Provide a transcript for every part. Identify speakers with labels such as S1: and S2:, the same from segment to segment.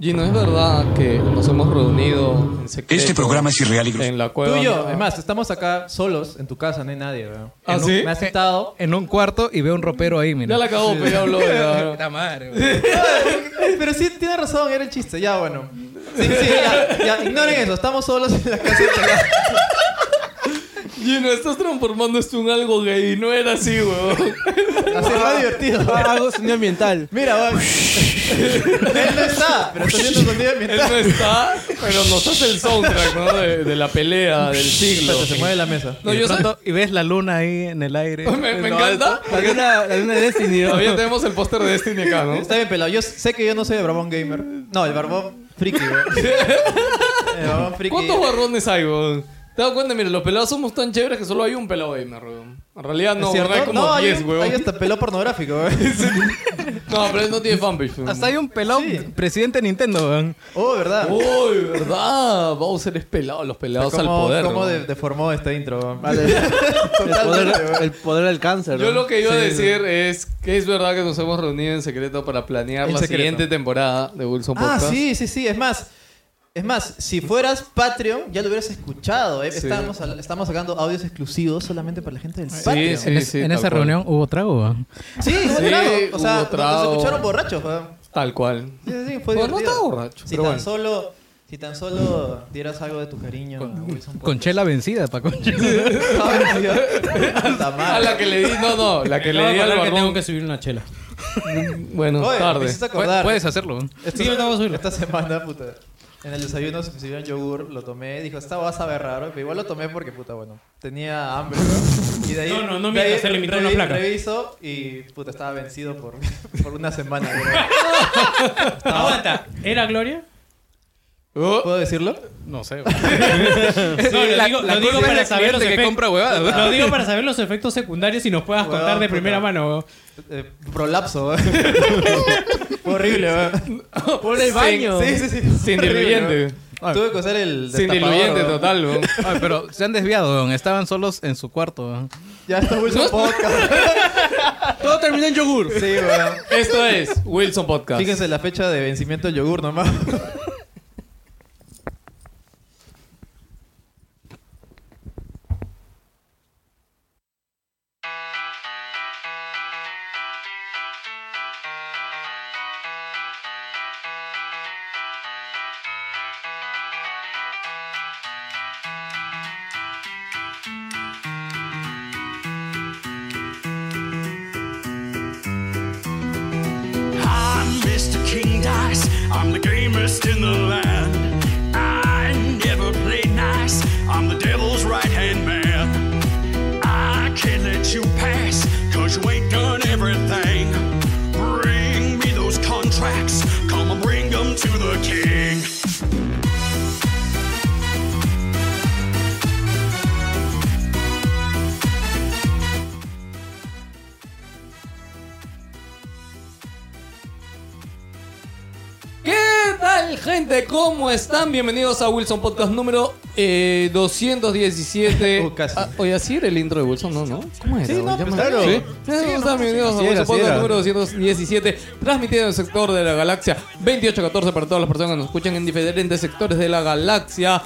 S1: Gino, es verdad que nos hemos reunido en secreto.
S2: Este programa es irreal y grosero.
S1: En la
S3: Tú
S1: cueva.
S3: y yo,
S1: ¿no?
S3: es más, estamos acá solos en tu casa, no hay nadie, weón.
S1: ¿Ah,
S3: En un-
S1: sí?
S3: Me has sentado.
S4: En un cuarto y veo un ropero ahí, mira.
S1: Ya la acabó, pero ya habló. ya.
S4: Puta madre, güey.
S3: Eh, Pero sí, tiene razón, era el chiste, ya, bueno. Sí, sí, ya, ya, ignoren eso, estamos solos en la casa.
S1: Gino, estás transformando esto en algo gay. No era así, weón.
S3: Así es más divertido.
S5: Ah, Hago sonido ambiental.
S3: Mira, weón. Él no está, pero está haciendo sonido
S1: Él
S3: ambiental.
S1: no está, pero nos hace el soundtrack, ¿no? De, de la pelea, del siglo.
S3: Espérate, se mueve la mesa.
S1: No,
S4: y,
S1: yo
S4: de
S1: sé-
S4: pronto- y ves la luna ahí en el aire.
S1: Me, me encanta.
S5: La luna, la luna de Destiny. ¿no?
S1: Todavía tenemos el póster de Destiny acá, ¿no?
S3: Está bien pelado. Yo sé que yo no soy el barbón gamer. No, el barbón friki, weón. El barbón friki.
S1: ¿Cuántos barrones hay, weón? Te das cuenta, mira, los pelados somos tan chéveres que solo hay un pelado gamer, weón. En realidad
S3: ¿Es
S1: no,
S3: cierto?
S1: weón, hay como
S3: no, hay,
S1: 10,
S3: un-
S1: weón.
S3: hay hasta pelo pornográfico, weón.
S1: No, pero él no tiene fanpage, weón.
S4: Hasta hay un pelón
S3: Sí.
S4: presidente de Nintendo, weón.
S3: Oh, ¿verdad?
S1: Uy, ¿verdad? Bowser es pelado, los pelados al poder.
S3: cómo
S1: ¿no?
S3: de- deformó esta intro? weón?
S5: Vale. El
S3: Totalmente,
S5: poder,
S3: weón.
S5: el poder del cáncer.
S1: Yo
S5: ¿no?
S1: lo que iba a decir es que es verdad que nos hemos reunido en secreto para planear
S3: En
S1: la
S3: secreto.
S1: siguiente temporada de Wilson
S3: Ah,
S1: Podcast.
S3: sí, sí, sí. Es más, es más, si fueras Patreon, ya lo hubieras escuchado. ¿eh?
S1: Sí.
S3: Estábamos, al- estábamos sacando audios exclusivos solamente para la gente del
S1: sí,
S3: Patreon.
S1: sí,
S4: en
S1: sí,
S4: en
S1: tal
S4: esa
S1: cual.
S4: reunión hubo trago, weón.
S3: Sí, hubo
S1: Sí,
S3: trago. O sea,
S1: hubo trago.
S3: nos escucharon borrachos. weón.
S1: Tal cual.
S3: Sí, sí, sí, fue
S1: Bueno, no
S3: divertido.
S1: estaba borracho,
S3: Si
S1: pero
S3: tan
S1: bueno.
S3: solo... Si tan solo dieras algo de tu cariño a Wilson
S4: Con chela vencida, pa' con chela.
S3: Podcast. Ay, Dios. Puta
S1: Ah,
S3: madre.
S1: la que le di, no, no, la que
S6: Acabo
S1: le
S6: de
S1: di al
S6: acordar que
S1: barbón.
S6: tengo que subir una chela.
S1: Bueno,
S3: Oye, me
S1: tarde.
S3: hiciste acordar.
S4: Puedes hacerlo, weón.
S3: Esta, esta semana, puta. En el desayuno se me sirvieron yogur, lo tomé, dijo, esta va a saber raro, pero igual lo tomé porque, puta, bueno, tenía hambre, ¿no? Y de ahí,
S6: No, no, no
S3: de ahí
S6: mientas, se le invitó una
S3: revi-
S6: placa.
S3: Reviso y, puta, estaba vencido por, por una semana, weón.
S6: Aguanta, ¿era Gloria?
S1: Oh,
S3: ¿Puedo decirlo?
S4: No sé,
S6: No, lo digo, lo digo para saber los
S4: que
S6: efectos.
S4: compra huevadas, weón.
S6: Lo digo para saber los efectos secundarios y nos puedas
S3: Weón,
S6: contar de
S3: puta.
S6: primera mano. weón.
S3: Eh, prolapso, weón. Fue horrible, weón.
S5: Por el
S1: sin-
S5: baño.
S3: Sí, sí, sí. fue
S1: Sin
S3: horrible, Ah,
S1: diluyente.
S3: weón. Tuve que usar el
S1: Sin
S3: destapador,
S1: diluyente
S3: weón.
S1: total, weón.
S4: Ay, pero se han desviado, weón. Estaban solos en su cuarto, weón.
S3: Ya está Wilson Podcast.
S5: Todo terminó en yogur.
S3: Sí, weón.
S1: Esto es Wilson Podcast.
S3: Fíjense la fecha de vencimiento del yogur nomás.
S7: I'm Mr. King Dice. I'm the gamest in the land. I never played nice. I'm the devil's right hand man. I can't let you pass, cause you ain't done everything. Bring me those contracts. Come and bring them to the king.
S1: ¿Qué tal, gente? ¿Cómo están? Bienvenidos a Wilson Podcast número eh, 217.
S3: Uh, casi.
S1: Ah, oye, así era el intro de Wilson, ¿no? ¿No? ¿Cómo era?
S3: Sí, no,
S1: Ya
S3: pues,
S1: me-
S3: claro.
S1: ¿Sí? Eh, ¿cómo están? Bienvenidos a
S3: Así era,
S1: Wilson
S3: así
S1: Podcast
S3: era.
S1: número 217, transmitido en el sector de la galaxia 2814 para todas las personas que nos escuchan en diferentes sectores de la galaxia.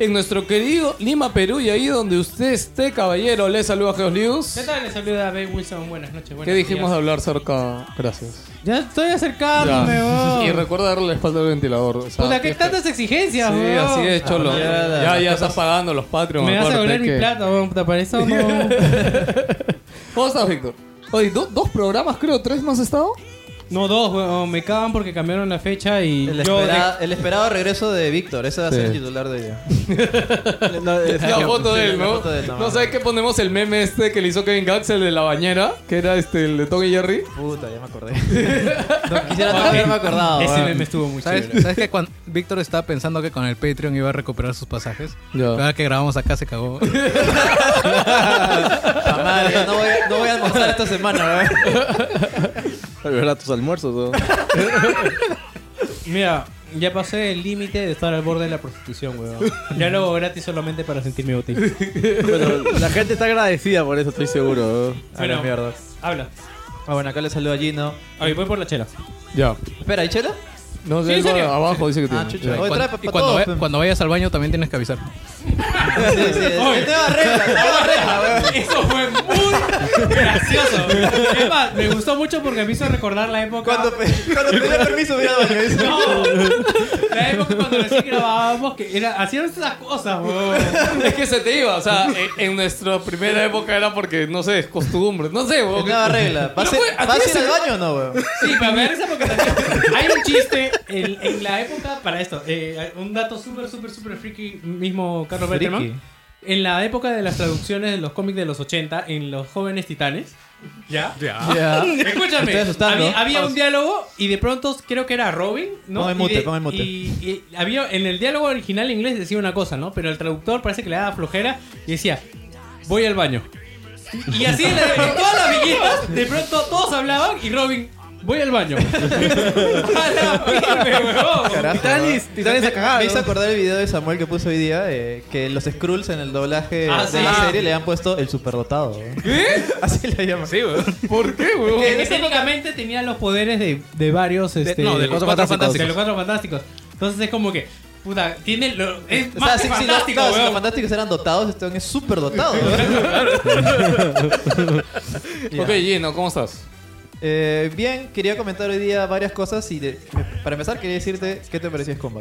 S1: En nuestro querido Lima, Perú, y ahí donde usted esté, caballero, le saluda a Geos Lius.
S6: ¿Qué tal? Les saluda Ben Wilson. Buenas noches. buenos
S1: ¿Qué dijimos de
S6: días.
S1: hablar cerca? Gracias.
S6: Ya estoy acercándome,
S1: Ya. Y
S6: weón.
S1: recuerda darle la espalda al ventilador. O sea, este
S6: O sea, que
S1: qué
S6: tantas exigencias,
S1: Sí,
S6: weón.
S1: así es, cholo.
S3: mierda.
S1: ya, ya estás pagando los Patreon.
S6: Me vas a
S1: acuérdate
S6: devolver mi
S1: que-
S6: plata, weón. Puta, para eso no.
S1: ¿Cómo estás, Víctor? Oye, do- dos programas creo, tres no has estado.
S6: No, dos, weón. Me cagan porque cambiaron la fecha y
S3: El,
S6: yo.
S3: espera- el esperado regreso de Víctor, ese va a ser el titular de ella.
S5: No, es-
S1: Eh, La foto
S3: sí,
S1: de él,
S3: la
S1: ¿no?
S3: foto de él, no,
S1: No sabes qué ponemos el meme este que le hizo Kevin Gax, el de la bañera, que era este el de Tom y Jerry.
S3: Puta, ya me acordé. No quisiera no haberme acordado.
S6: Ese
S3: weón.
S6: meme estuvo muy
S4: ¿Sabes,
S6: chévere.
S4: ¿Sabes que cuando Víctor estaba pensando que con el Patreon iba a recuperar sus pasajes?
S1: Ya.
S4: Pero Ahora que grabamos acá se cagó.
S3: Puta madre, no, voy, no voy a almorzar esta semana, weón.
S5: Ay, ¿Verdad? Tus almuerzos, ¿no?
S6: Mira, ya pasé el límite de estar al borde de la prostitución, weón. Ya lo hago gratis solamente para sentirme útil.
S5: Pero la gente está agradecida por eso, estoy seguro. ¿no?
S3: A la mierda.
S6: Habla.
S3: Ah, bueno, acá le saludo a Gino.
S6: Oye, voy por la chela.
S1: Ya.
S3: Espera, ¿y Chela?
S1: No sé,
S6: Sí, ¿en
S1: algo
S6: serio?
S1: abajo dice que
S3: Ah,
S1: tiene.
S3: chucha.
S1: Ya.
S3: Oye,
S4: Cuando-
S3: trae pa-
S4: y
S3: pa'
S4: cuando,
S3: todos,
S4: vaya-
S3: pe.
S4: cuando vayas al baño también tienes que avisar.
S3: Sí, sí, el tema regla, el tema regla, weón.
S6: Eso fue muy gracioso. Es más, me gustó mucho porque me hizo recordar la época.
S3: Cuando, pe- cuando pedí permiso, voy al baño. dice.
S6: No, la época cuando recién grabábamos, que era, hacían esas cosas, weón.
S1: Es que se te iba, o sea, en- en nuestra primera época era porque, no sé, es costumbre, no sé,
S3: El
S1: weón.
S3: tema regla. ¿Vas a
S1: No, pues, ¿a ti
S3: vas a
S1: es
S3: ir al
S1: el-
S3: baño o no, weón?
S6: Sí, pero me da risa porque también hay un chiste en, en la época para esto. eh, un dato súper, súper, súper friki, mismo Carlos
S3: Friki.
S6: Berterman. En la época de las traducciones de los cómics de los 80, en Los Jóvenes Titanes. ¿Ya?
S3: Ya.
S6: Ah.
S3: Me
S6: Escúchame,
S3: estoy asustando.
S6: había, había
S3: Vamos.
S6: un diálogo y de pronto creo que era Robin, ¿no?
S3: Ponme
S6: Y
S3: mute,
S6: de-
S3: ponme mute.
S6: Y, y había, en el diálogo original en inglés decía una cosa, ¿no? Pero el traductor parece que le daba flojera y decía, voy al baño. Y así en, la- en todas las viñetas, de pronto todos hablaban y Robin, voy al baño. A la firme, huevón.
S3: Titanis,
S5: Titanes a cagar,
S3: Me
S5: ¿no?
S3: hizo acordar el video de Samuel que puso hoy día eh, que los Skrulls en el doblaje
S6: Ah,
S3: de
S6: sí.
S3: la
S6: Ah.
S3: serie le han puesto el superdotado. weón.
S1: ¿Qué?
S3: Así le llaman.
S4: Sí, weón.
S1: ¿Por qué, weón?
S6: Porque técnicamente tenía los poderes de, de varios... este,
S4: no, de los cuatro
S6: de
S4: fantásticos.
S6: los cuatro fantásticos. Entonces es como que... Puta, tiene lo- es
S3: O
S6: más
S3: sea,
S6: que
S3: si, si los,
S6: fantástico,
S3: no, si
S6: huevón.
S3: los fantásticos eran dotados, este weón es superdotado. weón. Ya.
S1: Ok, Gino, ¿cómo estás?
S3: Eh, bien, quería comentar hoy día varias cosas y de- para empezar quería decirte qué te pareció Scumba.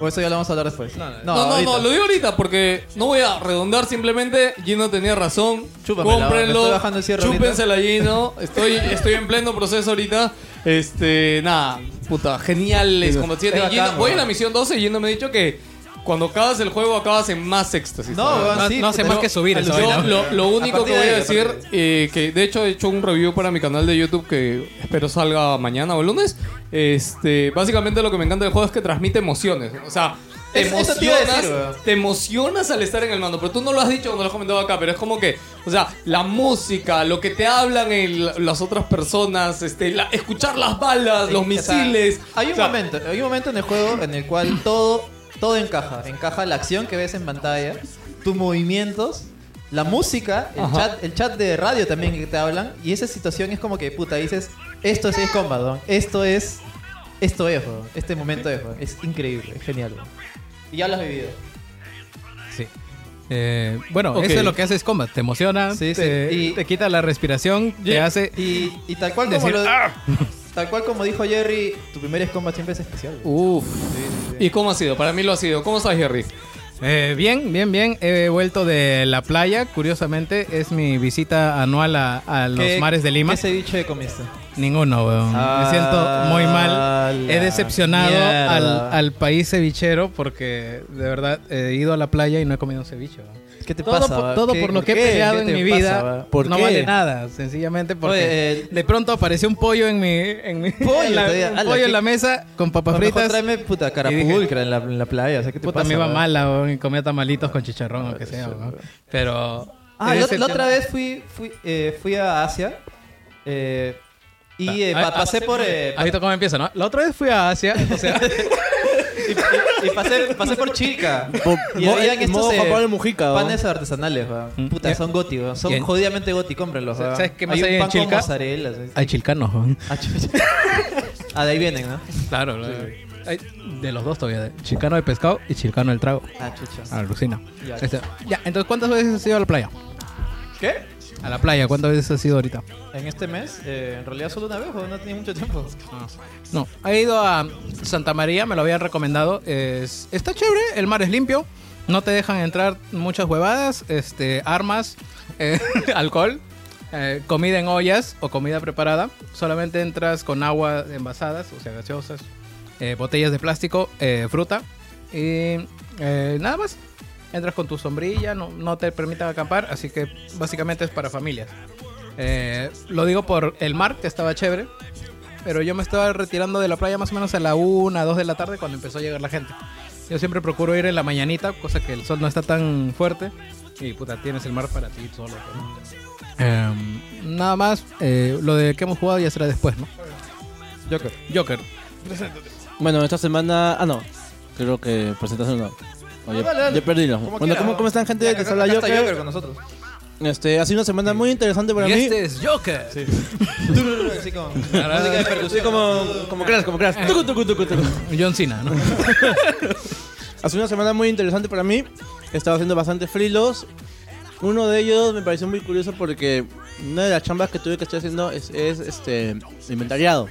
S3: O eso ya lo vamos a hablar después. No, no,
S1: No, no,
S3: ahorita.
S1: no, lo digo ahorita porque no voy a redondar, simplemente Gino tenía razón.
S3: Chúpamela, me
S1: Cómprenlo,
S3: estoy bajando el cierre ahorita.
S1: chúpensela Gino. Estoy, estoy en pleno proceso ahorita. Este, nada, puta, geniales como siete.
S3: es
S1: Gino-
S3: bacán,
S1: voy a la
S3: weón.
S1: misión 12 y Gino me ha dicho que cuando acabas el juego acabas en más éxtasis. Ah,
S3: No, weón,
S4: No-
S3: sí,
S4: no hace
S3: puta,
S4: más
S3: yo-
S4: que subir esa
S3: alucino.
S1: Yo
S4: vaina.
S1: lo, lo único que voy
S3: partir de
S1: a
S3: ahí, a
S1: decir,
S3: partir
S1: eh, que de hecho he hecho un review para mi canal de YouTube que espero salga mañana o el lunes. Este, básicamente lo que me encanta del juego es que transmite emociones. O sea, te
S3: Es- eso te iba a
S1: emocionas,
S3: decir, weón.
S1: te emocionas al estar en el mando. Pero tú no lo has dicho cuando lo has comentado acá, pero es como que, o sea, la música, lo que te hablan el- las otras personas, este, la- escuchar las balas, los
S3: O sea,
S1: misiles.
S3: hay un
S1: O sea,
S3: momento, hay un momento en el juego en el cual todo, todo encaja. Encaja la acción que ves en pantalla, tus movimientos, la música, el
S1: Ajá.
S3: chat, el chat de radio también que te hablan. Y esa situación es como que puta, dices, esto es Ace Combat, weón. esto es. Esto es, weón. este momento es, weón. es increíble, es genial. weón. Y ya lo has vivido.
S4: Sí. Eh, bueno,
S1: Ok.
S4: eso es lo que hace es combat. Te emociona,
S3: Sí, sí.
S4: Te,
S3: Y-
S4: te quita la respiración, te
S1: Yeah.
S4: hace...
S3: Y, y tal cual como
S4: Decir,
S3: lo-
S1: "Ah".
S3: Tal cual como dijo Jerry, tu primer Ace Combat siempre es especial. weón.
S1: Uf. ¿Y cómo ha sido? Para mí lo ha sido. ¿Cómo estás, Jerry?
S4: Eh, bien, bien, bien. He vuelto de la playa. Curiosamente, es mi visita anual a, a los
S3: ¿Qué-
S4: mares de Lima.
S3: ¿Qué ceviche comiste?
S4: Ninguno, weón. Me siento muy
S3: Ah,
S4: mal. He
S3: la
S4: decepcionado
S3: mierda.
S4: al, al país cevichero porque de verdad he ido a la playa y no he comido un ceviche. weón.
S3: ¿Qué te
S4: Todo,
S3: pasa?
S4: por,
S3: va?
S4: todo
S3: ¿Qué-
S4: por lo
S3: por
S4: que he
S3: qué?
S4: peleado
S3: ¿Qué
S4: en
S3: te
S4: mi
S3: pasa,
S4: vida
S3: va?
S5: ¿Por
S4: no
S5: qué?
S4: vale nada, sencillamente porque
S3: Oye, eh,
S4: de pronto apareció un pollo en mi, en mi-
S3: Pollo,
S4: en la,
S3: todavía.
S4: un
S3: Ala,
S4: pollo
S3: qué-
S4: en la mesa con papas
S3: Mejor
S4: fritas.
S3: tráeme puta carapulcra en la, en la playa. O sea, ¿qué te
S4: Puta,
S3: pasa?
S4: me iba
S3: va?
S4: mala weón, y comía tamalitos con chicharrón o que sea, weón.
S3: Ah,
S4: pero he
S3: la, la
S4: decepcionado.
S3: otra vez fui, fui, eh, fui a Asia eh, y eh,
S4: Ah,
S3: pa- pasé por... eh,
S4: Ahí cómo empieza, ¿no? La otra vez fui a Asia, o sea,
S3: y, y pasé, pasé por Chica.
S5: Por-
S3: Y
S5: mo-
S3: habían estos
S5: modo
S3: eh,
S5: Juan Pablo Mujica, ¿no?
S3: panes artesanales, va.
S4: Mm.
S3: Puta,
S4: Ya.
S3: son goti, va. Son
S4: Ya.
S3: jodidamente goti, cómprenlos, va.
S4: ¿Sabes qué más hay
S3: un
S4: en
S3: pan con
S4: Chilca?
S3: mozzarella, ¿sabes?
S4: hay chilcanos, weón.
S3: Ah, chucha. Ah, de ahí vienen, ¿no?
S4: Claro, claro. Ay, de los dos todavía, de chilcano de pescado y chilcano del trago.
S3: Ah, chucha.
S4: Alucina.
S3: Ya.
S4: Este, ya, entonces, ¿cuántas veces has ido a la playa?
S3: ¿Qué?
S4: A la playa, ¿cuántas veces has ido ahorita?
S3: En este mes, eh, en realidad solo una vez, va, no tenía mucho tiempo.
S4: No, he ido a Santa María, me lo habían recomendado. es- está chévere, el mar es limpio, no te dejan entrar muchas huevadas, este, armas, eh, alcohol, eh, comida en ollas o comida preparada. Solamente entras con agua envasadas, o sea, gaseosas, eh, botellas de plástico, eh, fruta y eh, nada más. Entras con tu sombrilla, no, no te permiten acampar, así que básicamente es para familias. Eh, lo digo por el mar, que estaba chévere. Pero yo me estaba retirando de la playa más o menos a la 1, 2 de la tarde cuando empezó a llegar la gente. Yo siempre procuro ir en la mañanita, cosa que el sol no está tan fuerte. Y puta, tienes el mar para ti solo. ¿no? Em, nada más, eh, lo de que hemos jugado ya será después, ¿no?
S3: Joker.
S4: Joker.
S5: Bueno, esta semana. Ah, no. Creo que presentación no. Oye,
S3: Ah, dale, dale.
S5: yo perdí.
S3: Como
S5: Bueno,
S3: quieras,
S5: ¿cómo,
S3: ¿no?
S5: ¿cómo están, gente?
S3: Acá-
S5: Les habla
S3: acá está
S5: Joker.
S3: con nosotros.
S8: Este, ha sido una semana muy interesante para
S4: Y
S8: mí.
S4: este es Joker.
S3: Así como. música de percusión.
S8: Sí, como, como Crash, como Crash. Tucu, tucu, tucu, tucu.
S4: Eh. John Cena, ¿no?
S8: Ha sido una semana muy interesante para mí. He estado haciendo bastantes frilos. Uno de ellos me pareció muy curioso porque una de las chambas que tuve que estoy haciendo es, es, este inventariado.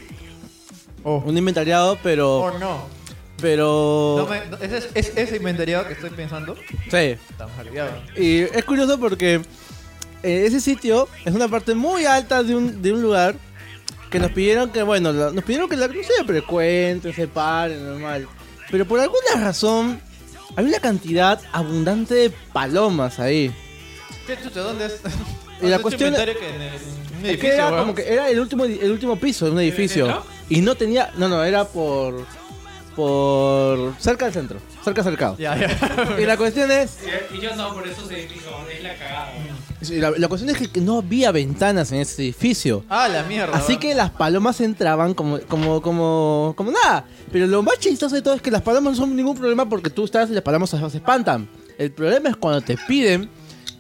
S3: Oh.
S8: Un inventariado, pero.
S3: Oh, no.
S8: pero.
S3: No me- no, ese es, es- ese inventariado que estoy pensando.
S8: Sí.
S3: Estamos hackeados.
S8: Y es curioso porque eh, ese sitio es una parte muy alta de un, de un lugar que nos pidieron que, bueno, la- nos pidieron que la no se frecuente, se pare, normal. Pero por alguna razón había una cantidad abundante de palomas ahí.
S3: ¿Qué chucha? ¿Dónde es?
S8: Y la cuestión es-
S3: es que en el- un
S8: Es que
S3: edificio,
S8: era
S3: weón.
S8: como que era el último, el último piso de un edificio. Y no tenía, no, no, era por, por, cerca del centro, cerca cercado.
S3: Ya, ya.
S8: Y la cuestión es,
S6: Y yo no, por eso se edificio, es la cagada.
S8: Sí, La, la cuestión es que- que no había ventanas en ese edificio.
S3: Ah, la mierda.
S8: Así
S3: weón.
S8: que las palomas entraban como, como, como, como nada. Pero lo más chistoso de todo es que las palomas no son ningún problema porque tú estás y las palomas se se espantan. El problema es cuando te piden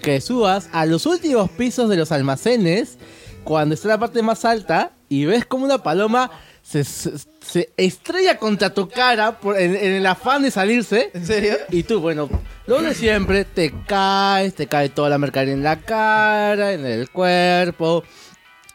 S8: que subas a los últimos pisos de los almacenes, cuando está la parte más alta, y ves como una paloma se, se- se estrella contra tu cara por- en- en el afán de salirse.
S3: ¿En serio?
S8: Y tú, bueno, lo de siempre, te caes, te cae toda la mercadería en la cara, en el cuerpo.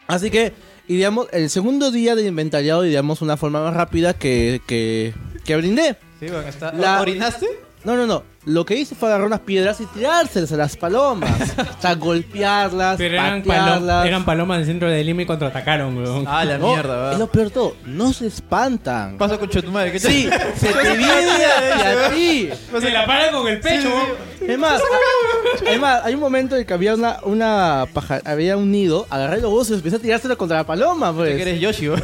S8: Así que, y digamos, el segundo día de inventariado, digamos, una forma más rápida que, que, que brindé.
S3: Sí, bueno, está.
S8: La-
S3: ¿Orinaste?
S8: No, no, no. Lo que hice fue agarrar unas piedras y tirárselas a las palomas. o sea, golpearlas,
S6: Pero eran,
S8: patearlas.
S6: palom- eran palomas del centro de Lima y contraatacaron, weón.
S3: Ah, la
S8: No,
S3: mierda,
S8: es
S3: ¿verdad?
S8: lo peor de todo. No se espantan.
S3: Pasa con tu madre. ¿qué tal?
S8: Sí, se te viene hacia ti.
S6: Se la paran con el pecho, weón.
S8: Es más, es más, hay un momento en que había una, una paja, había un nido, agarré los huevos y empecé a tirárselo contra la paloma,
S3: Que
S8: pues.
S3: eres Yoshi, weón.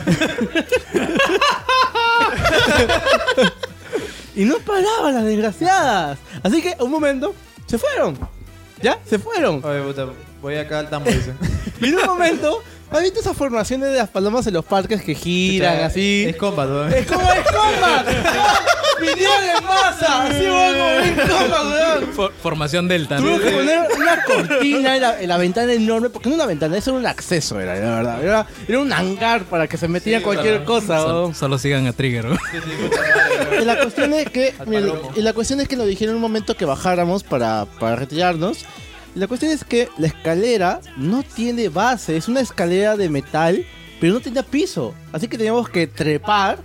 S8: Y no paraban las desgraciadas. Así que un momento, se fueron. ¿Ya? Se fueron.
S3: Oye, puta, voy acá al tambo, dice.
S8: Y en un momento, ¿has visto esas formaciones de las palomas en los parques que giran
S3: Chucha,
S8: así?
S3: Es combat, weón.
S8: ¡Es como es combat! ¡Vinieron en masa! ¡Así van como en combat, weón!
S4: For- formación Delta. ¿no?
S8: Tuve que poner una cortina en la, en la ventana enorme, porque no una ventana, eso era un acceso, era, la verdad. Era, era un hangar para que se metiera cualquier cosa.
S4: Sol-
S8: ¿no?
S4: solo sigan a Trigger. ¿no?
S8: Y la cuestión es que
S3: Al
S8: mira,
S3: palomo.
S8: y la cuestión es que nos dijeron en un momento que bajáramos para, para retirarnos. Y la cuestión es que la escalera no tiene base, es una escalera de metal, pero no tenía piso. Así que teníamos que trepar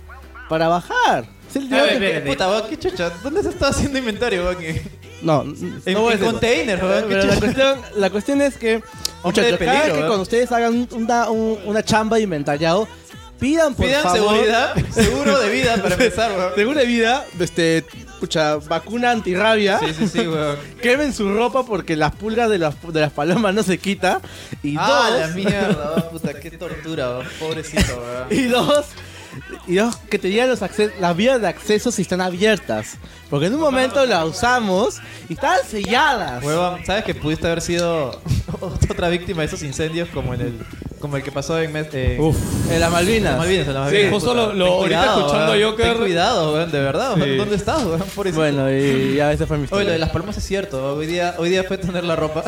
S8: para bajar. Sí,
S3: A ver,
S8: teníamos que-
S3: Puta, weón, qué chucha. ¿Dónde se está haciendo inventario, weón? En,
S8: No, no voy a
S3: en
S8: decir.
S3: container, weón.
S8: Pero
S3: qué
S8: la
S3: chucha.
S8: cuestión, la cuestión es que, muchachos,
S3: de
S8: cada vez
S3: peligro,
S8: que
S3: ¿eh?
S8: cuando ustedes hagan una, un- una chamba de inventariado, pidan por
S3: Pidan
S8: favor.
S3: seguridad, seguro de vida para empezar, weón.
S8: Seguro de vida, este, pucha, vacuna antirrabia.
S3: Sí, sí, sí, weón.
S8: Quemen su ropa porque las pulgas de las, de las palomas no se quita. Y
S3: ah,
S8: dos,
S3: la mierda, weón, puta, qué tortura, weón. Pobrecito, weón.
S8: y dos, y dos, que tenían los acces- las vías de acceso si están abiertas. Porque en un momento las usamos y estaban selladas.
S3: Huevón, ¿sabes que pudiste haber sido otra víctima de esos incendios como en el como el que pasó en Mes- eh,
S8: En las Malvinas.
S3: las Malvinas, en las
S1: Sí,
S3: Malvinas,
S1: justo
S3: puta.
S1: lo- lo-
S3: Ten
S1: ahorita escuchando a
S3: weón,
S1: Joker.
S3: Ten cuidado, weón, de verdad, weón, ¿dónde estás, weón? Pobrecito.
S8: Bueno, y ya esa fue mi
S3: Oye,
S8: historia.
S3: lo de las palomas es cierto, weón, hoy día hoy día fue tener la ropa.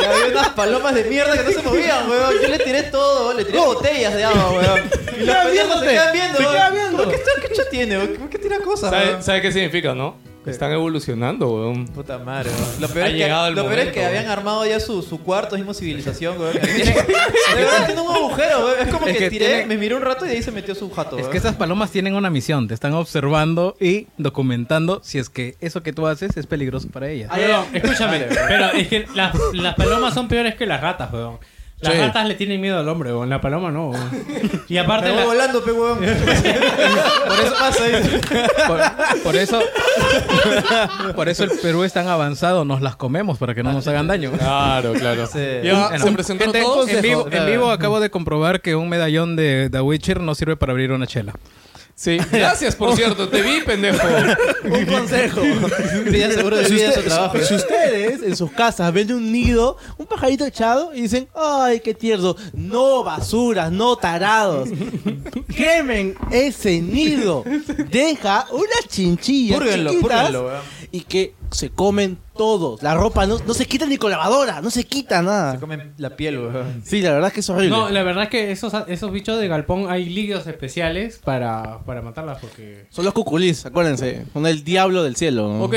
S3: Y había unas palomas de mierda que no se movían, weón. Yo le tiré todo, weón, le tiré botellas de agua, weón. Y las
S8: queda
S3: palomas se quedan
S8: viéndote,
S3: viendo,
S8: se
S3: weón.
S8: queda viendo.
S3: ¿Cómo que esto- ¿Qué chucha tiene, weón? ¿Cómo que tira cosas,
S1: ¿Sabe,
S3: weón?
S1: sabe qué significa, no?
S3: ¿Qué?
S1: Están evolucionando, weón.
S3: Puta madre, weón. Lo peor,
S1: Ha
S3: es que,
S1: llegado el
S3: lo peor es
S1: momento,
S3: que
S1: weón.
S3: habían armado ya su, su cuarto, mismo civilización, weón. De verdad tiene un agujero, weón. Es como
S4: Es
S3: que,
S4: que
S3: tiré,
S4: tiene-
S3: me miré un rato y de ahí se metió su jato,
S4: Es
S3: weón.
S4: que esas palomas tienen una misión. Te están observando y documentando si es que eso que tú haces es peligroso para ellas.
S6: Perdón, escúchame. pero es que las, las palomas son peores que las ratas, weón. Las
S8: Sí.
S6: ratas le tienen miedo al hombre, weón. La paloma no, weón. Y aparte,
S3: Me voy
S6: la-
S3: volando, pe, weón. Por eso pasa ahí.
S4: Por, por eso, por eso el Perú es tan avanzado. Nos las comemos para que no nos hagan daño.
S1: Claro, claro.
S3: Sí.
S1: Ya,
S4: Bueno,
S1: se presentaron
S4: gente,
S1: todos.
S4: en vivo,
S3: claro.
S4: en vivo acabo de comprobar que un medallón de The Witcher no sirve para abrir una chela.
S1: Sí. Gracias,
S2: Oh.
S1: por cierto. Te vi, pendejo.
S8: Un consejo.
S3: Piden seguro de
S8: Si
S3: vida de su
S8: usted-
S3: trabajo. ¿eh?
S8: si ustedes en sus casas ven un nido, un pajarito echado y dicen, ay, qué tierno, no basuras, no tarados, quemen ese nido, deja unas chinchillas
S3: Púrguenlo,
S8: chiquitas
S3: púrguenlo, weón.
S5: y que se comen todos. La ropa no, no se quita ni con lavadora, no se quita nada.
S3: Se comen la piel, weón.
S5: Sí, la verdad es que es horrible.
S6: No, la verdad es que esos, esos bichos de galpón hay líquidos especiales para, para matarlas porque...
S5: Son los cuculís, acuérdense. Son el diablo del cielo. ¿no?
S1: Ok,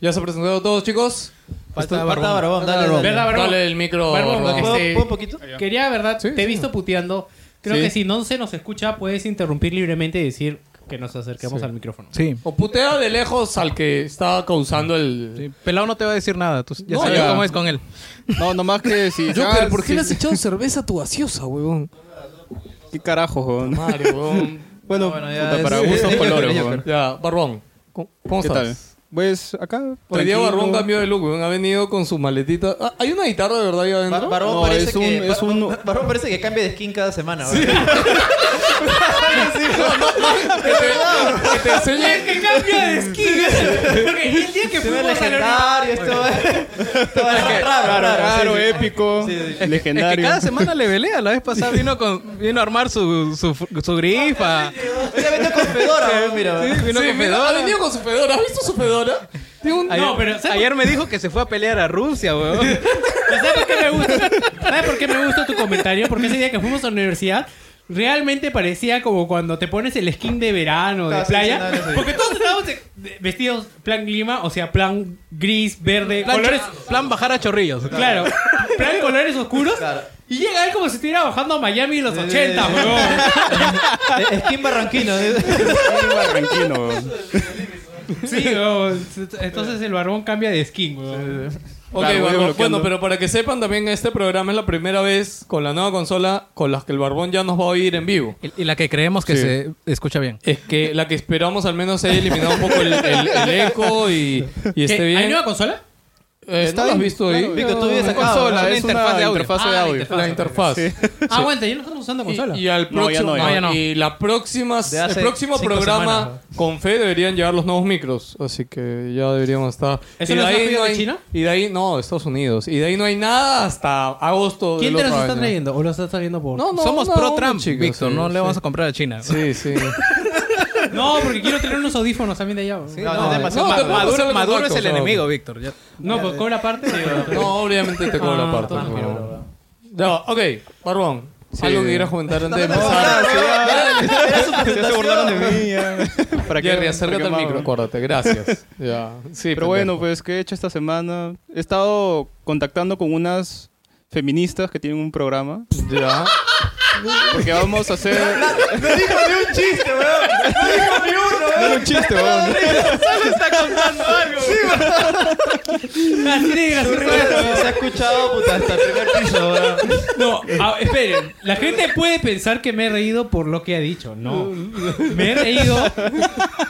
S1: ya se han presentado todos, chicos.
S4: Falta
S3: Falta
S4: Barbón.
S3: Barbón, dale,
S6: Barbón.
S3: dale.
S6: ¿Verdad, Barbón?
S1: Dale el micro.
S6: Barbón,
S1: Barbón.
S3: ¿Puedo,
S6: Este-
S3: puedo un poquito?
S6: Quería, ¿verdad?
S1: Sí,
S6: te he
S1: sí.
S6: visto puteando. Creo
S1: Sí.
S6: que si no se nos escucha, puedes interrumpir libremente y decir que nos acerquemos al micrófono.
S4: Sí.
S1: O putea de lejos al que está causando el.
S4: Sí, Pelao no te va a decir nada. Tú ya
S1: No,
S4: sabes
S1: ya.
S4: cómo es con él.
S2: No, nomás que si.
S1: Joker,
S2: ya,
S1: ¿por qué
S2: si-
S1: le has echado cerveza a tu gaseosa, huevón?
S2: ¿Qué carajo, weón?
S1: Madre, huevón.
S2: Bueno,
S3: bueno, ya
S2: puta,
S3: es-
S2: para
S3: es-
S2: gustos
S3: es-
S2: colores,
S3: es-
S2: weón.
S1: Ya, Barbón, ¿cómo cómo
S2: ¿Qué
S1: estás?
S2: tal? Pues acá.
S1: Hoy día
S2: tranquilo.
S1: Barbón cambió de look, weón. Ha venido con su maletita. Ah, ¿Hay una guitarra de verdad ahí adentro?
S3: Bar- Barbón
S2: No,
S3: parece
S2: es un-
S3: que,
S2: es un-
S3: Bar- Barbón parece que cambia de skin cada semana, weón.
S1: que, te, que te enseñe.
S6: ¡Que cambia de skin! Porque el día
S3: Se ve
S6: que fuimos a la
S3: legendario, esto es... Todo es raro, raro,
S2: Claro,
S3: sí, sí.
S2: épico,
S4: Es que
S2: legendario.
S4: cada semana le velea. La vez pasada vino, con, vino a armar su, su, su grifa.
S3: Hoy ya venido con Fedora, weón, mira.
S4: Sí, vino
S1: Sí,
S4: con
S1: mira, ha
S4: fedora.
S1: venido con su fedora. ¿Has visto su fedora? Tiene un...
S4: Ayer,
S6: No, pero, ¿sabes?
S4: ayer me dijo que se fue a pelear a Rusia, weón.
S6: ¿Sabes por qué me gusta? ¿Sabes por qué me gusta tu comentario? Porque ese día que fuimos a la universidad, realmente parecía como cuando te pones el skin de verano, de
S3: Ah, sí,
S6: playa.
S3: sí, no, no, sí.
S6: Porque todos estábamos eh, de- vestidos plan lima, o sea, plan gris, verde,
S4: Plan,
S6: colores...
S4: plan bajar a chorrillos.
S6: Claro, plan colores oscuros.
S3: Claro.
S6: Y llega él como si estuviera bajando a Miami en los
S3: Sí, sí,
S6: 80,
S3: sí.
S6: weón.
S3: Eh, Skin barranquino. eh.
S2: Barranquino, weón.
S6: Sí, weón. Entonces el barbón cambia de skin, weón.
S1: Ok,
S2: Claro, voy
S1: Barbón.
S2: bloqueando.
S1: Bueno, pero para que sepan también, este programa es la primera vez con la nueva consola con las que el Barbón ya nos va a oír en vivo.
S4: Y, y la que creemos que
S2: Sí.
S4: se escucha bien.
S1: Es que la que esperamos al menos haya eliminado un poco el, el- el eco y, y esté
S6: ¿Qué?
S1: bien.
S6: ¿Hay nueva consola?
S1: Eh, ¿No lo has visto ahí?
S2: Claro,
S3: Vico, tú vives
S2: una
S3: acá,
S2: consola,
S4: ¿no?
S2: es una interfaz de audio.
S6: de audio.
S1: Ah, la interfaz.
S6: Ah, aguanta, ya no estamos usando consola.
S1: Y, y al
S2: No, ya
S1: próximo,
S2: no, ya
S1: no,
S4: no.
S1: y la próxima,
S3: De hace
S1: el próximo
S3: cinco
S1: programa
S3: semanas,
S1: con fe deberían llegar los nuevos micros, así que ya deberíamos estar.
S6: ¿Eso
S1: y
S6: no es rápido de
S1: hay,
S6: China?
S1: Y de ahí no, de Estados Unidos. Y de ahí no hay nada hasta agosto. del
S6: ¿Quién te los
S1: otro
S6: está
S1: año.
S6: trayendo? ¿O los está trayendo por.?
S1: No, no,
S4: Somos
S1: no,
S4: pro
S1: no,
S4: Trump,
S1: chicos,
S4: Víctor.
S1: sí,
S4: no
S1: sí.
S4: le vamos a comprar a China.
S1: Sí, sí.
S6: No, porque quiero tener unos audífonos también de allá. weón.
S3: No, no, es demasiado
S1: no, te puedo-
S3: malo.
S4: Maduro,
S1: Vamos a hacer
S4: Maduro es
S1: contactos,
S4: el
S1: ahora.
S4: enemigo, Víctor. Ya-
S6: No, pues cobra parte.
S1: no, obviamente te cobro
S6: Ah,
S1: aparte.
S6: todo
S1: pero-
S6: bien,
S1: Ya, ok, Barbón. Algo que quieras comentar antes de
S3: No, no, no,
S1: empezar.
S3: no, no, era su
S2: Ya se burlaron
S3: presentación.
S2: de mí. ya. ¿Para qué-
S1: Jerry,
S2: para qué
S1: acércate al
S2: más,
S1: micro,
S2: weón?
S1: acuérdate, gracias. Ya. Sí,
S2: Pero bueno, pues, ¿qué he hecho esta semana? He estado contactando con unas feministas que tienen un programa.
S1: Ya.
S2: Porque vamos a hacer.
S3: No dijo ni un chiste, weón. No dijo ni uno,
S2: No
S3: weón.
S2: era un chiste, weón.
S3: Se ha escuchado, puta, hasta el primer piso, weón.
S6: No, a- esperen. La gente puede pensar que me he reído por lo que ha dicho. No. Me he reído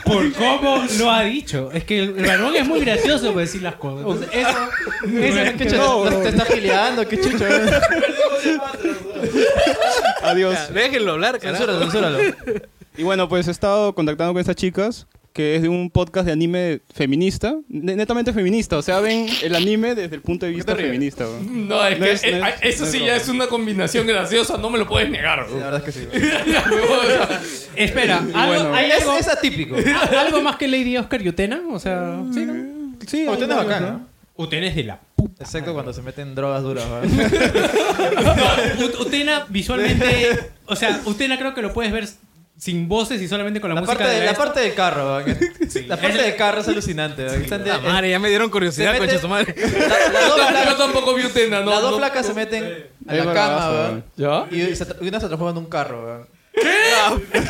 S6: por cómo lo ha dicho. Es que el varón es muy gracioso para decir las cosas. Entonces, eso, eso es
S3: Qué chucha, te- te estás gileando, qué eh. chucha, weón.
S2: Adiós.
S4: Déjenlo hablar, carajo.
S3: Censúralo, censúralo.
S2: Y bueno, pues he estado contactando con estas chicas, que es de un podcast de anime feminista, ne- netamente feminista, o sea, ven el anime desde el punto de vista feminista. weón.
S1: No, es
S2: No
S1: que
S2: es-
S1: eh,
S2: no es-
S1: eso
S2: no es
S1: sí ya
S2: broma.
S1: es una combinación graciosa, no me lo puedes negar.
S3: La verdad es que sí, weón.
S6: Espera, ¿algo,
S2: bueno.
S6: ¿hay
S3: Es,
S6: algo,
S3: es atípico.
S6: Ah, algo más que Lady Oscar y Utena? O sea, sí, ¿no?
S2: Sí,
S3: Usted es
S2: algo,
S3: bacán,
S2: ¿no?
S3: ¿no?
S6: Utena es de la
S3: Excepto cuando se meten drogas duras, weón.
S6: No, Ut- Utena visualmente, o sea, Utena creo que lo puedes ver sin voces y solamente con la,
S3: La
S6: música
S3: parte, de-
S6: de
S3: la parte del carro, weón. La parte del carro es alucinante, weón. Están de-
S4: Ah, madre, ya me dieron curiosidad,
S3: Se mete-
S4: concha su madre.
S3: la- las dos
S1: Yo
S3: flacas-
S1: tampoco vi Utena, ¿no?
S3: las
S1: no.
S3: dos flacas se meten a la
S2: Es
S3: cama,
S2: bravazo,
S3: weón.
S2: weón.
S1: ¿Ya?
S3: Y se tra- y una se transforma en un carro, weón.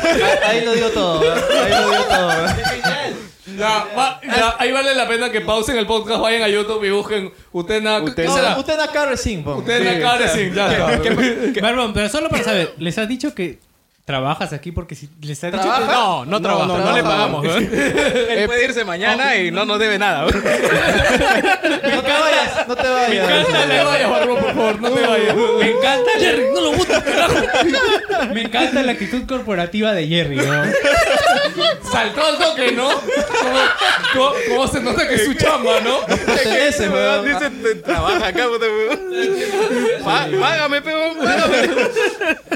S3: Ahí ahí lo dio todo, weón. Ahí lo dio todo, weón.
S1: Ya, va- ya, ahí vale la pena que pausen el podcast, vayan a YouTube y busquen Utena. ¿qué
S2: Utena.
S3: No,
S1: será?
S3: usted no carro sin, weón.
S1: Utena Karesin, ya está.
S6: Barbón, pero solo para saber, ¿les has dicho que trabajas aquí? Porque si les has dicho que...
S3: Trabaja.
S4: No, no trabaja, no,
S2: no,
S4: le
S2: no.
S4: pagamos. ¿eh? weón. Él puede irse mañana y no nos debe nada. weón.
S3: No te vayas, no te
S1: Me
S3: vayas.
S1: encanta, no te vayas, Barbón, por favor, no te vayas.
S6: Me encanta Ah, Jerry, no lo gusta, carajo. Me encanta la actitud corporativa de Jerry, ¿no?
S1: Saltó al toque, ¿no? Como, como- como se nota que es su chamba, ¿no?
S3: Pertenece, weón.
S2: Dice, "Te- trabaja acá, puta, weón".
S4: Ah,
S2: Pa- Págame, peón, págame.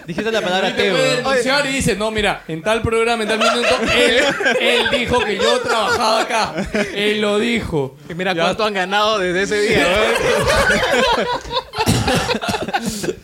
S3: Dijiste la palabra
S1: Te
S3: T,
S1: puede
S3: weón.
S1: denunciar y dice, no, mira, en tal programa, en tal minuto, él, él dijo que yo trabajaba acá. Él lo dijo.
S4: Mira cuánto han ganado desde ese día. weón.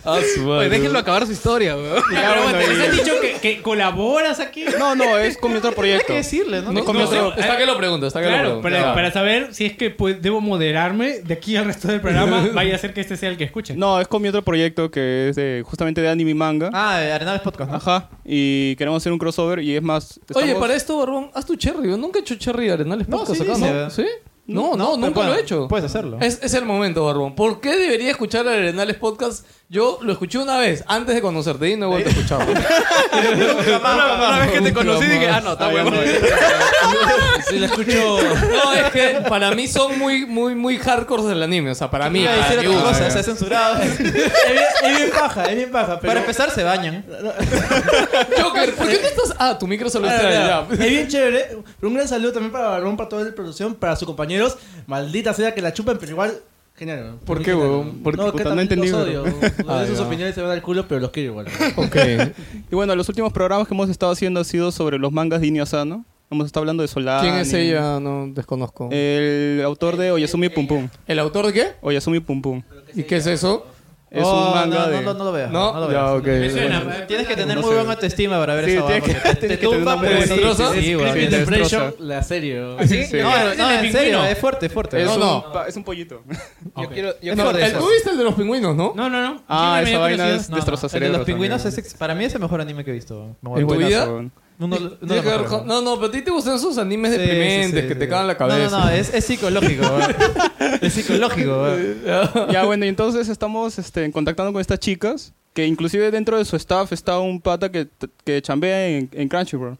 S4: Oye, déjenlo acabar su historia, weón.
S6: Ya, pero bueno, les han dicho que, que colaboras aquí.
S2: No, no, es con mi otro proyecto.
S3: ¿Qué decirle, no?
S2: No,
S1: No,
S2: con mi otro-
S1: no, está que lo pregunto, está que
S6: Claro,
S1: lo pregunto.
S6: para,
S1: Ya.
S6: para saber si es que pues, debo moderarme de aquí al resto del programa, vaya a ser que este sea el que escuchen.
S2: No, es con mi otro proyecto que es de- justamente de anime y manga.
S3: Ah, de Arenales Podcast, ¿no?
S2: Ajá. Y queremos hacer un crossover y es más.
S1: Oye,
S2: estamos-
S1: para esto, Barbón, haz tu cherry. Yo nunca he hecho cherry de Arenales
S3: No,
S1: Podcast
S3: sí
S1: acá,
S3: dice,
S1: ¿no?
S3: ¿verdad?
S1: ¿Sí? No, no,
S3: pero
S1: nunca
S3: bueno,
S1: lo he hecho.
S3: Puedes hacerlo.
S1: Es, es el momento, Barbón. ¿Por qué debería escuchar a Arenales Podcast? Yo lo escuché una vez antes de conocerte y no he vuelto a escucharlo.
S4: Una, una vez que te conocí dije, ah, no, está
S2: Ah, ya
S4: huevón.
S2: no, ya.
S1: Sí, lo escucho. No, es que para mí son muy, muy, muy hardcore del anime. O sea, para mí.
S3: Iba a
S1: para
S3: decir
S1: mi
S3: otra
S1: gusto.
S3: cosa, se ha censurado.
S5: Es bien, es bien paja, es bien paja. Pero
S3: Para empezar, se bañan.
S1: Joker, ¿por qué no estás.? Ah, tu micro solo
S5: Ah,
S1: está
S5: ya.
S1: allá.
S5: Es bien chévere. Pero un gran saludo también para Barbón, para toda la producción, para sus compañeros. Maldita sea que la chupen, pero igual. Genial, ¿no?
S2: ¿Por qué,
S5: Genial,
S2: huevón?
S5: ¿no?
S2: Porque,
S5: no,
S2: puta,
S5: que
S2: no
S5: también
S2: entendí,
S5: los odio.
S2: bro. Ah,
S5: Ustedes sus
S1: ya.
S5: opiniones se van al culo, pero los quiero igual.
S1: Ok.
S2: Y bueno, los últimos programas que hemos estado haciendo han sido sobre los mangas de Inio Asano. Hemos estado hablando de Solar.
S1: ¿Quién es ella? No desconozco.
S7: Eh,
S2: El autor de Oyasumi Pum Pum.
S1: ¿El autor de qué?
S2: Oyasumi Pum Pum.
S1: ¿Y qué es eso?
S2: Es
S3: Oh,
S2: un manga
S3: no,
S2: de.
S3: No, no, no lo veas.
S1: No,
S3: No, lo
S2: Ya,
S3: veas.
S2: ok.
S6: Me suena,
S2: bueno.
S6: eh.
S3: Tienes que tener
S2: No
S3: muy
S2: sé.
S3: buena autoestima para ver
S2: Sí,
S3: esa
S2: tienes
S3: vaguada,
S2: que-
S3: porque
S2: tienes
S3: Te
S2: que tener una
S3: tumba,
S2: buena
S3: pero sí,
S1: autoestima.
S3: sí, sí, weón.
S2: Sí,
S3: Tienes-
S2: destroza.
S5: La serie, ¿no?
S2: Sí.
S3: No, no,
S6: El
S3: en serio,
S6: pingüino.
S3: es fuerte, es fuerte.
S2: Es,
S1: No,
S2: un,
S1: no.
S2: pa- es un pollito.
S6: Ok.
S3: yo
S1: No,
S3: quiero de
S1: el,
S3: esos.
S1: tú viste el de los pingüinos, ¿no?
S6: No, no, no.
S2: Ah,
S6: Siempre me
S2: esa
S6: dio
S2: vaina
S6: curiosidad.
S2: es
S6: No,
S2: destroza
S3: El de
S2: cerebros.
S3: los pingüinos
S2: también.
S3: es, para mí es el mejor anime que he visto. Me
S1: ¿En
S3: muero.
S1: tu
S2: Buenazo,
S1: vida?
S2: weón.
S3: Uno- uno de
S1: Tiene
S3: los
S1: que ver
S3: mejores.
S1: con- no, no, pero a ti te gustan esos animes
S3: Sí, sí,
S1: deprimentes
S3: sí,
S1: que
S3: sí.
S1: te cagan la cabeza.
S3: No, no, no, es, es psicológico. weón. es psicológico. weón.
S2: Ya, bueno, y entonces estamos este, contactando con estas chicas. Que inclusive dentro de su staff está un pata que, que chambea en, en Crunchyroll.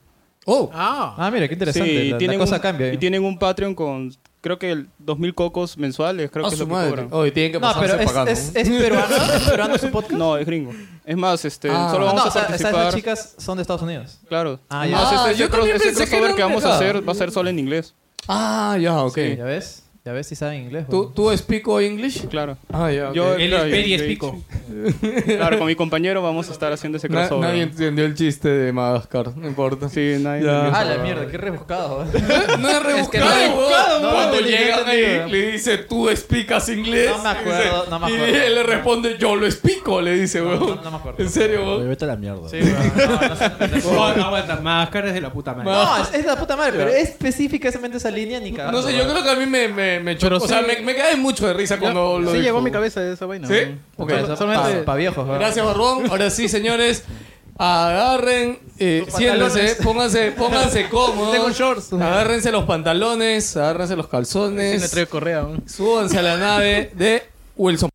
S1: Oh,
S4: Ah,
S3: Ah, mira, qué interesante.
S2: Sí, y
S3: la, la
S2: tienen
S3: cosa
S2: un-
S3: cambia. ¿eh?
S2: Y
S3: ahí.
S2: tienen un Patreon con, creo que el 2.000 cocos mensuales, creo
S1: a
S2: que es
S1: su
S2: lo que
S1: madre.
S2: cobran.
S1: Oh, y tienen que
S3: No,
S1: pasarse
S3: pero
S1: pagando.
S3: es, es, es peruano. ¿Es peruano su podcast?
S2: No, es gringo. Es más, este,
S1: Ah.
S3: No,
S2: solo vamos
S3: no, o
S2: a
S3: sea, o sea, esas
S2: participar.
S3: chicas son de Estados Unidos.
S2: Claro.
S3: Ah,
S2: Es
S3: ya.
S2: más,
S1: Ah,
S2: ese,
S1: yo también
S2: ese cross-
S1: pensé
S2: ese
S1: que
S2: crossover
S1: era
S2: que, vamos a
S1: pegado.
S2: hacer va a ser solo en inglés.
S1: Ah, ya, ok.
S3: ¿Ya ves? ¿Ya ves si saben inglés?
S1: ¿Tú,
S3: weón.
S1: ¿Tú speak English?
S2: Claro.
S1: Ah, ya. ok.
S2: Yo-
S6: Él
S2: claro,
S6: es
S2: yo-
S6: Peri
S2: yo-
S6: Espico.
S2: Claro, con mi compañero vamos a estar haciendo ese
S1: Na-
S2: crossover.
S1: nadie entendió el chiste de Madagascar, no importa.
S2: Sí, nadie.
S1: Ya.
S2: entendió.
S3: Ah, la mierda, qué rebuscado. weón.
S1: No es rebuscado,
S3: Ah, no es
S1: weón.
S3: rebuscado, weón.
S1: Cuando
S3: No, no,
S1: llega
S3: no, no,
S1: ahí,
S3: no.
S1: le dice, tú explicas inglés.
S3: No me acuerdo,
S1: Y dice-
S3: no me
S1: Y
S3: acuerdo.
S1: él le responde, yo lo explico, le dice,
S3: No,
S1: weón.
S3: no, no me acuerdo.
S1: En serio, weón.
S5: Vete a la mierda.
S3: Sí, weón, no, no sé.
S6: Oh, aguanta, máscara es de la puta madre.
S3: No, es, es la puta madre, pero es específicamente esa línea ni cagando.
S1: No sé, yo creo que a mí me, me, me chocó.
S4: Pero
S1: o sea,
S4: sí-
S1: me, me cae mucho de risa cuando lo
S4: sí
S1: dijo.
S4: llegó a mi cabeza esa vaina.
S1: ¿Sí?
S4: weón.
S1: Ok. Ah.
S4: Pero
S3: Para
S4: solamente-
S3: viejos, weón.
S1: Gracias, Barbón. Ahora sí, señores. Agarren, eh,
S3: Sus
S1: siéntense,
S3: pantalones.
S1: pónganse, pónganse cómodos.
S4: Tengo shorts.
S1: Agárrense los pantalones, agárrense los
S4: Sí, me
S1: calzones.
S4: trae correa, weón.
S1: Súbanse a la nave de Wilson.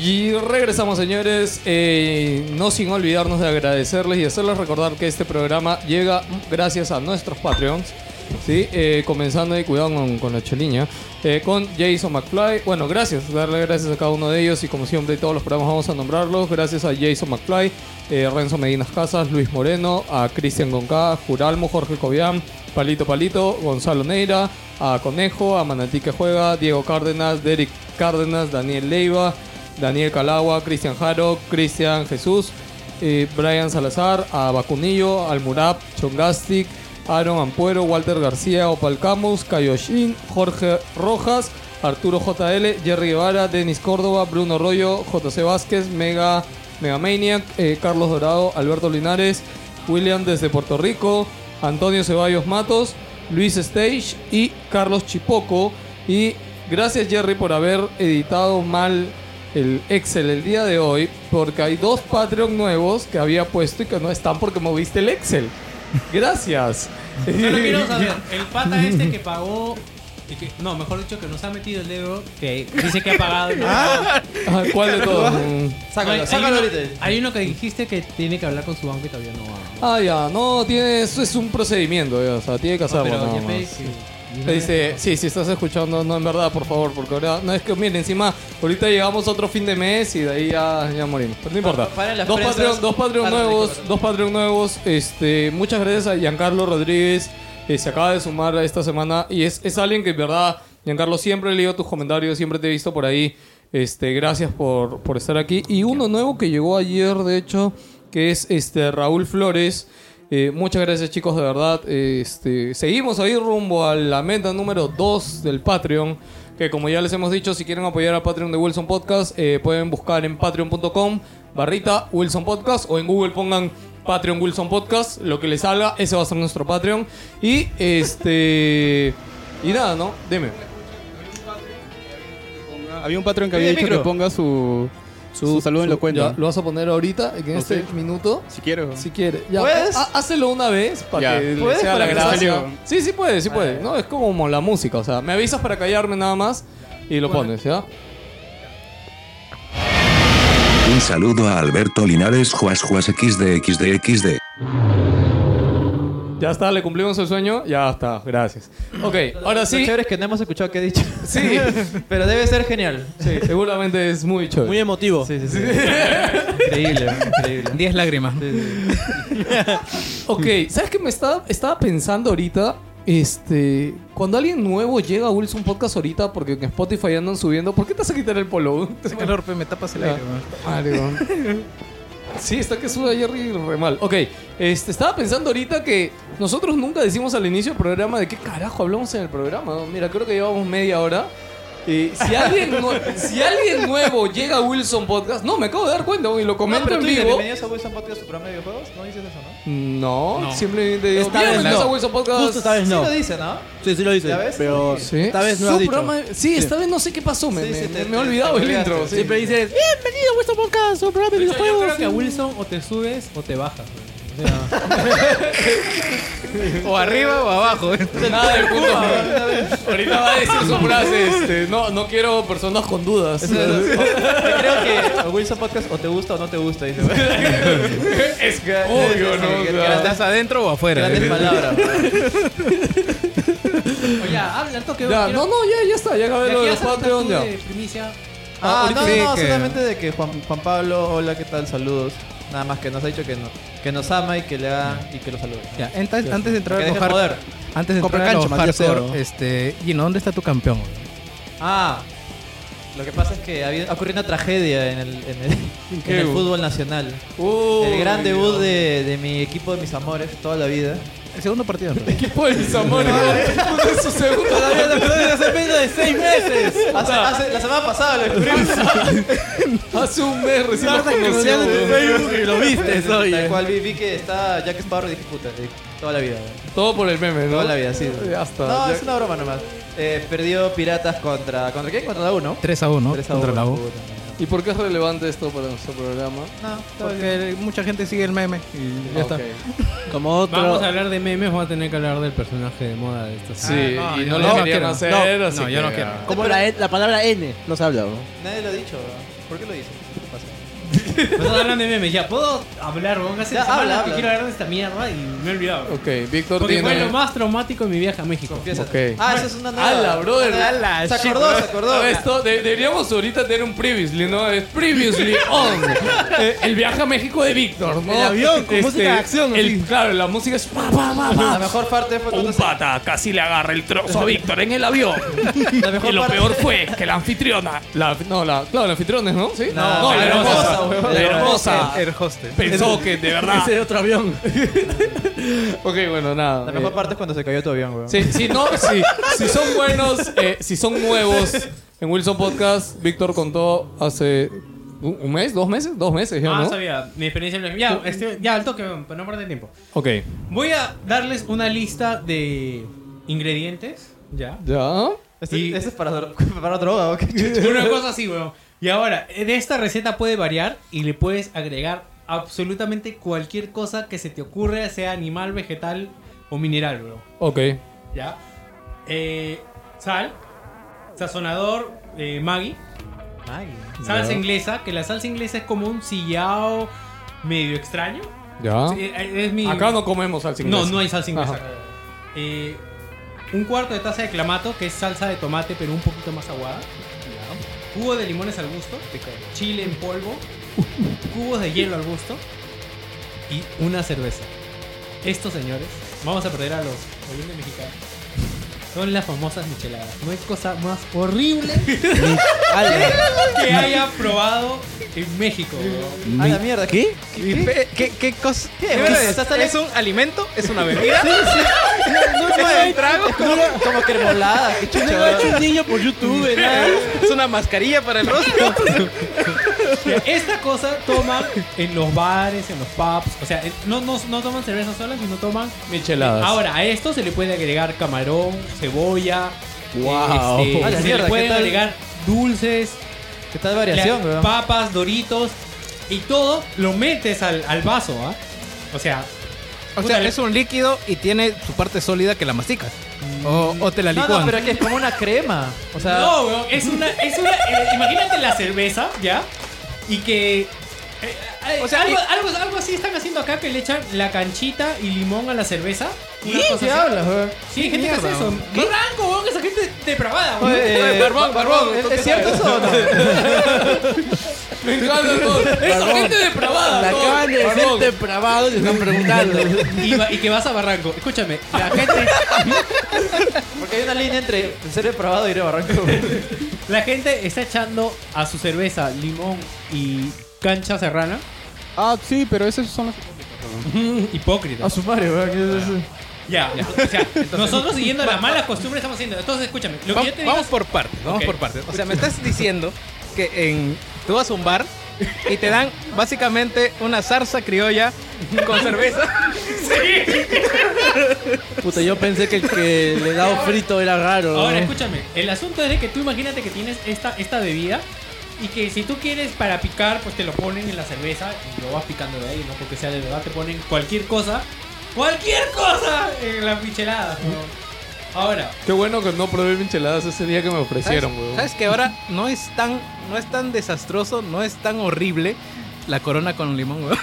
S1: Y regresamos, señores. Eh, no sin olvidarnos de agradecerles y hacerles recordar que este programa llega gracias a nuestros Patreons. Sí, Eh, comenzando y cuidado con, con la cheliña. eh, con Jason McFly. Bueno, gracias. Darle gracias a cada uno de ellos. Y como siempre, todos los programas vamos a nombrarlos. Gracias a Jason McFly, eh, Renzo Medinas Casas, Luis Moreno, a Cristian Goncá, Juralmo, Jorge Cobian, Palito Palito, Gonzalo Neira, a Conejo, a Manatí que juega, Diego Cárdenas, Derek Cárdenas, Daniel Leiva, Daniel Calagua, Cristian Jaro, Cristian Jesús, eh, Brian Salazar, a Bacunillo, Almurab, Chongastic, Aaron Ampuero, Walter García, Opal Camus, Kayoshin, Jorge Rojas, Arturo JL, Jerry Guevara, Denis Córdoba, Bruno Rollo, JC Vázquez, Mega, Megamaniac, eh, Carlos Dorado, Alberto Linares, William desde Puerto Rico, Antonio Ceballos Matos, Luis Stage y Carlos Chipoco. Y gracias Jerry por haber editado mal el Excel el día de hoy, porque hay dos Patreon nuevos que había puesto y que no están porque moviste el Excel. Gracias.
S6: Solo quiero saber, el pata este que pagó. y que- no, mejor dicho, que nos ha metido el dedo, que dice que ha pagado. y no ha pagado.
S1: Ah, ¿Cuál de todos? Mm.
S3: Sácalo,
S6: Hay-
S3: sácalo
S6: hay uno-
S3: ahorita.
S6: Hay uno que dijiste que tiene que hablar con su banco y todavía no ha.
S1: Ah, ya, no, tiene, eso es un procedimiento, ya, o sea, tiene que hacerlo. nada
S6: ya
S1: más.
S6: pedí que-
S1: Te dice, sí, si estás escuchando, no, en verdad, por favor, porque ahora, no es que, miren, encima, ahorita llegamos a otro fin de mes y de ahí ya, ya morimos. Pero no importa.
S3: Pa- paren las
S1: Dos
S3: prensas,
S1: Patreon, dos Patreon
S3: paren de
S1: nuevos,
S3: cobrar.
S1: dos Patreon nuevos. Este, muchas gracias a Giancarlo Rodríguez, eh, se acaba de sumar a esta semana y es, es alguien que, en verdad, Giancarlo, siempre he leído tus comentarios, siempre te he visto por ahí. Este, gracias por, por estar aquí. Y uno nuevo que llegó ayer, de hecho, que es este Raúl Flores. Eh, muchas gracias chicos, de verdad. Este, seguimos ahí rumbo a la meta número 2 del Patreon. Que como ya les hemos dicho, si quieren apoyar a Patreon de Wilson Podcast, eh, pueden buscar en patreon.com barrita Wilson Podcast o en Google pongan Patreon Wilson Podcast. Lo que les salga, ese va a ser nuestro Patreon. Y este... Y nada, ¿no? Deme.
S2: Había un Patreon que había dicho que ponga su, su, saludo en lo
S1: Ya,
S2: cuenta.
S1: Lo vas a poner ahorita, en este minuto.
S2: Si quiero.
S1: Si quieres. Ya,
S3: ¿Puedes?
S1: ha- Hácelo una vez para
S2: Ya.
S1: que le
S3: ¿Puedes?
S1: sea la
S3: Para que
S1: gracia.
S2: salga.
S1: Sí, sí puede, sí puede. No, es como la música, o sea, me avisas para callarme nada más y lo pones, ¿ya?
S9: Un saludo a Alberto Linares Juas Juas XD XD XD.
S1: Ya está, le cumplimos el sueño, ya está, gracias. Ok, ahora
S3: Lo
S1: sí,
S3: chévere es que no hemos escuchado qué ha dicho.
S1: Sí.
S3: Pero debe ser genial.
S1: sí, seguramente es muy chévere.
S5: Muy emotivo.
S3: Sí, sí, sí. increíble, increíble.
S4: 10 lágrimas.
S1: Ok, ¿sabes qué me estaba, estaba pensando ahorita? Este, cuando alguien nuevo llega a Wilson Podcast ahorita, porque en Spotify andan subiendo, ¿por qué te vas a quitar el polo?
S4: Hace calor, pe, me tapas el
S1: Ya.
S4: aire, weón.
S1: Madre, weón. Sí, está que suda Jerry re mal. Ok, este, estaba pensando ahorita que nosotros nunca decimos al inicio del programa de qué carajo hablamos en el programa. Mira, creo que llevamos media hora. Eh, si, alguien nue- si alguien nuevo llega a Wilson Podcast, no, me acabo de dar cuenta y lo
S3: No,
S1: comento
S3: pero
S1: en
S3: tú dices,
S1: vivo.
S3: bienvenidos a Wilson Podcast, tu programa de videojuegos. No dices eso, ¿no?
S1: No,
S4: No.
S1: simplemente digo,
S5: Esta vez
S1: bienvenidos
S5: no.
S1: a Wilson Podcast.
S5: Justo esta vez
S3: Sí
S5: no.
S3: lo dice, ¿no?
S5: Sí, sí lo hice.
S3: ¿Ya ves?
S5: Pero
S1: Sí.
S5: esta vez no
S1: Su
S5: lo has dicho.
S1: programa- sí, esta vez no sé qué pasó, me,
S3: Sí,
S1: me-
S3: sí, te-
S1: me he
S3: te-
S1: olvidado
S3: te
S1: el
S3: olvidaste,
S1: intro.
S3: sí.
S1: sí.
S5: Siempre dices,
S3: "Eh,
S5: bienvenido a vuestro podcast, un programa de
S6: Yo, yo
S5: videojuegos.
S6: creo que a Wilson o te subes o te bajas. güey. O sea,
S4: O arriba o abajo.
S1: Nada del punto. Ahorita va a decir su frase. Este, no, no quiero personas con dudas.
S3: Eso- eso- Yo creo que a Wilson Podcast o te gusta o no te gusta, dice.
S1: es que obvio,
S3: sí, sí,
S1: ¿no?
S3: que-
S1: O sea,
S4: ¿Estás adentro o afuera?
S3: Grandes palabras.
S6: Oye, habla al toque.
S1: ya,
S6: quiero-
S1: no, no, ya, ya está. Ya acabé
S6: de
S1: lo
S6: aquí
S1: de
S6: a Santa
S1: Patreon.
S6: tú
S1: Ya.
S6: de primicia.
S3: Ah, no, no,
S4: sí,
S3: no,
S4: que-
S3: solamente de que Juan, Juan Pablo, hola, ¿qué tal? Saludos. Nada más que nos ha dicho que, no, que nos ama y que le haga y que lo salude.
S4: Ya, entonces, antes de entrar
S3: Que
S4: a los
S3: deje
S4: hard-
S3: joder.
S4: antes de
S5: Compra
S4: entrar a los
S5: cancha, maldito
S4: hardcore,
S5: sea.
S4: este, Gino, ¿dónde está tu campeón? weón?
S3: Ah, lo que pasa es que ha habido- ha ocurrido una tragedia en el, en el, en
S1: ¿Qué
S3: el
S1: hubo?
S3: fútbol nacional.
S1: Uy,
S3: el gran debut
S1: Uh, Dios.
S3: de, de mi equipo de mis amores toda la vida.
S4: El segundo partido. ¿no?
S1: Equipo de mis amores. ¿no? Es su segundo.
S3: hace menos de seis meses. Hace, hace- la semana pasada lo descubrimos.
S1: Hace un mes recién lo conocí.
S3: lo viste, eh.
S5: oye.
S3: Tal cual vi, vi que está Jack Sparrow y dije, puta, eh, toda la vida. eh,
S1: Todo por el meme, ¿no?
S3: Toda la vida, sí.
S1: Ya está.
S3: No,
S1: ya-
S3: es una broma nomás. Eh, perdió Piratas contra... ¿Contra quién? Contra la U, ¿no?
S4: 3 a 1
S3: Tres a
S4: contra
S3: uno,
S4: la U.
S3: puta.
S1: ¿Y por qué es relevante esto para nuestro programa?
S3: No, está bien.
S4: Porque mucha gente sigue el meme y ya
S1: Ok.
S4: está.
S5: Como otro.
S6: Vamos a hablar de memes, vamos a tener que hablar del personaje de moda de esta
S1: Sí,
S6: serie.
S4: Ah, no,
S1: y
S4: yo
S1: no
S4: no
S1: lo
S4: quiero.
S1: querían hacer.
S4: No,
S1: así
S4: no, yo no
S1: que-
S4: quiero.
S5: Como la, la palabra E, N, no se habla. ¿no?
S3: Nadie lo ha dicho. bro. ¿Por qué lo dices? ¿Qué te pasa?
S6: Me estás hablando de memes, ya puedo hablar, weón. Hace
S3: Ya,
S6: semanas
S3: habla,
S6: que
S3: habla.
S6: quiero hablar de esta mierda y me he olvidado. weón.
S1: Ok, Víctor
S6: Porque fue
S1: tiene.
S6: lo más traumático de mi viaje a México.
S3: Empieza.
S1: Ok.
S3: Ah, esa es una nueva.
S1: ¡Hala, brother!
S3: Ala, Se acordó, se acordó.
S1: Ah, Esto, de- deberíamos ahorita tener un previously, ¿no? Es previously on. Eh, el viaje a México de Víctor, ¿no? Este,
S5: El avión, con música de acción,
S1: el-
S5: así.
S1: claro, la música es. pa, pa, pa, pa.
S3: La mejor parte fue cuando
S1: Un
S3: se-
S1: pata casi le agarra el trozo a Víctor en el avión.
S3: La mejor
S1: y lo
S3: parte-
S1: peor fue que la anfitriona. La, no, la, claro, la anfitriona, ¿no? ¿Sí?
S3: No,
S1: la
S3: la
S1: hermosa.
S3: hermosa, huevón.
S1: La hermosa.
S4: El hostel.
S1: Pensó que de verdad.
S5: Ese otro avión.
S1: Ok, bueno, nada.
S3: La
S1: eh,
S3: mejor parte es cuando se cayó tu avión, weón.
S1: Sí, sí, no, sí, si son buenos, eh, si son nuevos en Wilson Podcast, Víctor contó hace un un mes, dos meses, dos meses, ya,
S6: Ah,
S1: ¿no?
S6: sabía. Mi experiencia en el- Ya, este, ya, al toque, weón, para no perder tiempo.
S1: Ok,
S6: Voy a darles una lista de ingredientes. Ya.
S1: ya.
S3: Este,
S6: Y-
S3: este es para, dro- para droga, ¿o qué?
S6: Una cosa así, weón. Y ahora, de esta receta puede variar y le puedes agregar absolutamente cualquier cosa que se te ocurra, sea animal, vegetal o mineral, weón.
S1: Ok,
S6: Ya. Eh, sal, sazonador, eh, Maggi. Salsa inglesa, que la salsa inglesa es como un sillao medio extraño.
S1: ya.
S6: Sí, eh, es mi-
S1: Ah. Acá no comemos salsa inglesa.
S6: No, no hay salsa inglesa.
S1: Ajá.
S6: Eh, un cuarto de taza de clamato, que es salsa de tomate, pero un poquito más aguada. Jugo de limones al gusto. Chile en polvo. Cubos de hielo al gusto. Y una cerveza. Estos señores, vamos a perder a los oyentes mexicanos. Son las famosas micheladas. No hay cosa más horrible que haya probado en México. weón.
S3: A la mierda. ¿Qué?
S4: ¿Y
S3: ¿Qué?
S4: pe- ¿Qué, qué cosa?
S3: ¿Qué?
S4: ¿Qué
S3: Bueno,
S4: es?
S3: está- está-
S4: ¿Es un alimento? ¿Es una bebida?
S3: ¿Es un trago? Como cremolada, qué chucha, weón.
S5: un niño por YouTube,
S4: ¿Es una mascarilla para el rostro?
S6: Esta cosa toman en los bares, en los pubs. O sea, en- no, no, no toman cerveza sola, sino toman.
S1: Micheladas.
S6: Ahora, a esto se le puede agregar camarón, cebolla.
S1: Wow.
S6: este,
S3: A la
S6: se
S3: Ah, mierda,
S6: le
S3: ¿qué
S6: pueden
S3: tal?
S6: agregar dulces,
S3: ¿Qué tal variación,
S6: la-
S3: weón?
S6: papas, doritos. Y todo lo metes al, al vaso, ¿ah? O sea,
S4: O sea, es un líquido y tiene su parte sólida que la masticas. O, o te la
S3: No,
S4: licúan.
S3: no, pero es que es como una crema. O sea,
S6: Ah. no, weón, es una. Es una eh, imagínate la cerveza, ¿ya? Y que. eh, eh,
S4: O sea,
S6: algo,
S4: y-
S6: algo, algo así están haciendo acá que le echan la canchita y limón a la cerveza. Una
S3: ¿qué
S6: cosa
S3: se
S6: así.
S3: habla, weón?
S6: Sí, hay gente que hace eso. ¡Qué rango, weón! Esa gente depravada, weón.
S3: Oye, eh,
S1: Barbón, barbón,
S3: ¿es-
S1: ¿tú qué
S3: ¿Es cierto
S1: sabes?
S3: eso o no?
S1: Me encanta todo. Esa gente depravada.
S5: La
S1: todo.
S5: acaban de decir
S1: Barbón.
S5: depravado y le están preguntando.
S6: Y, va- y que vas a Barranco. Escúchame, la gente,
S3: Porque hay una línea entre ser depravado y ir a barranco. weón.
S6: la gente está echando a su cerveza limón y cancha serrana.
S2: Ah, sí, pero esos son los...
S6: Hipócrita.
S3: A su madre, weón. ¿qué es eso?
S6: Ah. Ya, ya. O sea, nosotros siguiendo las malas costumbres estamos haciendo. Entonces, escúchame, lo que
S4: Vam-
S6: yo te digo
S4: vamos
S6: es-
S4: por partes, vamos
S6: Ok.
S4: por partes. O sea, me estás diciendo que en, tú vas a un bar y te dan básicamente una zarza criolla con cerveza.
S5: Puta, yo pensé que el que le daba frito era raro. ¿no?
S6: Ahora, escúchame, el asunto es de que tú imagínate que tienes esta, esta bebida y que si tú quieres para picar, pues te lo ponen en la cerveza y lo vas picando de ahí, ¿no? Porque sea de verdad, te ponen cualquier cosa, cualquier cosa en la michelada. ¿no? Ahora,
S1: Qué bueno que no probé micheladas ese día que me
S4: ¿Sabes,
S1: ofrecieron, weón.
S4: sabes que ahora no es tan no es tan desastroso, no es tan horrible la corona con limón, weón?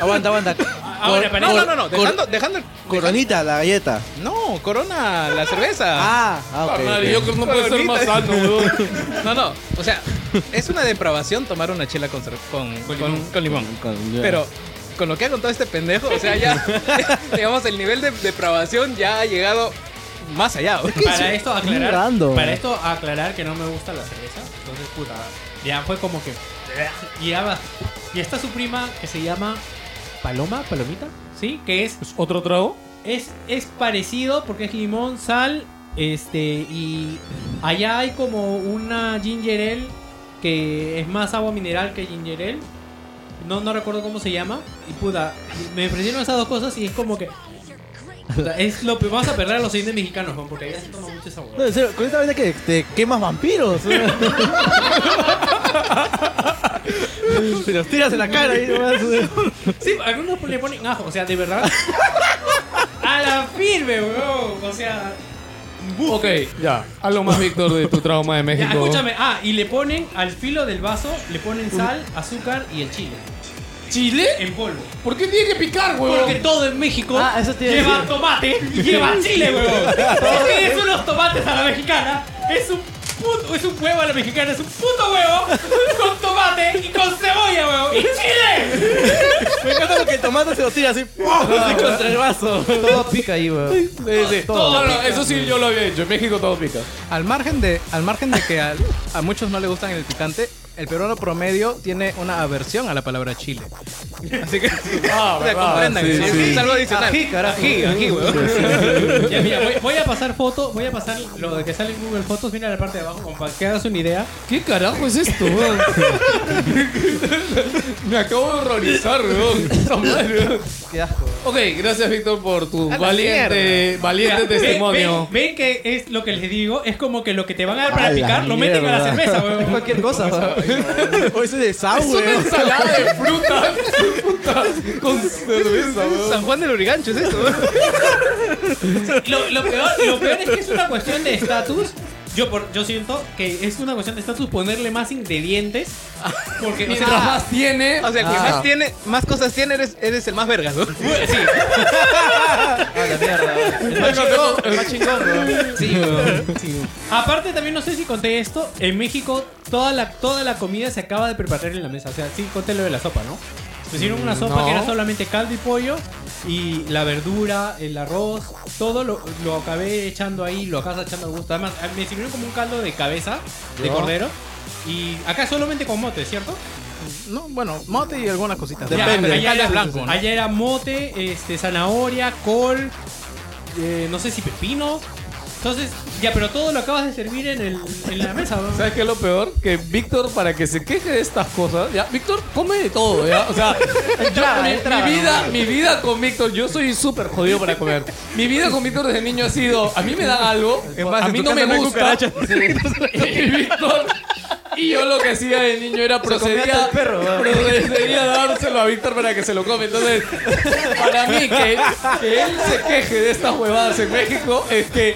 S5: Aguanta, aguanta.
S6: ahora,
S5: Cor-
S6: para-
S4: No, no, no, no,
S5: cor-
S4: dejando, dejando el-
S5: Coronita, la galleta.
S4: No, corona la cerveza.
S5: Ah, ah, ok.
S1: Carnal,
S5: ok.
S1: yo creo que no puede ser más
S4: Ahorita.
S1: sano, weón.
S4: No, no, o sea, es una depravación tomar una chela con cer- con, con, con limón.
S5: Con- ya.
S4: Pero con lo que ha contado este pendejo, o sea, ya, digamos, el nivel de depravación ya ha llegado más allá. güey.
S6: para esto aclarar,
S5: random.
S6: para esto aclarar que no me gusta la cerveza, entonces puta, ya fue como que y ya va. Y está su prima que se llama Paloma, Palomita, ¿sí? Que es
S1: ¿Es ¿Otro trago?
S6: Es, es parecido porque es limón, sal, este, y allá hay como una ginger ale que es más agua mineral que ginger ale. No, no recuerdo cómo se llama. Y puta, me ofrecieron esas dos cosas y es como que... puta, es lo, pe- vamos a perder a los siguientes mexicanos, Juan, porque allá se toma mucho esa
S5: No,
S6: hueá.
S5: en serio, con esta vaina que te quemas vampiros. Se los tiras en la cara y nomás.
S6: Sí, algunos le ponen ajo, o sea, de verdad. a la firme, weón. O sea,
S1: Ok, ya. Algo más, Víctor, de tu trauma de
S6: Ya,
S1: México.
S6: escúchame. Ah, y le ponen al filo del vaso, le ponen sal, azúcar y el chile.
S1: ¿Chile?
S6: En polvo.
S1: ¿Por qué tiene que picar, huevón?
S6: Porque todo en México
S3: Ah, eso te iba a
S6: lleva
S3: decir.
S6: tomate y lleva chile, huevón. Si tienes unos tomates a la mexicana, es un puto, es un huevo a la mexicana, es un puto huevo con tomate y con cebolla, huevón. ¡Y chile!
S5: Me encanta porque el tomate se lo tira así.
S6: Contra el vaso.
S3: Todo pica ahí, weón.
S1: Sí, sí. No, no, eso sí yo lo había hecho. En México todo pica.
S4: Al margen de, al margen de que al- a, muchos no le gustan el picante, el peruano promedio tiene una aversión a la palabra chile. Así que,
S1: Ah,
S4: o sea,
S1: verdad,
S4: comprendan,
S1: sí,
S4: que
S1: sí.
S4: es algo adicional. Ají, carajo. Ají, weón.
S6: Ya, mira, voy, voy a pasar fotos, voy a pasar lo de que sale en Google Fotos, mira la parte de abajo, como para que hagas una idea.
S1: ¿Qué carajo es esto, weón? Me acabo de horrorizar, weón. Puta madre, weón.
S3: Qué asco.
S1: Ok, gracias, Víctor, por tu
S4: la
S1: valiente,
S6: Mira,
S1: valiente
S6: ven-
S1: testimonio.
S6: Ven, ven que es lo que les digo, es como que lo que te van a dar para
S5: A la
S6: picar lo meten a la
S5: mierda.
S6: cerveza,
S3: Es
S6: huevón.
S3: cualquier cosa, weón.
S5: Hoy se
S1: Es una
S5: desagüe.
S1: ensalada de frutas puta, con cerveza, weón.
S4: San Juan del Urigancho es eso. weón.
S6: lo, lo peor, lo peor es que es una cuestión de estatus. Yo, por, yo siento que es una cuestión de estatus ponerle más ingredientes. Porque, ah, o sea,
S1: Mientras más tiene,
S4: O sea, el que
S1: Ah.
S4: más tiene, más cosas tiene, eres, eres el más vergas. weón.
S3: A Ah, la mierda, weón.
S1: el más chingón, el más
S3: Chingón, weón.
S6: sí, weón, sí, weón. Aparte, también no sé si conté esto. En México, toda la, toda la comida se acaba de preparar en la mesa. O sea, sí, conté lo de la sopa, ¿no? Me hicieron una sopa
S1: no.
S6: que era solamente caldo y pollo. Y la verdura, el arroz, todo lo, lo acabé echando ahí, lo acabas echando al gusto. Además, me sirvieron como un caldo de cabeza, de cordero. Y acá solamente con mote, ¿cierto?
S4: No, bueno, mote y algunas cositas.
S6: Ya, pero allá
S4: Caldo
S6: era
S4: es blanco. ¿no?
S6: Allá era mote, este, zanahoria, col, eh, no sé si pepino. Entonces, ya, pero todo lo acabas de servir en, el, en la mesa, weón.
S1: ¿Sabes qué es lo peor? Que Víctor, para que se queje de estas cosas, ya, Víctor come de todo, ¿ya? O sea, yo,
S3: Entraba,
S1: mi, mi
S3: entraba,
S1: vida, mi vida con Víctor, yo soy súper jodido para comer. Mi vida con Víctor desde niño ha sido, a mí me dan algo,
S4: más,
S1: a
S4: en
S1: mí
S4: tu
S1: no
S4: casa
S1: me
S4: no hay
S1: gusta, y Víctor... Y yo lo que hacía de niño era procedía, procedía a dárselo a Víctor para que se lo come. Entonces, para mí, que, que él se queje de estas huevadas en México es que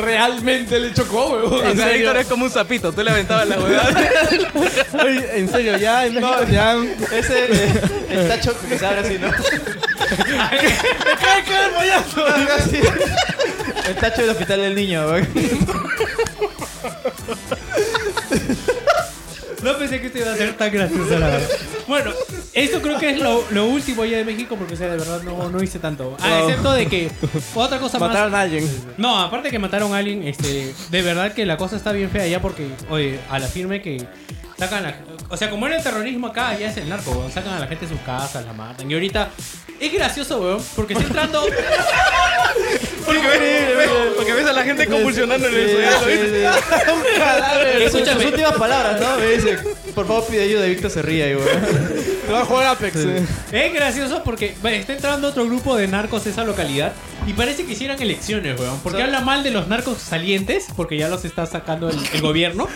S1: realmente le chocó, huevón. O
S4: O sea,
S1: sea,
S4: Víctor es como un sapito, tú le aventabas la huevada.
S5: Oye, en serio, ya en México ya.
S3: Ese, el tacho que se abre así, ¿no? Así. El tacho del hospital del niño, weón.
S6: No pensé que esto iba a ser tan gracioso, la verdad. Bueno, esto creo que es lo, lo último ya de México, porque, o sea, de verdad no, no hice tanto. Ah, excepto de que otra cosa más.
S5: Mataron a alguien.
S6: No, aparte que mataron a alguien, este, de verdad que la cosa está bien fea allá porque, oye, a la firme que sacan a, O sea, como era el terrorismo acá, allá es el narco, weón. Sacan a la gente de sus casas, la matan. Y ahorita es gracioso, weón, porque está entrando...
S4: Porque ves, porque ves a la gente convulsionando en el suelo. ¿viste?
S3: Escúchame. Sus últimas palabras, ¿no? Me dice, por favor pide ayuda. Y Víctor se ríe ahí, weón.
S5: Te va a jugar Apex.
S6: es gracioso porque bueno, está entrando otro grupo de narcos a esa localidad y parece que hicieran elecciones, weón. Porque habla mal de los narcos salientes, porque ya los está sacando el, el gobierno.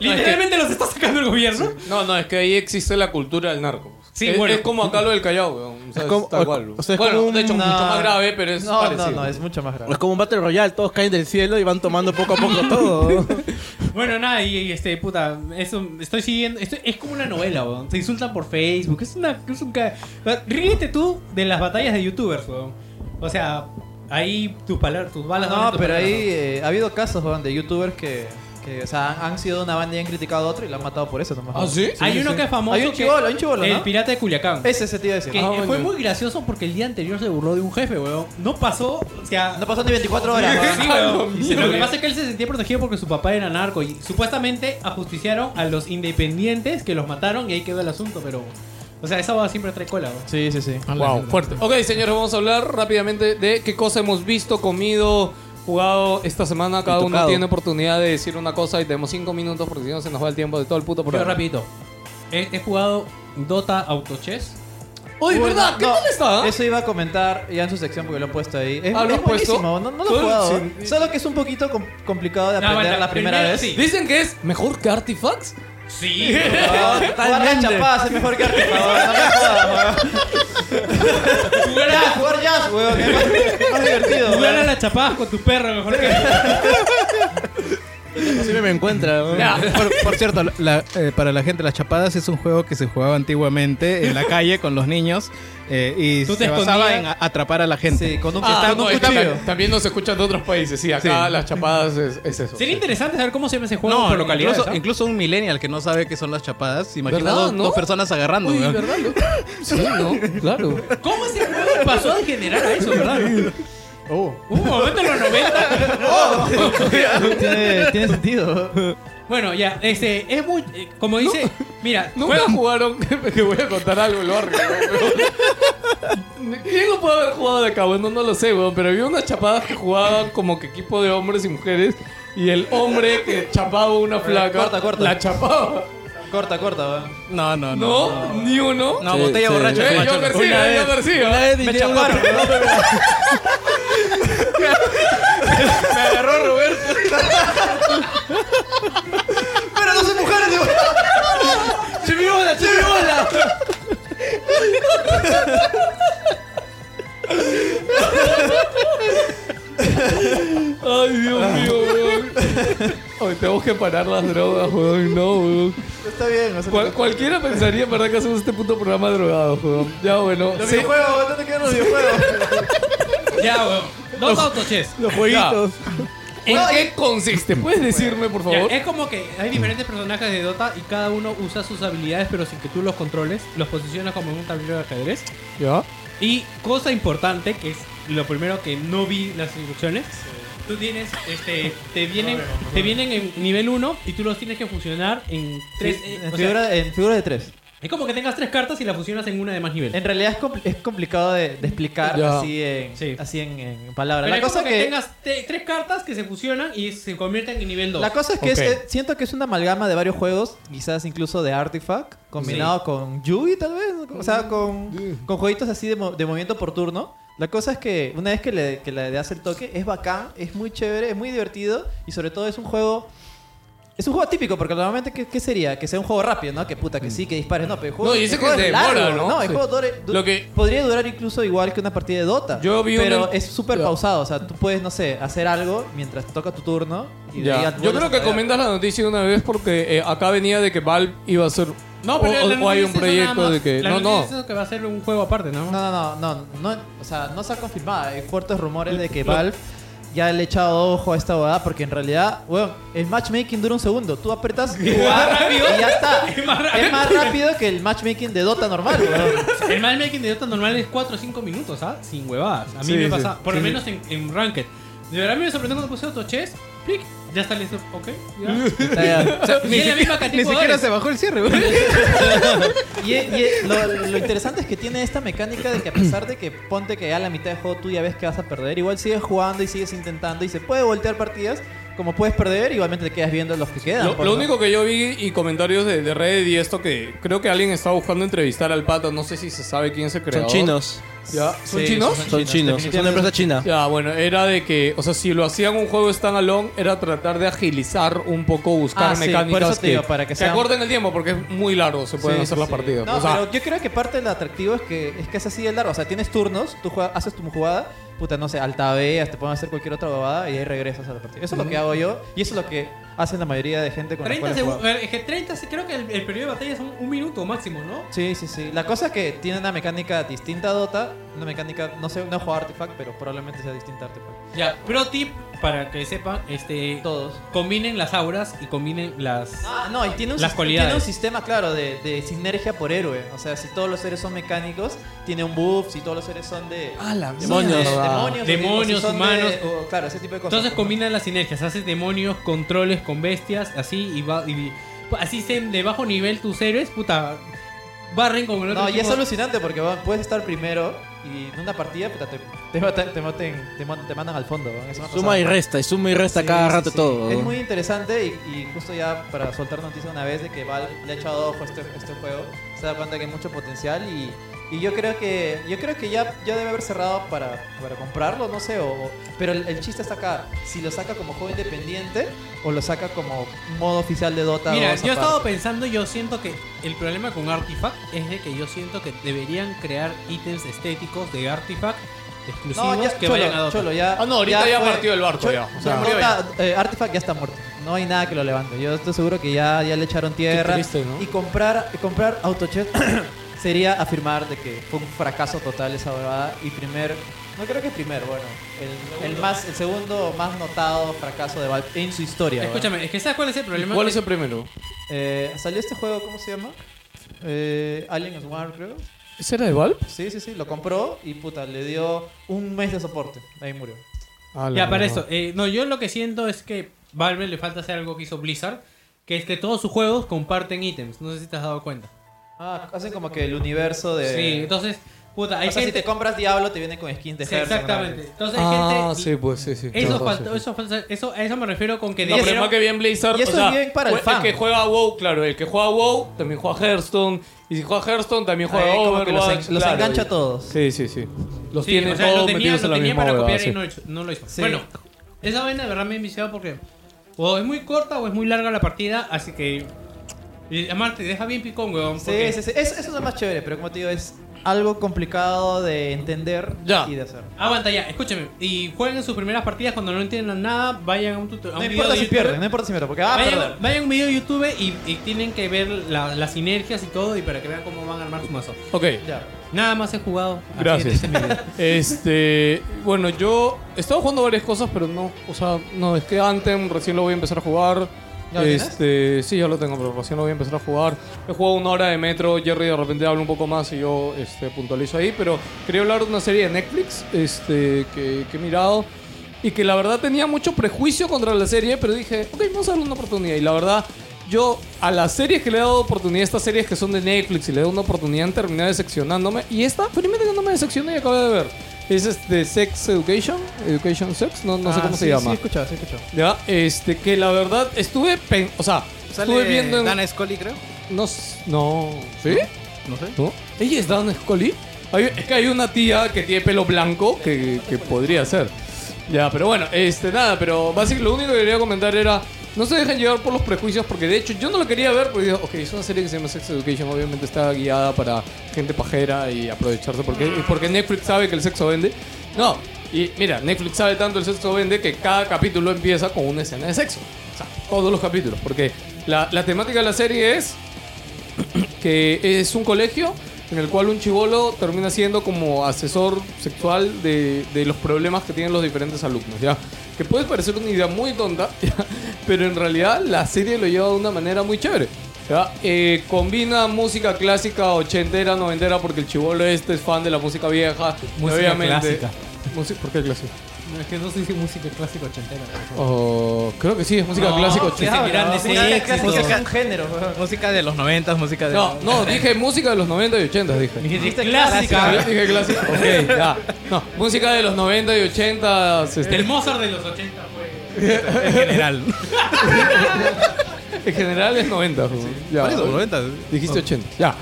S6: Literalmente los está sacando el gobierno.
S1: No, no, es que ahí existe la cultura del narco.
S6: Sí,
S1: es,
S6: bueno.
S1: es como acá lo del Callao, weón. O sea,
S5: Es
S1: es
S5: como-
S1: tal cual, weón.
S5: o sea, es
S1: bueno,
S5: como un-
S1: de hecho,
S5: no.
S1: mucho más grave, pero es
S3: No,
S1: parecido.
S3: no, no, es mucho más grave.
S5: Es como un Battle Royale, todos caen del cielo y van tomando poco a poco todo.
S6: Bueno, nada, y, y, este, puta, eso, estoy siguiendo, esto es como una novela, weón. Te insultan por Facebook, es una, es un ca- Ríete tú de las batallas de youtubers, weón. O sea, ahí tus palabras, tus balas. van en
S3: No,
S6: tus
S3: pero
S6: palabras,
S3: ahí eh, ha habido casos, weón, de youtubers que, que, o sea, han, han sido una banda y han criticado a otra y la han matado por eso nomás.
S1: ¿Ah, sí?
S6: hay uno que es famoso.
S3: Hay un
S6: que-
S3: chibolo, hay un chibolo,
S6: El
S3: ¿no?
S6: pirata de Culiacán.
S3: Ese se te iba a decir.
S6: que
S1: Ah,
S6: fue
S1: bueno.
S6: muy gracioso porque el día anterior se burló de un jefe, weón. No pasó, o sea.
S3: No pasó ni 24 horas, weón.
S6: Sí,
S1: weón.
S6: weón. Lo que pasa es que él se sentía protegido porque su papá era narco y supuestamente ajusticiaron a los independientes que los mataron y ahí quedó el asunto, pero... O sea, esa va siempre trae cola, weón.
S3: Sí, sí, sí.
S1: Wow, fuerte. Ok, señores, vamos a hablar rápidamente de qué cosa hemos visto, comido, jugado esta semana. Cada uno
S5: tocado.
S1: tiene oportunidad de decir una cosa y tenemos cinco minutos porque si no se nos va el tiempo de todo el puto
S6: Yo
S1: programa.
S6: rapidito. He, he jugado Dota Auto Chess.
S1: Uy,
S3: Bueno,
S1: ¿verdad? ¿Qué
S3: no,
S1: tal está?
S3: Eso iba a comentar ya en su sección porque lo han puesto ahí. Es,
S1: Ah, ¿lo
S3: es
S1: han puesto?
S3: buenísimo, No, no lo he
S1: Todo
S3: jugado. ¿eh?
S1: el- sí.
S3: Solo que es un poquito com- complicado de
S6: No,
S3: aprender
S6: aguanta,
S3: la primera
S6: primero
S3: vez.
S6: sí.
S1: Dicen que es mejor que Artifacts.
S6: Sí.
S3: No, jugar la chapada es mejor que arte, weón. No me jodas, weón. Jugar jazz, weón. que Es más- más divertido.
S6: Jugar a
S3: weón.
S6: la chapadas con tu perro, mejor que.
S5: Así me encuentra. ¿no?
S4: Por, por cierto, la- eh, para la gente, las chapadas es un juego que se jugaba antiguamente en la calle con los niños eh, y
S6: Tú te
S4: se basaba
S6: escondías.
S4: en a- atrapar a la gente.
S3: Sí, con un,
S1: Ah,
S3: con
S1: no,
S3: un
S1: es que
S3: cuchillo.
S1: también nos escuchan de otros países. Sí, acá las chapadas es, es eso.
S6: Sería interesante saber cómo se llama ese juego
S4: No,
S6: por localidades.
S4: incluso,
S6: ¿ah?
S4: incluso un millennial que no sabe qué son las chapadas, imagina
S1: ¿Verdad,
S4: dos,
S1: no?
S4: dos personas agarrando.
S1: Uy,
S4: weón.
S1: ¿verdad? no? Sí, ¿no? Claro.
S6: ¿Cómo ese juego pasó a degenerar a eso, verdad?
S1: Oh.
S6: Un momento en los 90.
S3: tiene, tiene sentido.
S6: Bueno, ya, este, es muy. eh, como dice. Mira,
S1: Nunca
S6: juego-
S1: jugaron. que voy a contar algo, lo barrio. ¿Quién lo puede haber jugado de acá? Bueno, no lo sé, weón. Pero había unas chapadas que jugaban como que equipo de hombres y mujeres. Y el hombre que chapaba una flaca.
S3: corta, corta.
S1: La chapaba.
S3: Corta, corta, va.
S4: No, no, no.
S1: ¿No? Ni uno.
S4: No, botella borracha.
S1: Eh,
S4: se
S1: yo
S4: machuca.
S1: persigo, yo persigo.
S4: Me chaparon.
S3: ¡Pero no son mujeres! ¡Chimibola, chimibola!
S1: Ay,
S4: Ah.
S1: Dios mío, weón. Ay, tenemos que parar las drogas, weón. No, weón.
S3: Está bien, o sea,
S1: Cual- cualquiera pensaría, en ¿verdad? Que hacemos este puto programa drogado, weón. Ya, bueno.
S3: los
S1: sí.
S3: videojuegos, no te quedan los videojuegos.
S6: ya, weón. Dos autochess.
S2: Los jueguitos.
S1: ¿En qué consiste? ¿Puedes decirme, por
S6: Ya,
S1: favor?
S6: es como que hay diferentes personajes de Dota y cada uno usa sus habilidades, pero sin que tú los controles. Los posicionas como en un tablero de ajedrez.
S1: Ya.
S6: Y cosa importante, que es lo primero que no vi en las instrucciones. Tú tienes, este, te vienen, te vienen en nivel 1 y tú los tienes que fusionar en tres. eh,
S3: En
S6: o sea,
S3: figura, en figura de tres.
S6: es como que tengas tres cartas y las fusionas en una de más nivel.
S3: En realidad es, compl- es complicado de, de explicar
S1: Ya.
S3: así en,
S6: Sí.
S3: así en, en palabras.
S6: Pero
S3: La
S6: es como
S3: cosa,
S6: que,
S3: que,
S6: tengas te- tres cartas que se fusionan y se convierten en nivel 2.
S3: la cosa es que es-
S1: Ok.
S3: eh, siento que es una amalgama de varios juegos, quizás incluso de Artifact, combinado con Yugi tal vez, o
S1: Mm.
S3: sea, con, con jueguitos así de, mo- de movimiento por turno. La cosa es que una vez que le, que le das el toque, es bacán, es muy chévere, es muy divertido y sobre todo es un juego... Es un juego típico, porque normalmente, ¿qué, qué sería? Que sea un juego rápido, ¿no? Que puta, que sí, que dispares, no, pero el juego,
S1: No, y eso
S3: el
S1: que
S3: juego
S1: se
S3: es
S1: demora,
S3: largo,
S1: ¿no?
S3: No, el
S1: Sí.
S3: juego dure- du-
S1: Lo que-
S3: podría durar incluso igual que una partida de Dota.
S1: Yo vi
S3: pero
S1: una-
S3: es súper
S1: Ya.
S3: pausado, o sea, tú puedes, no sé, hacer algo mientras toca tu turno y de ahí eh,
S1: Ya. Yo
S3: vuelves
S1: creo
S3: a
S1: que
S3: caer.
S1: comentas la noticia de una vez porque eh, acá venía de que Valve iba a ser.
S6: No,
S1: o-
S6: pero la
S1: o, o hay un
S6: noticia es nada
S1: proyecto
S6: más.
S1: de que.
S6: La
S1: No,
S6: noticia
S1: no.
S6: es que va a ser un juego aparte,
S3: No,
S6: ¿no?
S3: no, no, no, no, o sea, no se ha confirmado. Hay fuertes rumores de que Valve ya le ha echado ojo a esta boda porque en realidad, weón, el matchmaking dura un segundo. Tú apretas jugar
S6: rápido.
S3: y ya está.
S6: Es más rápido.
S3: Es más rápido que el matchmaking de Dota normal, weón.
S6: El matchmaking de Dota normal es 4 o 5 minutos, ¿ah? Sin huevadas. A mí
S1: Sí,
S6: me
S1: sí.
S6: pasa, por lo
S1: Sí, sí.
S6: menos en, en Ranked. De verdad, a mí me sorprendió cuando puse otro chess. Clic, ya está listo. Ok, ya.
S3: O sea,
S6: O sea, tiene la misma cantidad de
S4: Ni siquiera
S6: jugadores.
S4: se bajó el cierre, weón.
S3: Y, y lo, lo interesante es que tiene esta mecánica de que a pesar de que ponte que a la mitad de juego tú ya ves que vas a perder, igual sigues jugando y sigues intentando y se puede voltear partidas. Como puedes perder, igualmente te quedas viendo los que quedan.
S1: Lo,
S3: pues,
S1: lo
S3: ¿no?
S1: único que yo vi y comentarios de, de Reddit y esto que creo que alguien estaba buscando entrevistar al pato. No sé si se sabe quién es el
S5: Son
S1: creador.
S5: chinos.
S1: Ya. ¿Son
S3: Sí,
S1: chinos?
S5: Son chinos. Es una empresa china.
S1: Ya, bueno, era de que, o sea, si lo hacían un juego standalone, era tratar de agilizar un poco, buscar
S3: Ah, sí,
S1: mecánicas
S3: por eso te
S1: que,
S3: digo, para que sean-
S1: acorten el tiempo, porque es muy largo, se pueden
S3: Sí,
S1: hacer
S3: sí,
S1: las
S3: sí.
S1: partidas. pues,
S3: No,
S1: o sea,
S3: pero yo creo que parte del atractivo es que es que es así de largo. O sea, tienes turnos, tú juega- haces tu jugada, puta, no sé, altaveas, te pueden hacer cualquier otra bobada y ahí regresas a la partida. Eso es lo que hago yo y eso es lo que hacen la mayoría de gente con la
S6: 30
S3: cual he
S6: segundos.
S3: jugado.
S6: Es que 30, se- creo que el, el periodo de batalla son un minuto máximo, ¿no?
S3: Sí, sí, sí. La cosa es que tiene una mecánica distinta a Dota, una mecánica, no sé, no he jugado Artifact, pero probablemente sea distinta a Artifact.
S6: Ya, pro tip para que sepan, este.
S3: Todos.
S6: Combinen las auras y combinen las.
S3: Ah, no, y tiene un,
S6: Las
S3: sis-
S6: cualidades.
S3: tiene un sistema, claro, de, de sinergia por héroe. O sea, si todos los seres son mecánicos, tiene un buff, si todos los seres son de...
S8: Ah,
S1: la
S3: Demonios,
S1: mierda.
S3: demonios,
S6: Demonios,
S3: o son
S6: humanos.
S3: de- o, claro, ese tipo de cosas.
S6: Entonces combinan las sinergias, haces demonios, controles con bestias, así y va. y- así estén de bajo nivel tus héroes, puta. Barren con el otro.
S3: No, y es
S6: equipo.
S3: alucinante porque bueno, puedes estar primero y en una partida puta, te, te, matan- te, maten- te man- te mandan al fondo. ¿no? Es una
S5: Suma
S3: cosa-
S5: y resta, y suma y resta
S3: Sí,
S5: cada
S3: sí,
S5: rato
S3: sí.
S5: todo.
S3: Es muy interesante y, y justo ya para soltar noticia una vez de que Valve le ha echado ojo a este, este juego, se da cuenta que hay mucho potencial y, y yo creo que yo creo que ya, ya debe haber cerrado para, para comprarlo, no sé, o, o- pero el, el chiste está acá, si lo saca como juego independiente o lo saca como modo oficial de Dota.
S6: Mira,
S3: 2
S6: yo he
S3: aparte.
S6: estado pensando y yo siento que el problema con Artifact es de que yo siento que deberían crear ítems estéticos de Artifact exclusivos
S3: ya,
S6: que
S3: Cholo,
S6: vayan a Dota.
S3: Cholo, ya.
S1: Ah, no, ahorita ya,
S3: fue-
S1: partió el barco ya. O sea,
S3: Dota, eh, Artifact ya está muerto. No hay nada que lo levante. Yo estoy seguro que ya, ya le echaron tierra.
S6: triste, ¿no?
S3: Y comprar, y comprar Autochess sería afirmar de que fue un fracaso total esa huevada. Y primer, no creo que primer, bueno, el, el más, el segundo más notado fracaso de Valve en su historia. weón.
S6: Escúchame, es que ¿sabes cuál es el problema?
S1: ¿Cuál es el primero?
S3: Eh, salió este juego, ¿cómo se llama? Eh, Alien Swarm, creo.
S1: ¿Ese era de Valve?
S3: Sí, sí, sí, lo compró y puta, le dio un mes de soporte. Ahí murió. Ah,
S6: Ya, para eso. eh, no, yo lo que siento es que Valve le falta hacer algo que hizo Blizzard, que es que todos sus juegos comparten ítems. No sé si te has dado cuenta.
S3: Ah, hacen como que el universo de.
S6: Sí, entonces, puta, hay
S3: o sea, si
S6: gente...
S3: te compras Diablo, te viene con skins de
S6: Sí,
S3: Hearthstone,
S6: exactamente.
S3: ¿no?
S6: Entonces hay
S1: Ah,
S6: gente...
S1: sí, pues sí, sí.
S6: Eso,
S1: Claro,
S6: falta-
S1: sí, sí.
S6: eso falta- eso- a eso me refiero con que
S1: No, pero
S6: dijeron-
S1: más que bien Blizzard.
S3: y eso
S1: o sea,
S3: es bien para el
S1: jue-
S3: fan.
S1: que juega WoW, claro. El que juega WoW también juega Hearthstone. Y si juega Hearthstone también juega
S3: Ahí como que
S1: Overwatch.
S3: los, en- los
S1: claro,
S3: engancha
S1: y-
S3: a todos.
S1: Sí, sí, sí. Los
S6: Sí,
S1: tiene
S6: o sea,
S1: todos
S6: lo tenía,
S1: metidos en
S6: lo
S1: la
S6: tenía
S1: misma
S6: para
S1: huevada,
S6: copiar
S1: sí.
S6: y no, hizo- no lo hizo.
S3: Sí.
S6: Bueno, esa vaina de verdad me he viciado porque o es muy corta o es muy larga la partida, así que... y además te deja bien picón, weón. porque-
S3: Sí, sí, sí. Eso, eso es lo más chévere, pero como te digo, es algo complicado de entender
S1: Ya.
S3: y de hacer.
S6: Aguanta ya, escúchame. Y jueguen sus primeras partidas cuando no entiendan nada, vayan a un tutorial.
S3: No importa si pierden, ¿eh? no importa si pierden, porque ah, va a
S6: Vayan,
S3: perder.
S6: vayan a un video de YouTube y, y tienen que ver la- las sinergias y todo y para que vean cómo van a armar su mazo.
S1: Ok,
S3: Ya.
S6: Nada más he jugado. Así
S1: gracias.
S6: que ese es mi video.
S1: este. Bueno, yo he estado jugando varias cosas, pero no. O sea, no, es que Anthem recién lo voy a empezar a jugar.
S3: ¿Ya lo tienes?
S1: este, sí, ya lo tengo, pero recién lo voy a empezar a jugar. He jugado una hora de metro, Jerry de repente habla un poco más y yo este, puntualizo ahí, pero quería hablar de una serie de Netflix este, que, que he mirado y que la verdad tenía mucho prejuicio contra la serie, pero dije, ok, vamos a darle una oportunidad. Y la verdad, yo a las series que le he dado oportunidad, estas series que son de Netflix, y le he dado una oportunidad, terminé decepcionándome. Y esta, primero que no me decepcioné y acabé de ver. Es este Sex Education, Education Sex, no, no sé
S3: Ah,
S1: cómo
S3: sí,
S1: se llama.
S3: Sí, he escuchado, sí, he escuchado.
S1: Ya, este, que la verdad estuve, pen- o sea, estuve
S4: Sale
S1: viendo en...
S4: Dana Scully, creo.
S1: No, s- no, ¿sí?
S4: No sé.
S1: ¿No? ¿Ella es Dana Scully? Hay- es que hay una tía que tiene pelo blanco que, que podría ser. Ya, pero bueno, este, nada, pero básicamente lo único que quería comentar era, no se dejen llevar por los prejuicios, porque de hecho yo no lo quería ver, porque digo, ok, es una serie que se llama Sex Education, obviamente está guiada para gente pajera y aprovecharse, porque, porque Netflix sabe que el sexo vende. No, y mira, Netflix sabe tanto el sexo vende que cada capítulo empieza con una escena de sexo. O sea, todos los capítulos, porque la, la temática de la serie es que es un colegio en el cual un chivolo termina siendo como asesor sexual de, de los problemas que tienen los diferentes alumnos, ¿ya? Que puede parecer una idea muy tonta, ¿ya? pero en realidad la serie lo lleva de una manera muy chévere. ¿ya? Eh, combina música clásica ochentera, noventera, porque el chivolo este es fan de la música vieja. y
S6: Música
S1: obviamente-
S6: clásica.
S1: Musi- ¿Por qué clásica?
S6: No, es que no sé si música clásica ochentera. pero-
S1: Oh, creo que sí, es música
S6: No,
S1: clásica
S6: ¿qué
S1: ochentera.
S6: hablas?
S3: Miranda,
S6: sí,
S3: música
S6: éxito.
S3: clásica es un género.
S4: Música de los 90, música de.
S1: No, no, dije música de los 90 y 80, dije.
S3: Dijiste
S1: Ah, yo
S6: Clásica.
S1: dije clásico. Ok, ya. No, música de los 90 y 80. este,
S6: El Mozart de los 80 fue.
S4: En general.
S1: en general es 90. pues, ya.
S4: Por eso, 90.
S1: Dijiste 80. Ya.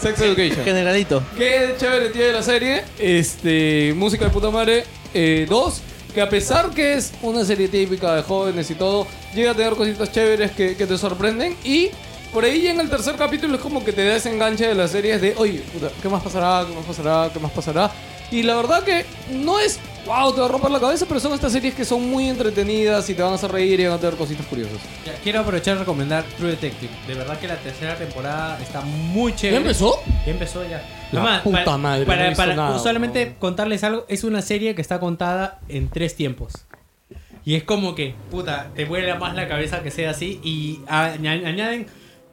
S1: Sex Education.
S5: Generalito.
S1: Qué chévere tiene la serie. Este, música de puta madre. eh, dos. Que a pesar que es una serie típica de jóvenes y todo, llega a tener cositas chéveres que, que te sorprenden. Y por ahí en el tercer capítulo es como que te desenganche de las series de, oye, puta, ¿qué más pasará? ¿Qué más pasará? ¿Qué más pasará? Y la verdad que no es, wow, te va a romper la cabeza, pero son estas series que son muy entretenidas y te van a hacer reír y van a tener cositas curiosas.
S6: Ya, Quiero aprovechar y recomendar True Detective. De verdad que la tercera temporada está muy chévere. Ya empezó ya.
S1: La
S6: Mamá,
S1: puta
S6: para-
S1: madre, no he
S6: Para,
S1: visto
S6: para
S1: nada,
S6: solamente
S1: weón.
S6: contarles algo, es una serie que está contada en tres tiempos. Y es como que, puta, te vuela más la cabeza que sea así. Y a- añ- añaden,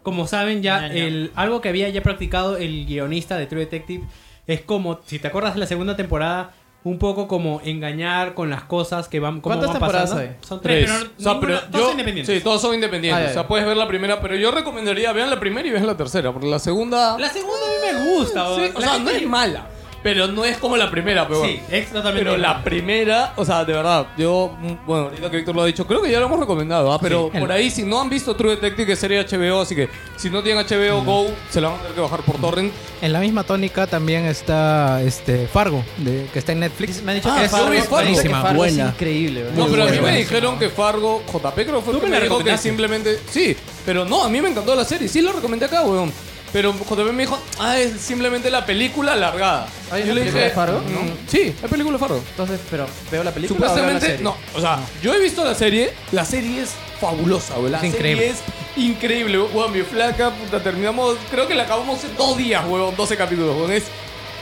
S6: como saben ya, el, algo que había ya practicado el guionista de True Detective. Es como, si te acuerdas de la segunda temporada, un poco como engañar con las cosas que van, cómo
S3: ¿Cuántas
S6: van
S3: temporadas
S6: pasando.
S3: hay?
S6: Son tres, pero,
S1: O sea,
S6: ninguna-
S1: pero
S6: dos
S1: yo-
S6: independientes.
S1: Sí, todos son independientes.
S3: Ah, ya,
S1: O sea,
S3: ya.
S1: puedes ver la primera, pero yo recomendaría vean la primera y vean la tercera, porque la segunda.
S6: La segunda a mí me gusta.
S1: Sí,
S6: weón.
S1: o
S6: La
S1: sea,
S6: gente-
S1: no es mala, pero no es como la primera, pero
S6: Sí, es totalmente
S1: Pero la
S6: diferente.
S1: primera, o sea, de verdad, yo, mm, bueno, ahorita que Víctor lo ha dicho, creo que ya lo hemos recomendado, ¿ah? pero
S6: Sí.
S1: por ahí, si no han visto True Detective, que sería HBO, así que si no tienen HBO Go, se la van a tener que bajar por Torrent.
S4: En la misma tónica también está este Fargo, de- que está en Netflix.
S3: Me han dicho
S1: Ah,
S3: que
S1: sí,
S3: Fargo,
S1: vi
S3: me han dicho que
S4: buenísima,
S3: Fargo es
S5: buena.
S3: increíble. ¿verdad?
S1: No, pero a mí
S4: buena.
S1: me dijeron que Fargo, JP creo que fue el que
S6: Tú me
S1: me
S6: la
S1: dijo que
S6: recomendaste.
S1: simplemente. Sí, pero no, a mí me encantó la serie, sí lo recomendé acá, weón. Pero también me dijo, ah, es simplemente la película alargada.
S3: ¿Hay
S1: Yo
S3: una
S1: le
S3: película
S1: dije,
S3: de Fargo?
S1: mm, Sí, hay película de Fargo.
S3: Entonces, pero veo la película. o veo la
S1: Supuestamente,
S3: serie?
S1: no, o sea, yo he visto la serie, la serie es fabulosa, güey. La
S4: Es
S1: serie
S4: increíble.
S1: es increíble, weón. Mi flaca, puta, terminamos, creo que la acabamos en dos días, weón, 12 capítulos, weón. Es,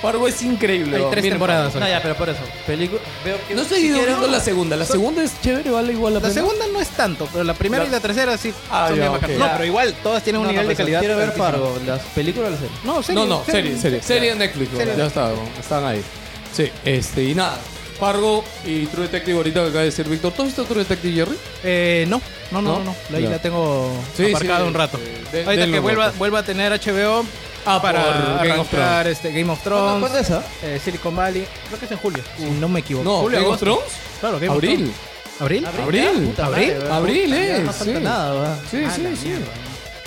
S1: Fargo es increíble,
S4: Hay
S1: weón.
S4: tres
S1: Mira,
S4: temporadas.
S3: No, ya, pero por eso. Película. Veo que.
S1: No he
S3: si
S1: seguido
S3: quiero-
S1: viendo la segunda, la segunda es chévere, vale igual la
S4: La
S1: pena.
S4: segunda no es tanto, pero la primera
S1: La-
S4: y la tercera sí
S1: Ah,
S4: son
S1: ya,
S4: bien
S1: ok.
S4: bacanas. No, pues, pero igual todas
S3: No,
S4: tienen un
S3: no,
S4: nivel de
S3: pero
S4: calidad.
S3: Quiero ver
S4: altísimo.
S3: Fargo. ¿Las películas o la serie?
S4: No, serie.
S1: No, no, serie, serie. Serie en Netflix, güey.
S4: Serie en
S1: ya está, güey. están ahí. Sí, este, y nada. Fargo y True Detective ahorita que acaba de decir Víctor. ¿Tú has visto True Detective, Jerry?
S4: Eh, no, no, no,
S1: ¿No?
S4: no. no. Ahí
S1: Ya.
S4: la tengo
S1: Sí,
S4: aparcada
S1: sí,
S4: un rato.
S1: eh, de-
S4: Ahorita
S1: denle
S4: que
S1: un
S4: vuelva,
S1: rato.
S4: vuelva a tener HBO
S1: Ah,
S4: para
S1: por Game of
S4: arrancar
S1: Thrones.
S4: este Game of
S3: ¿Cuándo-
S4: Thrones,
S3: ¿Cuándo es eso?
S4: eh, Silicon Valley. Creo que es en julio, si no me equivoco.
S1: No,
S4: julio,
S1: Game of
S4: agosto.
S1: Thrones.
S4: Claro, Game of
S1: Abril.
S4: Thrones.
S1: Ah,
S4: ¿Abril?
S1: Abril.
S4: ¿Abril?
S1: Abril, eh.
S3: No falta
S1: sí.
S3: nada, ¿verdad?
S4: Ah,
S1: Sí, sí, sí.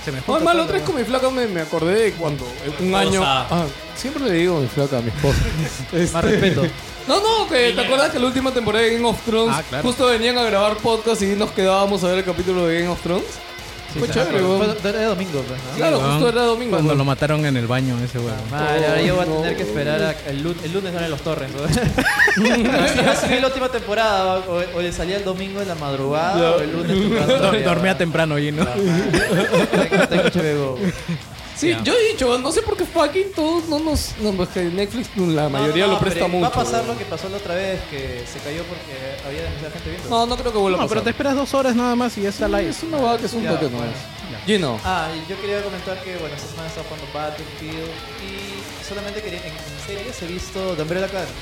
S4: Se me
S1: No,
S4: junta
S1: es más, la
S4: todo.
S1: otra vez con mi flaca me, me acordé de cuando eh, un año. Ah, siempre le digo mi flaca a mi esposa. Este,
S3: Más respeto.
S1: No, no, que te acuerdas que la última temporada de Game of Thrones
S4: Ah, claro.
S1: justo venían a grabar podcast y nos quedábamos a ver el capítulo de Game of Thrones. Fue chévere,
S3: Fue
S1: weón.
S3: fue de domingo, pues, ¿no?
S1: Claro,
S4: weón.
S1: justo era domingo.
S4: Cuando
S1: weón.
S4: lo mataron en el baño ese weón.
S3: Vale, ahora yo voy a
S1: Oh,
S3: tener que esperar a el, lu- el lunes salen los torres. ¿no? Yo vi la última temporada, o, o le salía el domingo en la madrugada, o el lunes. temprano.
S4: Dor- Dormía temprano allí, ¿no?
S3: Tengo- tengo HBO.
S1: Sí, yo he dicho, weón, no sé por qué fucking todos no nos. No, pues que Netflix la mayoría
S3: No, no,
S1: lo presta
S3: pero
S1: mucho.
S3: Va a pasar
S1: weón.
S3: lo que pasó la otra vez, que se cayó porque había demasiada gente viendo.
S1: No, no creo que vuelva a
S4: No,
S1: pasar.
S4: pero te esperas dos horas nada más y ya está live.
S1: Es una vaga que es un
S3: Ya,
S1: toque
S3: bueno,
S1: nomás. Gino.
S3: Ah, y yo quería comentar que, bueno, esta semana estaba jugando Battlefield y solamente quería, en series he visto The Umbrella Academy.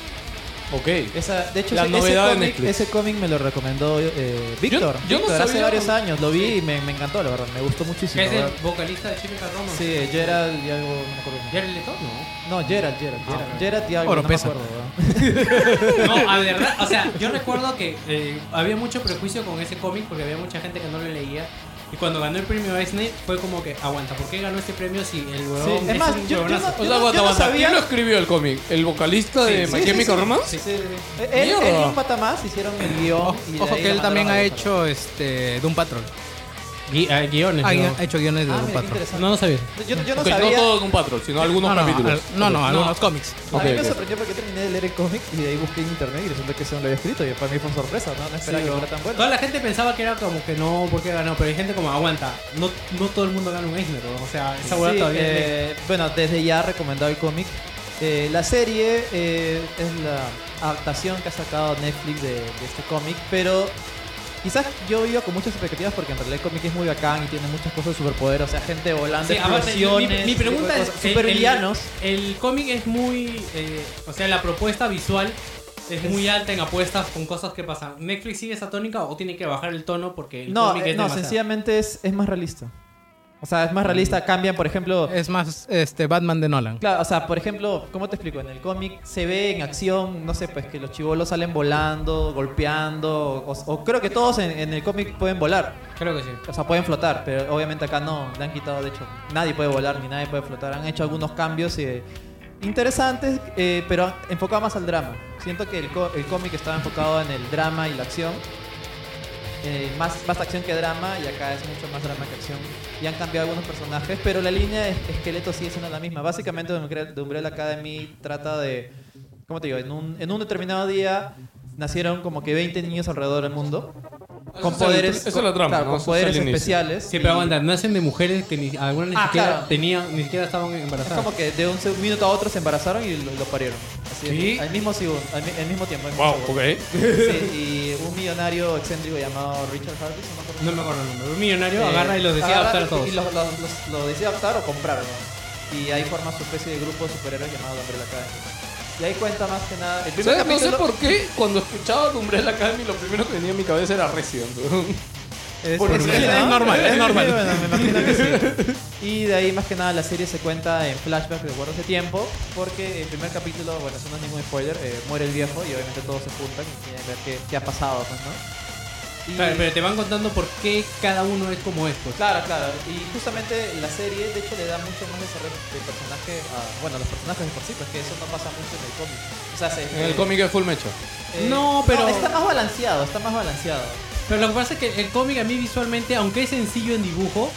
S1: Ok.
S3: Esa, de hecho,
S1: La
S3: ese-
S1: novedad de
S3: ese, cómic,
S1: Netflix.
S3: ese cómic me lo recomendó eh, Víctor.
S1: yo no
S3: Víctor, hace
S1: sabía-
S3: varios años, lo vi y me, me encantó, la verdad, me gustó muchísimo.
S6: es
S3: la
S6: el
S3: verdad.
S6: vocalista de Chemical Romance.
S3: Sí, Gerald y algo, no me acuerdo.
S6: ¿Jared Leto? No.
S3: No, Gerald, Gerald, Gerald, Gerald y algo,
S4: Oro
S3: no
S4: pesa.
S3: me acuerdo. ¿verdad?
S6: No, a verdad, o sea, yo recuerdo que eh, había mucho prejuicio con ese cómic porque había mucha gente que no lo leía. Y cuando ganó el premio Eisner fue como que, aguanta, ¿por qué ganó este premio si el huevón
S3: Sí, es más, yo-
S6: un
S3: yo
S6: huevonazo?
S1: O
S3: Yo
S1: sea, aguanta,
S3: no- yo no
S1: aguanta.
S3: sabía-
S1: ¿Quién lo escribió el cómic? ¿El vocalista de My
S3: sí,
S1: Chemical
S3: sí.
S1: Romance?
S3: Sí, sí, sí. Eh, Él, él y
S1: Mierda.
S3: un pata más hicieron el guión. y de
S4: Ojo
S3: ahí
S4: que
S3: lo
S4: él
S3: mandaron
S4: también
S3: a
S4: ha
S3: la
S4: hecho este Doom Patrol.
S6: Gui- ah, guiones.
S4: Ah,
S6: ¿no?
S4: Ha hecho guiones de
S3: Ah,
S4: Doom
S3: mira, qué
S4: Patrol.
S3: interesante.
S6: no, no sabía.
S3: Yo, yo no
S1: Ok,
S3: sabía.
S1: no todos un patrón, sino algunos
S4: No, no,
S1: capítulos.
S4: al- no, no, algunos cómics.
S3: A mí
S1: Ok,
S3: me
S1: ok.
S3: sorprendió porque terminé de leer el cómic y de ahí busqué en internet y resulta que eso no lo había escrito. Y para mí fue sorpresa, ¿no? No esperaba que fuera tan bueno.
S6: Toda la gente pensaba que era como que no, porque ganó, pero hay gente como, aguanta, no, no todo el mundo gana un Eisner, ¿no? o sea, esa hueá
S3: Sí,
S6: todavía...
S3: eh, bueno, desde ya recomendado el cómic. Eh, la serie eh, es la adaptación que ha sacado Netflix de, de este cómic, pero quizás yo iba con muchas expectativas porque en realidad el cómic es muy bacán y tiene muchas cosas de superpoder, o sea, gente volando,
S6: Sí, aparte, mi,
S3: explosiones,
S6: mi pregunta es, el-
S3: supervillanos.
S6: El, el cómic es muy, eh, o sea, la propuesta visual es muy alta en apuestas con cosas que pasan. ¿Netflix sigue esa tónica o tiene que bajar el tono porque el
S3: No,
S6: cómic
S3: eh,
S6: es
S3: no,
S6: demasiado? Mm.
S3: sencillamente es, es más realista. O sea, es más realista, cambian, por ejemplo,
S4: Es más, este Batman de Nolan.
S3: Claro, o sea, por ejemplo, ¿cómo te explico? En el cómic se ve en acción, no sé, pues que los chivolos salen volando, golpeando, o, o creo que todos en, en el cómic pueden volar,
S6: Creo que sí.
S3: o sea, pueden flotar, pero obviamente acá no, le han quitado, de hecho, nadie puede volar ni nadie puede flotar, han hecho algunos cambios eh, interesantes, eh, pero enfocado más al drama. Siento que el, có- el cómic estaba enfocado en el drama y la acción. eh, más, más acción que drama y acá es mucho más drama que acción y han cambiado algunos personajes pero la línea de esqueleto sigue siendo la misma básicamente The Umbrella The Umbrella Academy trata de ¿cómo te digo? en un, en un determinado día nacieron como que 20 niños alrededor del mundo con
S1: es el-
S3: poderes
S1: eso es la trama,
S3: claro,
S1: ¿no?
S3: con
S1: Eso es
S3: poderes
S1: el inicio.
S3: especiales
S6: Sí, pero
S3: y-
S6: aguanta, nacen de mujeres que ni, algunas ni
S3: Ah,
S6: siquiera
S3: claro.
S6: tenían, ni siquiera estaban
S3: Es
S6: embarazadas.
S3: como que de un seg- minuto a otro se embarazaron y lo, lo parieron. Así
S6: ¿Sí?
S3: al mismo segundo, al, mi- al mismo tiempo. al mismo
S1: Wow,
S3: segundo.
S1: ok.
S3: Sí, y un millonario excéntrico llamado Richard Harris, no me acuerdo.
S6: No me acuerdo el nombre. Un millonario
S3: Eh,
S6: agarra y los decide
S3: agarra
S6: adoptar a todos.
S3: Y los, los- los- los decide adoptar o comprar, ¿no? Y ahí forma su especie de grupo de superhéroes llamado Hombre la Academy. Y ahí cuenta más que nada. El primer
S1: ¿Sabes? No
S3: capítulo.
S1: sé por qué cuando escuchaba la Umbrella Academy lo primero que venía en mi cabeza era Resident.
S3: Es,
S1: Por
S3: es-
S1: un
S3: es-
S1: lado.
S3: es normal, es
S1: Sí,
S3: normal. Y de ahí más que nada la serie se cuenta en flashback de guardas de tiempo, porque el primer capítulo, bueno, eso no es ningún spoiler, eh, muere el viejo y obviamente todos se juntan y quieren ver qué, qué ha pasado, pues, ¿no? Y-
S6: Claro, pero te van contando por qué cada uno es como es, pues.
S3: Claro, claro. Y justamente la serie, de hecho, le da mucho más desarrollo de personaje a, bueno, los personajes de por sí, pues que eso no pasa mucho en el cómic. O sea, se-
S1: En el
S3: eh,
S1: cómic es full mecha.
S3: eh,
S6: No, pero-
S3: está más balanceado, está más balanceado.
S6: Pero lo que pasa es que el cómic a mí visualmente, aunque es sencillo en dibujo,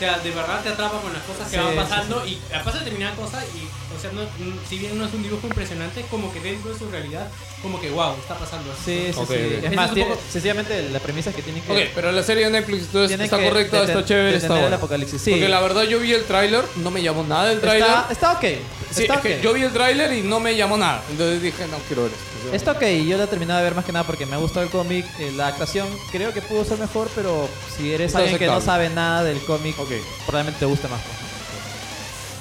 S6: sea, de verdad te atrapa con las cosas que
S3: Sí,
S6: van
S3: sí,
S6: pasando y a pasar determinada cosa y, o sea, no- mm, si bien no es un dibujo impresionante, es como que dentro de su realidad, como que, wow, está pasando así.
S3: Sí, sí,
S1: Ok,
S3: sí.
S1: ok.
S3: Es más,
S6: Es un
S3: tiene-
S6: poco-
S3: sencillamente la premisa es que tienen que.
S1: Ok, pero la serie de Netflix entonces
S3: tienen
S1: está
S3: que
S1: correcta,
S3: deten-
S1: está chévere,
S3: detener
S1: está
S3: el
S1: buena.
S3: apocalipsis, sí.
S1: Porque la verdad yo vi el tráiler, no me llamó nada el tráiler.
S3: está, está ok.
S1: Sí,
S3: está
S1: es que
S3: ok.
S1: yo vi el tráiler y no me llamó nada. Entonces dije, no quiero ver esto.
S3: Está ok, yo la he terminado de ver más que nada porque me ha gustado el cómic. eh, la actuación creo que pudo ser mejor, pero si eres
S1: Está
S3: alguien que no
S1: aceptable.
S3: sabe nada del cómic, probablemente te guste más. pues.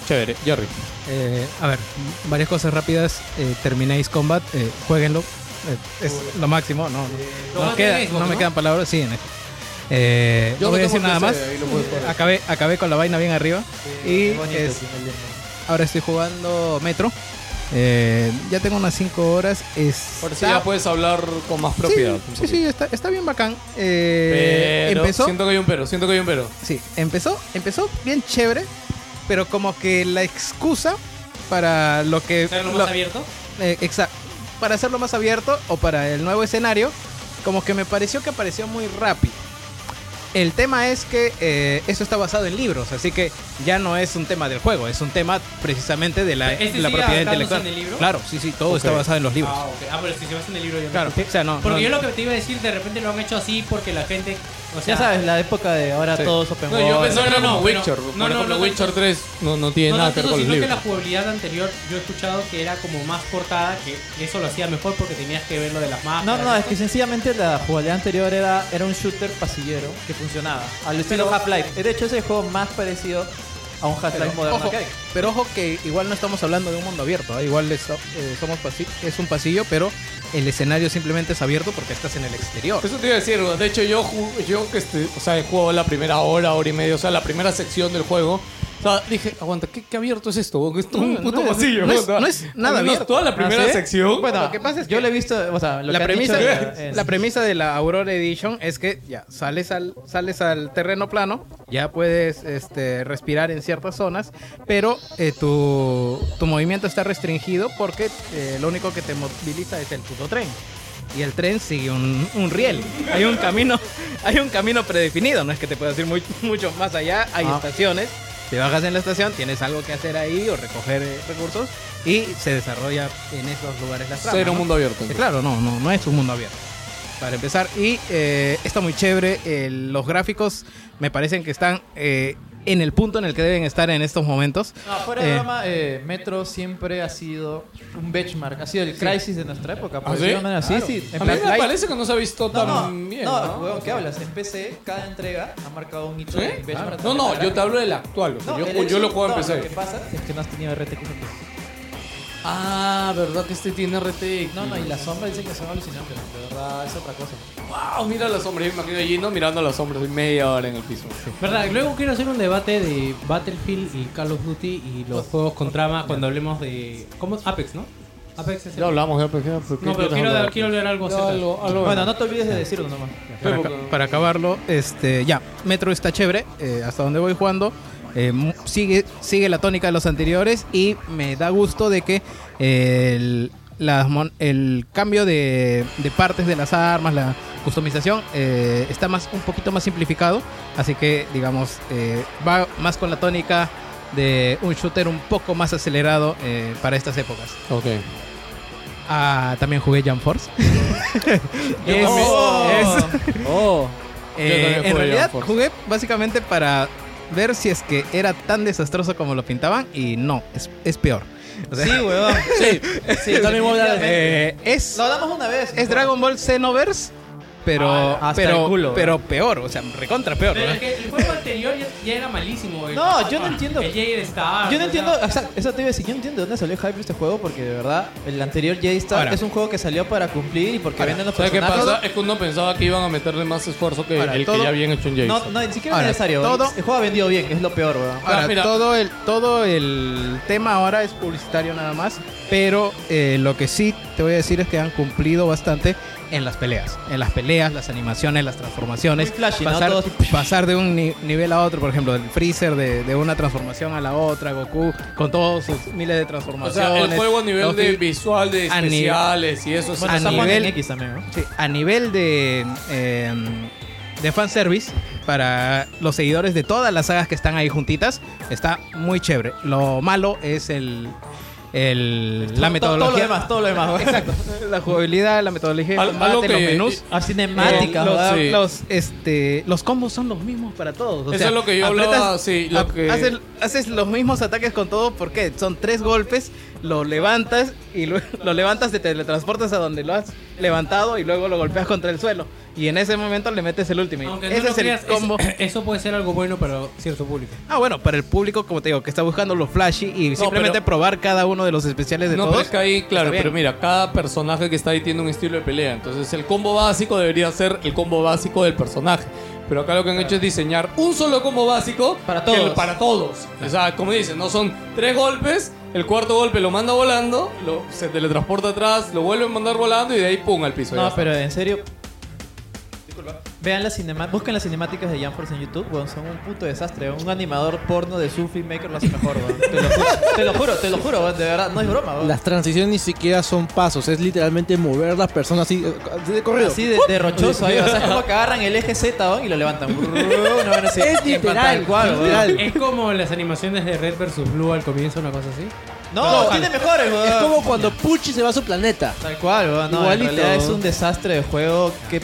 S1: Chévere, Jerry.
S4: Eh, a ver, varias cosas rápidas. Eh, termináis Combat, eh, jueguenlo. Eh, es lo máximo. No, no.
S6: lo
S1: Eh,
S4: No
S6: más
S4: queda-
S6: de Xbox,
S4: no me
S6: ¿no?
S4: quedan palabras. Sí, en Xbox. Eh,
S1: Yo
S4: no
S1: no
S4: voy a
S1: tengo
S4: decir nada
S1: PC,
S4: más.
S1: ahí lo puedes jugar.
S4: Acabé, acabé con la vaina bien arriba. y
S3: Es bonito,
S4: es-
S3: sí, el de-
S4: ahora estoy jugando Metro. Eh, ya tengo unas 5 horas. Es
S1: Por si ya puedes hablar con más propiedad. un
S4: Sí, sí,
S1: poquito.
S4: está, está bien bacán. Eh,
S1: Pero
S4: empezó.
S1: Siento que hay un pero, siento que hay un pero.
S4: Sí, empezó, empezó bien chévere, pero como que la excusa para lo que.
S6: ¿Serlo
S4: lo-
S6: más abierto?
S4: eh, exacto. Para hacerlo más abierto o para el nuevo escenario, como que me pareció que apareció muy rápido. El tema es que eh, eso está basado en libros, así que ya no es un tema del juego, es un tema precisamente de la,
S6: ¿Este
S4: la
S6: sigue
S4: propiedad
S6: adaptándose
S4: intelectual.
S6: en el libro?
S4: Claro, sí, sí, todo está basado en los libros.
S6: Ah, ok. Ah, pero si se basa en el libro ya no.
S4: Claro, o sea, no.
S6: Porque yo
S4: no-
S6: lo que te iba a decir, de repente lo han hecho así porque la gente, o sea,
S3: Ya sabes, la época de ahora todos open
S1: No, yo
S3: world.
S1: pensaba que era
S6: no, no,
S1: como
S6: pero-
S1: Witcher.
S6: no,
S1: por
S6: no,
S1: ejemplo,
S6: no, no,
S1: Witcher
S6: no.
S1: 3 no, no tiene
S6: no
S1: nada
S6: tanto
S1: que ver con
S6: eso,
S1: los
S6: sino que
S1: libros.
S6: la jugabilidad anterior yo he escuchado que era como más cortada, que eso lo hacía mejor porque tenías que ver lo de las mapas.
S3: No, no, es que sencillamente la jugabilidad anterior era, era un shooter pasillero que funcionaba. Al estilo Half-Life. De hecho, es el juego más parecido a un Half-Life moderno
S4: Ojo,
S3: que hay.
S4: pero ojo que igual no estamos hablando de un mundo abierto, ¿eh? igual es, eh, somos pasi- es un pasillo, pero el escenario simplemente es abierto porque estás en el exterior.
S1: Eso te iba a decir, de hecho yo, ju- yo que este, o sea, he jugado la primera hora, hora y media, o sea, la primera sección del juego. O sea, dije, aguanta, ¿qué, qué abierto es esto? weón? Esto es un
S4: No,
S1: puto
S4: no es-
S1: pasillo.
S4: no es-
S1: weón.
S4: no es nada
S1: Al menos
S4: abierto.
S1: toda la primera
S3: ¿Ah, sí?
S1: sección.
S3: Bueno,
S4: Lo que pasa es
S3: yo
S4: que
S3: lo he visto, o sea, lo
S4: La
S3: que han
S4: premisa,
S3: dicho en-
S4: la premisa de la Aurora Edition es que ya sales al, sales al terreno plano, ya puedes este, respirar en ciertas zonas, pero eh, tu, tu movimiento está restringido porque eh, lo único que te moviliza es el puto tren. Y el tren sigue un, un riel. Hay un camino, hay un camino predefinido, no es que te puedas ir muy- mucho más allá, hay
S3: Ah.
S4: estaciones. Te bajas en la estación, tienes algo que hacer ahí o recoger eh, recursos y se desarrolla en esos lugares la trama.
S1: Cero
S4: ¿no?
S1: mundo abierto.
S4: Eh, Claro, no, no, no es un mundo abierto. Para empezar, y eh, está muy chévere. eh, los gráficos me parecen que están eh, en el punto en el que deben estar en estos momentos.
S3: No, fuera de
S4: Eh,
S3: broma, eh, Metro siempre ha sido un benchmark, ha sido el crisis de nuestra época. por
S1: ¿Ah, sí?
S3: decirlo de una manera. sí? sí,
S1: A
S3: en
S1: mí
S3: plan-
S1: me parece que no se ha visto
S3: No,
S1: tan
S3: no,
S1: bien.
S3: no, pues,
S1: ¿no?
S3: weón, ¿qué hablas? En PC, cada entrega ha marcado un hito
S1: ¿Sí?
S3: en benchmark.
S1: No, no, yo te hablo del actual. loco. yo,
S3: el-
S1: yo lo juego en
S3: no,
S1: PC.
S3: Lo que pasa es que no has tenido RTX. en PC.
S1: Ah, ¿verdad que este tiene RTX?
S3: No, no, y las sombras dicen que son alucinantes, de verdad, es otra cosa.
S1: Wow, mira las sombras. Yo me imagino allí, no mirando las sombras, y media hora en el piso.
S6: ¿Verdad? Luego quiero hacer un debate de Battlefield y Call of Duty y los juegos con trama cuando hablemos de... ¿Cómo? Apex, ¿no? Apex es el...
S1: Ya hablamos, ya, por ejemplo.
S6: No, pero quiero, quiero pues, hablar algo acerca de-
S1: algo, algo.
S3: Bueno, no te olvides de decirlo nomás.
S4: para,
S1: Pero-
S4: aca- para acabarlo, este, ya, Metro está chévere, eh, hasta donde voy jugando. eh, mu- sigue, sigue la tónica de los anteriores y me da gusto de que el, las mon- el cambio de, de partes de las armas, la customización, eh, está más, un poquito más simplificado. Así que, digamos, eh, va más con la tónica de un shooter un poco más acelerado eh, para estas épocas.
S1: Ok.
S4: Ah, también jugué Jump Force. Es- es-
S5: Oh,
S4: eh,
S1: también
S4: en
S1: jugué
S4: realidad
S1: Jump Force.
S4: jugué básicamente para ver si es que era tan desastroso como lo pintaban y no, es, es peor. O sea,
S3: Sí, weón. Sí, sí, también voy a hablar
S4: eh, es,
S3: Lo hablamos una vez.
S4: es Dragon Ball Xenoverse, pero,
S3: Ah, hasta el
S4: pero,
S3: culo,
S4: pero peor, o sea, recontra peor.
S6: Pero
S4: ¿no?
S6: es que el juego anterior ya, ya era malísimo. el-
S3: No, yo no entiendo.
S6: El Jade Star.
S3: Yo no
S6: o sea,
S3: entiendo, o sea, eso te iba a decir, yo no entiendo de dónde salió el hype de este juego porque de verdad el anterior J-Star
S4: Ahora.
S3: es un juego que salió para cumplir y porque venden los
S1: ¿Sabes qué
S3: personajes.
S1: pasa? Es que uno pensaba que iban a meterle más esfuerzo que
S4: Ahora,
S1: el que
S4: todo-
S1: ya habían hecho en Jason.
S3: No, no, ni siquiera
S4: Ahora,
S3: es necesario.
S4: todo-
S3: El juego ha vendido bien, es lo peor, weón.
S4: Ahora,
S1: Ah, mira.
S4: todo, el, todo el tema ahora es publicitario nada más, pero eh, lo que sí te voy a decir es que han cumplido bastante en las peleas. En las peleas, las animaciones, las transformaciones.
S3: Muy flashy, ¿no?
S4: pasar,
S3: Todos-
S4: pasar de un ni- nivel a otro, por ejemplo, del Freezer de, de una transformación a la otra, Goku, con todos sus miles de
S1: o
S4: transformaciones.
S1: sea, el juego a nivel
S4: Los
S1: de
S4: fi-
S1: visual, de
S4: A nivel-
S1: especiales y eso.
S4: a
S3: está Juan
S4: nivel-
S3: en X también, ¿no?
S4: Sí, a nivel de eh, de fanservice para los seguidores de todas las sagas que están ahí juntitas. Está muy chévere. Lo malo es el. el- la
S3: Todo- Todo, lo
S4: metodología.
S3: demás, todo lo demás. weón.
S4: Exacto. La jugabilidad, la metodología, de
S1: Al-
S4: combate,
S1: algo que- eh,
S4: los menús.
S3: A cinemática,
S4: Eh, los,
S3: weón.
S1: sí.
S4: los, este, los combos son los mismos para todos. o
S1: Eso
S4: sea,
S1: es lo que yo
S4: aprietas-
S1: hablaba, sí, lo
S4: a-
S1: que-
S4: haces, haces los mismos ataques con todo porque son tres golpes, lo levantas y luego lo levantas, te teletransportas a donde lo has levantado y luego lo golpeas contra el suelo. Y en ese momento le metes el último.
S6: Aunque no
S4: Ese
S6: lo
S4: es el
S6: creas, es-
S4: combo.
S6: eso puede ser algo bueno para cierto público.
S4: Ah, bueno, para el público, como te digo, que está buscando los flashy y simplemente
S1: pero-
S4: probar cada uno de los especiales de
S1: No,
S4: todos.
S1: pero es que ahí, claro,
S4: está bien.
S1: pero mira, cada personaje que está ahí tiene un estilo de pelea. Entonces, el combo básico debería ser el combo básico del personaje. Pero acá lo que han hecho es diseñar un solo combo básico
S3: Para
S1: que-
S3: todos.
S1: para todos. O sea, como dicen, no son tres golpes, el cuarto golpe lo manda volando, lo, se teletransporta atrás, lo vuelve a mandar volando y de ahí pum al piso. ya
S3: No,
S1: está.
S3: pero en serio. Vean las cinema- busquen las cinemáticas de Jan Force en YouTube, weón, son un puto desastre. weón. Un animador porno de su filmmaker lo hace mejor, weón. Te, lo ju- te lo juro, te lo juro, weón, de verdad, no es broma, weón.
S5: Las transiciones ni siquiera son pasos, es literalmente mover las personas así, eh, así de corrido.
S3: Así de, de rochoso ahí, o sea, es como que agarran el eje Z weón, y lo levantan.
S5: Es literal, literal.
S6: Es como las animaciones de Red vs Blue al comienzo, una cosa así.
S3: No, tiene mejores, weón.
S5: Es como cuando Pucci se va a su planeta.
S3: Tal cual, weón. No,
S5: Igualito.
S3: en realidad es un desastre de juego que...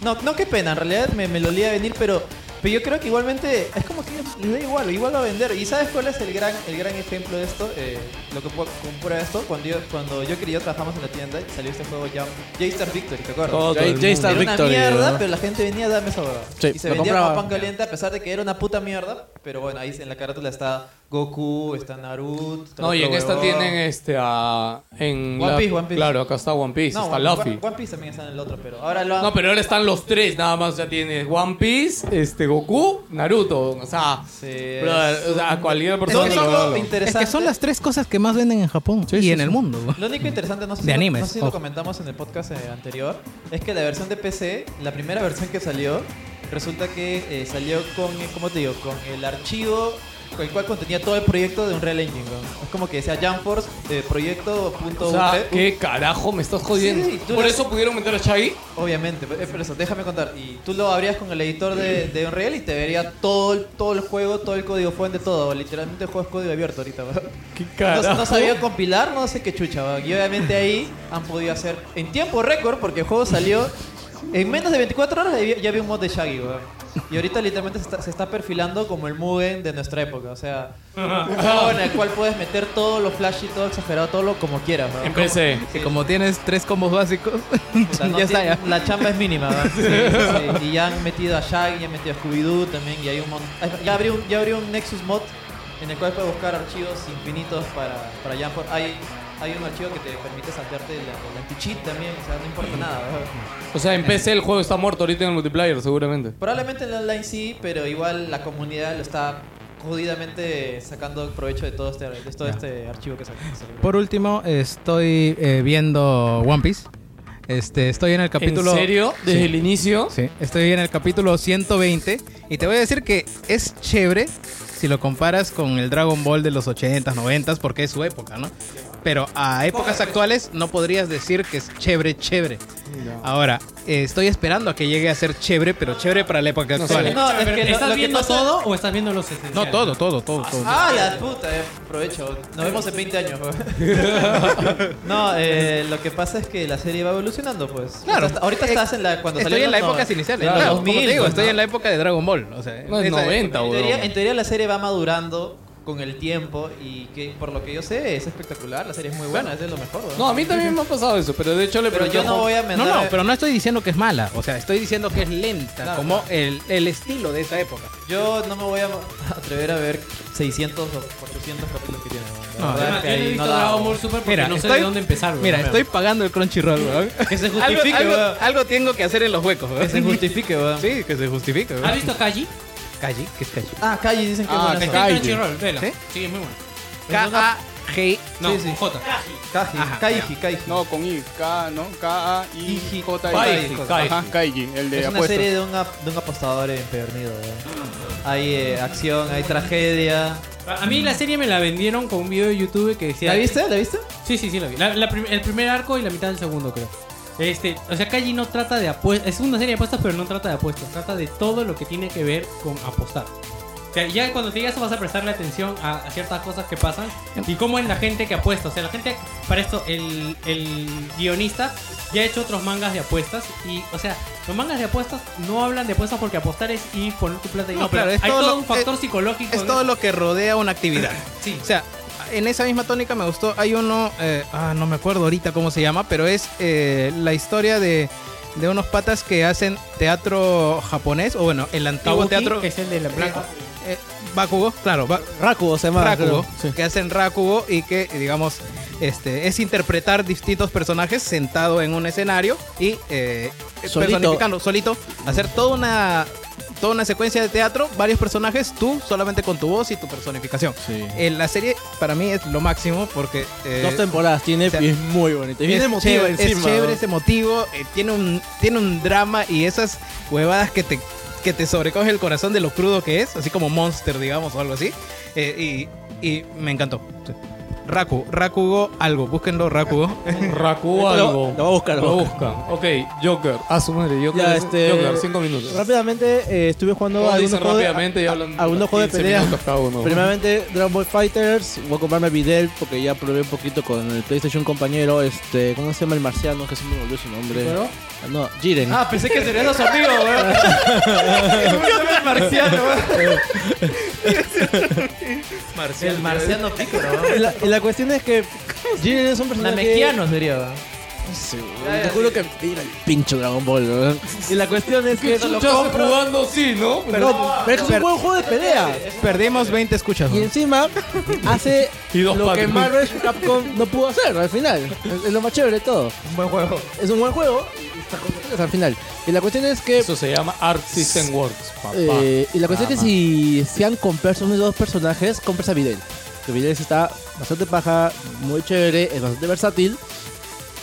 S3: No, no, qué pena. En realidad me, me lo olía venir, pero... Pero yo creo que igualmente es como que les da igual, igual va a vender. ¿Y sabes cuál es el gran, el gran ejemplo de esto? Eh, lo que pu- comprueba esto, cuando yo, cuando yo quería trabajamos en la tienda y salió este juego ya J-Star Victory, ¿te acuerdas?
S1: Todo el
S5: Jay
S1: mundo.
S5: Star
S3: Era una
S5: Oh, Victory.
S3: mierda,
S5: ¿no?
S3: pero la gente venía a darme esa huevada.
S5: Sí,
S3: y se
S5: lo
S3: vendía
S5: compraba.
S3: como pan caliente a pesar de que era una puta mierda. Pero bueno, ahí en la carátula está Goku, está Naruto. está
S1: No, y en
S3: otro
S1: esta
S3: huevón.
S1: tienen este a. en
S3: One
S1: la-
S3: Piece, One Piece.
S1: Claro, acá está One Piece,
S3: No,
S1: está
S3: One-
S1: Luffy.
S3: One, One Piece también está en el otro, pero ahora lo han-
S1: No, pero ahora están los tres, nada más. Ya tienes One Piece, este Goku, Naruto. O sea,
S3: Sí, es
S1: brother, o sea, a cualquier
S3: Lo
S1: persona.
S3: único
S1: lo veo.
S4: Es
S3: interesante.
S4: que son las tres cosas que más venden en Japón y en el mundo.
S3: Lo único interesante, no sé,
S4: De
S3: si,
S4: animes,
S3: no sé si lo
S4: ojo.
S3: comentamos en el podcast eh, anterior, es que la versión de PC, la primera versión que salió, resulta que eh, salió con, eh, ¿cómo te digo? Con el archivo con el cual contenía todo el proyecto de Unreal Engine. ¿no? Es como que decía Jump Force eh, proyecto punto
S1: O sea,
S3: URL.
S1: ¿qué carajo me estás jodiendo?
S3: Sí, tú
S1: Por
S3: la-
S1: eso pudieron meter a Shaggy.
S3: Obviamente, pe- eh, pero eso, déjame contar. Y tú lo abrías con el editor de, de Unreal y te vería todo, el- todo el juego, todo el código fuente, todo. Literalmente el juego es código abierto ahorita, ¿verdad?
S1: ¿Qué
S3: No, no
S1: carajo?
S3: sabía compilar, no sé qué chucha. weón. Y obviamente ahí han podido hacer en tiempo récord, porque el juego salió en menos de 24 horas. Ya había un mod de Shaggy, weón. Y ahorita literalmente se está, se está perfilando como el Mugen de nuestra época. O sea, un juego en el cual puedes meter todo lo flashy, todo exagerado, todo lo como quieras, weón.
S1: Empecé.
S4: Que como tienes tres combos básicos,
S3: O sea, no
S4: ya está.
S3: tiene-
S4: ya.
S3: La chamba es mínima, weón. Sí, sí, sí. Y ya han metido a Shaggy, ya han metido a Scooby-Doo también. Y hay un mon- eh, Ya abrió un, ya abrió un Nexus mod en el cual puedes buscar archivos infinitos para, para Jump Force. Hay, hay un archivo que te permite saltarte la, el anti-cheat también. O sea, no importa nada, weón.
S1: O sea, en PC el juego está muerto ahorita en el multiplayer, seguramente.
S3: Probablemente en online sí, pero igual la comunidad lo está jodidamente sacando provecho de todo este, de todo este archivo que sacan.
S4: Por último, estoy eh, viendo One Piece. Este, estoy en el capítulo.
S1: ¿En serio? Desde
S4: Sí.
S1: el inicio.
S4: Sí, estoy en el capítulo 120 y te voy a decir que es chévere si lo comparas con el Dragon Ball de los 80s, 90s, porque es su época, ¿no? Pero a épocas actuales no podrías decir que es chévere, chévere. Ahora, eh, estoy esperando a que llegue a ser chévere, pero chévere para la época
S1: No sé.
S4: actual.
S3: No, es
S6: Pero,
S3: que lo-
S6: ¿Estás
S3: lo que
S6: viendo
S3: pasa-
S6: todo o estás viendo los esenciales?
S4: No, todo, todo, todo, todo.
S3: Ah, la puta, eh, provecho. Nos vemos en 20 años. no, eh, lo que pasa es que la serie va evolucionando, pues.
S4: Claro.
S3: O sea, ahorita
S4: Eh,
S3: estás en la cuando
S4: Estoy
S3: salió
S4: en la
S3: los
S4: época
S3: no-
S4: inicial.
S3: claro,
S4: Claro,
S3: 2000,
S4: como te digo,
S3: pues,
S4: estoy
S3: ¿no?
S4: en la época de Dragon Ball. O sea,
S1: No, es
S4: esa-
S1: 90,
S3: En teoría, en
S1: weón.
S3: teoría la serie va madurando con el tiempo y que por lo que yo sé es espectacular, la serie es muy buena, es de lo mejor. weón.
S1: No, a mí también me ha pasado eso, pero de hecho le
S3: pero
S1: pregunté
S3: yo
S1: a
S3: no
S1: Juan-
S3: voy a
S4: No,
S3: mandar
S4: no, pero no estoy diciendo que es mala. O sea, estoy diciendo que es lenta,
S3: Claro,
S4: como El, el estilo de esa época.
S3: yo no me voy a atrever a ver 600 o 400 capítulos que tiene. weón. La
S4: No,
S3: verdad es
S6: Además,
S3: que
S6: yo no he
S3: ahí
S6: visto
S3: no la
S6: Dragon
S3: hago.
S6: Ball Super porque
S4: Mira,
S6: no sé
S4: estoy-
S6: de dónde empezar, güey.
S4: Mira, estoy pagando el Crunchyroll, weón.
S6: Que se
S4: Algo,
S6: justifique,
S4: algo-
S6: weón.
S4: algo tengo que hacer en los huecos,
S3: Que
S4: weón.
S3: se justifique, weón.
S4: Sí, que se justifique,
S6: ¿Has
S4: weón.
S6: visto Kaji?
S4: Kaji, ¿qué es Kaji?
S3: Ah, Calle dicen que
S5: Ah,
S3: es buena.
S5: Kaji.
S6: Está en Crunchyroll, vela.
S4: ¿Sí?
S6: Sí, es muy bueno.
S4: K-A-G.
S6: No, con J.
S3: Kaji,
S4: Ajá.
S3: Kaiji, Kaiji.
S2: No, con I, K, ¿no? K, A, I, J,
S1: Kaiji,
S2: I.
S1: Kaiji.
S2: Ajá, Ah, Kaiji, el de
S3: es una
S2: apuestas.
S3: serie de un, ap- de un apostador empedernido. ¿no? Hay eh, acción, hay tragedia.
S6: A mí la serie me la vendieron con un video de YouTube que decía...
S3: ¿La viste? ¿La viste?
S6: Sí, sí, sí, la vi. La- la prim- el primer arco y la mitad del segundo, creo. Este, o sea, Kaji no trata de apuestas. Es una serie de apuestas, pero no trata de apuestas. Trata de todo lo que tiene que ver con apostar. O sea, ya cuando te digas vas a prestarle atención a, a ciertas cosas que pasan y cómo es la gente que apuesta. O sea, la gente, para esto, el, el guionista ya ha hecho otros mangas de apuestas. Y, o sea, los mangas de apuestas no hablan de apuestas porque apostar es ir poner tu plata y
S4: No, claro, es
S6: hay
S4: todo
S6: todo,
S4: lo-
S6: un factor
S4: es-
S6: psicológico.
S4: Es
S6: ¿no?
S4: todo lo que rodea una actividad.
S6: Sí.
S4: O sea, en esa misma tónica me gustó. Hay uno, eh, ah, no me acuerdo ahorita cómo se llama, pero es eh, la historia de, de unos patas que hacen teatro japonés, o bueno, el antiguo
S6: Kabuki,
S4: teatro.
S6: que es el de la blanca.
S4: eh, Bakugo, claro, ba-
S8: Rakugo se llama.
S4: Rakugo,
S8: creo. Sí.
S4: que hacen Rakugo y que, digamos, este, es interpretar distintos personajes sentado en un escenario y eh,
S8: Solito.
S4: personificando, solito, hacer toda una, toda una secuencia de teatro, varios personajes, tú solamente con tu voz y tu personificación.
S8: Sí.
S4: Eh, la serie para mí es lo máximo porque... eh,
S8: Dos temporadas tiene
S4: o sea,
S8: y es muy bonito. Y bien
S4: es
S8: emotiva
S4: chévere, es
S8: encima.
S4: chévere,
S8: ¿no?
S4: es emotivo, eh, tiene, un, tiene un drama y esas huevadas que te, que te sobrecoge el corazón de lo crudo que es, así como Monster, digamos, o algo así. Eh, y, y me encantó. Sí. Raku, Rakugo algo, búsquenlo, Rakugo.
S1: Raku algo.
S8: Lo voy a buscar, lo
S1: Lo
S8: voy a
S1: busca. Ok, Joker. A su madre, Joker.
S8: Ya, este-
S1: Joker, cinco minutos.
S8: Rápidamente eh, estuve jugando
S1: Todos
S8: algunos
S1: dicen
S8: juegos, de-
S1: rápidamente y hablan
S8: a- algunos juegos de
S1: 15
S8: pelea.
S1: minutos cada uno.
S8: Primeramente Dragon Ball Fighters, voy a comprarme Videl porque ya probé un poquito con el PlayStation compañero, este, ¿cómo se llama el marciano que se me olvidó su nombre?
S3: ¿Pero?
S8: No, Jiren.
S3: Ah, pensé que serían los amigos, weón. el marciano, weón. El marciano pícaro,
S8: Y
S3: weón.
S8: la, y la cuestión es que Jiren es un personaje
S3: Namekiano sería, weón.
S8: Te juro que mira el pincho Dragon Ball. ¿verdad? Y la cuestión es
S1: Ya
S8: que
S1: se jugando, sí, ¿no?
S8: Perdón, pero es que es un buen juego de pelea.
S4: Perdimos 20 escuchas. ¿no?
S8: Y encima hace
S1: Y dos
S8: lo que
S1: patas.
S8: Marvel Capcom no pudo hacer al final. Es, es lo más chévere de todo.
S3: Un buen juego.
S8: Es un buen juego y está con sorpresas al final. Y la cuestión es que
S1: Eso se llama Art System Works, papá.
S8: eh, y la cuestión es que
S1: Nada
S8: si sean compras uno de dos personajes, compras a Videl. Que Videl está bastante paja, muy chévere, es bastante versátil.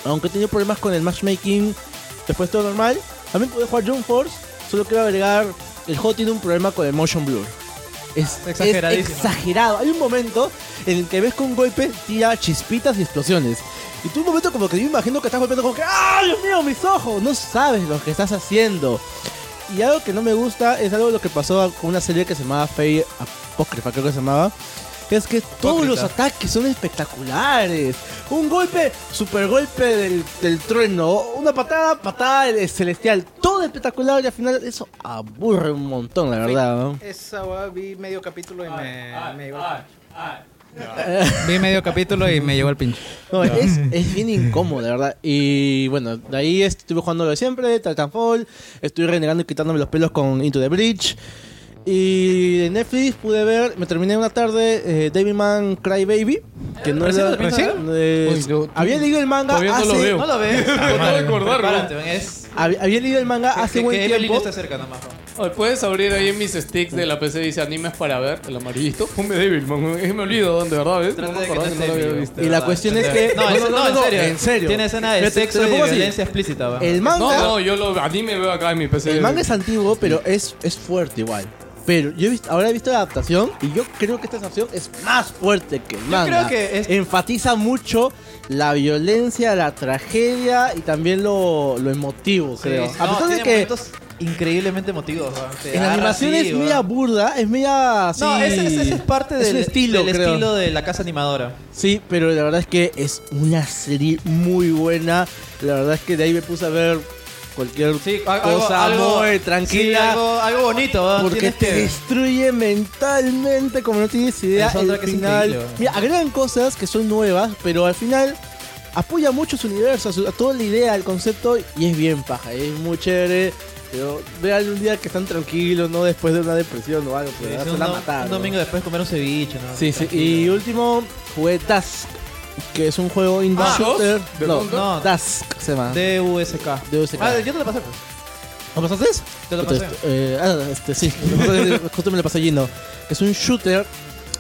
S8: Aunque he tenido problemas con el matchmaking, después todo normal. También pude jugar Jump Force, solo quiero agregar, el juego tiene un problema con el motion blur. Es, es
S3: Exageradísimo.
S8: exagerado. Hay un momento en el que ves que un golpe tira chispitas y explosiones. Y tú un momento como que yo me imagino que estás golpeando como que ¡Ah, Dios mío, mis ojos! No sabes lo que estás haciendo. Y algo que no me gusta es algo de lo que pasó con una serie que se llamaba Fey Apócrifa, creo que se llamaba. Es que todos los ataques son espectaculares. Un golpe, super golpe del, del trueno. Una patada, patada del celestial. Todo espectacular y al final eso aburre un montón, la verdad. ¿no?
S4: Esa hueá vi medio capítulo y me, me llegó al pincho. Vi medio capítulo y me llegó al pinche.
S8: No, es, es bien incómodo, de verdad. Y bueno, de ahí estuve jugando lo de siempre, Titanfall. Estuve renegando y quitándome los pelos con Into the Bridge. Y de Netflix pude ver, me terminé una tarde, eh, David Man Cry Baby. Que no
S3: ¿Recién
S8: era-
S3: lo terminaste de ver?
S8: Eh,
S1: Uy, yo-
S8: había leído el manga
S1: Todavía no
S8: hace,
S1: lo veo.
S3: No lo ves.
S1: más. No recordar,
S3: Prepárate,
S1: ¿no?
S3: weón. Es.
S8: había, había leído el manga hace
S3: que,
S8: buen
S3: que Evelyn
S8: tiempo.
S3: está cerca nomás, weón.
S1: Oye, Puedes abrir ahí en mis sticks de la PC dice animes para ver, el amarillito. Ponme Devilman, eh, me olvido, de verdad, ¿ves?
S3: Trata
S1: No me
S3: de que
S1: acordaba
S3: no
S1: que no lo
S3: esté
S1: había
S3: vivo.
S1: visto.
S8: Y la cuestión es que.
S3: No, no, no, en serio.
S8: en serio.
S3: Tiene escena de
S8: Pero te-
S3: sexo
S8: te lo
S3: y de
S8: pongo así.
S3: violencia explícita, weón.
S8: El manga.
S1: No, no, yo lo anime veo acá en mi PC.
S8: El manga es antiguo, pero es, es fuerte igual. Pero yo he visto, ahora he visto la adaptación y yo creo que esta adaptación es más fuerte que el
S3: creo
S8: manga.
S3: que es-
S8: Enfatiza mucho la violencia, la tragedia y también lo, lo emotivo, creo.
S3: Sí, sí,
S8: A
S3: no,
S8: pesar de
S3: tiene
S8: que
S3: momentos increíblemente emotivos, weón. Te
S8: en la
S3: agarra
S8: animación
S3: así,
S8: es
S3: weón.
S8: media burda, es media así...
S3: No, ese, ese- ese es parte
S8: Es
S3: del,
S8: un estilo,
S3: del
S8: creo.
S3: estilo de la casa animadora.
S8: Sí, pero la verdad es que es una serie muy buena. La verdad es que de ahí me puse a ver cualquier cosa muy tranquila.
S3: sí, algo, algo bonito, este weón.
S8: Porque
S3: Tienes
S8: te
S3: que-
S8: destruye mentalmente, como no tienes idea.
S3: El soundtrack
S8: el
S3: es
S8: final.
S3: increíble.
S8: Mira, agregan cosas que son nuevas, pero al final apoya mucho su universo, a, su- a toda la idea, el concepto, y es bien paja, es muy chévere. Pero vean un día que están tranquilos, no después de una depresión o algo,
S3: Sí,
S8: pero
S3: sí,
S8: se
S3: un,
S8: la
S3: dom-
S8: mataron.
S3: un domingo después comer un ceviche, ¿no?
S8: Sí, sí. Y
S3: Tranquilo.
S8: último, jugué Task, que es un juego indie
S1: Ah,
S8: shooter.
S1: ¿Dos? ¿De
S8: No,
S1: pronto?
S8: no, Task se llama.
S3: DUSK.
S8: DUSK.
S3: Ah, yo te lo pasé, pues.
S8: ¿Lo pasaste?
S3: Te lo pasé.
S8: Entonces, eh, ah, este, sí. Justo me lo pasó Gino. Es un shooter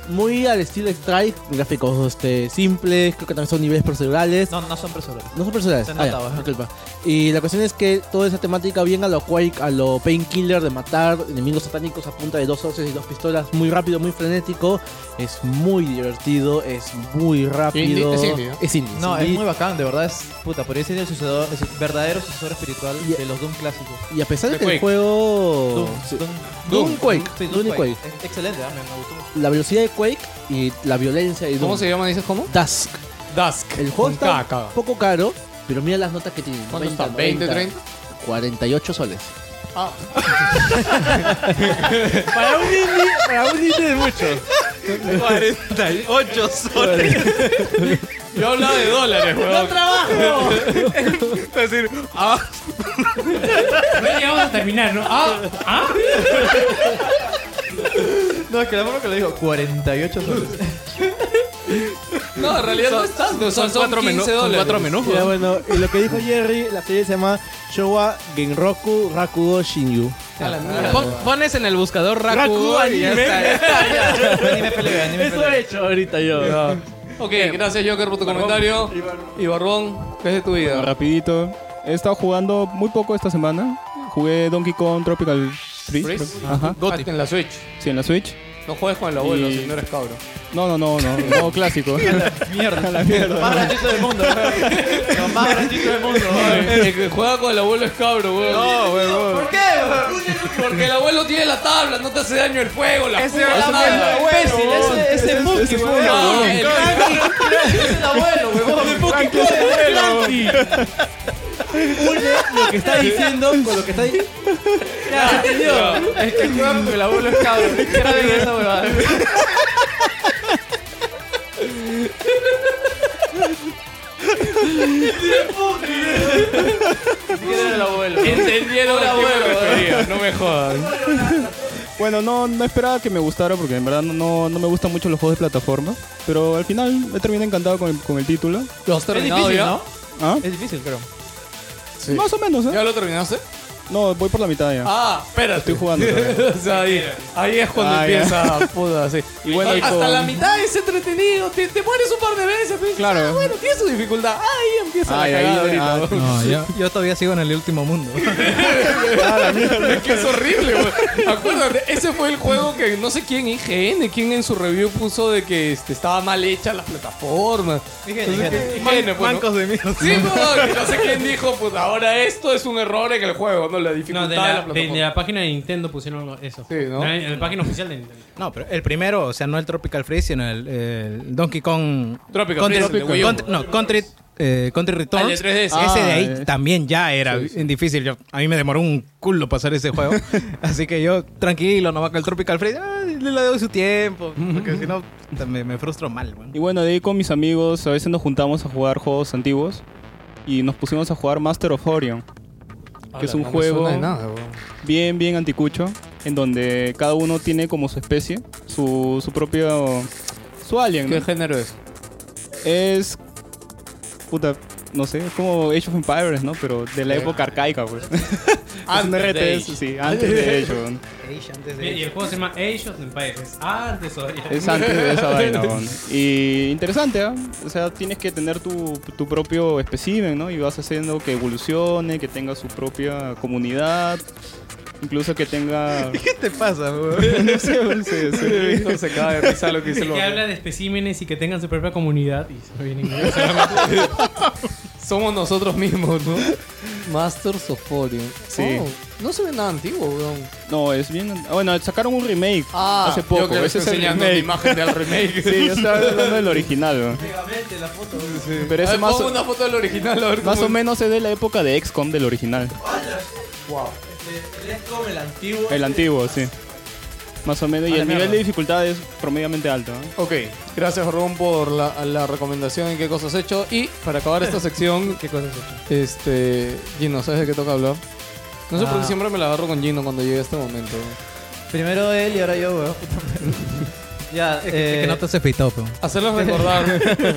S8: muy al estilo Strike, gráficos este, simples, creo que también son niveles procedurales.
S3: No, no son personas.
S8: No son personales.
S3: Se
S8: Ah, ya,
S3: notaba.
S8: disculpa. Y la cuestión es que toda esa temática bien a lo Quake, a lo Painkiller, de matar enemigos satánicos a punta de dos hoces y dos pistolas, muy rápido, muy frenético. Es muy divertido, es muy rápido.
S10: Indie- es indie, ¿no?
S8: Es indie, es
S3: No, es
S8: indie.
S3: muy bacán, de verdad es puta. Por eso es el, sucedor, el su- verdadero sucesor espiritual
S8: Y-
S3: de los Doom clásicos.
S8: Y a pesar de
S4: de
S8: que el
S4: Quake.
S8: juego.
S3: Doom,
S8: sí,
S3: Oh, Doom,
S8: Doom Quake,
S3: Sí,
S8: Doom y Quake.
S3: Es Excelente, ah, me, me gustó mucho.
S8: La velocidad de Quake y la violencia y
S1: ¿Cómo se llama? ¿Dices cómo?
S8: Dusk.
S1: Dusk.
S8: El juego
S1: Con
S8: está
S1: K, K.
S8: un poco caro, pero mira las notas que tiene.
S1: ¿Cuánto está? ¿20, 30?
S8: 48 soles.
S3: Para un indie, para un indie es mucho.
S4: 48 soles.
S1: Yo hablaba de dólares, weón.
S4: es decir, ah,
S6: No llegamos a terminar, ¿no? Ah, ah.
S3: No, es que la forma que lo dijo, 48 soles.
S1: No, en realidad no es tanto. Son, son
S4: cuatro
S1: 15
S4: menú- son
S1: dólares.
S4: cuatro menús.
S8: Ya, bueno, y lo que dijo Jerry, la serie se llama Showa Genroku Rakugo Shinju.
S1: A la mierda.
S4: pon- pones en el buscador Raku y ya está.
S3: anime pelea, anime pelea.
S8: he hecho ahorita yo.
S1: Ok, gracias Joker por tu comentario. Y Barbón, ¿qué es de tu
S11: Bueno,
S1: vida?
S11: rapidito. He estado jugando muy poco esta semana. Jugué Donkey Kong Tropical Freeze.
S1: Freeze.
S11: creo. Ajá.
S1: Ah, en la Switch.
S11: Sí, en la Switch.
S1: No juegues con el abuelo,
S11: Y-
S1: si no eres cabro.
S11: No, no, no, no. No, clásico.
S3: Mierda, la mierda. Lo más gratuito del mundo, weón. Lo más gratuito del mundo, weón.
S1: El que juega con el abuelo es cabro, weón. No,
S3: ¿Por qué, weón?
S1: Porque el abuelo tiene la tabla, no te hace daño el fuego, la
S3: Ese es el imbécil, ese ese es Mookie, weón. Es el abuelo, weón.
S8: Lo que está diciendo con lo que está diciendo.
S3: Ya, tío. Es que juegan con el abuelo es cabrón. Graben esa huevada.
S1: Entendieron el abuelo, no me jodas.
S11: Bueno, no, no esperaba que me gustara porque en verdad no, no me gustan mucho los juegos de plataforma. Pero al final me terminé encantado con el, con el título.
S1: ¿Lo has
S3: Es
S1: terminado
S3: difícil,
S1: ya?
S3: ¿no?
S11: ¿Ah?
S3: Es difícil, creo.
S11: Más o menos, ¿eh?
S1: ¿Ya lo terminaste?
S11: No, voy por la mitad ya.
S1: Ah, espérate.
S11: Estoy jugando. todavía.
S1: o sea, ahí, ahí es cuando
S11: Ah, ya.
S1: empieza puta, sí.
S11: Y bueno, y
S1: hasta
S11: con-
S1: la mitad es entretenido, te, te mueres un par de veces, pero
S11: Claro.
S1: ah, bueno, tiene su dificultad. Ahí empieza
S11: Ay,
S1: la
S11: ahí-
S1: cagada ahorita.
S11: ah,
S1: weón.
S4: No, yo, yo todavía sigo en el último mundo.
S1: Es que es horrible, weón. Acuérdate, ese fue el juego que no sé quién, IGN, quién en su review puso de que este, estaba mal hecha la plataforma. IGN, pues, ¿no?
S4: Mancos de mierda.
S1: Sí, weón, y no sé quién dijo, pues ahora esto es un error en el juego, ¿no? La dificultad
S6: No, de
S1: de,
S6: la,
S1: la
S6: de- de
S1: plataforma.
S6: la página de Nintendo pusieron eso.
S1: Sí, ¿no?
S6: En la página oficial de Nintendo.
S4: No, pero el primero, o sea, no el Tropical Freeze, sino el, el Donkey Kong.
S1: Tropical
S4: Country,
S1: Freeze, el de Wii U.
S4: Country- no, Country, eh, Country
S1: Ah, el
S4: Returns.
S1: de 3DS.
S4: ese de ahí
S11: Ah,
S4: también ya era difícil. Yo- a mí me demoró un culo pasar ese juego. así que yo, tranquilo, no va con el Tropical Freeze. ah, le la doy su tiempo. Porque si no, me, me frustro mal, weón.
S11: Y bueno, de ahí con mis amigos a veces nos juntamos a jugar juegos antiguos. Y nos pusimos a jugar Master of Orion. Que es un juego bien, bien anticucho. En donde cada uno tiene como su especie. Su, su propio... Su alien. ¿no?
S1: ¿Qué género es?
S11: Es. Puta, no sé, es como Age of Empires, ¿no? Pero de la época arcaica, pues. es un
S1: Eh. Antes de
S11: RTS, sí, antes de Age, weón.
S6: Y el juego se llama Age of Empires. Es antes todavía.
S11: Es antes de esa vaina, weón. Y interesante, ¿ah? O sea, tienes que tener tu, tu propio espécimen, ¿no? Y vas haciendo que evolucione, que tenga su propia comunidad. Incluso que tenga.
S4: ¿Qué te pasa, weón?
S11: no sé, weón, se- se-
S1: se acaba de pensar lo que
S6: Es
S1: dice
S6: que
S1: el
S6: habla de especímenes y que tengan su propia comunidad. Y se viene inglés.
S1: Somos nosotros mismos, ¿no? Masters of Orion.
S11: Sí.
S1: Oh, no se ve nada antiguo, weón. Ah,
S11: No, es bien. ah, Bueno, sacaron un remake hace poco. Ese es el
S1: la
S11: remake.
S1: imagen del remake.
S11: Sí, yo estaba hablando del original, weón. Pero
S1: A
S11: ese
S1: ver,
S11: más.
S1: pongo una foto del original, a ver
S11: Más
S1: cómo-
S11: o menos es de la época de XCOM del original.
S3: Es como el antiguo.
S11: El antiguo, sí. Más o menos. Y el nivel de dificultad es promediamente alto. ¿eh?
S1: Ok, gracias Rubén por la, a la recomendación en qué cosas has hecho. Y para acabar esta sección, ¿qué cosas has hecho? Este, Gino, ¿sabes de qué toca hablar? No sé por
S3: Ah.
S1: qué siempre me la agarro con Gino cuando llegue a este momento.
S3: Primero él y ahora yo, weón. Puta madre. Ya, eh,
S4: que no te has espitado, weón.
S1: Hacerlos recordar,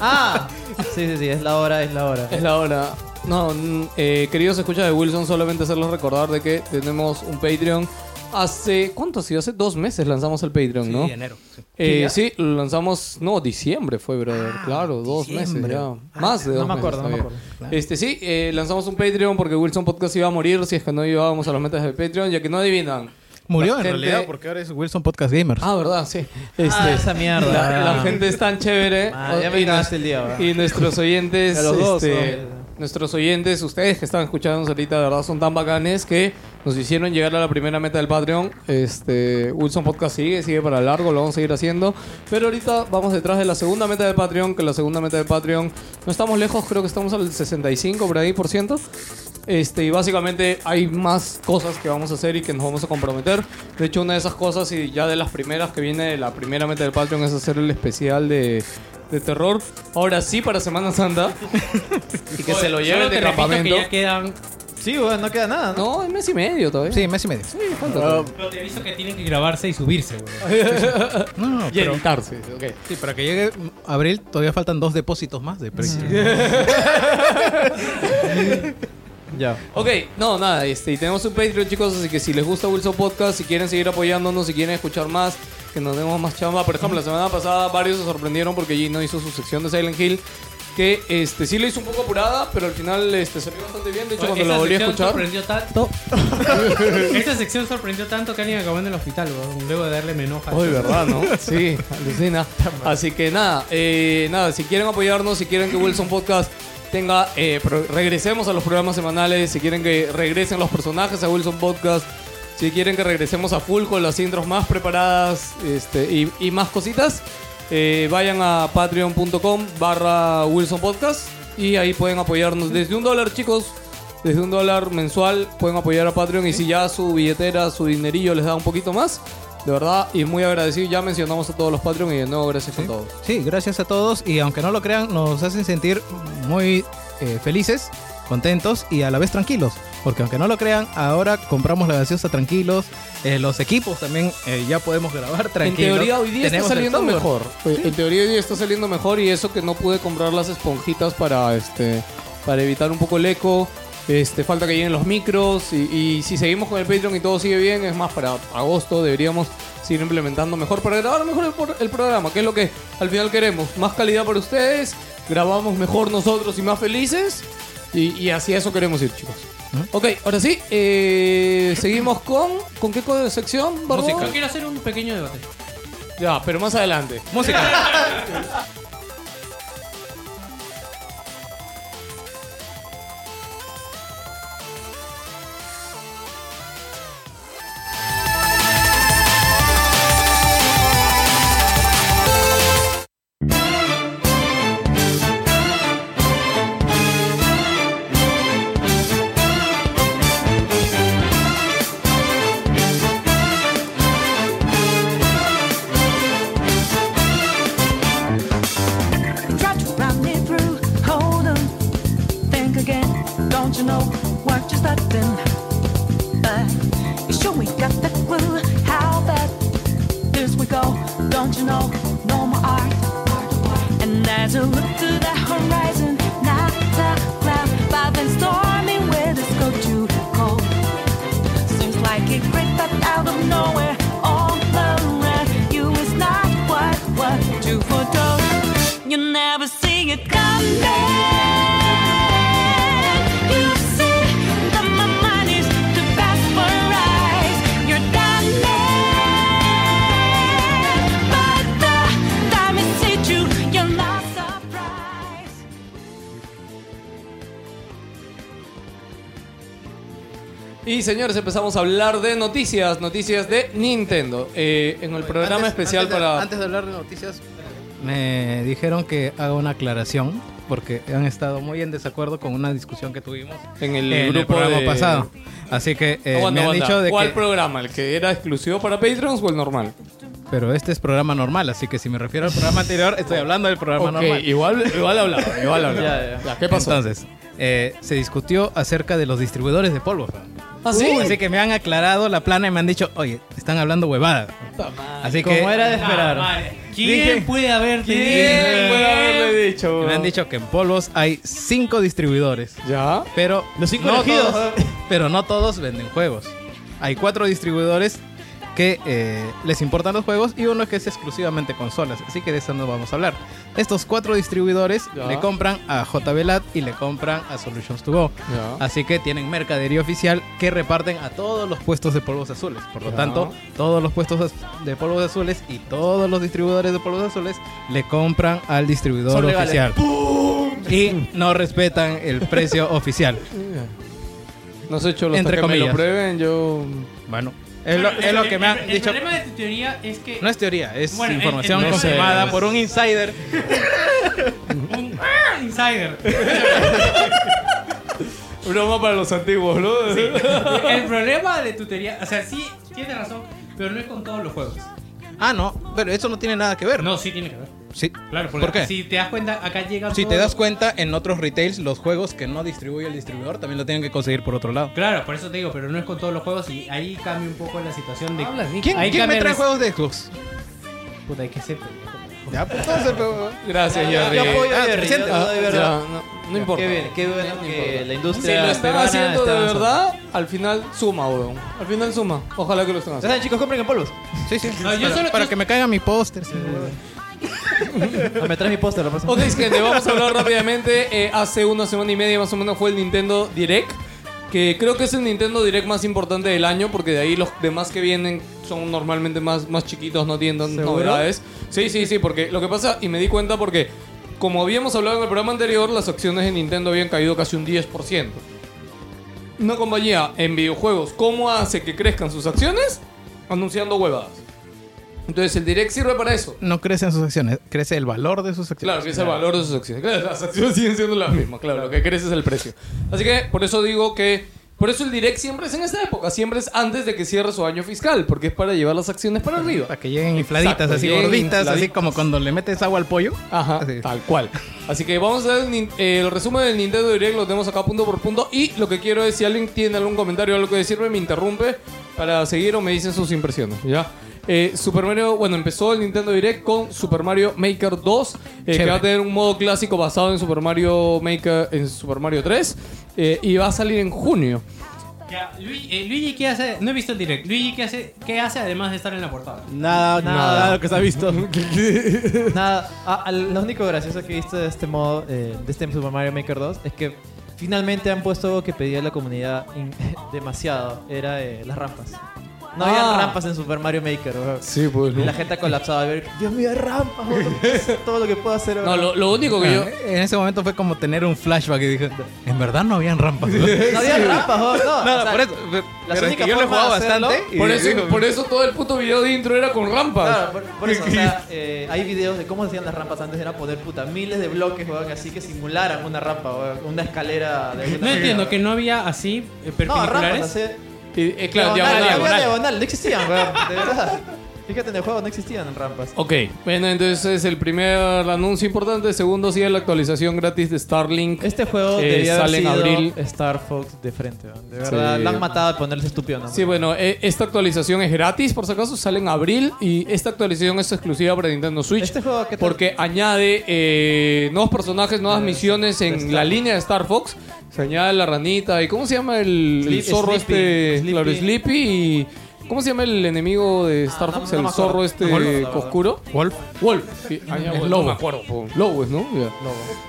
S3: Ah, sí, sí, sí, es la hora, es la hora.
S1: es la hora. No, mm, eh, queridos escuchas de Wilson, solamente hacerlos recordar de que tenemos un Patreon hace. ¿Cuánto ha sido? Hace dos meses lanzamos el Patreon,
S4: Sí,
S1: ¿no?
S4: enero. sí.
S1: Eh, sí, lo lanzamos, no, diciembre fue, brother. claro, dos meses ya. Más de
S3: Ah, no
S1: dos
S3: me acuerdo,
S1: meses
S3: no me
S1: todavía. Este, sí, eh, lanzamos un Patreon porque Wilson Podcast iba a morir si es que no llegábamos a las metas del Patreon, ya que no adivinan.
S4: Murió
S1: La
S4: en
S1: gente-
S4: realidad porque ahora es Wilson Podcast Gamers.
S1: Ah, ¿verdad? Sí.
S3: Ah,
S1: Este,
S3: esa mierda.
S1: la, la gente es tan chévere.
S3: Ah, ya me
S1: Y nos-
S3: cagaste el día, ¿verdad?
S1: Y nuestros oyentes.
S3: A los dos,
S1: este,
S3: ¿no?
S1: Nuestros oyentes, ustedes que están escuchándonos ahorita, de verdad son tan bacanes que nos hicieron llegar a la primera meta del Patreon. Este, Wilson Podcast sigue, sigue para largo, lo vamos a seguir haciendo. Pero ahorita vamos detrás de la segunda meta del Patreon, que la segunda meta del Patreon no estamos lejos, creo que estamos al 65 por ahí por ciento. Este, y básicamente hay más cosas que vamos a hacer y que nos vamos a comprometer. De hecho, una de esas cosas, y ya de las primeras que viene, de la primera meta del Patreon es hacer el especial de, de terror. Ahora sí, para Semana Santa. y que se lo
S6: Solo
S1: lleven de
S6: te repito
S1: campamento.
S6: Que ya quedan,
S3: Sí, weón, no queda nada, ¿no?
S1: No, es mes y medio todavía.
S4: Sí, mes y medio.
S1: Sí, Ah, falta.
S6: pero te aviso que tienen que grabarse y subirse, güey.
S4: No, no,
S1: Y
S4: pero,
S1: editarse, ok.
S4: sí, para que llegue abril todavía faltan dos depósitos más de precio.
S3: Ya.
S1: Ok, no, nada, este, y tenemos un Patreon, chicos, así que si les gusta Wilson Podcast, si quieren seguir apoyándonos, si quieren escuchar más, que nos demos más chamba. Por ejemplo, la semana pasada varios se sorprendieron porque Gino hizo su sección de Silent Hill, que este, sí lo hizo un poco apurada, pero al final este, salió bastante bien. De hecho, cuando
S6: Esa
S1: lo volví a
S6: sección
S1: escuchar,
S6: Sorprendió tanto. Esa sección sorprendió tanto que alguien acabó en el hospital, güey. Luego de darle menoja.
S1: Ay, verdad, ¿no? Sí, alucina. Así que nada, eh, nada, si quieren apoyarnos, si quieren que Wilson Podcast tenga, eh, pro- regresemos a los programas semanales, si quieren que regresen los personajes a Wilson Podcast, si quieren que regresemos a full con las intros más preparadas este, y, y más cositas, eh, vayan a patreon.com barra Wilson Podcast y ahí pueden apoyarnos desde un dólar, chicos. Desde un dólar mensual pueden apoyar a Patreon y si ya su billetera, su dinerillo les da un poquito más, de verdad, y muy agradecido. Ya mencionamos a todos los Patreon y de nuevo gracias a todos.
S4: Sí, gracias a todos y aunque no lo crean, nos hacen sentir muy eh, felices, contentos y a la vez tranquilos. Porque aunque no lo crean, ahora compramos la gaseosa tranquilos, eh, los equipos también eh, ya podemos grabar tranquilos.
S1: En teoría hoy día está
S4: Tenemos el
S1: saliendo
S4: software.
S1: mejor. En teoría hoy día está saliendo mejor y eso que no pude comprar las esponjitas para este para evitar un poco el eco. Este, falta que lleguen los micros y, y si seguimos con el Patreon y todo sigue bien, es más, para agosto deberíamos seguir implementando mejor para grabar mejor el, por- el programa, que es lo que al final queremos. Más calidad para ustedes, grabamos mejor nosotros y más felices y, y hacia eso queremos ir, chicos.
S4: ¿Mm?
S1: Ok, ahora sí, eh, seguimos con... ¿Con qué co- sección? Barbón?
S6: Yo quiero hacer un pequeño debate.
S1: Ya, pero más adelante.
S4: Música.
S11: Try to run me through, hold on, think again. Don't you know what you're starting? But you sure we got the clue how bad this we go. Don't you know? No more art. And as you look to the horizon, not a cloud, but then stormy weather's go too cold. Seems like it crept up out of nowhere, all around you is not what what you foretold. You never see it coming. You see that my mind is to pasteurize. You're done but the time is hit you. You're not surprised.
S1: Y señores, empezamos a hablar de noticias, noticias de Nintendo. Eh, en el programa
S4: Antes-
S1: especial
S4: antes de-
S1: para...
S4: Antes de hablar de noticias, me dijeron que haga una aclaración porque han estado muy en desacuerdo con una discusión que tuvimos
S1: en el
S4: en el
S1: grupo
S4: programa
S1: de-
S4: pasado. Así que eh,
S1: Aguanta,
S4: me han
S1: aguanta.
S4: dicho de
S1: ¿Cuál
S4: que...
S1: programa? ¿El que era exclusivo para Patreons o el normal?
S4: Pero este es programa normal, así que si me refiero al programa anterior, estoy hablando del programa
S1: Ok,
S4: normal.
S1: igual, igual hablaba, igual hablaba.
S3: Ya, ya.
S1: Ya, ¿Qué pasó?
S4: Entonces, eh, se discutió acerca de los distribuidores de polvo. fam.
S1: ¿Ah, sí?
S4: Así que me han aclarado la plana y me han dicho, oye, están hablando huevadas. Así que
S3: Como era de esperar.
S6: Ah, madre. ¿Quién puede haber tenido?
S1: ¿Quién puede haberle dicho?
S4: me han dicho que en polvos hay cinco distribuidores,
S1: ¿Ya?
S4: pero
S3: Los cinco
S4: no
S3: elegidos.
S4: todos, pero no todos venden juegos. hay cuatro distribuidores que eh, les importan los juegos y uno que es exclusivamente consolas. Así que de eso no vamos a hablar. Estos cuatro distribuidores
S1: Ya.
S4: le compran a JBLAT y le compran a Solutions to Go.
S1: Ya.
S4: Así que tienen mercadería oficial que reparten a todos los puestos de polvos azules. Por lo
S1: Ya.
S4: tanto, todos los puestos az- de polvos azules y todos los distribuidores de polvos azules le compran al distribuidor
S3: Son legales.
S4: oficial. Y no respetan el precio oficial.
S1: No sé, cholo,
S4: Entre
S1: hasta que me lo
S4: comillas.
S1: prueben, yo...
S4: Bueno, es lo, es lo que me han
S6: el,
S4: dicho.
S6: El problema de tu teoría es que
S4: No es teoría, es
S6: Bueno, el-
S4: información
S6: el- no sé.
S4: confirmada por un insider.
S6: un ¡Ah! insider.
S1: Broma para los antiguos, ¿no?
S6: Sí. El problema de tu teoría, o sea, sí tienes razón, pero no es con todos los juegos.
S4: Ah, no, pero eso no tiene nada que ver.
S6: No, sí tiene que ver.
S4: Sí.
S6: Claro, pues, porque
S4: ¿Por qué?
S6: si te das cuenta, acá llega
S4: Si te das cuenta, en otros retails, los juegos que no distribuye el distribuidor también lo tienen que conseguir por otro lado.
S6: Claro, por eso te digo, pero no es con todos los juegos y ahí cambia un poco la situación de.
S4: ¿Quién,
S6: ahí
S4: quién me
S6: cambia
S4: trae
S6: la-
S4: juegos de Xbox?
S6: Puta, hay que ser.
S4: Ya, pues todo se fue.
S1: Gracias, Jerry.
S3: Yo apoyo
S4: Ah,
S3: a Jerry, yo
S4: presente.
S3: doy
S1: Ya,
S3: verdad.
S1: no, no importa.
S3: Qué bien, qué bueno
S1: No
S3: que
S1: importa.
S3: la
S1: Si
S3: industria
S1: lo están
S3: peruana
S1: haciendo de
S3: está avanzando.
S1: verdad, al final suma, weón. Al final suma. Ojalá que lo estén
S3: Ya
S1: haciendo.
S3: saben, chicos, compren en polvos.
S4: Sí, sí.
S6: No, yo
S4: para,
S6: solo-
S4: para
S6: yo-
S4: que me caigan mis pósters.
S3: Ah, me traes mi póster la próxima.
S1: Ok, gente, vamos a hablar rápidamente. Eh, hace una semana y media más o menos fue el Nintendo Direct. Que creo que es el Nintendo Direct más importante del año, porque de ahí los demás que vienen son normalmente más, más chiquitos, no tienen tantas
S3: ¿Seguro?
S1: novedades. Sí, sí, sí, porque lo que pasa, y me di cuenta porque, como habíamos hablado en el programa anterior, las acciones de Nintendo habían caído casi un 10%. Una compañía en videojuegos, ¿cómo hace que crezcan sus acciones? Anunciando huevadas. Entonces el Direct sirve para eso.
S4: No crecen sus acciones, crece el valor de sus acciones.
S1: Claro, que es el valor de sus acciones. Claro, las acciones siguen siendo las mismas, claro, lo que crece es el precio. Así que por eso digo que. Por eso el direct siempre es en esta época, siempre es antes de que cierre su año fiscal, porque es para llevar las acciones para arriba.
S4: Para que lleguen Ah, infladitas,
S1: Exacto,
S4: así
S1: lleguen
S4: gorditas, así
S1: infladitas.
S4: como cuando le metes agua al pollo.
S1: Ajá,
S4: Así.
S1: tal cual. Así que vamos a ver el, nin- eh, el resumen del Nintendo Direct, lo tenemos acá punto por punto. Y lo que quiero es, si alguien tiene algún comentario o algo que decirme, me interrumpe para seguir o me dicen sus impresiones, ¿ya? Eh, Super Mario, bueno, empezó el Nintendo Direct con Super Mario Maker 2, eh, que
S4: Chévere.
S1: va a tener un modo clásico basado en Super Mario Maker, en Super Mario 3, eh, y va a salir en junio.
S6: Ya, Luigi, eh, Luigi, ¿qué hace? No he visto el direct. Luigi, ¿qué hace, ¿qué hace además de estar en la portada?
S3: Nada,
S1: nada.
S3: nada de lo que se ha visto. nada, ah, ah, lo único gracioso que he visto de este modo, eh, de este Super Mario Maker 2, es que finalmente han puesto algo que pedía la comunidad in- demasiado: era eh, las rampas. No
S1: Ah.
S3: había rampas en Super Mario Maker, bro.
S1: Sí, pues.
S3: Y La gente ha colapsado al ver, Dios mío, hay rampas, bro. todo lo que puedo hacer. bro".
S1: No, lo, lo único que yo...
S4: Ah, En ese momento fue como tener un flashback y dije, en verdad no habían rampas.
S3: No había rampas, bro, no.
S4: No,
S3: o sea,
S4: por eso. pero-
S3: la
S4: pero es
S3: única
S4: que yo lo he
S3: forma
S4: jugado
S3: de hacerlo-
S4: bastante. y
S1: Por eso,
S4: digo,
S1: por eso todo el puto video de intro era con rampas.
S3: Claro, por, por eso, o sea, eh, hay videos de cómo hacían las rampas antes, era poner puta miles de bloques, weón, así que simularan una rampa, weón, una escalera de
S6: No entiendo que no había así eh,
S3: No, rampas,
S6: perpendiculares.
S3: así.
S1: Y, eh, claro,
S3: diagonal,
S1: diagonal.
S3: había diagonal, no existían, weón, de verdad. Fíjate, en el juego no existían rampas.
S1: Ok, bueno, entonces el primer anuncio importante, segundo sigue la actualización gratis de Starlink.
S3: Este juego
S1: Eh,
S3: debía haber
S1: sale en
S3: sido
S1: abril.
S3: Star Fox de frente, weón, de verdad.
S1: Sí.
S3: Lo han matado de ponerse estúpido, ¿no?
S1: Sí, bueno, eh, esta actualización es gratis, por si acaso, sale en abril y esta actualización es exclusiva para Nintendo Switch.
S3: Este juego, ¿qué tal?
S1: Porque añade eh, nuevos personajes, nuevas
S3: De-
S1: misiones
S3: de
S1: en
S3: Star
S1: la
S3: Fox.
S1: línea de Star Fox. Se añade la ranita y ¿cómo se llama el, el
S3: Sleep-
S1: zorro
S3: Sleepy,
S1: este?
S3: Sleepy.
S1: Claro, Sleepy y... ¿Cómo se llama el enemigo de Star
S3: Ah, no-
S1: Fox?
S3: no
S1: el
S3: me acuerdo.
S1: zorro este
S3: No me acuerdo, la verdad.
S1: oscuro.
S4: Wolf.
S1: Wolf. Sí, ah, ya,
S4: Es
S1: Wolf,
S4: lobo.
S1: No me acuerdo. po. Lobo es, ¿no? Ya.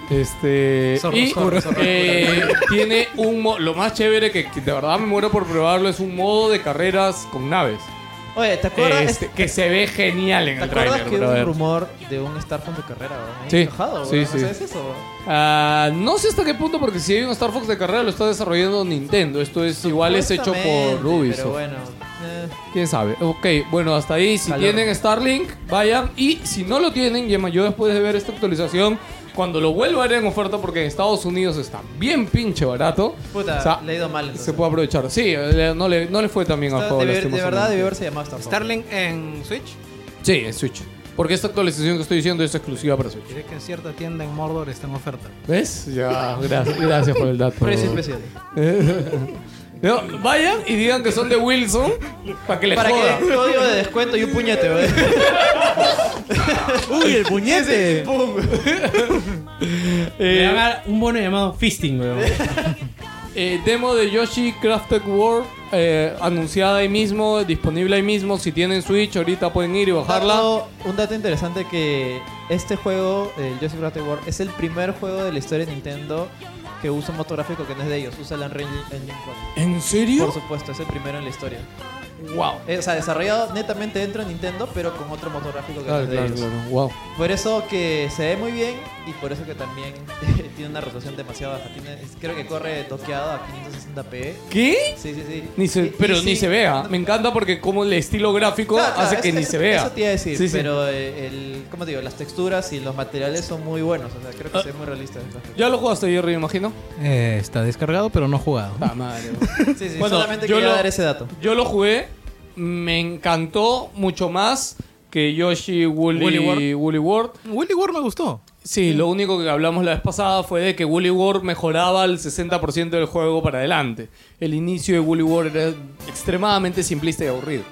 S1: Este.
S4: Zorro,
S1: y
S4: zorro, zorro.
S1: eh, tiene un. mo- Lo más chévere que, que de verdad me muero por probarlo es un modo de carreras con naves.
S3: Oye, ¿te acuerdas?
S1: Este, que se ve genial en
S3: ¿Te
S1: el
S3: acuerdas
S1: trailer.
S3: que hubo un rumor de un Star Fox de carrera, weón?
S1: Sí.
S3: Enojado,
S1: Sí,
S3: weón,
S1: sí.
S3: ¿no sabes eso? weón?
S1: Ah, no sé hasta qué punto, porque si hay un Star Fox de carrera, lo está desarrollando Nintendo. Esto es igual es hecho por
S3: Supuestamente,
S1: Ubisoft.
S3: Pero bueno. eh.
S1: Quién sabe. Ok, bueno, hasta ahí. Si
S3: Calor.
S1: tienen Starlink, vayan. Y si no lo tienen, Yema, yo después de ver esta actualización, cuando lo vuelva a ver en oferta, porque en Estados Unidos está bien pinche barato.
S3: Puta,
S1: o sea,
S3: le he ido mal. entonces.
S1: se puede aprovechar. Sí, le- no le, no le fue tan bien al
S3: Está-
S1: juego.
S3: debe- de,
S1: lastimosamente.
S3: verdad debió haberse llamado Star Fox.
S4: Starlink en Switch.
S1: Sí, en Switch. Porque esta actualización que estoy diciendo es exclusiva para Switch.
S4: Diré que en cierta tienda en Mordor está en oferta.
S1: ¿Ves? Ya, gracias, gracias por el dato.
S3: Precio especial.
S1: No, vayan y digan que son de Wilson para que les
S3: Para
S1: joda.
S3: que código de descuento y un puñete, weón.
S5: ¡Uy, el puñete!
S6: Le van a dar un bono llamado Fisting, weón.
S1: Eh, demo de Yoshi Crafted World eh, anunciada ahí mismo, disponible ahí mismo. Si tienen Switch, ahorita pueden ir y bajarla.
S3: Dato- un dato interesante que este juego, el Joseph Rattle War, es el primer juego de la historia de Nintendo que usa un motor gráfico que no es de ellos, usa el Unreal Engine 4.
S1: ¿En serio?
S3: Por supuesto, es el primero en la historia.
S1: Wow.
S3: Eh, o sea, desarrollado netamente dentro de Nintendo, pero con otro motor gráfico que no
S1: Claro,
S3: es de
S1: claro,
S3: ellos.
S1: claro. Wow.
S3: Por eso que se ve muy bien y por eso que también tiene una resolución demasiado baja. Tiene- creo que corre toqueado a 560p.
S1: ¿Qué?
S3: Sí, sí, sí.
S1: Ni se-
S3: Y- y
S1: pero ni
S3: sí-
S1: se vea. Me encanta porque como el estilo gráfico
S3: Claro, claro,
S1: hace
S3: eso-
S1: que ni
S3: eso-
S1: se vea.
S3: Eso te iba a decir,
S1: Sí, sí.
S3: pero eh, el, ¿cómo te digo? Las texturas y los materiales son muy buenos. O sea, creo que
S1: Ah.
S3: se ve muy realista.
S1: Ya lo jugaste, Jerry, imagino.
S4: Eh, está descargado, pero no jugado.
S3: Sí, sí,
S1: Bueno,
S3: solamente
S1: yo
S3: quería
S1: lo-
S3: dar ese dato.
S1: Yo lo jugué, me encantó mucho más que Yoshi Woolly,
S4: Woolly
S1: Woolly, World.
S4: World. Willy War me gustó.
S1: Sí, lo único que hablamos la vez pasada fue de que Woolly World mejoraba el 60% del juego para adelante. El inicio de Woolly World era extremadamente simplista y aburrido.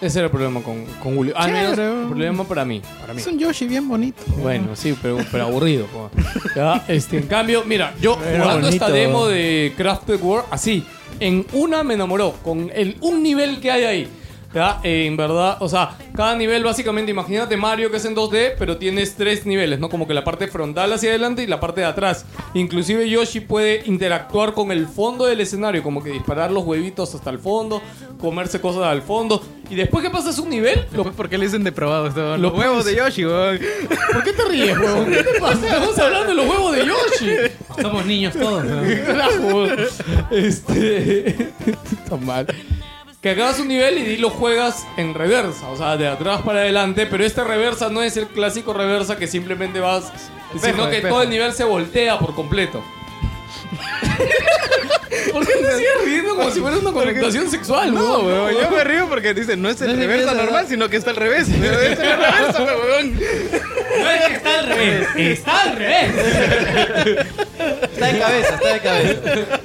S1: Ese era el problema con, con Woolly. Al menos
S4: Claro.
S1: el problema para mí. Para mí.
S4: Es un Yoshi bien bonito.
S1: Bueno, sí, pero, pero aburrido. po. Ya, este, en cambio, mira, yo jugando
S5: bonito.
S1: esta demo de Crafted World, así, en una me enamoró, con el un nivel que hay ahí. Ya, eh, en verdad, o sea, cada nivel básicamente, imagínate Mario que es en 2D, pero tienes tres niveles, ¿no? Como que la parte frontal hacia adelante y la parte de atrás. Inclusive Yoshi puede interactuar con el fondo del escenario, como que disparar los huevitos hasta el fondo, comerse cosas al fondo. Y después que pasas un nivel, lo
S4: Después, ¿Por qué le dicen depravado? esto?
S1: Lo
S4: Los huevos de Yoshi, weón.
S1: ¿Por qué te ríes, huevón? ¿Qué te pasa? Estamos hablando de los huevos de Yoshi.
S6: Somos niños todos. ¿no?
S1: Carajo. Este. Está mal. Que acabas un nivel y lo juegas en reversa, o sea, de atrás para adelante, pero este reversa no es el clásico reversa que simplemente vas, sino que todo el nivel se voltea por completo. ¿Por qué te sigues riendo como si fuera una connotación sexual?
S4: No,
S1: huevón?
S4: weón, yo me río porque dicen, no es el reversa normal, sino que está al revés. Es el reversa, weón.
S6: No es que está al revés, está al revés.
S3: Está de cabeza, está de cabeza.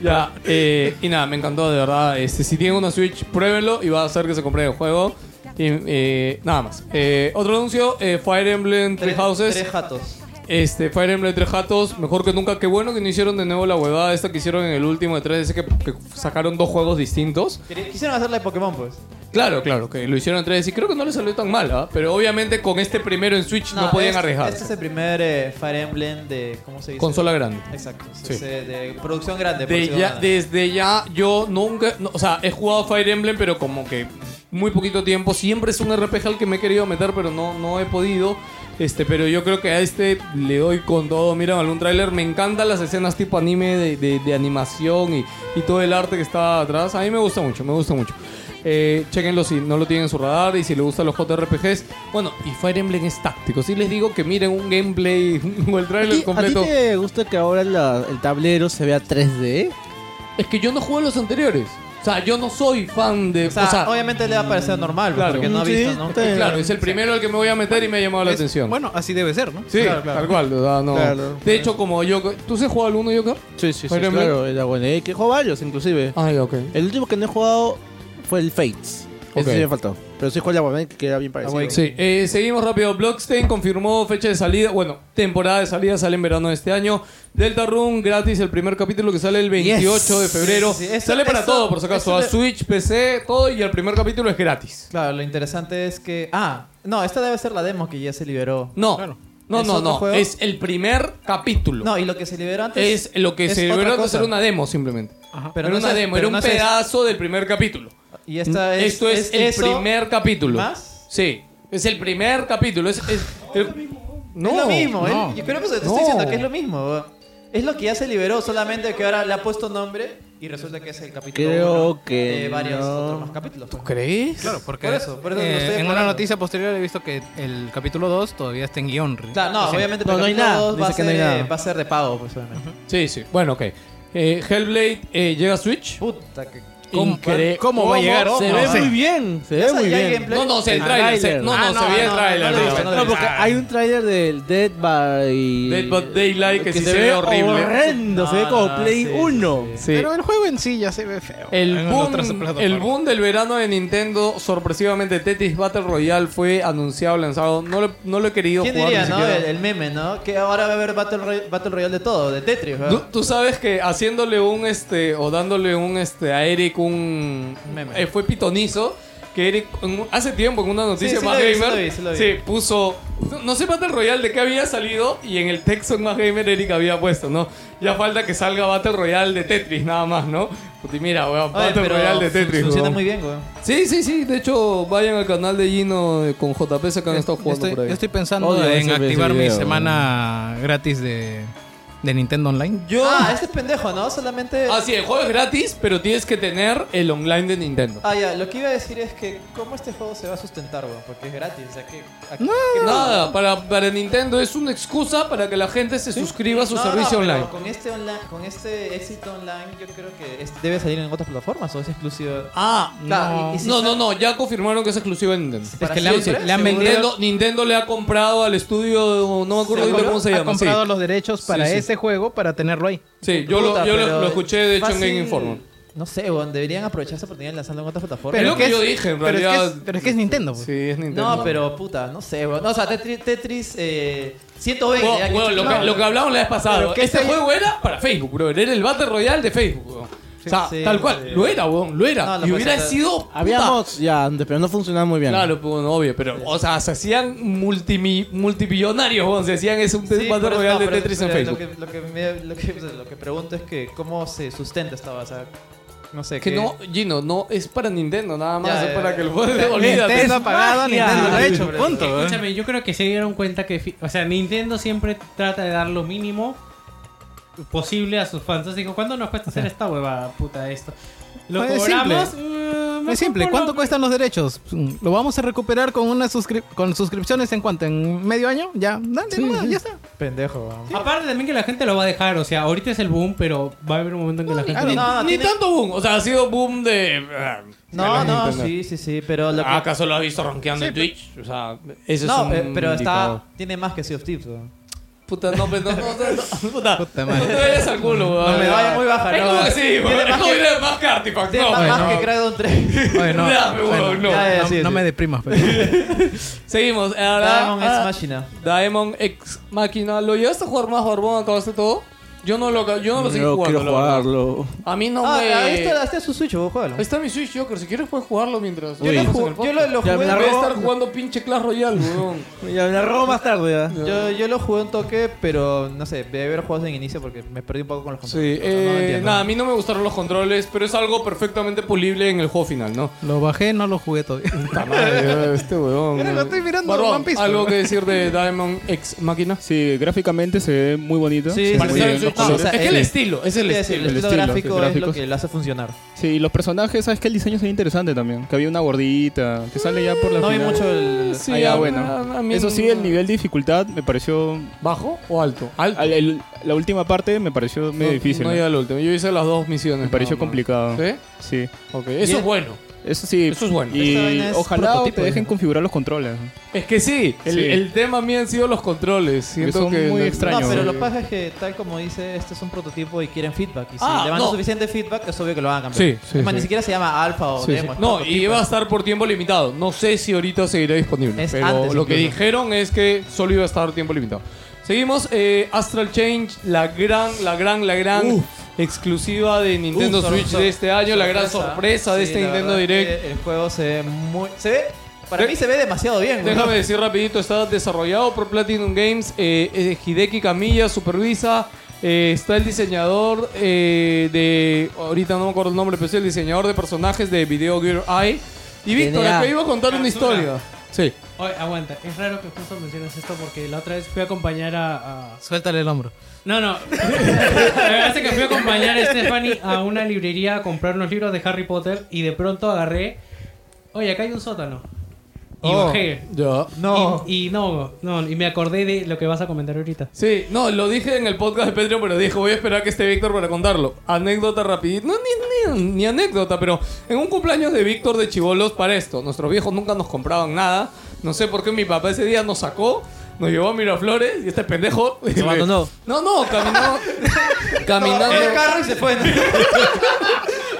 S1: Ya, eh, y nada, me encantó de verdad. Este, si tienen una Switch, pruébenlo y va a hacer que se compre el juego. Y, eh, nada más. Eh, otro anuncio, eh, Fire Emblem Three Houses.
S3: Tres jatos.
S1: Este, Fire Emblem Tres Jatos, mejor que nunca. Qué bueno que no hicieron de nuevo la huevada esta que hicieron en el último de 3DS, que, que sacaron dos juegos distintos.
S3: Quer- Quisieron hacer la de Pokémon, pues.
S1: Claro, claro, que lo hicieron en 3DS y creo que no les salió tan mal, ¿ah? Pero obviamente con este primero en Switch no, podían
S3: este-
S1: arriesgar.
S3: Este es el primer eh, Fire Emblem de. ¿Cómo se dice?
S1: Consola grande.
S3: Exacto.
S1: Sí.
S3: Es, eh, de producción grande. por
S1: De
S3: decirlo
S1: ya-
S3: de una manera.
S1: desde ya yo nunca, no, o sea, he jugado Fire Emblem, pero como que muy poquito tiempo. Siempre es un RPG al que me he querido meter, pero no, no he podido. Este, pero yo creo que a este le doy con todo. Miren algún tráiler. Me encantan las escenas tipo anime de, de- de animación y, y todo el arte que está atrás. A mí me gusta mucho, me gusta mucho. Eh, chequenlo si no lo tienen en su radar y si les gustan los JRPGs. Bueno, y Fire Emblem es táctico. Si les digo que miren un gameplay o el
S5: ¿A ti,
S1: tráiler
S5: a ti
S1: completo.
S5: te gusta que ahora la- el tablero se vea 3D?
S1: Es que yo no juego los anteriores. O sea, yo no soy fan de.
S3: O sea, obviamente le va a parecer normal, pues,
S1: claro.
S3: porque no ha
S5: Sí,
S3: visto, ¿no?
S5: está bien.
S1: claro, es el primero al que me voy a meter y me ha llamado la
S4: Es-
S1: atención.
S4: Bueno, así debe ser, ¿no?
S1: sí, tal cual. o sea, no.
S5: Claro.
S1: De hecho, como yo. ¿Tú se has jugado alguno, Joker?
S5: Sí, sí,
S1: Fire Emblem.
S5: claro, era bueno. Eh, que he jugado varios, inclusive.
S1: Ah, ya, ok.
S5: El último que no he jugado fue el Fates.
S1: Ok.
S5: Ese sí me faltó. Pero sí jugué la Wabane, que era bien
S3: Ah,
S5: parecido.
S1: Sí, eh, seguimos rápido. Blockstein confirmó fecha de salida. Bueno, temporada de salida sale en verano de este año. Delta Room gratis, el primer capítulo que sale el 28 de febrero.
S3: Sí, sí, sí. Esto-
S1: sale para
S3: esto-
S1: todo, por si acaso.
S3: esto
S1: A
S3: le-
S1: Switch, PC, todo. Y el primer capítulo es gratis.
S3: Claro, lo interesante es que. Ah, no, esta debe ser la demo que ya se liberó.
S1: No,
S4: Claro.
S1: no,
S3: ¿Es
S1: no,
S3: otro
S1: no.
S3: juego?
S1: Es el primer capítulo.
S3: No, y lo que se liberó antes.
S1: Es lo que se
S3: otra
S1: liberó antes
S3: cosa.
S1: era una demo simplemente. era
S3: Pero no
S1: una
S3: se-
S1: demo,
S3: pero
S1: era un
S3: no se-
S1: pedazo del primer capítulo.
S3: Y esta es.
S1: Esto es, el
S3: eso.
S1: primer capítulo.
S3: más?
S1: Sí, es el primer capítulo. Es, es- el- no,
S3: es lo mismo, ¿eh?
S1: no.
S3: Yo creo que
S1: No.
S3: te estoy diciendo que es lo mismo. weón. Es lo que ya se liberó, solamente que ahora le ha puesto nombre y resulta que es el capítulo
S5: Creo
S3: uno
S5: que
S3: de varios
S5: no.
S3: otros más capítulos. pues.
S1: ¿Crees?
S4: Claro, porque
S3: Por eso, por eso lo
S4: eh,
S3: estoy
S4: en una
S3: aclarando.
S4: noticia posterior he visto que el capítulo 2 todavía está en guión.
S3: Claro, no,
S4: O sea,
S3: obviamente
S5: No,
S3: pero
S5: no hay
S3: capítulo
S5: nada,
S3: dos Va, a
S5: dice que no hay
S3: ser, eh,
S5: nada.
S3: va a ser de pago, pues obviamente.
S1: Sí, sí. Bueno, ok. Eh, Hellblade eh, llega a Switch.
S3: Puta que.
S4: ¿Cómo-
S1: Incre-
S4: cómo va a llegar?
S5: Se
S4: No,
S5: ve
S4: o sea,
S5: muy bien, se ve
S3: ¿Ya
S5: muy
S3: ya hay
S5: bien.
S3: gameplay?
S1: No, no, se el
S5: Ah,
S1: trailer. se-
S5: tráiler.
S1: no, no,
S4: Ah,
S1: se
S4: no,
S1: ve el
S4: no,
S1: trailer.
S4: no lo he
S1: no.
S4: visto, no lo he
S5: No, porque hay un tráiler del Dead by...
S1: Dead by Daylight que sí se ve horrible.
S5: horrendo, se ve como Play 1.
S1: Sí.
S4: Pero el juego en sí ya se ve feo.
S1: El
S4: en
S1: boom,
S4: otras
S1: el
S4: plataformas.
S1: boom del verano de Nintendo, sorpresivamente, Tetris Battle Royale fue anunciado, lanzado. No lo, no lo he querido
S3: ¿Quién
S1: jugar. ni
S3: diría, no?
S1: siquiera.
S3: El, el meme, ¿no? Que ahora va a haber Battle, Roy- Battle Royale de todo, de Tetris,
S1: Tú,
S3: ¿verdad?
S1: tú sabes que haciéndole un este o dándole un este a Eric un
S3: Meme.
S1: eh, fue pitonizo que Eric en un- hace tiempo en una noticia
S3: sí
S1: más
S3: lo vi, sí
S1: gamer
S3: lo vi, sí lo vi.
S1: puso no- no sé Battle Royale de qué había salido y en el texto en más gamer Eric había puesto no ya falta que salga Battle Royale de Tetris nada más no Puti, mira weón,
S3: Oye,
S1: Battle Royale de
S3: fun-
S1: Tetris
S3: Funciona
S1: weón.
S3: muy bien, weón.
S1: sí sí sí de hecho vayan al canal de Gino eh, con JP se que han estado jugando
S4: estoy,
S1: por ahí
S4: yo estoy pensando
S5: Odio
S4: en
S5: ese- ese
S4: activar mi
S5: video.
S4: semana gratis de, de Nintendo Online.
S1: Yo-
S3: Ah, este es pendejo, ¿no? Solamente...
S1: Ah, sí, el juego es gratis, pero tienes que tener el online de Nintendo.
S3: Ah, ya, lo que iba a decir es que cómo este juego se va a sustentar, weón, porque es gratis, o sea que... a- que-
S1: Nada, para, para Nintendo es una excusa para que la gente se suscriba a su
S3: No, no,
S1: servicio
S3: pero
S1: online.
S3: Con este, online, con este éxito online, yo creo que es- debe salir en otras plataformas o es exclusivo.
S1: Ah,
S3: Claro,
S1: no.
S3: y- y si
S1: no,
S3: está-
S1: no, ya confirmaron que es exclusiva de Nintendo.
S3: ¿Para
S4: que le han-
S3: siempre?
S4: le han
S3: ¿Seguro?
S1: Nintendo, Nintendo le ha comprado al estudio, no me acuerdo ahorita cómo se
S4: ha
S1: llama. Sí,
S4: comprado los derechos para
S1: sí.
S4: ese juego para tenerlo ahí.
S1: Sí, yo, lo,
S3: Puta,
S1: yo lo-
S3: pero
S1: lo escuché de hecho en
S3: fácil-
S1: Game Informer.
S3: No sé, weón, deberían aprovechar esa oportunidad de lanzarlo en otras plataformas.
S1: Es lo
S4: Pero
S1: que
S4: es-
S1: yo dije, en
S4: pero es que es-
S1: realidad.
S4: pero es que es Nintendo, pues.
S1: Sí, es Nintendo.
S3: No, pero puta, no sé, weón. No, o sea, Tetris, Tetris eh, 120.
S1: Bueno,
S3: ya que-
S1: bueno, lo,
S3: no,
S1: que, lo que hablamos la vez pasada,
S3: Pero que
S1: este
S3: este-
S1: juego era para Facebook, bro. Era el Battle Royale de Facebook, weón. o sea,
S3: sí,
S1: tal cual,
S3: sí.
S1: lo era, weón, lo era.
S3: No, no
S1: y
S3: puede
S1: hubiera
S3: ser.
S1: sido. puta,
S5: Había mods, ya, pero no funcionaba muy bien.
S1: Claro, pues, bueno, obvio, pero, o sea, se hacían multimi- multimillonarios, weón, se hacían es un
S3: Sí, por
S1: Battle
S3: eso,
S1: Royale
S3: no,
S1: de
S3: pero-
S1: Tetris en
S3: pero
S1: Facebook.
S3: Lo que, lo, que me- lo que- lo que pregunto es que cómo se sustenta esta base. No sé. eh,
S1: Que
S3: qué-
S1: no, Gino, no es para Nintendo, nada más,
S3: Ya,
S1: es
S3: ya,
S1: para
S3: ya.
S1: que el juego olvídate.
S4: Nintendo ha pagado, Nintendo lo ha hecho, punto. ¿eh?
S6: Escúchame, yo creo que se dieron cuenta que, fi- o sea, Nintendo siempre trata de dar lo mínimo posible a sus fans. Entonces dijo, ¿cuánto nos cuesta hacer esta huevada, puta, esto? ¿Lo
S4: Es
S6: cobramos?
S4: simple.
S6: Mm, mejor
S4: Es simple,
S6: ponlo-
S4: ¿cuánto cuestan los derechos? Mm, Lo vamos a recuperar con una suscri- con suscripciones en cuánto, en medio año, ya, dale, nomás, ya está.
S3: Pendejo, weón.
S6: Aparte también que la gente lo va a dejar, o sea, ahorita es el boom, pero va a haber un momento en que la gente...
S3: claro, no, no,
S1: Ni
S3: tiene-
S1: tanto boom, o sea, ha sido boom de...
S3: No, no,
S1: Nintendo.
S3: sí, sí, sí, pero lo que...
S1: ¿Acaso lo has visto rankeando en Twitch? O sea, eso es
S3: no,
S1: un
S3: pe- pero
S1: indicador.
S3: está, tiene más que Sea of Thieves, weón.
S1: Puta, no, pero no, no, no, puta,
S4: Puta
S1: no
S4: madre.
S1: te vayas al culo, weón.
S3: No me vaya muy baja,
S1: Es
S3: no.
S1: como que sí,
S3: Tiene
S1: weón, es
S3: más
S1: como
S3: que-
S1: ir a más que Artifact,
S3: Tiene
S1: no,
S3: más,
S1: weón.
S3: más que Crackdown 3.
S4: Oye, no,
S1: Dame,
S4: bueno,
S1: huevón, no.
S3: Ya, ya,
S4: no-
S3: sí,
S4: no
S3: sí.
S4: me deprimas, pero.
S1: Seguimos, ahora-
S3: Diamond
S1: ah,
S3: es Machina.
S1: Diamond X Máquina. ¿Lo llevaste a jugar más barbón? ¿Acabaste todo? Yo no lo, yo no lo seguí
S5: no
S1: jugando.
S5: quiero
S1: la verdad.
S5: jugarlo.
S1: A mí no
S3: Ah,
S1: me.
S3: ahí está, ahí está su Switch, vos juégalo.
S1: Ahí está mi Switch Joker. Si quieres puedes jugarlo mientras.
S3: Yo, lo, ju- yo lo, lo
S5: Ya,
S3: jugué,
S5: me la
S1: Voy a
S5: robo.
S1: estar jugando pinche Clash Royale, weón.
S5: Ya me la robo más tarde, ya.
S3: ¿ah? yo, yo lo jugué un toque, pero no sé, debí haber jugado en inicio porque me perdí un poco con los
S1: Sí,
S3: controles. O sea, no
S1: eh,
S3: entiendo.
S1: nada, a mí no me gustaron los controles, pero es algo perfectamente pulible en el juego final, ¿no?
S4: Lo bajé, no lo jugué todavía.
S1: este weón.
S4: Mira, lo estoy mirando, One Piece,
S1: algo
S4: weón.
S1: que decir de Diamond X Máquina.
S2: Sí, gráficamente se ve muy bonito.
S3: Sí, sí,
S2: se ve muy
S3: sí.
S2: bien, los
S1: es
S3: no,
S2: colores.
S3: o sea,
S1: que el estilo, es el
S3: Sí, sí,
S1: estilo.
S3: el,
S2: el
S3: estilo
S2: estilo,
S3: gráfico
S2: los
S3: es lo
S2: gráficos.
S3: que lo hace funcionar.
S2: Sí, y los personajes, ¿sabes que El diseño se ve interesante también. Que había una gordita que sale ya por la
S3: No vi
S2: final.
S3: mucho el...
S1: Sí,
S2: Ah, ya,
S1: a-
S2: bueno.
S1: a- a mí
S2: Eso sí,
S1: no-
S2: el nivel de dificultad me pareció...
S1: ¿Bajo o alto? Alto.
S2: al- el- la última parte me pareció medio
S1: no,
S2: difícil.
S1: No
S2: ¿no?
S1: llegué al último. Yo hice las dos misiones.
S2: Me pareció
S1: nada más.
S2: complicado.
S1: ¿Sí?
S2: Sí.
S1: Ok, eso es bueno.
S2: Eso sí.
S1: Eso es bueno.
S2: Y
S3: Esta vaina es
S2: ojalá
S3: prototipo,
S2: te dejen
S3: digamos.
S2: configurar los controles.
S1: Es que sí, el,
S2: Sí.
S1: el tema a mí han sido los controles. Siento
S2: son
S1: que
S2: muy
S1: no-
S2: extraños.
S3: no, pero
S2: sí.
S3: lo que pasa es que, tal como dice, este es un prototipo y quieren feedback. Y si
S1: Ah,
S3: le van a
S1: no.
S3: suficiente feedback, es obvio que lo van a cambiar.
S1: Sí, sí,
S3: Es más,
S1: sí.
S3: ni siquiera se llama alfa o
S1: Sí, sí.
S3: demo. es
S1: No,
S3: prototipo.
S1: y va a estar por tiempo limitado. No sé si ahorita seguirá disponible.
S3: Es
S1: pero
S3: antes
S1: lo que
S3: incluso.
S1: dijeron es que solo iba a estar tiempo limitado. Seguimos, eh, Astral Change, la gran, la gran, la gran exclusiva de Nintendo
S3: Uf, sor-
S1: Switch
S3: sor-
S1: de este año, la gran
S3: sorpresa.
S1: sorpresa de
S3: Sí,
S1: este
S3: la
S1: Nintendo
S3: verdad
S1: Direct.
S3: es que El juego se ve muy. Se ve. Para
S1: De-
S3: mí se ve demasiado bien, güey.
S1: Déjame decir rapidito, está desarrollado por Platinum Games, eh, eh, Hideki Kamiya supervisa, eh, está el diseñador eh, de, ahorita no me acuerdo el nombre, pero es el diseñador de personajes de Video Gear Eye. Y Víctor,
S5: DNA.
S1: acá iba a contar una
S6: Azura.
S1: historia. Sí.
S6: Oye, aguanta, es raro que justo mencionas esto porque la otra vez fui a acompañar a... a-
S4: Suéltale el hombro.
S6: No, no, la verdad es que fui a acompañar a Stephanie a una librería a comprar unos libros de Harry Potter y de pronto agarré... Oye, acá hay un sótano. Y
S3: Oh.
S6: bajé.
S1: Ya.
S3: No.
S6: Y, y no, no, y me acordé de lo que vas a comentar ahorita.
S1: Sí, no, lo dije en el podcast de Patreon, pero dije, voy a esperar que esté Víctor para contarlo. Anécdota rapidita, no, ni, ni- ni anécdota, pero en un cumpleaños de Víctor de Chivolos para esto, nuestros viejos nunca nos compraban nada, no sé por qué mi papá ese día nos sacó nos llevó a Miraflores y este pendejo.
S5: Se abandonó.
S1: No, no, caminó. caminando.
S3: el carro y se fue.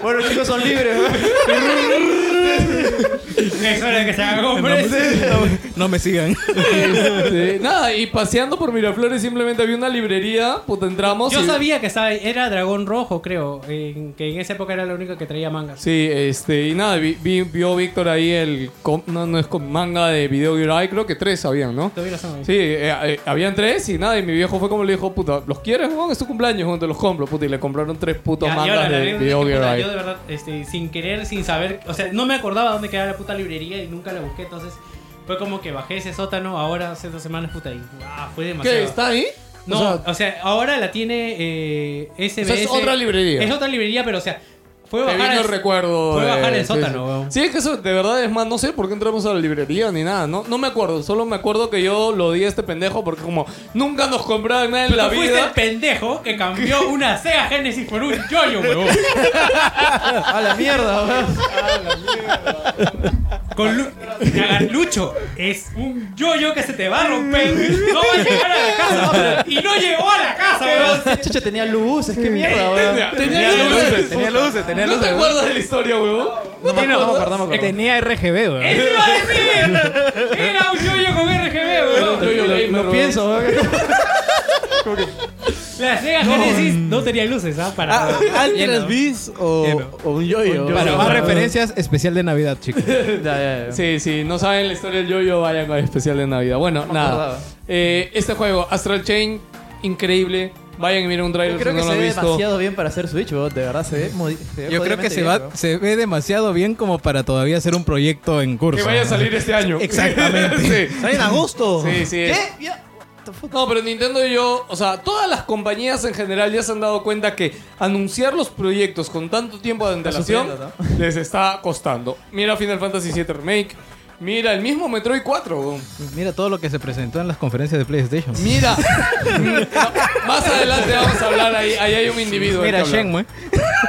S3: bueno, chicos, son libres.
S6: Mejor que se haga como preso.
S4: No me sigan.
S1: Este, nada, y paseando por Miraflores simplemente había una librería, puta,
S3: Oh,
S1: entramos.
S6: Yo
S1: y-
S6: sabía que estaba, era Dragón Rojo, creo. en- que en esa época era la única que traía mangas.
S1: Sí, este, y nada, vi- vi- vio Víctor ahí el. com- no, no es con manga de Video Gear Eye, creo que tres habían, ¿no?
S6: Tuve razón, amigo.
S1: Sí, eh, eh, habían tres y nada, y mi viejo fue como le dijo, puta, ¿los quieres, weón? Es tu cumpleaños, weón, te los compro, puta, y le compraron tres putos
S6: Ya, y ahora
S1: mangas
S6: la
S1: de
S6: anécdota
S1: Video
S6: es que,
S1: Gear
S6: puta,
S1: Eye.
S6: Yo de verdad, este, sin querer, sin saber, o sea, no me acordaba dónde quedaba la puta librería y nunca la busqué, entonces fue como que bajé ese sótano ahora hace dos semanas, puta, y ah, fue demasiado.
S1: ¿Qué? ¿Está ahí?
S6: No,
S1: O sea,
S6: o sea, ahora la tiene eh, SBS.
S1: sea, es otra librería.
S6: Es otra librería, pero o sea, fue
S1: Te
S6: bajar
S1: vino
S6: al-
S1: el recuerdo.
S6: fue
S1: de-
S6: bajar el
S1: sí,
S6: sótano,
S1: sí.
S6: weón.
S1: Sí, es que eso, de verdad, es más, no sé por qué entramos a la librería ni nada, ¿no? No me acuerdo, solo me acuerdo que yo lo di a este pendejo porque como nunca nos compraban nada en
S6: Pero
S1: la
S6: tú fuiste el
S1: vida.
S6: pendejo que cambió una Sega Genesis por un yoyo, weón.
S3: A la mierda, weón.
S6: Con Lu- Cagar, Lucho, es un yoyo que se te va a romper. No va a llegar a la casa. Y no llegó a la casa, weón. Eh,
S3: Ese Chucha, tenía luces, qué mierda, weón.
S1: Tenía luces.
S3: Tenía luces, tenía
S1: ¿No te
S3: luces.
S1: acuerdas de la historia, huevón?
S3: No me acuerdo, no me acuerdo, no me acuerdo.
S4: Tenía RGB, weón.
S6: Eso iba a decir. Era un yoyo con RGB, weón.
S1: Yo, yo, gamer,
S3: Lo pienso, weón.
S6: La Sega Genesis no tenía luces, ¿ah? Para.
S5: ¿Alguien bis o, o un yoyo?
S4: Para más referencias, especial de Navidad, chicos.
S1: Sí, sí, no saben la historia del yoyo, vayan al especial de Navidad. Bueno, nada.
S3: acordaba.
S1: Eh, este juego, Astral Chain, increíble. Vayan y miren un trailer
S3: Yo creo
S1: si
S3: que
S1: no lo
S3: se
S1: han
S3: ve
S1: visto.
S3: demasiado bien para hacer Switch, weón. De verdad, se ve muy.
S4: Yo creo que se, va, se ve demasiado bien como para todavía ser un proyecto en curso.
S1: Que vaya a salir este año.
S4: Exactamente.
S1: sí.
S5: Sale en agosto.
S1: Sí, sí.
S3: ¿Qué? Ya.
S1: No, pero Nintendo y yo, o sea, todas las compañías en general ya se han dado cuenta que anunciar los proyectos con tanto tiempo de antelación
S3: sufriendo,
S1: les está costando. Mira Final Fantasy VII Remake, mira el mismo Metroid 4. weón.
S4: Mira todo lo que se presentó en las conferencias de PlayStation.
S1: Mira, más adelante vamos a hablar ahí, ahí hay un individuo. del
S4: Mira,
S1: que hablar.
S4: Shenmue.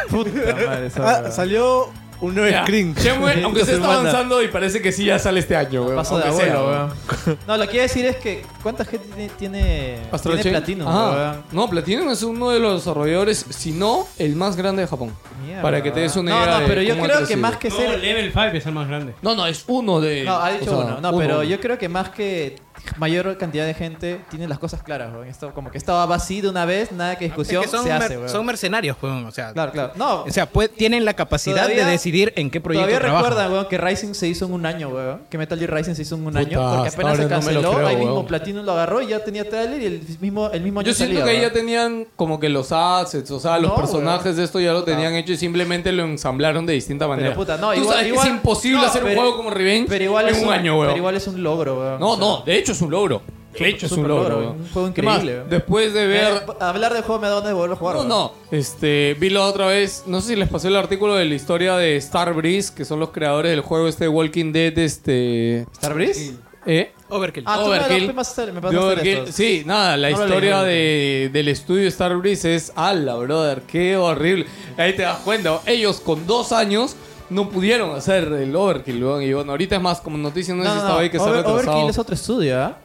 S3: Puta madre, esa
S5: Ah,
S3: weón.
S5: salió un nuevo
S1: Ya,
S5: screen.
S1: Shenmue, aunque se está avanzando y parece que sí ya sale este año, weón.
S3: Paso de
S1: aunque sea,
S3: abuelo,
S1: weón.
S3: weón. No, lo que iba a decir es que. ¿Cuánta gente tiene- tiene.
S1: Astral
S3: Tiene
S1: Chain.
S3: platino,
S1: Ajá.
S3: weón?
S1: No, Platinum es uno de los desarrolladores, si no el más grande de Japón.
S3: Mierda.
S1: Para que te des una
S3: no,
S1: idea.
S3: No,
S1: de
S3: pero yo
S1: cómo ha
S3: creo que
S1: crecido.
S3: más que
S6: No,
S3: ser.
S6: level 5 es el más grande.
S1: No, no, es uno de.
S3: No, ha dicho
S1: o sea,
S3: uno. No, pero yo creo que más que mayor cantidad de gente tiene las cosas claras, weón. Esto, como que estaba vacío de una vez, nada que discusión
S4: Es que son,
S3: se hace,
S4: mer-
S3: weón.
S4: son mercenarios, weón. O sea,
S3: Claro, claro. No,
S4: o sea puede- tienen la capacidad
S3: Todavía-
S4: de decidir en qué proyecto
S3: todavía
S4: trabajan.
S3: recuerda, weón, que Rising se hizo en un año, weón. Que Metal Gear Rising se hizo en un año.
S1: Puta,
S3: Porque
S1: hasta
S3: apenas
S1: ahora
S3: se
S1: no me lo
S3: canceló,
S1: creo,
S3: ahí mismo
S1: weón.
S3: Platino lo agarró y ya tenía trailer y el mismo, el mismo año
S1: Yo siento
S3: salía,
S1: que ahí ya
S3: weón.
S1: tenían como que los assets, o sea, los
S3: No,
S1: personajes
S3: weón.
S1: de esto ya lo tenían hecho y simplemente lo ensamblaron de distinta manera.
S3: puta, no,
S1: Tú
S3: igual-
S1: sabes que
S3: igual-
S1: es imposible
S3: no,
S1: hacer un
S3: pero-
S1: juego como Revenge
S3: pero igual
S1: en
S3: es
S1: un, año, weón.
S3: Pero igual es un logro, weón.
S1: No,
S3: O sea,
S1: no, de hecho es un logro. De hecho es un
S3: super
S1: logro,
S3: logro,
S1: weón.
S3: un juego
S1: Es más,
S3: increíble, weón.
S1: después de ver
S3: eh, hablar de juego me da ganas de volver a jugar.
S1: No,
S3: weón.
S1: no. Este, vi la otra vez, no sé si les pasó el artículo de la historia de Star Breeze, que son los creadores del juego este de Walking Dead, este...
S3: ¿Star Breeze?
S1: ¿eh?
S4: Overkill.
S3: Ah, tú me
S1: Overkill.
S3: lo- me pasaste- me
S1: De
S3: pasaste
S1: Overkill.
S3: esto.
S1: Sí, nada, la
S3: No lo
S1: historia
S3: leí, no lo
S1: de, del estudio Star Breeze es... ¡Hala, brother! ¡Qué horrible! Ahí te das cuenta, ellos con dos años... No pudieron hacer el overkill, weón. Y bueno, ahorita es más como noticia, no, sé si
S3: No, no,
S1: estaba ahí que se ha
S3: Over-
S1: retrasado.
S3: Overkill es otro estudio, ¿ah?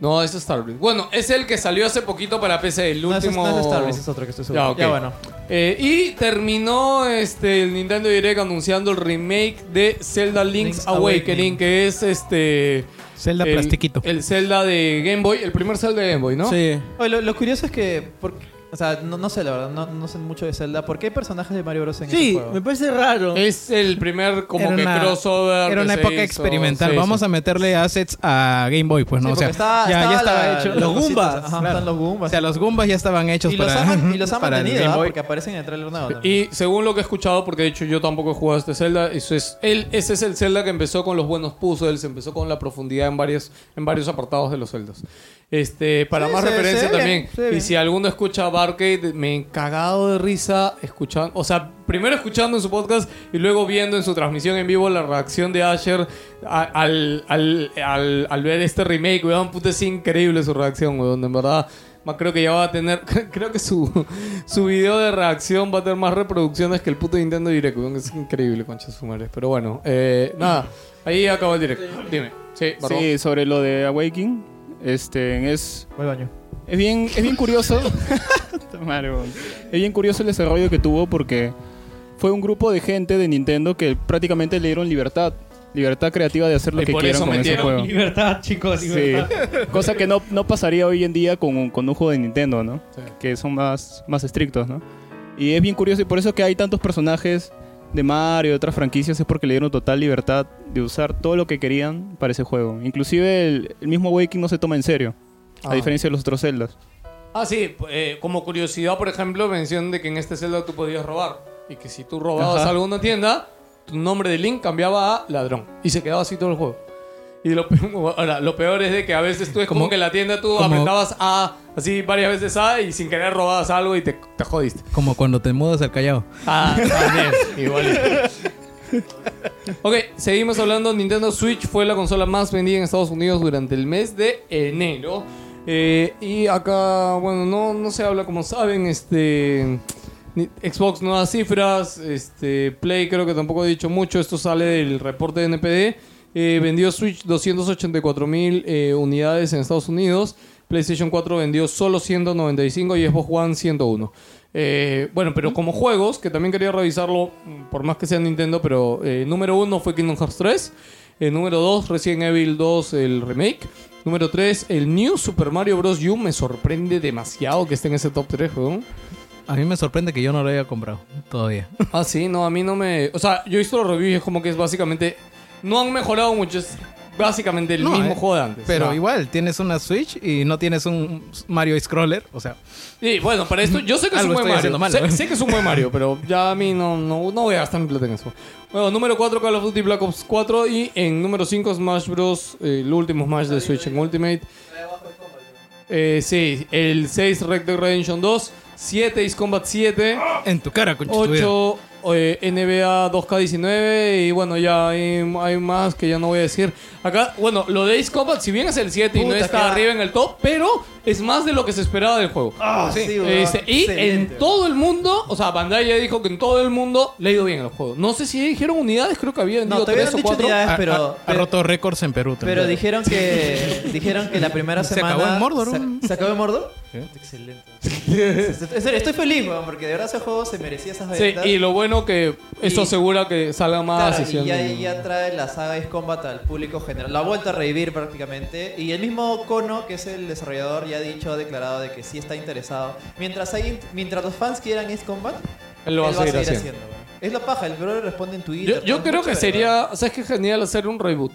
S1: No, es Star Breeze. Bueno, es el que salió hace poquito para PC, el
S3: No, ese es-
S1: último.
S3: no es Star Wars, es otro que estoy seguro.
S1: Ya, ok.
S3: Ya, bueno.
S1: Eh, y terminó este, el Nintendo Direct anunciando el remake de Zelda Link's,
S3: Link's
S1: Awakening,
S3: Awakening,
S1: que es este.
S4: Zelda
S1: el,
S4: plastiquito.
S1: El Zelda de Game Boy, el primer Zelda de Game Boy, ¿no?
S5: Sí.
S3: Oye, lo, lo curioso es que. por- o sea, no, no sé la verdad, no, no sé mucho de Zelda. ¿Por qué hay personajes de Mario Bros. en
S1: Este
S3: ese
S5: Sí,
S3: juego?
S5: me parece raro.
S2: Eh,
S1: Es el primer como
S4: Era
S1: que
S4: una-
S1: crossover.
S4: Era una
S1: que se
S4: época
S1: hizo.
S4: experimental.
S1: Sí, sí.
S4: Vamos a meterle assets a Game Boy, pues no.
S3: Sí,
S4: O sea,
S3: porque está-
S4: ya,
S3: estaba
S4: ya estaba
S3: la-
S4: hecho.
S3: las
S5: Los
S3: cositas,
S5: Goombas,
S3: Ajá,
S4: claro.
S3: están los
S4: O
S3: Goombas.
S4: sea, los Goombas ya estaban hechos
S3: y, los
S4: para.
S3: han, y los han
S4: para el
S3: mantenido,
S4: Game
S3: ¿ah?
S4: Boy.
S3: porque aparecen en el trailer nuevo también.
S1: Y según lo que he escuchado, porque de hecho yo tampoco he jugado a este Zelda, eso es, él, ese es el Zelda que empezó con los buenos puzzles, empezó con la profundidad en varios, en varios apartados de los Zeldas. Este, para
S3: Sí,
S1: más
S3: se-
S1: referencia
S3: se ve
S1: también,
S3: bien, se ve
S1: y
S3: bien.
S1: si alguno escucha Barcade, me he cagado de risa escuchando, o sea, primero escuchando en su podcast y luego viendo en su transmisión en vivo la reacción de Asher a- al, al, al- al ver este remake, weón, puta, es increíble su reacción, weón, en verdad. Más creo que ya va a tener. Creo que su, su video de reacción va a tener más reproducciones que el puto Nintendo Direct, weón. Es increíble, concha de su madre. Pero bueno, eh, nada. Ahí acaba el direct. Dime. Sí, perdón.
S2: Sí, sobre lo de Awakening. Este, es,
S3: Voy al baño.
S2: es, bien, es bien curioso. Puta madre, weón. es bien curioso el desarrollo que tuvo porque fue un grupo de gente de Nintendo que prácticamente le dieron libertad. Libertad creativa de hacer lo
S1: Y
S2: que
S1: por
S2: quieran
S1: eso
S2: con ese
S1: metieron
S2: juego.
S6: Libertad, chicos,
S2: Sí.
S6: libertad.
S2: Cosa que no, no pasaría hoy en día con un, con un juego de Nintendo, ¿no? Que son más, más estrictos, ¿no? Y es bien curioso, y por eso que hay tantos personajes de Mario y otras franquicias, es porque le dieron total libertad de usar todo lo que querían para ese juego. Inclusive el, el mismo Waking no se toma en serio, a diferencia de los otros celdas.
S1: Ah, sí, eh, como curiosidad, por ejemplo, mención de que en este Zelda tú podías robar. Y que si tú robabas
S2: Ajá.
S1: a alguna tienda, tu nombre de Link cambiaba a ladrón. Y se quedaba así todo el juego. Y lo, pe- ahora, lo peor es de que a veces tú es como,
S4: Como-
S1: que en la tienda tú
S4: como-
S1: apretabas A, así varias veces A, y sin querer robabas algo y te, te jodiste.
S4: Como cuando te mudas al Callao.
S1: Ah, también, igual. Ok, seguimos hablando. Nintendo Switch fue la consola más vendida en Estados Unidos durante el mes de enero. Eh, y acá, bueno, no, no se habla como saben, este... ni- Xbox nuevas cifras, este Play creo que tampoco he dicho mucho, esto sale del reporte de NPD. Eh, vendió Switch 284 mil eh, unidades en Estados Unidos. PlayStation 4 vendió solo 195 y Xbox One 101. Eh, bueno, pero como juegos, que también quería revisarlo, mm, por más que sea Nintendo, pero eh, número 1 fue Kingdom Hearts 3. Eh, número 2, Resident Evil 2, el remake. Número 3, el New Super Mario Bros. U. Me sorprende demasiado que esté en ese top 3, weón.
S4: A mí me sorprende que yo no lo haya comprado todavía.
S1: Ah, sí, no, a mí no me. O sea, yo he visto los reviews y es como que es básicamente. No han mejorado mucho, es básicamente el
S4: No,
S1: mismo
S4: eh,
S1: juego de antes.
S4: Pero
S1: Ah.
S4: igual, tienes una Switch y no tienes un Mario Scroller. O sea,
S1: Sí, bueno, para esto yo sé que es
S4: Algo
S1: un buen
S4: estoy
S1: Mario.
S4: haciendo mal,
S1: sé,
S4: ¿no?
S1: sé que es un buen Mario, pero ya a mí no, no, no voy a gastar mi plata en eso. Bueno, número 4, Call of Duty Black Ops 4. Y en número 5, Smash Bros. eh, el último Smash de Switch en Ultimate. Eh, sí, el 6, Red Dead Redemption 2. 7, Ace Combat 7.
S4: en tu cara, con
S1: 8 eh, NBA 2K19 y bueno, ya hay, hay más que ya no voy a decir. Acá, bueno, lo de Ace Combat, si bien es el 7 y no
S3: Puta,
S1: está
S3: qué va-
S1: arriba en el top, pero es más de lo que se esperaba del juego.
S3: Ah, sí, weón.
S1: Este, y
S3: Excelente.
S1: en todo el mundo, o sea, Bandai ya dijo que en todo el mundo le ha ido bien el juego. No sé si dijeron unidades, creo que había
S3: No,
S1: vendido
S3: todavía no
S1: 3
S3: han
S1: o
S3: dicho
S1: 4.
S3: unidades,
S4: Ha,
S3: pero...
S4: ha- ha
S3: pero-
S4: roto récords en Perú también.
S3: Pero dijeron que dijeron que la primera
S4: Se
S3: semana
S4: acabó en Mordor,
S3: se-
S4: ¿no?
S3: ¿Se, acabó en Mordor? Excelente. En serio, estoy feliz, weón, porque de verdad ese juego se merecía esas
S1: Sí,
S3: ventas.
S1: y lo Ah, bueno que eso
S3: Y-
S1: asegura que salga más
S3: Claro,
S1: sesión
S3: y ya,
S1: de-
S3: ya trae la saga Ace Combat al público general. La ha vuelto a revivir prácticamente. Y el mismo Kono, que es el desarrollador, ya ha dicho, ha declarado de que sí está interesado. Mientras, hay, mientras los fans quieran Ace Combat,
S1: Él lo va a seguir haciendo.
S3: weón. Es la paja, el brother responde en Twitter.
S1: Yo, yo
S3: ¿no?
S1: creo
S3: Mucho
S1: que
S3: de
S1: sería, ¿sabes qué genial hacer un reboot?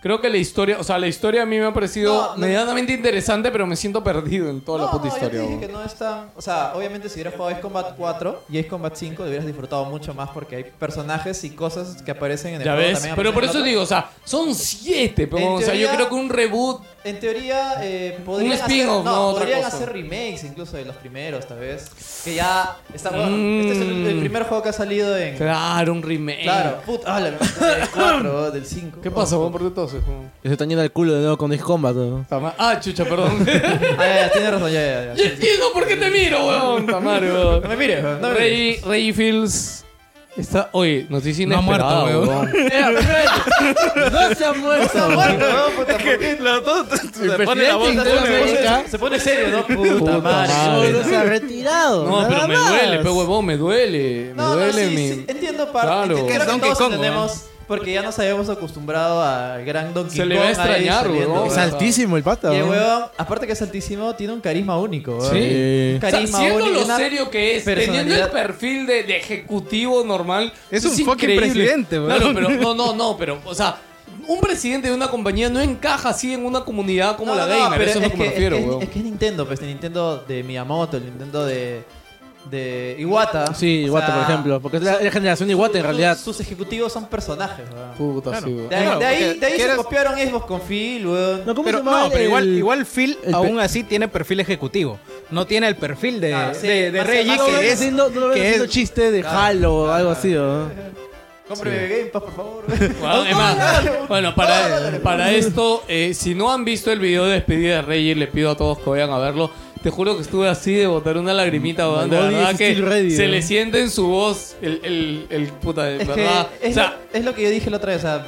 S1: Creo que la historia, o sea, la historia a mí me ha parecido
S3: No, no.
S1: medianamente interesante, pero me siento perdido en toda la puta
S3: yo te
S1: historia.
S3: dije
S1: weón.
S3: que no es tan- O sea, obviamente si hubieras jugado Ace Combat 4 y Ace Combat 5 lo hubieras disfrutado mucho más porque hay personajes y cosas que aparecen en el
S1: Ya
S3: juego
S1: ves,
S3: también
S1: pero
S3: aparecen
S1: por
S3: en
S1: eso digo,
S3: otro.
S1: o sea, son siete, pero,
S3: En
S1: o sea, yo
S3: teoría-
S1: creo que un reboot
S3: En teoría, eh, podrían, hacer,
S1: spin-off, no, otra
S3: podrían
S1: cosa.
S3: hacer remakes incluso de los primeros, tal vez. Que ya está
S1: Mm.
S3: Este es el, el primer juego que ha salido en. Claro,
S1: Claro, un remake.
S3: puta, ah, la del 4, del 5.
S1: ¿Qué pasó? weón? ¿Por qué toses, weón?
S5: Que se están yendo al culo de nuevo con Ace Combat. ¿no?
S1: Ta ma- Ah, chucha, perdón.
S3: Ah, ya, ya, tiene razón, ya, ya, ya.
S1: Yo entiendo por qué te miro, weón. Ta madre, weón.
S3: No me mires, no me mires.
S1: Reggie, Reggie Fields está. Oye, noticia
S4: No ha muerto,
S1: inesperada,
S4: weón.
S1: weón.
S5: No se ha muerto.
S3: Está muerto, ¿no? Puta, ¿por qué?
S5: El presidente de América
S3: Se pone serio, ¿no? Puta,
S1: Puta
S3: madre.
S1: madre.
S5: solo se ha retirado.
S1: No,
S5: nada
S1: pero me
S5: más.
S1: duele, pe huevón, me duele. Me
S3: No, no,
S1: duele
S3: sí,
S1: mi.
S3: sí, entiendo parte.
S1: Claro.
S3: Creo
S1: Que
S3: que
S1: es
S4: Donkey
S3: todos
S4: Kong,
S3: entendemos porque ya nos habíamos acostumbrado al gran Donkey
S1: Se
S3: Kong.
S1: le va a
S3: ahí
S1: extrañar,
S3: saliendo,
S1: weón.
S5: Es
S1: Exacto.
S5: altísimo el pata.
S3: Y el
S5: ¿no?
S3: weón, aparte que es altísimo, tiene un carisma único, weón.
S1: Sí.
S3: Un
S1: O sea,
S3: carisma
S1: siendo
S3: único.
S1: lo
S3: una
S1: serio que es, teniendo el
S3: personalidad.
S1: perfil de, de ejecutivo normal.
S4: Es un fucking
S1: increíble.
S4: presidente, weón.
S1: Claro, pero no, no, no, pero, o sea, un presidente de una compañía no encaja así en una comunidad como
S3: No,
S1: la
S3: no, no,
S1: gamer.
S3: pero
S1: eso es lo que, me refiero,
S3: es,
S1: weón.
S3: es que es Nintendo, pues, el Nintendo de Miyamoto, el Nintendo de, de Iwata.
S5: Sí,
S3: O
S5: Iwata,
S3: sea,
S5: por ejemplo. Porque es la, la generación Iwata en realidad.
S3: Sus ejecutivos son personajes, weón.
S1: Puta, sí, weón.
S3: De ahí,
S4: Claro,
S3: de ahí,
S4: porque
S3: de ahí se
S4: quieres-
S3: copiaron Xbox con Phil, weón.
S5: No, ¿cómo
S4: Pero,
S5: se llama
S4: no, pero
S5: el-
S4: igual, igual Phil
S5: el pe-
S4: aún así tiene perfil ejecutivo. No tiene el perfil de,
S3: Claro, Ah, sí,
S4: de, de
S3: más-
S4: Reggie,
S3: más-
S5: Ah, No, no,
S4: que es,
S5: haciendo- no lo ven
S4: que
S5: haciendo
S4: es-
S5: chiste de Halo o algo así, ¿no?
S3: Cómprame Game Pass, por favor.
S1: Bueno, es más, bueno, para, para esto, eh, si no han visto el video de despedida de Reggie, le pido a todos que vayan a verlo. Te juro que estuve así de botar una lagrimita, weón. De
S5: body
S1: verdad
S5: is
S1: que
S5: still ready,
S1: se
S5: ¿no?
S1: le siente en su voz el, el, el puta, de
S3: Es que
S1: verdad.
S3: es,
S1: o sea,
S3: lo, es lo que yo dije la otra vez. O sea,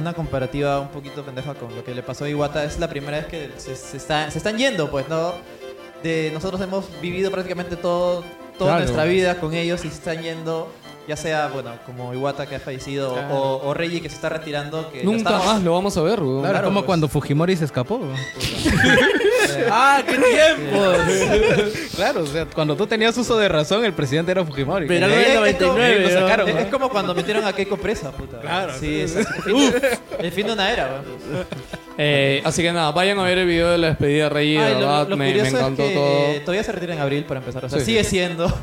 S3: una comparativa un poquito pendeja con lo que le pasó a Iwata. Es la primera vez que se, se está- se están yendo, pues, ¿no? De, nosotros hemos vivido prácticamente todo, toda
S1: Claro.
S3: nuestra vida con ellos y se están yendo, ya sea, bueno, como Iwata que ha fallecido o, o Reggie que se está retirando. Que ya
S1: Nunca
S3: estamos-
S1: más lo vamos a ver, weón.
S4: Claro, como
S3: pues.
S4: cuando Fujimori se escapó.
S5: ¡Ah, qué tiempo!
S4: claro, o sea, cuando tú tenías uso de razón, el presidente era Fujimori.
S5: Pero
S3: Eh,
S5: no
S3: es
S5: del
S3: como-
S5: 99,
S3: es-
S5: ¿no?
S3: es, es como cuando metieron a Keiko presa, puta. Claro. Sí, es, el, fin de, el fin de una era, weón.
S1: Eh, así que nada, vayan a ver el video de la despedida de Rey, de
S3: Ay, lo-
S1: verdad,
S3: lo,
S1: me, me
S3: curioso
S1: encantó
S3: es que eh,
S1: todo.
S3: Todavía se retira en abril para empezar, o sea,
S1: Sí.
S3: sigue siendo.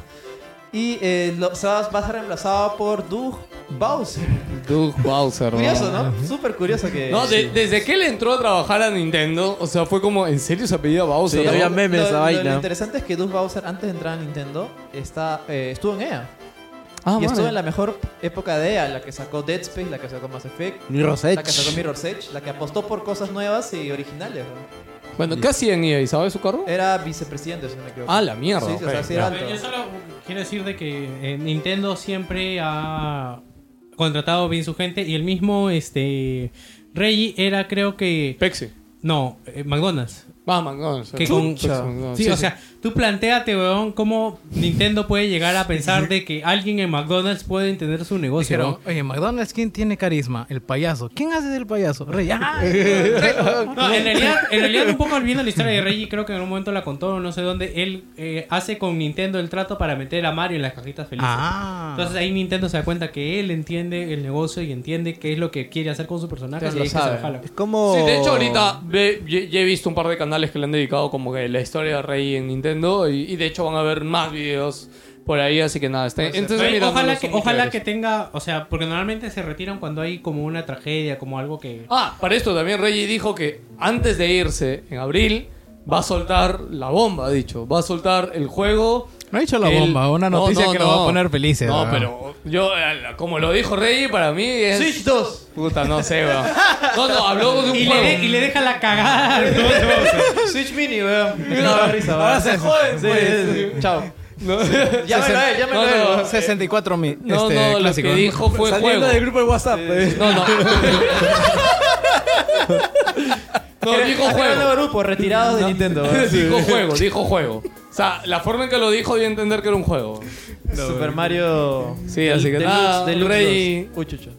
S3: Y eh, lo- se va, va a ser reemplazado por Doug Bowser.
S1: Doug Bowser,
S3: Curioso,
S1: weón.
S3: ¿no? Súper curioso que.
S1: Oh. No, de- desde que él entró a trabajar a Nintendo, o sea, fue como, ¿en serio se apellida Bowser?
S5: Sí,
S1: ¿no?
S5: había memes
S3: lo,
S5: esa
S3: lo- Lo
S5: vaina.
S3: interesante es que Doug Bowser, antes de entrar a Nintendo, está, eh, estuvo en EA.
S1: Ah,
S3: y estuvo
S1: vale.
S3: en la mejor época de EA, la que sacó Dead Space, la que sacó Mass Effect,
S5: Mirror's
S3: la que
S5: Edge.
S3: sacó Mirror's Edge, la que apostó por cosas nuevas y originales. ¿no?
S1: Bueno, ¿qué hacía en EA? ¿Sabes su cargo?
S3: Era vicepresidente, si no me equivoco.
S1: Ah, la mierda,
S3: Sí, o sea,
S1: ok,
S3: sí era
S6: Pero Yo
S3: alto.
S6: solo quiero decir de que eh, Nintendo siempre ha contratado bien su gente y el mismo este Reggie era creo que
S1: Pepsi.
S6: no, eh, McDonald's.
S1: Vamos, no, sí.
S6: Que con-
S1: Pepsi, McDonald's.
S6: Sí, o sea, tú planteate, weón, cómo Nintendo puede llegar a pensar de que alguien en McDonald's puede entender su negocio.
S4: Dijeron,
S6: weón.
S4: oye, McDonald's, ¿quién tiene carisma? El payaso. ¿Quién hace del payaso? Rey. ¡Ah!
S6: No, en realidad, en realidad un poco olvidando la historia de Reggie, creo que en un momento la contó, no sé dónde, él eh, hace con Nintendo el trato para meter a Mario en las cajitas felices.
S4: Ah.
S6: Entonces ahí Nintendo se da cuenta que él entiende el negocio y entiende qué es lo que quiere hacer con su personaje.
S1: Entonces
S6: y
S1: lo
S6: ahí es que se
S1: sabe.
S6: lo jala.
S5: Es como...
S1: Sí, de hecho ahorita ve- ye- ya he visto un par de canales que le han dedicado como que la historia de Rey en Nintendo y, y de hecho van a ver más videos por ahí, así que nada, estén, entonces
S6: Oye, ojalá que, ojalá que
S1: te...
S6: tenga, o sea, porque normalmente se retiran cuando hay como una tragedia, como algo que...
S1: Ah, para esto también Reggie dijo que antes de irse en abril va a soltar la bomba, ha dicho, va a soltar el juego.
S4: No he dicho la
S1: el-
S4: bomba, una
S1: No,
S4: noticia
S1: no,
S4: que nos va
S1: no.
S4: a poner felices.
S1: No,
S4: weón.
S1: pero yo, eh, como lo dijo Reggie, para mí es...
S3: Switch 2.
S1: Puta, no sé, weón. No, no, habló de un
S6: Y le,
S1: juego.
S6: de- y le deja la cagada. al otro, o sea.
S3: Switch Mini, weón. Me daba risa, weón.
S1: se joden,
S3: Sí, sí, sí. Chao. Llámelo a él, llámelo
S1: No,
S3: a él.
S1: no,
S3: weón.
S4: 64 mil.
S1: No,
S4: este,
S1: no, lo
S4: clásico.
S1: que dijo fue
S5: Saliendo
S1: juego.
S5: del grupo de WhatsApp.
S3: pues.
S5: eh.
S1: No, no. no, dijo
S3: Acá en el
S1: juego.
S3: grupo, retirados de Nintendo. weón.
S1: Dijo juego, dijo juego. O sea, la forma en que lo dijo dio a entender que era un juego.
S3: Super Mario.
S1: Sí, así que nada, Rey.
S3: Uy, chucho.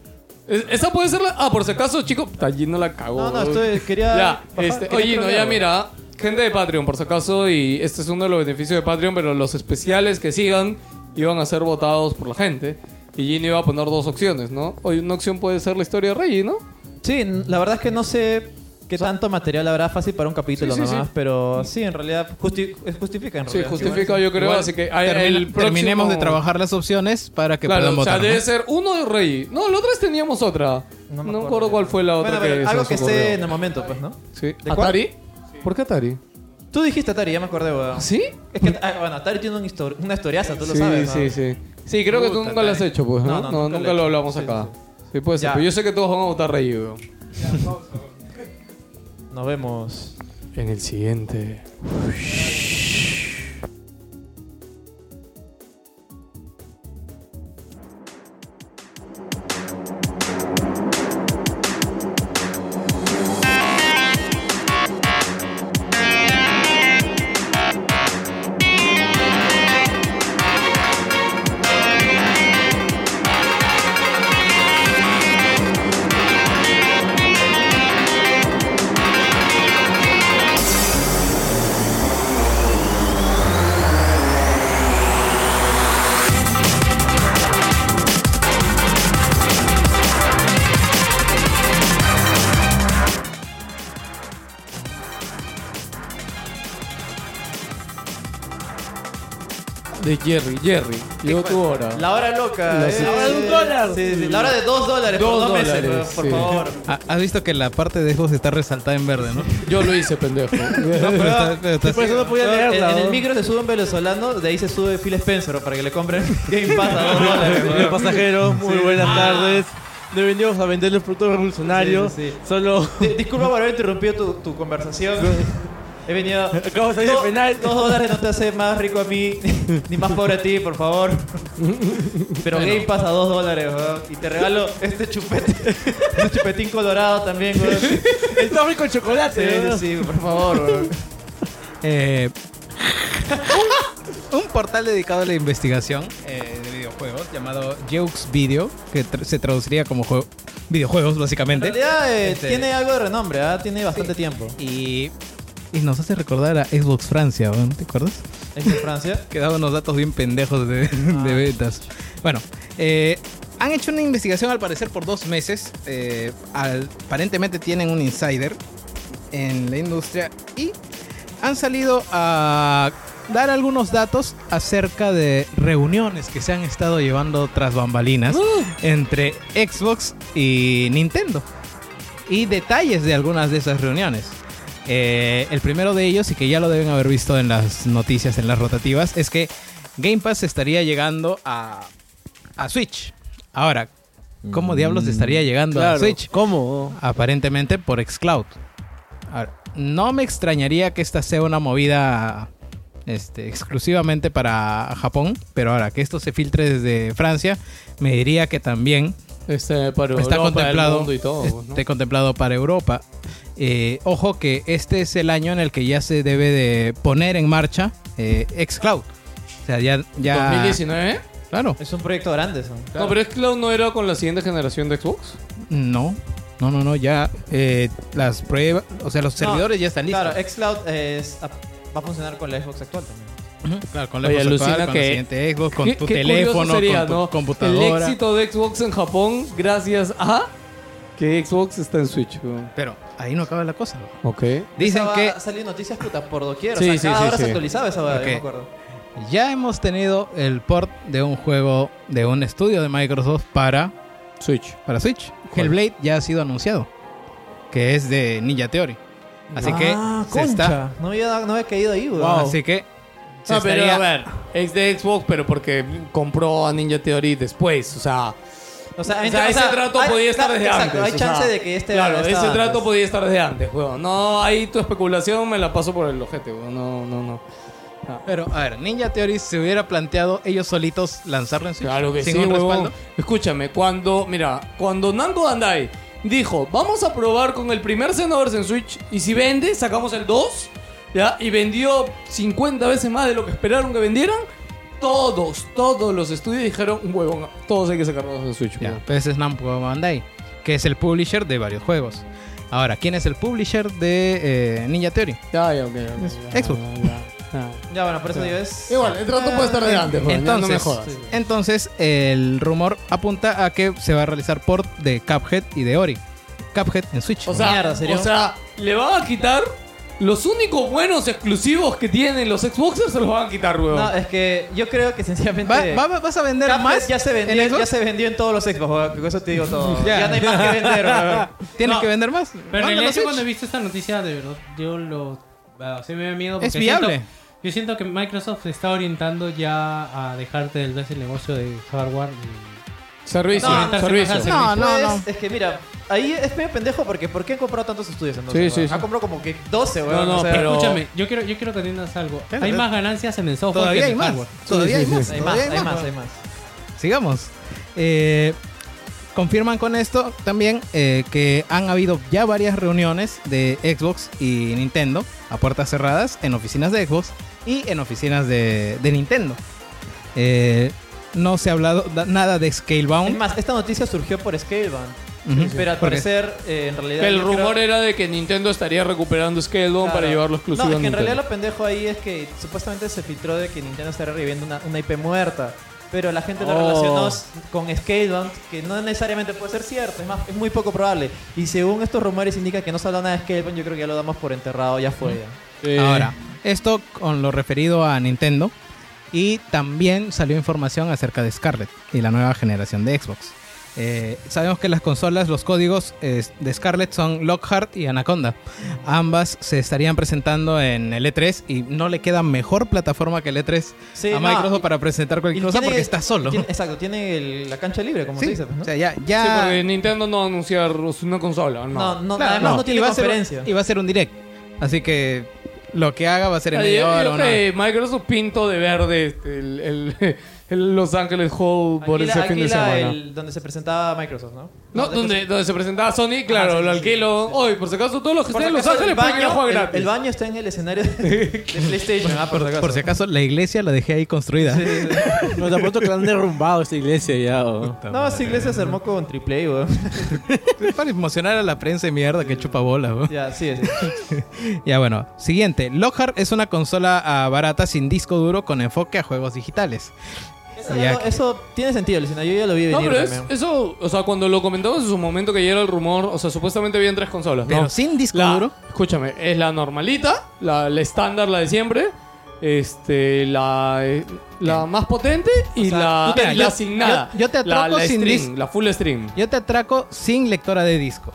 S1: Es- Esa puede ser la. Ah, por si acaso, chicos. Está no la cagó.
S3: No, no,
S1: bro.
S3: estoy- quería
S1: Ya,
S3: bajar,
S1: este,
S3: quería
S1: oye, no, ya
S3: trolear,
S1: mira. Gente de Patreon, por si acaso. Y este es uno de los beneficios de Patreon. Pero los especiales que sigan iban a ser votados por la gente. Y Gino iba a poner dos opciones, ¿no? Hoy una opción puede ser la historia de Reggie, ¿no?
S3: Sí, n- la verdad es que no sé qué tanto material habrá fácil para un capítulo
S1: Sí, sí,
S3: nomás,
S1: sí.
S3: pero sí, en realidad justi- es- justifica en
S1: Sí,
S3: realidad.
S1: justifica, yo creo.
S4: Igual,
S1: así que hay-
S4: termina-
S1: el próximo...
S4: Terminemos de trabajar las opciones para que
S1: Claro,
S4: puedan
S1: o sea,
S4: votar. ¿no?
S1: debe ser uno de Rey. No, la otra vez teníamos otra. No,
S3: No me
S1: me acuerdo,
S3: acuerdo.
S1: cuál fue la otra
S3: Bueno, pero
S1: que
S3: algo
S1: se
S3: que
S1: nos ocurrió.
S3: esté en el momento, pues, ¿no?
S1: Sí.
S3: ¿De cuál?
S1: ¿Atari? ¿Por qué Atari?
S3: Tú dijiste Atari, ya me acordé, weón.
S1: ¿Sí?
S3: Es que, ah, bueno, Atari tiene un histor- una historiaza, tú lo
S1: sí,
S3: sabes.
S1: sí,
S3: ¿no?
S1: sí. Sí, creo que tú
S3: Puta,
S1: nunca lo has
S3: Atari.
S1: hecho, pues, ¿no?
S3: No,
S1: No,
S3: no,
S1: nunca,
S3: nunca lo
S1: lo
S3: he hecho.
S1: hablamos
S3: Sí,
S1: acá.
S3: sí,
S1: Sí, puede ser.
S3: Ya.
S1: Pero yo sé que todos van a votar Rey, weón.
S3: Nos vemos.
S1: En el siguiente. De Jerry, Jerry. Llegó tu hora.
S3: pues, La hora loca.
S1: La-
S3: eh.
S1: La
S5: hora de un dólar.
S3: Sí, sí, la hora de dos dólares. por
S1: Dos
S3: dos meses,
S1: dólares,
S3: weón, por
S1: sí.
S3: favor.
S4: Ah, Has visto que la parte de Xbox está resaltada en verde, ¿no?
S1: Yo lo hice, pendejo.
S4: No, pero está- pero está-
S5: Por eso no podía
S3: en,
S5: leerla.
S3: en el
S5: ¿no?
S3: micro se sube un venezolano, de ahí se sube Phil Spencer para que le compren Game Pass a dos dólares.
S5: Señores
S3: weón.
S5: pasajeros, muy buenas
S4: Ah.
S5: tardes. No venimos a vender los productos revolucionarios.
S3: Sí, sí, sí.
S5: Solo.
S3: Di- Disculpa por haber interrumpido tu, tu conversación. He venido.
S12: Acabo de salir del
S3: Do-
S12: penal.
S3: Dos dólares no te hace más rico a mí, ni más pobre a ti, por favor. Pero Game Pass a dos dólares, weón. Y te regalo este chupete. este chupetín colorado también, weón.
S12: El torre con chocolate.
S3: Sí,
S12: ¿no?
S3: sí, sí, por favor, weón.
S4: Eh, un, un portal dedicado a la investigación eh, de videojuegos llamado Jeux Video, que tr- se traduciría como jue- videojuegos
S3: En
S4: básicamente.
S3: realidad eh,
S4: Este-
S3: tiene algo de renombre, ¿ah? Tiene bastante tiempo.
S4: Y, y nos hace recordar a Xbox Francia, ¿no? ¿te acuerdas?
S3: Es en Francia.
S4: Que daba unos datos bien pendejos de, de ventas. Bueno, eh, han hecho una investigación al parecer por dos meses. eh, al- aparentemente tienen un insider en la industria y han salido a dar algunos datos acerca de reuniones que se han estado llevando tras bambalinas entre Xbox y Nintendo y detalles de algunas de esas reuniones. Eh, el primero de ellos, y que ya lo deben haber visto en las noticias, en las rotativas, es que Game Pass estaría llegando a, a Switch. Ahora, ¿cómo diablos estaría llegando a Switch?
S5: ¿Cómo?
S4: Aparentemente por Xcloud. Ahora, no me extrañaría que esta sea una movida este, exclusivamente para Japón, pero ahora que esto se filtre desde Francia, me diría que también
S1: Este, para Europa,
S4: está
S1: el
S4: contemplado
S1: mundo y todo, ¿no?
S3: Este,
S4: esté contemplado para Europa. Eh, ojo que este es el año en el que ya se debe de poner en marcha eh, XCloud. O sea, ya, ya
S1: 2019.
S4: claro.
S3: Es un proyecto grande, son.
S1: No, pero es Cloud no era con la siguiente generación de Xbox.
S4: No, no, no, no, ya eh, las pruebas, o sea, los servidores ya están listos.
S3: Claro, Xcloud es- va a funcionar con la Xbox actual también.
S4: Ujú, claro, con la
S1: Oye,
S4: Xbox actual,
S1: alucina
S4: con
S1: que-
S4: la siguiente Xbox, con
S1: Qué-
S4: tu
S1: qué
S4: teléfono,
S1: curioso sería,
S4: con tu
S1: ¿no? El
S4: computadora.
S1: éxito de Xbox en Japón gracias a que Xbox está en Switch. weón.
S4: Pero ahí no acaba la cosa. ¿no?
S1: Ok.
S4: Dicen
S3: Esa va
S4: que
S3: a salir noticias putas por doquier.
S1: Sí,
S3: o sea,
S1: sí,
S3: cada
S1: sí,
S3: hora
S1: sí.
S3: se actualizaba esa hueá, yo me
S4: Ok.
S3: acuerdo.
S4: ya hemos tenido el port de un juego de un estudio de Microsoft para
S1: Switch.
S4: para Switch. Hellblade ya ha sido anunciado, que es de Ninja Theory. Así que
S3: Ah,
S4: se está.
S3: concha. No había, no había caído ahí, weón.
S4: Así que se
S1: No, pero
S4: estaría-
S1: a ver, es de Xbox, pero porque compró a Ninja Theory después, o sea...
S3: Ah, O sea,
S1: O sea, ese trato
S3: hay-
S1: podía estar
S3: claro,
S1: desde
S3: exacto,
S1: antes.
S3: Hay
S1: o
S3: chance
S1: sea,
S3: de que este.
S1: Claro,
S3: esta-
S1: ese trato podía estar desde antes, weón. No, ahí tu especulación me la paso por el ojete, weón. No, no, no.
S4: Pero a ver, Ninja Theory se hubiera planteado ellos solitos lanzarlo en Switch
S1: Claro que
S4: sin
S1: sí,
S4: un
S1: huevón.
S4: respaldo.
S1: Escúchame, cuando, mira, cuando Namco Bandai dijo, vamos a probar con el primer Xenoverse en Switch y si vende, sacamos el 2, ¿ya? Y vendió 50 veces más de lo que esperaron que vendieran. Todos, todos los estudios dijeron, huevón, todos hay que sacarlos en Switch.
S4: Ya,
S1: huevón".
S4: pues ese es Namco Bandai, que es el publisher de varios juegos. Ahora, ¿quién es el publisher de eh, Ninja Theory?
S1: Ya, ya, ok, ok, ya,
S4: Xbox.
S1: ya,
S4: Ah.
S1: ya.
S3: Ya, bueno, por eso digo, es.
S1: Igual, el trato puede estar de antes, huevón, ya no me
S4: Entonces,
S1: jodas.
S4: entonces, el rumor apunta a que se va a realizar port de Cuphead y de Ori. Cuphead en Switch.
S1: O sea,
S3: Mierda, ¿serio?
S1: o sea, le van a quitar los únicos buenos exclusivos que tienen los Xboxers, se los van a quitar, huevón.
S3: No, es que yo creo que sencillamente.
S4: Va- va- ¿Vas a vender
S3: eh, Cuphead
S4: más?
S3: ya se vendió,
S4: en Xbox?
S3: ya se vendió en todos los Xbox, weón, con eso te digo todo. Ya no hay más que vender, weón.
S4: ¿Tienes
S6: No,
S4: que vender más?
S6: Pero en
S4: Mándalo a
S6: realidad yo
S4: Switch.
S6: cuando he visto esta noticia, de verdad, yo lo... ah, sí me da miedo porque
S4: Es viable.
S6: siento- yo siento que Microsoft se está orientando ya a dejarte del ese negocio de hardware. y-
S1: Servicio,
S6: No, no,
S1: servicio.
S6: no,
S4: No, no, no.
S3: Pues, Es que mira, ahí es medio pendejo porque ¿por qué han comprado tantos estudios entonces?
S1: Sí, sí,
S3: weón?
S1: sí.
S3: Han comprado como que 12, weón.
S1: No, no,
S3: o sea,
S1: pero-
S6: Escúchame, yo quiero, yo quiero que entiendas algo. Hay más ganancias en el software
S4: Todavía
S6: que en
S4: hay
S6: el
S4: más.
S6: hardware.
S4: Todavía hay más.
S3: Hay más,
S4: todavía
S3: hay más, hay más.
S4: Sigamos. Eh, confirman con esto también eh, que han habido ya varias reuniones de Xbox y Nintendo a puertas cerradas en oficinas de Xbox y en oficinas de, de Nintendo. Eh, no se ha hablado da- nada de
S3: Es
S4: Scalebound.
S3: más, esta noticia surgió por Scalebound.
S4: Ujú.
S3: Pero al
S4: ¿Por qué?
S3: parecer, eh, en realidad.
S1: Que el
S3: yo creo-
S1: rumor era de que Nintendo estaría recuperando Scalebone para
S3: Claro.
S1: llevarlo exclusivo
S3: No,
S1: a
S3: es que en
S1: Nintendo.
S3: realidad lo pendejo ahí es que supuestamente se filtró de que Nintendo estaría reviviendo una, una IP muerta. Pero la gente lo
S1: Oh.
S3: relacionó s- con Scalebound, que no necesariamente puede ser cierto, es más, es muy poco probable. Y según estos rumores indica que no se habla nada de Scalebound, yo creo que ya lo damos por enterrado, ya fue. ya.
S4: Ahora, esto con lo referido a Nintendo. Y también salió información acerca de Scarlett y la nueva generación de Xbox. Eh, sabemos que las consolas, los códigos eh, de Scarlett son Lockhart y Anaconda. Ambas se estarían presentando en el E3 y no le queda mejor plataforma que el E3
S3: Sí,
S4: a
S3: no,
S4: Microsoft
S3: y-
S4: para presentar
S3: Y
S4: cualquier cosa
S3: tiene-
S4: porque está solo.
S3: tiene- exacto, tiene el- la cancha libre, como
S4: Sí,
S3: se dice. pues, ¿no?
S4: o sea, ya,
S1: Sí,
S4: ya,
S1: porque Nintendo no va a anunciar una consola, no.
S3: no, no,
S4: Claro,
S3: además no,
S4: no.
S3: tiene
S4: Y va a ser-
S3: conferencia.
S4: y va a ser un direct. Así que Lo que haga va a ser en
S1: Ay,
S4: media
S1: yo-
S4: hora
S1: yo
S4: o no.
S1: que Microsoft pinto de verde este, el, el- el Los Ángeles Hall por
S3: Aquí la-
S1: ese fin de
S3: aquí la-
S1: semana.
S3: el- donde se presentaba Microsoft, ¿no?
S1: No, donde, donde se presentaba Sony, claro,
S3: Ah, sí,
S1: lo
S3: sí,
S1: alquilo. Hoy, por si acaso, todos los que
S3: Por
S1: estén en
S3: si
S1: Pues Los
S3: acaso,
S1: Ángeles
S3: el
S1: pueden ir a
S3: baño-
S1: jugar
S3: el-
S1: gratis.
S3: El baño está en el escenario de, de PlayStation. ah, por si acaso.
S4: Por si acaso, la iglesia la dejé ahí construida.
S5: No, te apuesto que la han derrumbado esta iglesia ya. o-
S3: No, esa iglesia se armó con triple A, weón.
S4: Es Para emocionar a la prensa de mierda que chupa bola, weón.
S3: Ya, sí, sí.
S4: Ya bueno, siguiente. Lockhart es una consola ah, barata sin disco duro con enfoque a juegos digitales.
S3: Eso,
S4: Ya
S3: no-
S4: que-
S3: eso tiene sentido, Lucina. Yo ya lo vi
S1: No,
S3: venir
S1: pero es-
S3: también.
S1: eso, o sea, cuando lo comentamos en su momento que ya era el rumor, o sea, supuestamente habían tres consolas, ¿no?
S4: Pero sin disco
S1: La-
S4: duro.
S1: Escúchame, es la normalita, la la estándar, la de siempre, este, la, eh, la más potente y
S4: sea,
S1: la,
S4: tú te-
S1: y la
S4: yo-
S1: sin nada.
S4: yo- yo te
S1: la,
S4: atraco
S1: la
S4: sin
S1: stream,
S4: dis-
S1: la full stream.
S4: Yo te atraco sin lectora de disco.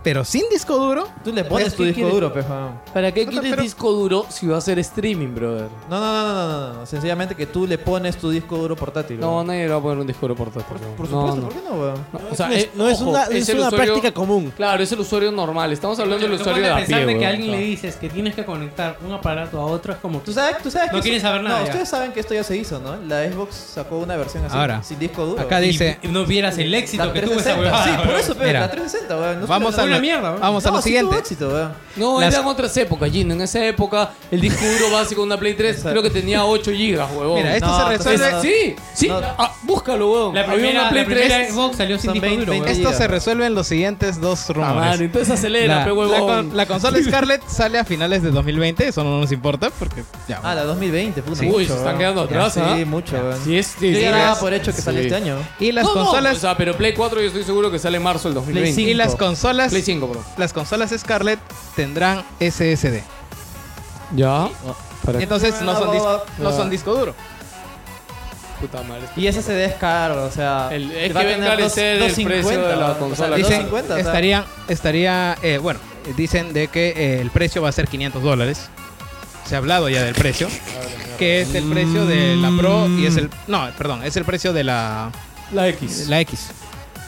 S4: Pero sin disco duro.
S3: Tú le pones
S4: Es
S3: tu
S4: que
S3: disco
S4: quiere-
S3: duro, pues, weón.
S1: ¿Para qué
S4: quieres
S1: quieres disco duro si va a ser streaming, brother?
S3: No, no, no, no, no, no, no. Sencillamente que tú le pones tu disco duro portátil.
S1: No,
S3: weón.
S1: nadie le va a poner un disco duro portátil. no.
S3: Por
S1: No,
S3: supuesto,
S1: no.
S3: ¿por qué no, weón?
S1: No, o sea,
S5: no es,
S1: eh,
S5: no es
S1: ojo,
S5: una, es
S1: el
S5: una
S1: usuario-
S5: práctica común.
S1: Claro, es el usuario normal. Estamos hablando del
S6: Lo que
S1: usuario de
S6: pone
S1: a pie,
S6: a pensar de que
S1: weón,
S6: a alguien
S1: o sea.
S6: le dices que tienes que conectar un aparato a otro es como que-
S3: Tú sabes, tú sabes
S6: No
S3: que
S6: quieres saber nada
S3: No,
S6: ya.
S3: ustedes saben que esto ya se hizo, ¿no? La Xbox sacó una versión así,
S4: Ahora,
S3: sin disco duro.
S4: Acá dice.
S6: y no vieras el éxito
S3: la
S6: que tuvo esa
S3: 360.
S6: huevada.
S3: Sí, por eso, pero
S4: Mira.
S3: la 360, weón. No
S4: Vamos
S3: fue
S4: a
S3: una-
S4: lo,
S6: una mierda, ¿no?
S4: vamos a
S3: No,
S4: lo
S3: sí
S4: siguiente.
S3: tuvo éxito, weón.
S1: No,
S4: Las-
S1: eran otras épocas, Gino. En esa época, el disco duro básico de una Play 3 creo que tenía 8 gigas, huevón.
S4: Mira, esto
S3: No,
S4: se resuelve.
S3: entonces-
S1: Sí, sí.
S3: No.
S1: Ah, búscalo, huevón.
S6: La
S1: Había
S6: primera,
S1: una Play
S6: la primera
S1: 3.
S6: Xbox salió sin
S3: Son
S6: disco
S3: 20,
S6: duro, weón.
S3: 20.
S4: Esto se resuelve en los siguientes dos
S1: Ah,
S4: rumores.
S1: madre, entonces acelera,
S4: La,
S1: pe,
S4: la
S1: huevón.
S4: con- la consola Scarlett sale a finales de 2020, eso no nos importa porque ya.
S3: Ah, la 2020, puta.
S1: Uy,
S3: mucho,
S1: se están
S3: weón.
S1: quedando atrás,
S3: Sí,
S1: ¿ah?
S3: mucho, weón.
S1: Sí, es, sí,
S3: Yo
S1: sí,
S3: ya daba
S1: es-
S3: por hecho que salió
S1: sí.
S3: este año.
S4: Y las
S1: No, no,
S4: consolas
S3: Pues,
S1: o sea, pero Play 4 yo estoy seguro que sale en marzo del 2020.
S4: y las consolas
S1: Play 5, bro.
S4: las consolas Scarlett tendrán SSD.
S1: Ya.
S3: Ah,
S1: Para
S4: Entonces no son disco, no son disco duro.
S1: puta madre.
S3: Y ese CD es caro, o sea.
S1: El- es que
S3: te va a
S1: va a
S3: tener
S1: encarecer
S3: dos-
S1: el precio
S3: 250,
S1: de la
S3: weón.
S1: consola.
S3: O sea,
S1: Dicen,
S3: dicen,
S1: claro.
S4: estaría estaría eh, bueno, dicen de que eh, el precio va a ser 500 dólares. Se ha hablado ya del precio, que es el precio de la Pro y es el no, perdón, es el precio de la
S1: La X.
S4: la X,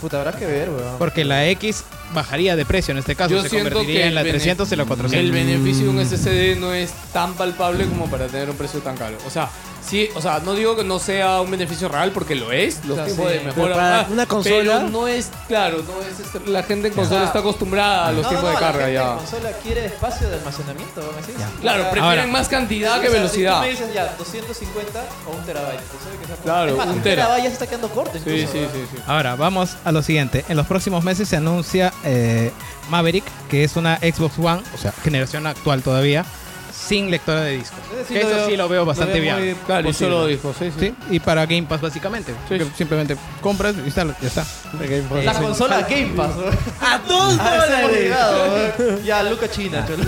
S3: Puta, habrá que ver, weón.
S4: porque la X bajaría de precio en este caso,
S1: Yo
S4: se
S1: siento
S4: convertiría
S1: que
S4: en la
S1: el bene-
S4: 300 y la
S1: El
S4: 400.
S1: beneficio
S3: Mm.
S1: de un SSD no es tan palpable como para tener un precio tan caro. O sea, sí, o sea, no digo que no sea un beneficio real porque lo es, los
S3: O sea,
S1: tiempos
S3: sí.
S1: de mejora.
S5: Pero para
S1: ah,
S5: una
S1: Pero
S5: consola-
S1: no es, claro, no es este- la gente en consola
S3: sea,
S1: está acostumbrada a los
S3: No,
S1: tiempos
S3: no,
S1: de
S3: la
S1: carga
S3: gente
S1: ya.
S3: en consola quiere espacio de almacenamiento, weón, así.
S1: Claro, prefieren
S4: Ahora.
S1: más cantidad que
S3: O sea,
S1: velocidad.
S3: Si tú me dices ya 250 o un terabyte. Pues sabe que sea poco.
S1: Claro,
S3: Es más,
S1: un
S3: un
S1: tera.
S3: terabyte ya se está quedando corto.
S1: Sí,
S3: incluso,
S1: sí,
S3: weón.
S1: sí, sí.
S4: Ahora, vamos a lo siguiente. En los próximos meses se anuncia eh, Maverick, que es una Xbox One, o sea, generación actual todavía, sin lectora de discos.
S3: Ese sí
S4: Que
S3: lo
S4: eso
S3: veo-
S4: sí lo veo bastante
S3: veo muy
S4: bien.
S1: Claro, y
S3: posible.
S1: solo dijo, sí, sí.
S4: Sí, y para Game Pass básicamente. Que simplemente compras, instalas, ya está.
S3: La consola Game Pass. weón.
S5: ¡A todos
S3: Ah, ese hemos llegado, weón. Ya, Luca
S1: Ah.
S3: China, cholo.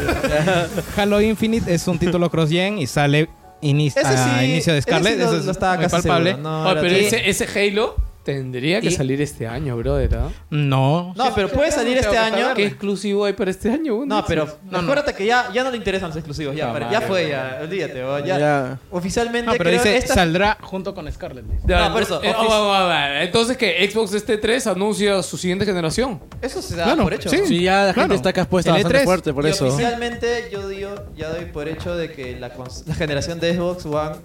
S4: Halo Infinite es un título cross-gen y sale ini- a inicio de
S3: ese
S4: Scarlett.
S3: sí lo-
S4: eso es
S3: lo estaba
S4: muy
S3: casi
S4: palpable.
S3: seguro, No,
S1: Oye,
S3: era
S1: Oh, Ah, pero
S3: todo.
S1: ese, ese Halo tendría que
S4: Y-
S1: salir este año, brother. ¿ah?
S4: No.
S3: No, pero puede salir este año.
S1: ¿Qué exclusivo hay para este año? güey?
S3: No, pero
S4: No, no.
S3: acuérdate que ya, ya no le interesan los exclusivos. Ya,
S1: Ah,
S3: para-
S1: madre,
S3: ya fue, ya. Olvídate, weón, ya.
S5: Ya.
S3: Oficialmente
S4: No, pero
S3: creo
S4: dice,
S3: esta-
S4: saldrá junto con Scarlett.
S1: Ya,
S3: No, por eso,
S1: eh,
S3: ofici-
S1: oh, va, va, va. Entonces que Xbox este 3 anuncia su siguiente generación.
S3: Eso se da
S4: Claro,
S3: por hecho.
S4: sí.
S3: ¿no?
S5: Sí, ya la
S4: Claro.
S5: gente está acá expuesta
S4: El
S5: bastante
S4: E3.
S5: fuerte por
S3: Y
S5: eso.
S3: Oficialmente yo digo, ya doy por hecho de que la, cons- la generación de Xbox One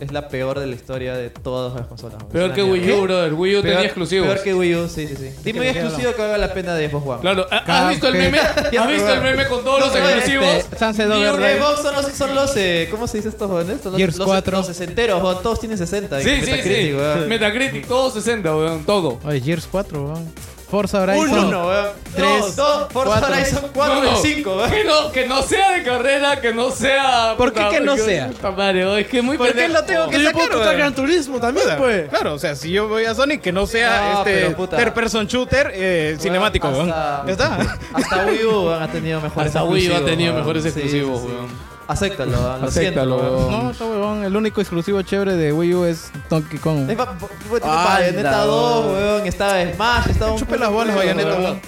S3: es la peor de la historia de todas las consolas. weón.
S1: Peor
S3: Es
S1: que
S3: una
S1: Wii
S3: mierda.
S1: U, brother. Wii U
S3: Peor-
S1: tenía exclusivos.
S3: Peor que Wii U, sí, sí, sí. Dime un exclusivo que valga la pena de Xbox One.
S1: Claro, ¿ha-
S4: Cada-
S1: ¿has visto el meme? ¿Has visto el meme con todos los
S3: No, este,
S1: exclusivos?
S4: Sunset
S3: Ni un
S4: Overdrive.
S3: Xbox son los, son los eh, ¿cómo se dice estos jóvenes? Son los,
S4: Gears
S3: los,
S4: 4.
S3: los sesenteros, weón. todos tienen 60. en
S1: Sí, sí, sí.
S3: Metacritic, weón.
S1: Metacritic, todo 60, weón, todo.
S4: Oye, Gears 4, weón. Forza Horizon.
S3: Uno, weón.
S4: Tres,
S3: Dos, dos, Forza
S4: cuatro.
S3: Horizon 4
S1: No,
S3: y
S1: no.
S3: 5, weón.
S1: Que no, que no sea de carrera, que no sea.
S4: ¿Por qué
S1: puta,
S4: que no
S1: yo-
S4: sea?
S1: puta madre, oh, es que es muy
S4: ¿Por qué
S1: pendejo.
S4: lo tengo que sacar, weón?
S5: Turismo también, pues.
S4: Claro, o sea, si yo voy a Sonic, que no sea
S3: No,
S4: este
S3: pero puta.
S4: third person shooter eh, cinemático, weón.
S3: hasta-
S4: Ya está.
S3: Hasta Wii U weón, ha tenido mejores
S1: Hasta Wii U ha tenido
S3: weón.
S1: mejores
S3: Sí, sí,
S1: exclusivos,
S3: sí.
S1: weón.
S3: Acéptalo, weón, lo
S1: Acéptalo,
S3: siento, weón.
S1: weón.
S4: No, está weón. El único exclusivo chévere de Wii U es Donkey Kong.
S3: Es ba- bo- bo- tiene
S5: Anda,
S3: Bayonetta
S5: weón.
S3: 2, weón, estaba Smash, estaba un
S4: Chupe las bolas,
S3: weón,
S4: Bayonetta,
S3: weón.
S4: weón.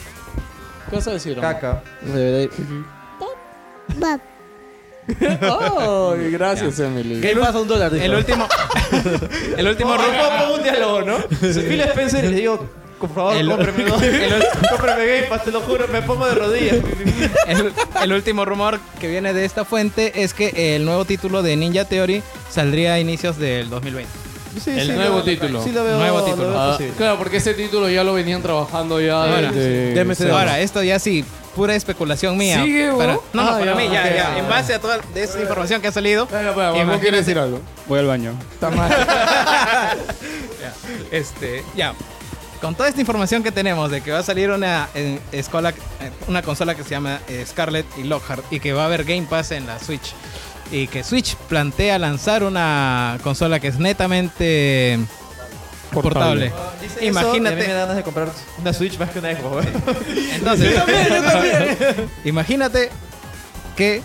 S1: ¿Qué vas a decir? Omar?
S3: Caca.
S1: Ay, gracias, Emily.
S5: ¿Qué pasa un dólar? dijo.
S4: El último. el último
S3: Por
S4: rumor.
S3: un diálogo, ¿no? Phil Spencer y le digo, Por favor,
S4: El-
S3: cómprame dos. cómprame Game Pass, te lo juro, me pongo de rodillas.
S4: El, el último rumor que viene de esta fuente es que el nuevo título de Ninja Theory saldría a inicios del 2020.
S3: Sí,
S1: El
S3: sí,
S1: nuevo
S3: lo-
S1: título.
S3: Sí, lo veo.
S4: Nuevo
S3: lo
S4: título.
S3: veo
S1: Ah,
S3: posible.
S1: claro, porque ese título ya lo venían trabajando ya
S4: Ahora,
S1: desde-
S5: DMC2.
S4: Ahora, esto ya sí, pura especulación mía.
S1: ¿Sigue, bro?
S4: Para- no, no,
S1: Ah,
S4: para
S1: ya,
S4: mí, ya,
S1: ok,
S4: ya.
S1: ya.
S4: En base a toda de esa información que ha salido,
S1: Espera, espera, Juan,
S4: Imagínate.
S1: ¿vos quieres decir algo?
S2: Voy al baño.
S1: Está mal.
S4: este, ya. Con toda esta información que tenemos de que va a salir una, en- escola- eh, una consola que se llama eh, Scarlett y Lockhart y que va a haber Game Pass en la Switch y que Switch plantea lanzar una consola que es netamente portable.
S3: Dice eso, y
S4: Imagínate.
S3: a mí me dan ganas de comprar una Switch más que una Xbox.
S4: Entonces, imagínate que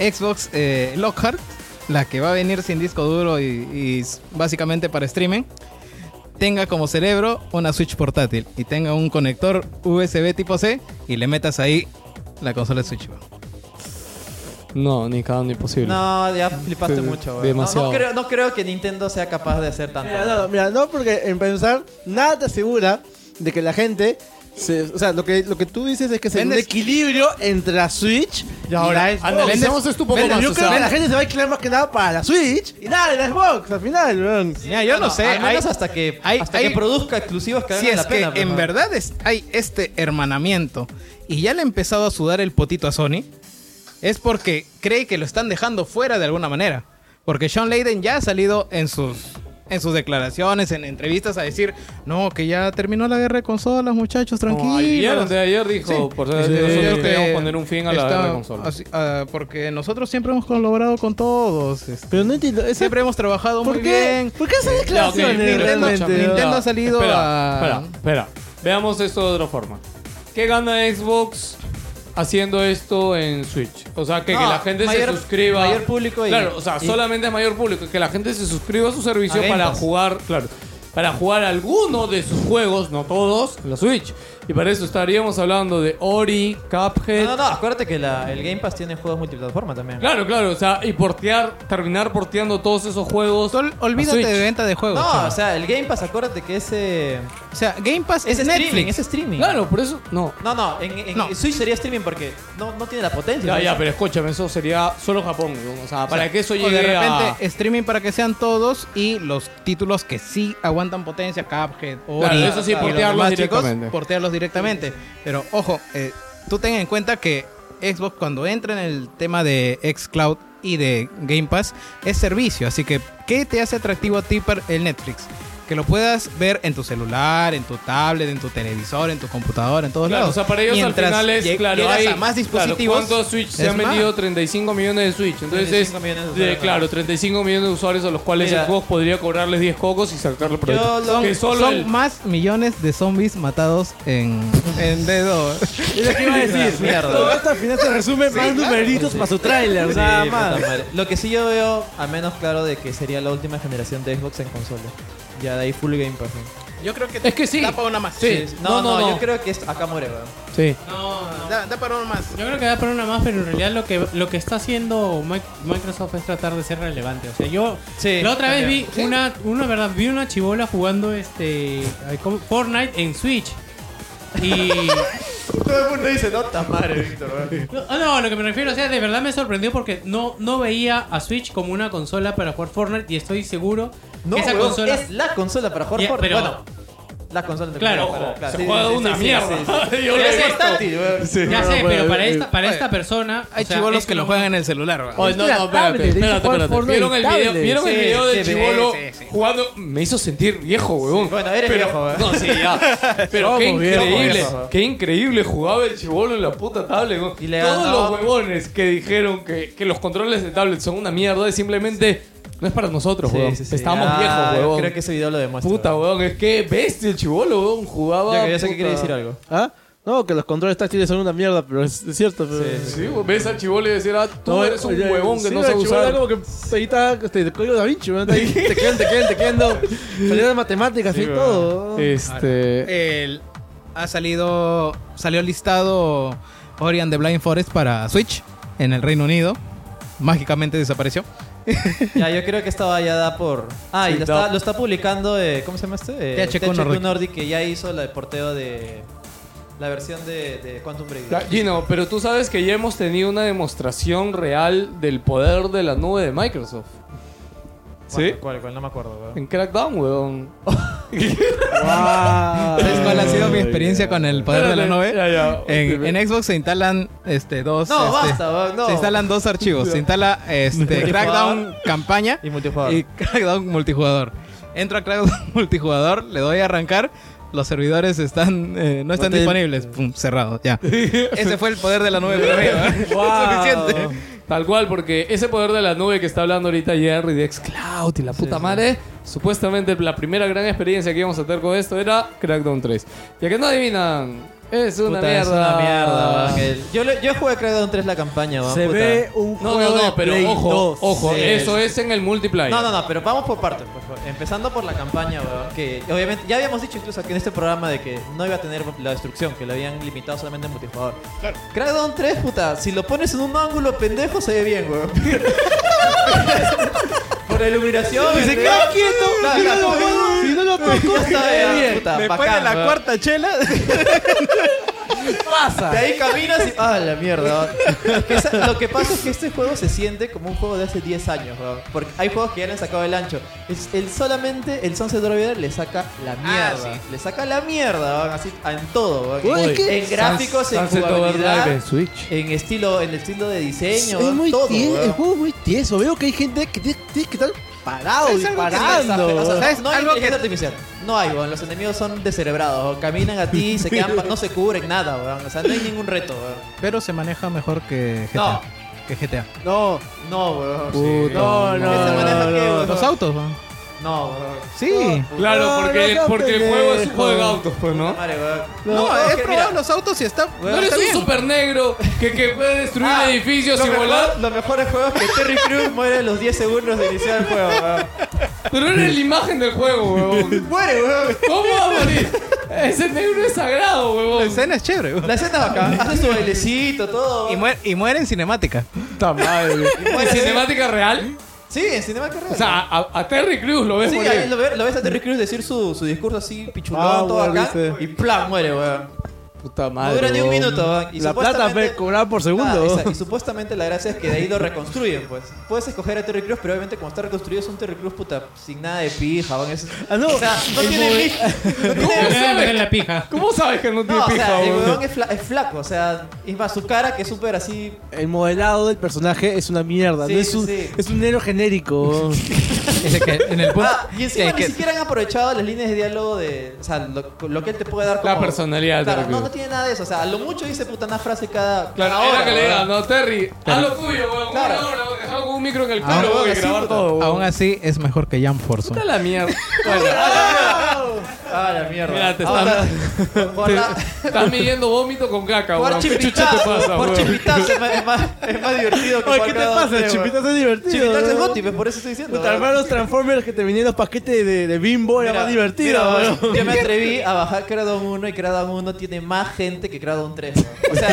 S4: Xbox eh, Lockhart, la que va a venir sin disco duro y, y s- básicamente para streaming, tenga como cerebro una Switch portátil y tenga un conector USB tipo C y le metas ahí la consola de Switch.
S1: No, ni cada ni posible.
S3: No, ya flipaste
S1: Sí,
S3: mucho, güey.
S1: demasiado.
S3: No, no creo, no creo que Nintendo sea capaz de hacer tanto.
S5: Mira, no, mira, no, porque en pensar, nada te asegura de que la gente. se- o sea, lo que, lo que tú dices es que se hay un
S4: Vendes-
S5: equilibrio entre la Switch y ahora la Xbox.
S1: Analicemos esto un poco
S5: Pero
S1: más.
S5: yo
S1: o
S5: creo
S1: sea,
S5: que la gente se va a inclinar más que nada para la Switch y nada, de la Xbox al final, weón.
S4: Mira, yo no, sé.
S3: Al menos
S4: hay-
S3: hasta que,
S4: hay-
S3: hasta
S4: hay-
S3: que produzca exclusivos que
S4: si
S3: valgan
S4: es
S3: la
S4: que
S3: pena. pues,
S4: en
S3: ¿no?
S4: verdad es- hay este hermanamiento y ya le ha empezado a sudar el potito a Sony, es porque cree que lo están dejando fuera de alguna manera. Porque Sean Layden ya ha salido en sus, en sus declaraciones, en entrevistas, a decir, no, que ya terminó la guerra de consolas, muchachos,
S1: como Ayer,
S4: tranquilos.
S1: antes de ayer dijo, por ser
S4: Sí,
S1: nosotros
S4: que
S1: queríamos poner un fin a la
S4: está-
S1: guerra de consolas.
S4: así- ah, porque nosotros siempre hemos colaborado con todos. este,
S5: Pero no entiendo. ese-
S4: siempre hemos trabajado
S5: ¿por,
S4: muy
S5: qué,
S4: bien.
S5: ¿Por qué esas
S1: Ya, ok,
S5: declaraciones?
S1: mira,
S4: Nintendo-
S5: realmente,
S1: escúchame,
S4: Nintendo
S5: weón?
S1: ya.
S4: ha salido
S1: espera,
S4: a-
S1: Espera, espera. Veamos esto de otra forma. ¿Qué gana Xbox haciendo esto en Switch? O sea, que, que
S3: No,
S1: la gente
S3: mayor-
S1: se suscriba.
S3: mayor público y-
S1: Claro, o sea,
S3: y-
S1: solamente es mayor público. Que la gente se suscriba a su servicio
S3: A Game
S1: para
S3: Pass.
S1: jugar, claro, para jugar alguno de sus juegos, no todos, en la Switch. Y para eso estaríamos hablando de Ori, Cuphead.
S3: No, no, no, acuérdate que la- el Game Pass tiene juegos multiplataforma también.
S1: Claro, claro, o sea, y portear, terminar porteando todos esos juegos.
S4: Sol-
S1: a
S4: olvídate
S1: Ah, Switch.
S4: de venta de juegos.
S3: No,
S4: chaval.
S3: o sea, el Game Pass, acuérdate que ese.
S4: O sea, Game Pass es,
S3: Es
S4: Netflix.
S3: streaming, es streaming.
S1: Claro, por eso, no.
S3: No, no, en, en
S4: No.
S3: Switch sería streaming porque no, no tiene la potencia.
S1: Ya,
S3: ¿no?
S1: ya, pero escúchame, eso sería solo Japón. ¿no? O sea, para que eso
S4: O
S1: llegue
S4: de repente
S1: a...
S4: streaming para que sean todos y los títulos que sí aguantan potencia, Cuphead, Ori,
S1: Claro, eso sí,
S4: y los
S1: portearlos
S4: demás chicos,
S1: directamente.
S4: portearlos directamente. Pero ojo, eh, tú ten en cuenta que Xbox cuando entra en el tema de xCloud y de Game Pass es servicio, así que ¿qué te hace atractivo a ti para el Netflix? Que lo puedas ver en tu celular, en tu tablet, en tu televisor, en tu computadora, en todos
S1: Claro,
S4: lados.
S1: o sea, para ellos
S4: Mientras
S1: al final es,
S4: lleg-
S1: claro,
S4: llegas
S1: hay...
S4: a más
S1: claro,
S4: dispositivos.
S1: ¿Cuántos Switch se
S4: es
S1: han
S4: más.
S1: vendido? 35 millones de Switch. Entonces
S3: 35
S1: es...
S3: millones de
S1: de-
S3: usuarios.
S1: claro, 35 millones de usuarios a los cuales
S3: Mira.
S1: Xbox podría cobrarles 10 cocos y sacarle provecho.
S3: lo-
S1: que solo
S4: Son
S1: el-
S4: más millones de zombies matados en, en dedo.
S5: Es lo que iba a decir.
S3: Mierda.
S5: Todo esto al final se resume en más numeritos para su tráiler,
S3: Sí,
S5: nada
S3: puta
S5: más.
S3: madre. Lo que sí yo veo, a menos claro, de que sería la última generación de Xbox en consola. Ya de ahí full Game Pass. ¿no?
S4: Yo creo que,
S1: Es que sí.
S4: da para una más.
S1: Sí.
S3: No, no, yo creo que es- acá muere, weón.
S1: Sí.
S4: Da, da para una más.
S6: Yo creo que da para una más, pero en realidad lo que, lo que está haciendo Mi- Microsoft es tratar de ser relevante. O sea, yo
S3: Sí,
S6: la otra vez vi
S3: también.
S6: una, una verdad, vi una chibola jugando este ay, ¿cómo? Fortnite en Switch. Y.
S3: Todo el mundo dice, no, está madre, Víctor, weón.
S6: No, no, lo que me refiero, o sea, de verdad me sorprendió porque no, no veía a Switch como una consola para jugar Fortnite y estoy seguro
S3: No,
S6: que esa
S3: weón,
S6: consola.
S3: es la consola para jugar
S6: Ya,
S3: Fortnite.
S6: pero-
S3: Bueno, la consola de
S6: Claro,
S3: para-
S6: ojo,
S1: se juega una mierda. Yo
S3: Pero
S1: lo he
S3: es
S1: visto.
S3: portátil, weón. eh,
S6: Ya sé, pero para esta, para
S4: Oye,
S6: esta persona.
S4: Hay
S6: o sea,
S4: chibolos
S6: es
S4: que lo
S6: un-
S4: juegan en el celular. ¿verdad?
S1: Oye, no, no, espérate, espérate, espérate. ¿Vieron el video, ¿vieron el
S3: Sí,
S1: video del
S3: sí,
S1: chivolo
S4: sí, sí.
S1: jugando? Me hizo sentir viejo, huevón.
S3: bueno, eres
S1: Pero-
S3: viejo, weón.
S1: No, sí, ya. Pero qué
S5: Somos viejos,
S1: increíble,
S3: somos viejos.
S1: qué increíble jugaba el chivolo en la puta tablet, weón.
S3: Y le
S1: Todos
S3: ganó.
S1: los huevones que dijeron que, que los controles de tablet son una mierda es simplemente... No es para nosotros, huevón. Estamos
S3: Ah, yo
S1: viejos, huevón.
S3: Creo que ese video lo demuestra.
S1: Puta, huevón. Es que bestia el chivolo, huevón. Jugaba...
S3: Ya que yo sé que
S1: puta.
S3: quiere decir algo.
S5: ¿Ah? No, que los controles táctiles son una mierda, pero es, es cierto. Pero...
S1: Sí, weón, ves al chivolo y decir, ah, tú
S5: No,
S1: eres un
S5: oye,
S1: huevón que
S5: sí,
S1: no
S5: la
S1: sabe
S5: chibola
S1: usar.
S5: como que ahí está este, el código da Vinci, man, ahí te quedan, te quedan, te quedan. no. Salió de matemáticas y todo.
S1: Este...
S4: El- ha salido. Salió listado Ori and the Blind Forest para Switch en el Reino Unido. Mágicamente desapareció.
S3: ya, yo creo que esta va ya da por. Ah, y
S1: Sí,
S3: lo
S1: da-
S3: está, lo está publicando, eh, ¿cómo se llama este? Eh,
S4: THQ
S3: Nordic.
S4: Nordic.
S3: que ya hizo la- el porteo de. La versión de, de Quantum Break.
S1: Ya, Gino, pero tú sabes que ya hemos tenido una demostración real del poder de la nube de Microsoft. ¿Sí?
S3: ¿Cuál, cuál, cuál? No me acuerdo, weón.
S1: En Crackdown, weón.
S4: ¿Sabes cuál ha sido mi experiencia con el poder de la
S1: Espérate,
S4: nube?
S1: ya, ya.
S4: En, en Xbox se instalan este, dos.
S3: No,
S4: este,
S3: basta, weón, no.
S4: Se instalan dos archivos. Se instala este,
S3: Multijugador.
S4: Crackdown campaña
S3: Y multijugador.
S4: y Crackdown multijugador. Entro a Crackdown multijugador, le doy a arrancar. Los servidores están eh, no están
S3: te-
S4: disponibles. Pum, cerrado, ya. Ese fue el poder de la nube para mí, ¿eh? Suficiente.
S1: Tal cual, porque ese poder de la nube que está hablando ahorita Jerry de Xcloud y la puta madre, supuestamente la primera gran experiencia que íbamos a tener con esto era Crackdown 3. Ya que no adivinan, es una
S3: Puta,
S1: mierda.
S3: es una mierda, weón. El- Yo, le- yo jugué Crackdown 3 la campaña, weón.
S12: Se
S3: puta.
S12: ve un
S1: No,
S12: juego
S1: no,
S12: de
S1: no, pero
S12: Play
S1: ojo,
S12: 2.
S1: ojo,
S3: Sí.
S1: eso es en el multiplayer.
S3: No, no, no, pero vamos por partes, por favor. Empezando por la campaña, weón. Que obviamente, ya habíamos dicho incluso aquí en este programa de que no iba a tener la destrucción, que lo habían limitado solamente en multijugador. Claro. Crackdown 3, puta, si lo pones en un ángulo pendejo, se ve bien, weón. por la iluminación.
S12: Se
S3: entre-
S12: queda quieto.
S3: Claro,
S12: mira,
S3: claro,
S12: weón. Si no lo
S3: Todo
S12: tocó,
S3: está bien, puta,
S4: Después de
S3: bacán,
S4: la
S3: weón.
S4: cuarta chela,
S3: De ahí caminas y. ¡Ah, la mierda! Es que esa- lo que pasa es que este juego se siente como un juego de hace 10 años, weón. Porque hay juegos que ya le han sacado el ancho. Es- El, solamente el Sunset Driver le saca la mierda. Le saca la mierda, weón. Así a- en todo, weón.
S5: Uy, es que-
S3: en gráficos, en
S1: Sunset Overdrive en
S3: jugabilidad.
S1: Switch.
S3: En estilo, en el estilo de diseño,
S5: es
S3: weón,
S5: muy
S3: todo,
S5: tieso, el
S3: weón.
S5: juego es muy tieso. Veo que hay gente que tiene, tiene que estar parado,
S4: ¿Sabes algo que
S5: disparando.
S3: O sea,
S5: weón.
S3: no hay
S4: Algo
S3: inteligencia artificial. No hay, weón. Los enemigos son descerebrados. weón. Caminan a ti, se quedan, pa- no se cubren nada, weón. O sea, no hay ningún reto, weón.
S4: pero se maneja mejor que GTA.
S3: No.
S4: Que GTA.
S5: No,
S3: No, weón.
S5: no, no,
S3: ¿Qué se maneja
S5: no,
S3: qué,
S5: no.
S3: weón?
S4: Los autos, ¿no?
S3: No, weón.
S4: Sí.
S1: Claro,
S5: No, no
S1: porque,
S5: seas
S1: porque el juego es un
S5: pendejo.
S1: juego de autos, pues, ¿no?
S3: Madre, weón.
S4: No,
S3: es
S4: he
S3: que
S4: probado
S3: mira,
S4: los autos y está.
S1: No eres
S4: está
S1: un
S4: bien.
S1: super negro que, que puede destruir
S3: ah,
S1: edificios
S3: lo
S1: y
S3: mejor-
S1: volar.
S3: Los mejores juegos que Terry Crews muere a los 10 segundos de iniciar el juego, weón.
S1: Pero eres la imagen del juego, huevón.
S3: Muere, weón.
S1: ¿Cómo va a morir? Ese negro es sagrado,
S4: La
S1: huevón.
S4: escena es chévere. güey.
S3: La escena bacán. Hace su bailecito, todo.
S4: Y,
S3: weón.
S4: muere, y muere en cinemática.
S1: ¿En cinemática real?
S3: Sí, en Cinema Carrera.
S1: O sea, a, a Terry Crews lo ves
S3: Sí,
S1: morir.
S3: ahí lo, ve- lo ves a Terry Crews decir su, su discurso así, pichulón,
S5: Ah,
S3: todo
S5: weón,
S3: acá,
S5: dice.
S3: y plan, muere, weón.
S1: Puta
S3: No dura ni un minuto, weón. Y
S5: la plata
S3: supuestamente-
S5: fue cobrada por segundo.
S3: Ah, esa- y supuestamente la gracia es que de ahí lo reconstruyen, pues. Puedes escoger a Terry Crews, pero obviamente como está reconstruido es un Terry Crews puta sin nada de pija, weón. Es,
S5: Ah, no.
S3: o sea, no
S5: El
S3: tiene
S5: mover-
S3: pija. No
S1: ¿Cómo
S3: tiene
S1: sabes?
S6: en la pija.
S1: ¿Cómo sabes que no tiene
S3: No, o
S1: pija,
S3: sea, el
S1: huevón?
S3: weón es, fla- es flaco, o sea, es más, su cara que es súper así.
S5: El modelado del personaje es una mierda.
S3: Sí,
S5: no es, un,
S3: sí.
S5: es un negro genérico.
S4: Dice que en el punto.
S3: Ah, y encima
S4: que-
S3: ni
S4: que-
S3: siquiera han aprovechado las líneas de diálogo de. O sea, lo, lo que él te puede dar como.
S1: La personalidad de
S3: Claro,
S1: Terry
S3: no,
S1: Crews.
S3: no tiene nada de eso. O sea, a lo mucho dice puta una frase cada.
S1: Claro,
S3: cada hora,
S1: era que le
S3: weón.
S1: diga, no, Terry, haz lo tuyo, huevón.
S3: Claro. Ah,
S1: Una hora, dejá con un micro en el
S4: Ahora,
S1: culo, huevón, y
S3: sí,
S1: grabar
S3: puta.
S1: todo, huevón.
S4: Aún así es mejor que Jan Forson.
S1: Puta la mierda. Bueno,
S3: Ah, la mierda.
S1: Mira, te
S3: Ahora, ojalá-
S1: estás midiendo vómito con caca,
S3: Jugar
S1: huevón. ¿Qué chucha
S3: chipitazo,
S1: te pasa,
S3: jugar
S1: huevón?
S3: chipitazo es más, es más, es más divertido que
S5: Oye,
S3: jugar
S5: ¿qué te
S3: cada dos,
S5: pasa?
S3: tres, weón.
S5: Chipitazo es divertido.
S3: Chipitazo es
S5: weón.
S3: goti, pues, por eso estoy diciendo.
S5: Puta, armar
S3: weón.
S5: los Transformers que te venían los paquetes de, de Bimbo era
S3: Mira,
S5: más divertido.
S3: mira,
S5: weón.
S3: weón, Yo me atreví a bajar Crackdown 1 y Crackdown 1 tiene más gente que Crackdown 3. weón. O sea,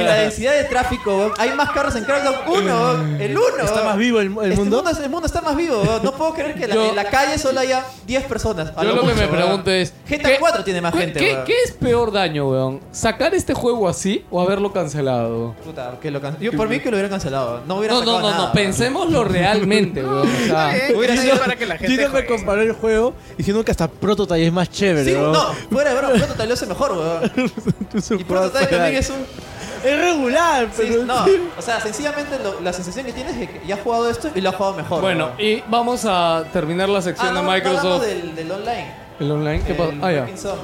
S3: en la densidad de tráfico, weón, hay más carros en Crackdown 1, weón. el 1.
S5: Está más vivo el, el
S3: Este
S5: mundo.
S3: es- el mundo está más vivo. weón. No puedo creer que la-
S1: Yo-
S3: en la calle solo haya 10 personas. a
S1: Yo lo, que
S3: mucho,
S1: me
S3: weón.
S1: pregunto es.
S3: GTA 4 tiene más
S1: qué-
S3: gente,
S1: ¿qué,
S3: weón.
S1: qué es peor daño, weón? ¿Sacar este juego así o haberlo cancelado?
S3: Puta, que lo can- Yo por mí que lo hubieran cancelado. No hubiera
S1: No, no,
S3: sacado
S1: no,
S3: nada,
S1: no,
S3: weón.
S1: pensémoslo realmente, weón. O
S4: Ah.
S1: sea,
S4: Hubiera sido para eh, que la
S5: Gino me comparó el juego diciendo que hasta Prototype es más chévere.
S3: Sí,
S5: weón.
S3: no, fuera de broma, Prototype lo hace mejor, weón.
S5: Su
S3: Y Prototype
S5: Prototype.
S3: también es un.
S5: Es regular,
S3: sí,
S5: pero.
S3: no, o sea, sencillamente lo- la sensación que tienes es que ya has jugado esto y lo has jugado mejor.
S1: bueno,
S3: weón.
S1: y vamos a terminar la
S3: Ah,
S1: sección
S3: no,
S1: de
S3: no hablamos
S1: Microsoft.
S3: del, del online.
S1: ¿El online? ¿Qué
S3: el
S1: pasa? Ah, ya.
S3: Breaking Zone.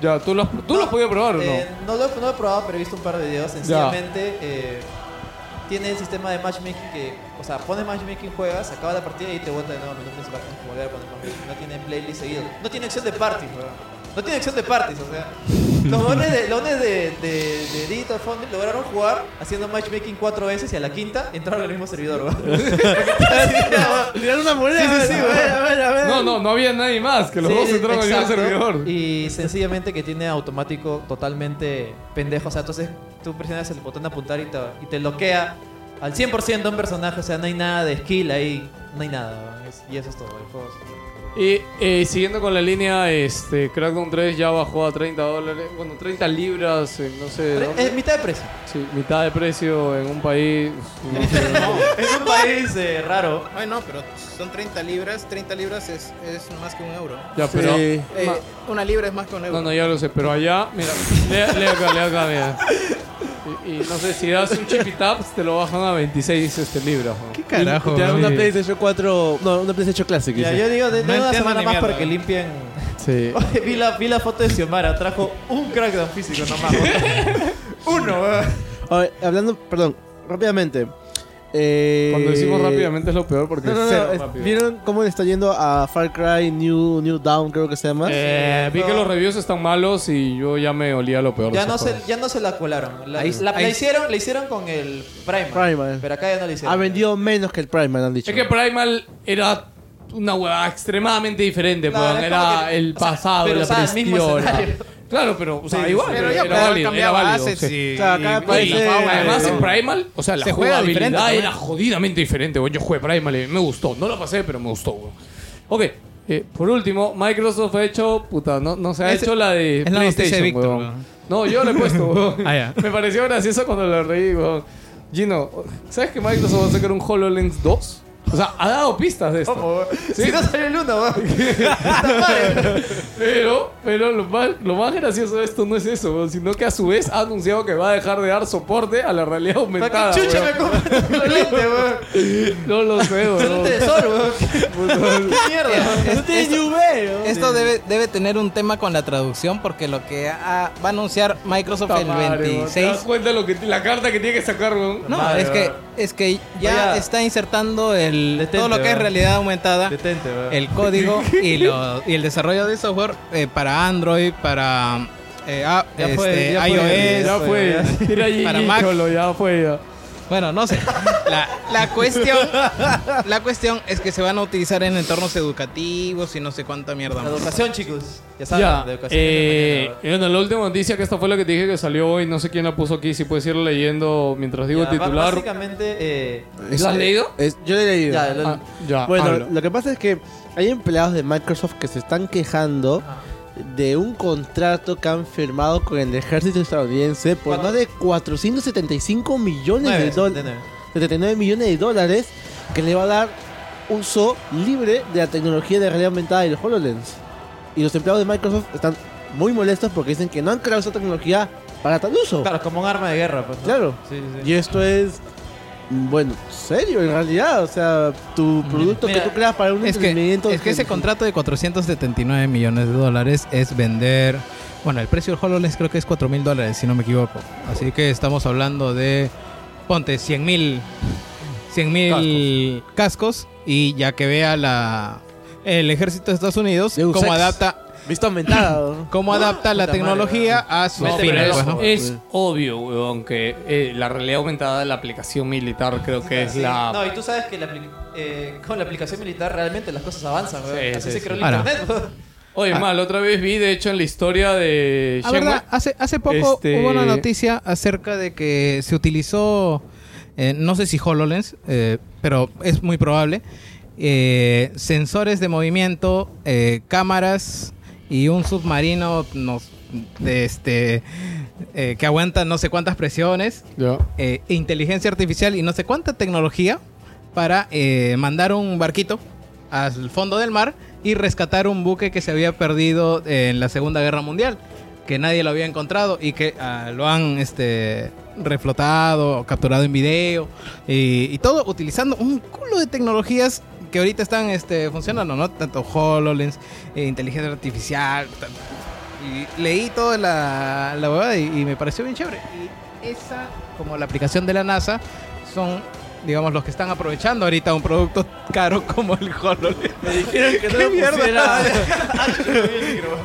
S1: Ya, ¿tú lo has, tú lo has podido probar o no?
S3: eh, no, lo, no lo he probado, pero he visto un par de videos. Sencillamente eh, tiene el sistema de matchmaking que, o sea, pones matchmaking, juegas, acaba la partida y te bota de nuevo al menú principal. Tienes que volver a poner matchmaking. No tiene playlist seguido. No tiene acción de parties, weón. No tiene acción de parties, o sea. Los bones de, los bones de, de- de Digital Foundry lograron jugar haciendo matchmaking cuatro veces y a la quinta entraron al mismo servidor, weón.
S5: Tirar una moneda.
S3: sí,
S5: a ver, a ver, a ver.
S1: No, no, no había nadie más, que los
S3: Sí,
S1: dos
S3: sí,
S1: entraron al mismo
S3: exacto.
S1: servidor.
S3: Y sencillamente que tiene automático totalmente pendejo. O sea, entonces tú presionas el botón de apuntar y te, y te bloquea al 100% un personaje, o sea, no hay nada de skill ahí, no hay nada. ¿no? Es- y eso es todo, el juego es-
S1: Y eh, siguiendo con la línea, este, Crackdown 3 ya bajó a 30 dólares, bueno, 30 libras, en no sé dónde.
S3: Es mitad de precio.
S1: Sí, mitad de precio en un país. no sé dónde.
S3: es un país eh, raro.
S4: Ay, no, pero son 30 libras. 30 libras es, es más que un euro.
S1: Ya, pero.
S5: Sí.
S4: Eh,
S1: Ma-
S4: una libra es más que un euro.
S1: No, no, ya lo sé, pero allá, mira, lea, lea acá, lea acá, mira. Y, y no sé, si das un chip taps, te lo bajan a 26 este libras. ¿no?
S4: ¿Qué carajo?
S5: Te dan una
S1: sí.
S5: PlayStation 4. No, una PlayStation Classic.
S3: Ya,
S5: dice.
S3: yo digo, de, de
S6: No
S3: una
S6: entiendo
S3: semana
S6: ni
S3: más
S6: mierda.
S3: para que limpien.
S1: Sí.
S3: Oye, vi la, vi la foto de Xiomara, trajo un crackdown físico nomás. Uno, weón.
S5: A ver, hablando, perdón, rápidamente. Eh,
S1: Cuando decimos rápidamente es lo peor porque
S5: No, no, no,
S1: cero
S5: es-
S1: rápido.
S5: ¿Vieron cómo le está yendo a Far Cry New, New Down, creo que se llama?
S1: Eh, vi que los reviews están malos y yo ya me olía lo peor. de
S3: Ya
S1: ese
S3: no, se,
S1: juego.
S3: ya no se la colaron. La,
S4: Ahí-
S3: la- la
S4: ahí-
S3: hicieron, la hicieron con el Primal.
S5: Primal.
S3: Pero acá ya no la hicieron.
S5: ha vendido menos que el Primal, han dicho.
S1: Es que Primal era una huevada extremadamente diferente,
S3: Claro,
S1: weón.
S3: es
S1: era
S3: como que-
S1: el
S3: o sea,
S1: pasado,
S3: pero,
S1: la
S3: o sea, el mismo
S1: presión, era-
S3: escenario.
S1: Claro, pero o sea,
S3: Sí,
S1: igual,
S3: sí.
S4: Pero ya
S1: era, válido, era
S4: cambiaba
S1: válido.
S4: assets
S1: sí.
S4: y,
S5: Claro, cada
S4: y-
S5: país
S4: y-
S5: es-
S4: fauna,
S1: Además,
S4: ¿no?
S1: en Primal, o sea, la
S4: Se juega diferente,
S1: jugabilidad
S4: ¿no?
S1: era jodidamente diferente. weón. Yo jugué Primal y me gustó. No lo pasé, pero me gustó. weón. Ok, eh, por último, Microsoft ha hecho, puta, no, no se ha
S4: Ese-
S1: hecho la de
S4: es la noticia de
S1: PlayStation.
S4: Víctor,
S1: weón.
S4: weón.
S1: No, yo le he puesto. weón.
S4: Ah, ya.
S1: Me pareció gracioso cuando lo reí. weón. Gino, ¿sabes que Microsoft va a sacar un HoloLens 2? O sea, ha dado pistas de esto.
S3: ¿Cómo, weón?
S1: Sí.
S3: Oh, Si no sale el uno, weón. Puta madre.
S1: Pero, pero lo más, lo más gracioso de esto no es eso, weón, sino que a su vez ha anunciado que va a dejar de dar soporte a la realidad
S3: ¿Para
S1: aumentada.
S3: qué chucha me
S1: weón.
S3: compré un lente, weón?
S1: No lo sé,
S3: Un
S1: weón.
S3: lente de sol, weón. Eh, ¿Qué mierda?
S4: Es-
S3: No tiene
S4: esto-
S3: ni UV, weón.
S4: Esto debe, debe tener un tema con la traducción porque lo que ha- va a anunciar Microsoft
S1: Puta
S4: el
S1: madre, weón. ¿Te das
S4: 26
S1: cuenta lo que, la carta que tiene que sacar, weón?
S4: No,
S3: Madre,
S4: es que
S3: weón.
S4: es que ya
S3: Vaya.
S4: está insertando el
S3: Detente,
S4: todo lo que es
S3: weón.
S4: realidad aumentada,
S3: Detente, weón.
S4: el código y, lo- y el desarrollo de software eh, para Android, para eh, a-
S3: Ya fue,
S4: este,
S3: ya fue,
S4: iOS,
S1: Eh, Ya
S3: Eso,
S1: fue,
S3: ya.
S1: tira allí,
S4: Para Mac.
S1: cholo, ya fue. ya.
S4: bueno, no sé. La, la cuestión la cuestión es que se van a utilizar en entornos educativos y no sé cuánta mierda.
S3: La
S4: más.
S3: educación, chicos. Ya saben,
S1: Ya,
S3: de educación.
S1: eh, bueno, la última noticia que esta fue la que te dije que salió hoy, no sé quién la puso aquí, si puedes ir leyendo mientras digo
S3: Ya,
S1: el titular.
S3: Básicamente, eh,
S1: ¿Lo has leído?
S5: Es- yo le he leído.
S3: ya, lo-
S1: Ah, ya,
S5: bueno,
S1: habla.
S5: lo que pasa es que hay empleados de Microsoft que se están quejando
S1: Ah.
S5: de un contrato que han firmado con el ejército estadounidense por
S3: ¿Cuánto?
S5: más de 475 millones
S3: nueve,
S5: de dólares.
S3: nueve.
S5: 79 millones de dólares que le va a dar uso libre de la tecnología de realidad aumentada y el HoloLens. Y los empleados de Microsoft están muy molestos porque dicen que no han creado esa tecnología para tal uso.
S3: Claro, como un arma de guerra, pues. ¿no?
S5: Claro.
S3: Sí, sí, sí.
S5: Y esto es, bueno, serio en realidad. O sea, tu producto
S3: Mira,
S5: que tú creas para un
S4: Es que,
S5: emprendimiento...
S4: es que ese contrato de 479 millones de dólares es vender. Bueno, el precio del HoloLens creo que es 4 mil dólares, si no me equivoco. Así que estamos hablando de. Ponte 100 mil. mil cascos. Y ya que vea la. El ejército de Estados Unidos,
S5: Deus
S4: cómo
S5: ex.
S4: adapta,
S5: Visto aumentado.
S4: cómo adapta la
S3: Puta madre,
S4: tecnología a sus
S1: No, pero
S4: fines.
S1: es,
S4: pues, ¿no?
S1: es obvio, weón, que eh, la realidad aumentada de la aplicación militar creo que es
S3: Sí.
S1: la...
S3: No, y tú sabes que la apli- eh, con la aplicación militar realmente las cosas avanzan, weón.
S1: Sí,
S3: Así
S1: sí,
S3: se
S1: sí.
S3: creó el
S4: Ahora.
S3: internet, weón. Ah.
S1: Oye, mal, otra vez vi, de hecho, en la historia de...
S4: Ah,
S1: Shenmue-
S4: verdad, hace, hace poco
S1: Eh, Este-
S4: hubo una noticia acerca de que se utilizó, eh, no sé si HoloLens, eh, pero es muy probable, eh, sensores de movimiento, eh, cámaras y un submarino nos- de este, eh, que aguanta no sé cuántas presiones,
S1: Ya.
S4: eh, e inteligencia artificial y no sé cuánta tecnología para eh, mandar un barquito al fondo del mar y rescatar un buque que se había perdido eh, en la Segunda Guerra Mundial, que nadie lo había encontrado y que ah, lo han este, reflotado, o capturado en video y, y todo utilizando un culo de tecnologías que ahorita están este, funcionando, ¿no? Tanto HoloLens, eh, inteligencia artificial. ta- Y leí toda la, la huevada y, y me pareció bien chévere. Y esa, como la aplicación de la NASA, son, digamos, los que están aprovechando ahorita un producto caro como el HoloLens.
S3: Me dijeron que no lo
S4: mierda?
S3: pusiera. Ay, yo vi el micro.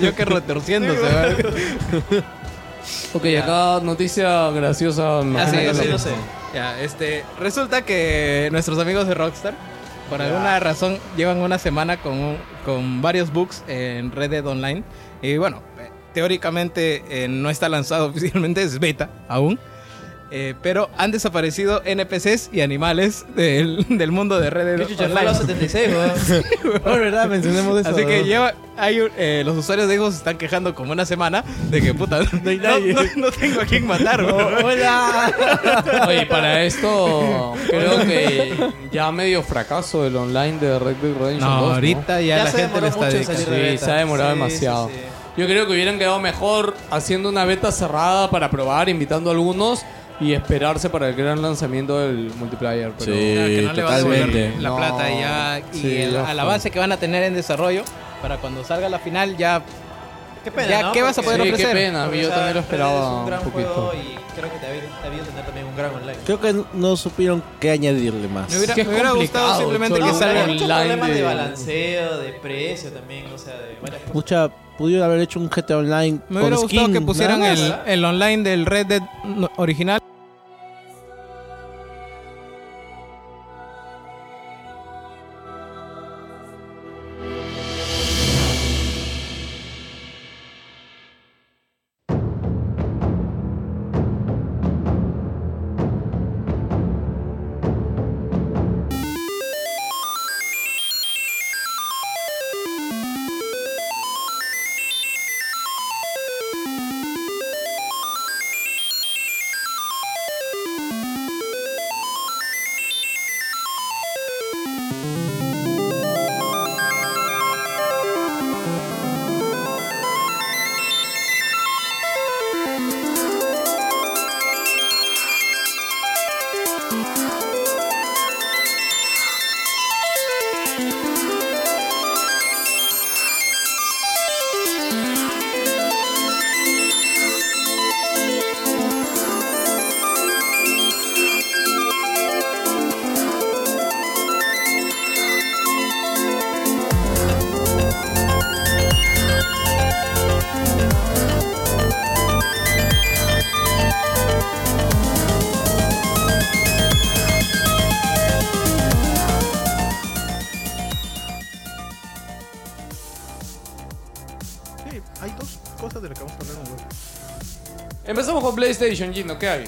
S4: Yo que retorciéndose, ¿verdad?
S1: Ok, acá noticia graciosa. me
S4: Ah, sí,
S1: imagino
S3: No
S1: que
S3: sé,
S1: la-
S3: no sé.
S4: Ya, este, resulta que nuestros amigos de Rockstar, por alguna razón, llevan una semana con, un- con varios bugs en Reddit Online. Y bueno, eh, teóricamente eh, no está lanzado oficialmente, es beta aún. Eh, pero han desaparecido NPCs y animales del, del mundo de redes.
S3: Qué chucha,
S4: online.
S3: Fallout 76, weón.
S5: Por verdad, mencionemos eso.
S4: Así que
S5: ¿no?
S4: lleva, hay, un- eh, los usuarios de Xbox se están quejando como una semana de que puta, no, no- no tengo a quién matar. weón.
S1: Oye, para esto creo que ya medio fracaso el online de Red Dead Redemption 2.
S4: No, ahorita ya,
S3: Ya
S4: la
S3: se
S4: gente le
S3: demoró
S4: está
S3: mucho en
S4: dedicando.
S3: salir de
S1: Sí,
S3: beta.
S1: se ha demorado
S3: Sí, sí,
S1: demasiado.
S3: sí.
S1: Yo creo que hubieran quedado mejor haciendo una beta cerrada para probar, invitando a algunos y esperarse para el gran lanzamiento del multiplayer. Pero
S4: Claro, que no le va a devolver
S1: Eh, totalmente.
S4: la
S1: No.
S4: plata y ya y
S1: Sí,
S4: el,
S1: ya
S4: al
S1: fue.
S4: avance que van a tener en desarrollo para cuando salga la final ya
S3: Qué pena,
S4: Ya,
S3: ¿no?
S4: ¿qué vas a
S1: Sí,
S3: Porque-
S4: poder
S1: qué
S4: ofrecer.
S1: pena,
S3: porque,
S1: yo
S3: o sea,
S1: también lo
S3: es
S1: esperaba
S3: un
S1: un
S3: gran
S1: poquito.
S3: juego y creo que debía, debía tener también un gran online.
S5: Creo que no supieron qué añadirle más.
S4: me hubiera,
S1: que es
S4: me hubiera gustado
S1: complicado,
S4: simplemente que
S1: Ah, solo
S4: salga
S1: un-
S3: muchos
S1: online
S3: problemas de...
S1: de-
S3: balanceo, de precio también, o sea, de varias cosas.
S5: Pucha, pudieron haber hecho un GTA Online
S4: me hubiera
S5: con
S4: gustado
S5: skin,
S4: que pusieran
S5: nada más.
S4: el, el online del Red Dead no- original
S13: Sí, hay dos cosas de las que vamos a hablar en un
S1: Empezamos con PlayStation, Gino, ¿qué hay?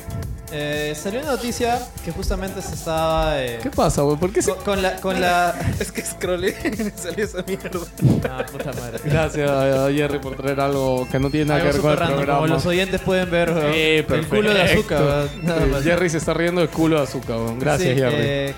S3: Eh, salió una noticia que justamente se estaba... eh,
S1: ¿Qué pasa, güey? ¿Por qué se...
S3: con, con la... Con la...
S4: es que scrollé y salió esa mierda
S3: Ah, puta madre.
S1: Gracias a Jerry por traer algo que no tiene nada que
S3: Algo
S1: ver con el
S3: súper random, como
S1: programa.
S3: los oyentes pueden ver, weón.
S1: Eh,
S3: el culo de
S1: perfecto.
S3: azúcar, weón. Nada
S1: Eh,
S3: más.
S1: Jerry se está riendo del culo de azúcar, weón. Gracias,
S3: Sí,
S1: Jerry.
S3: eh,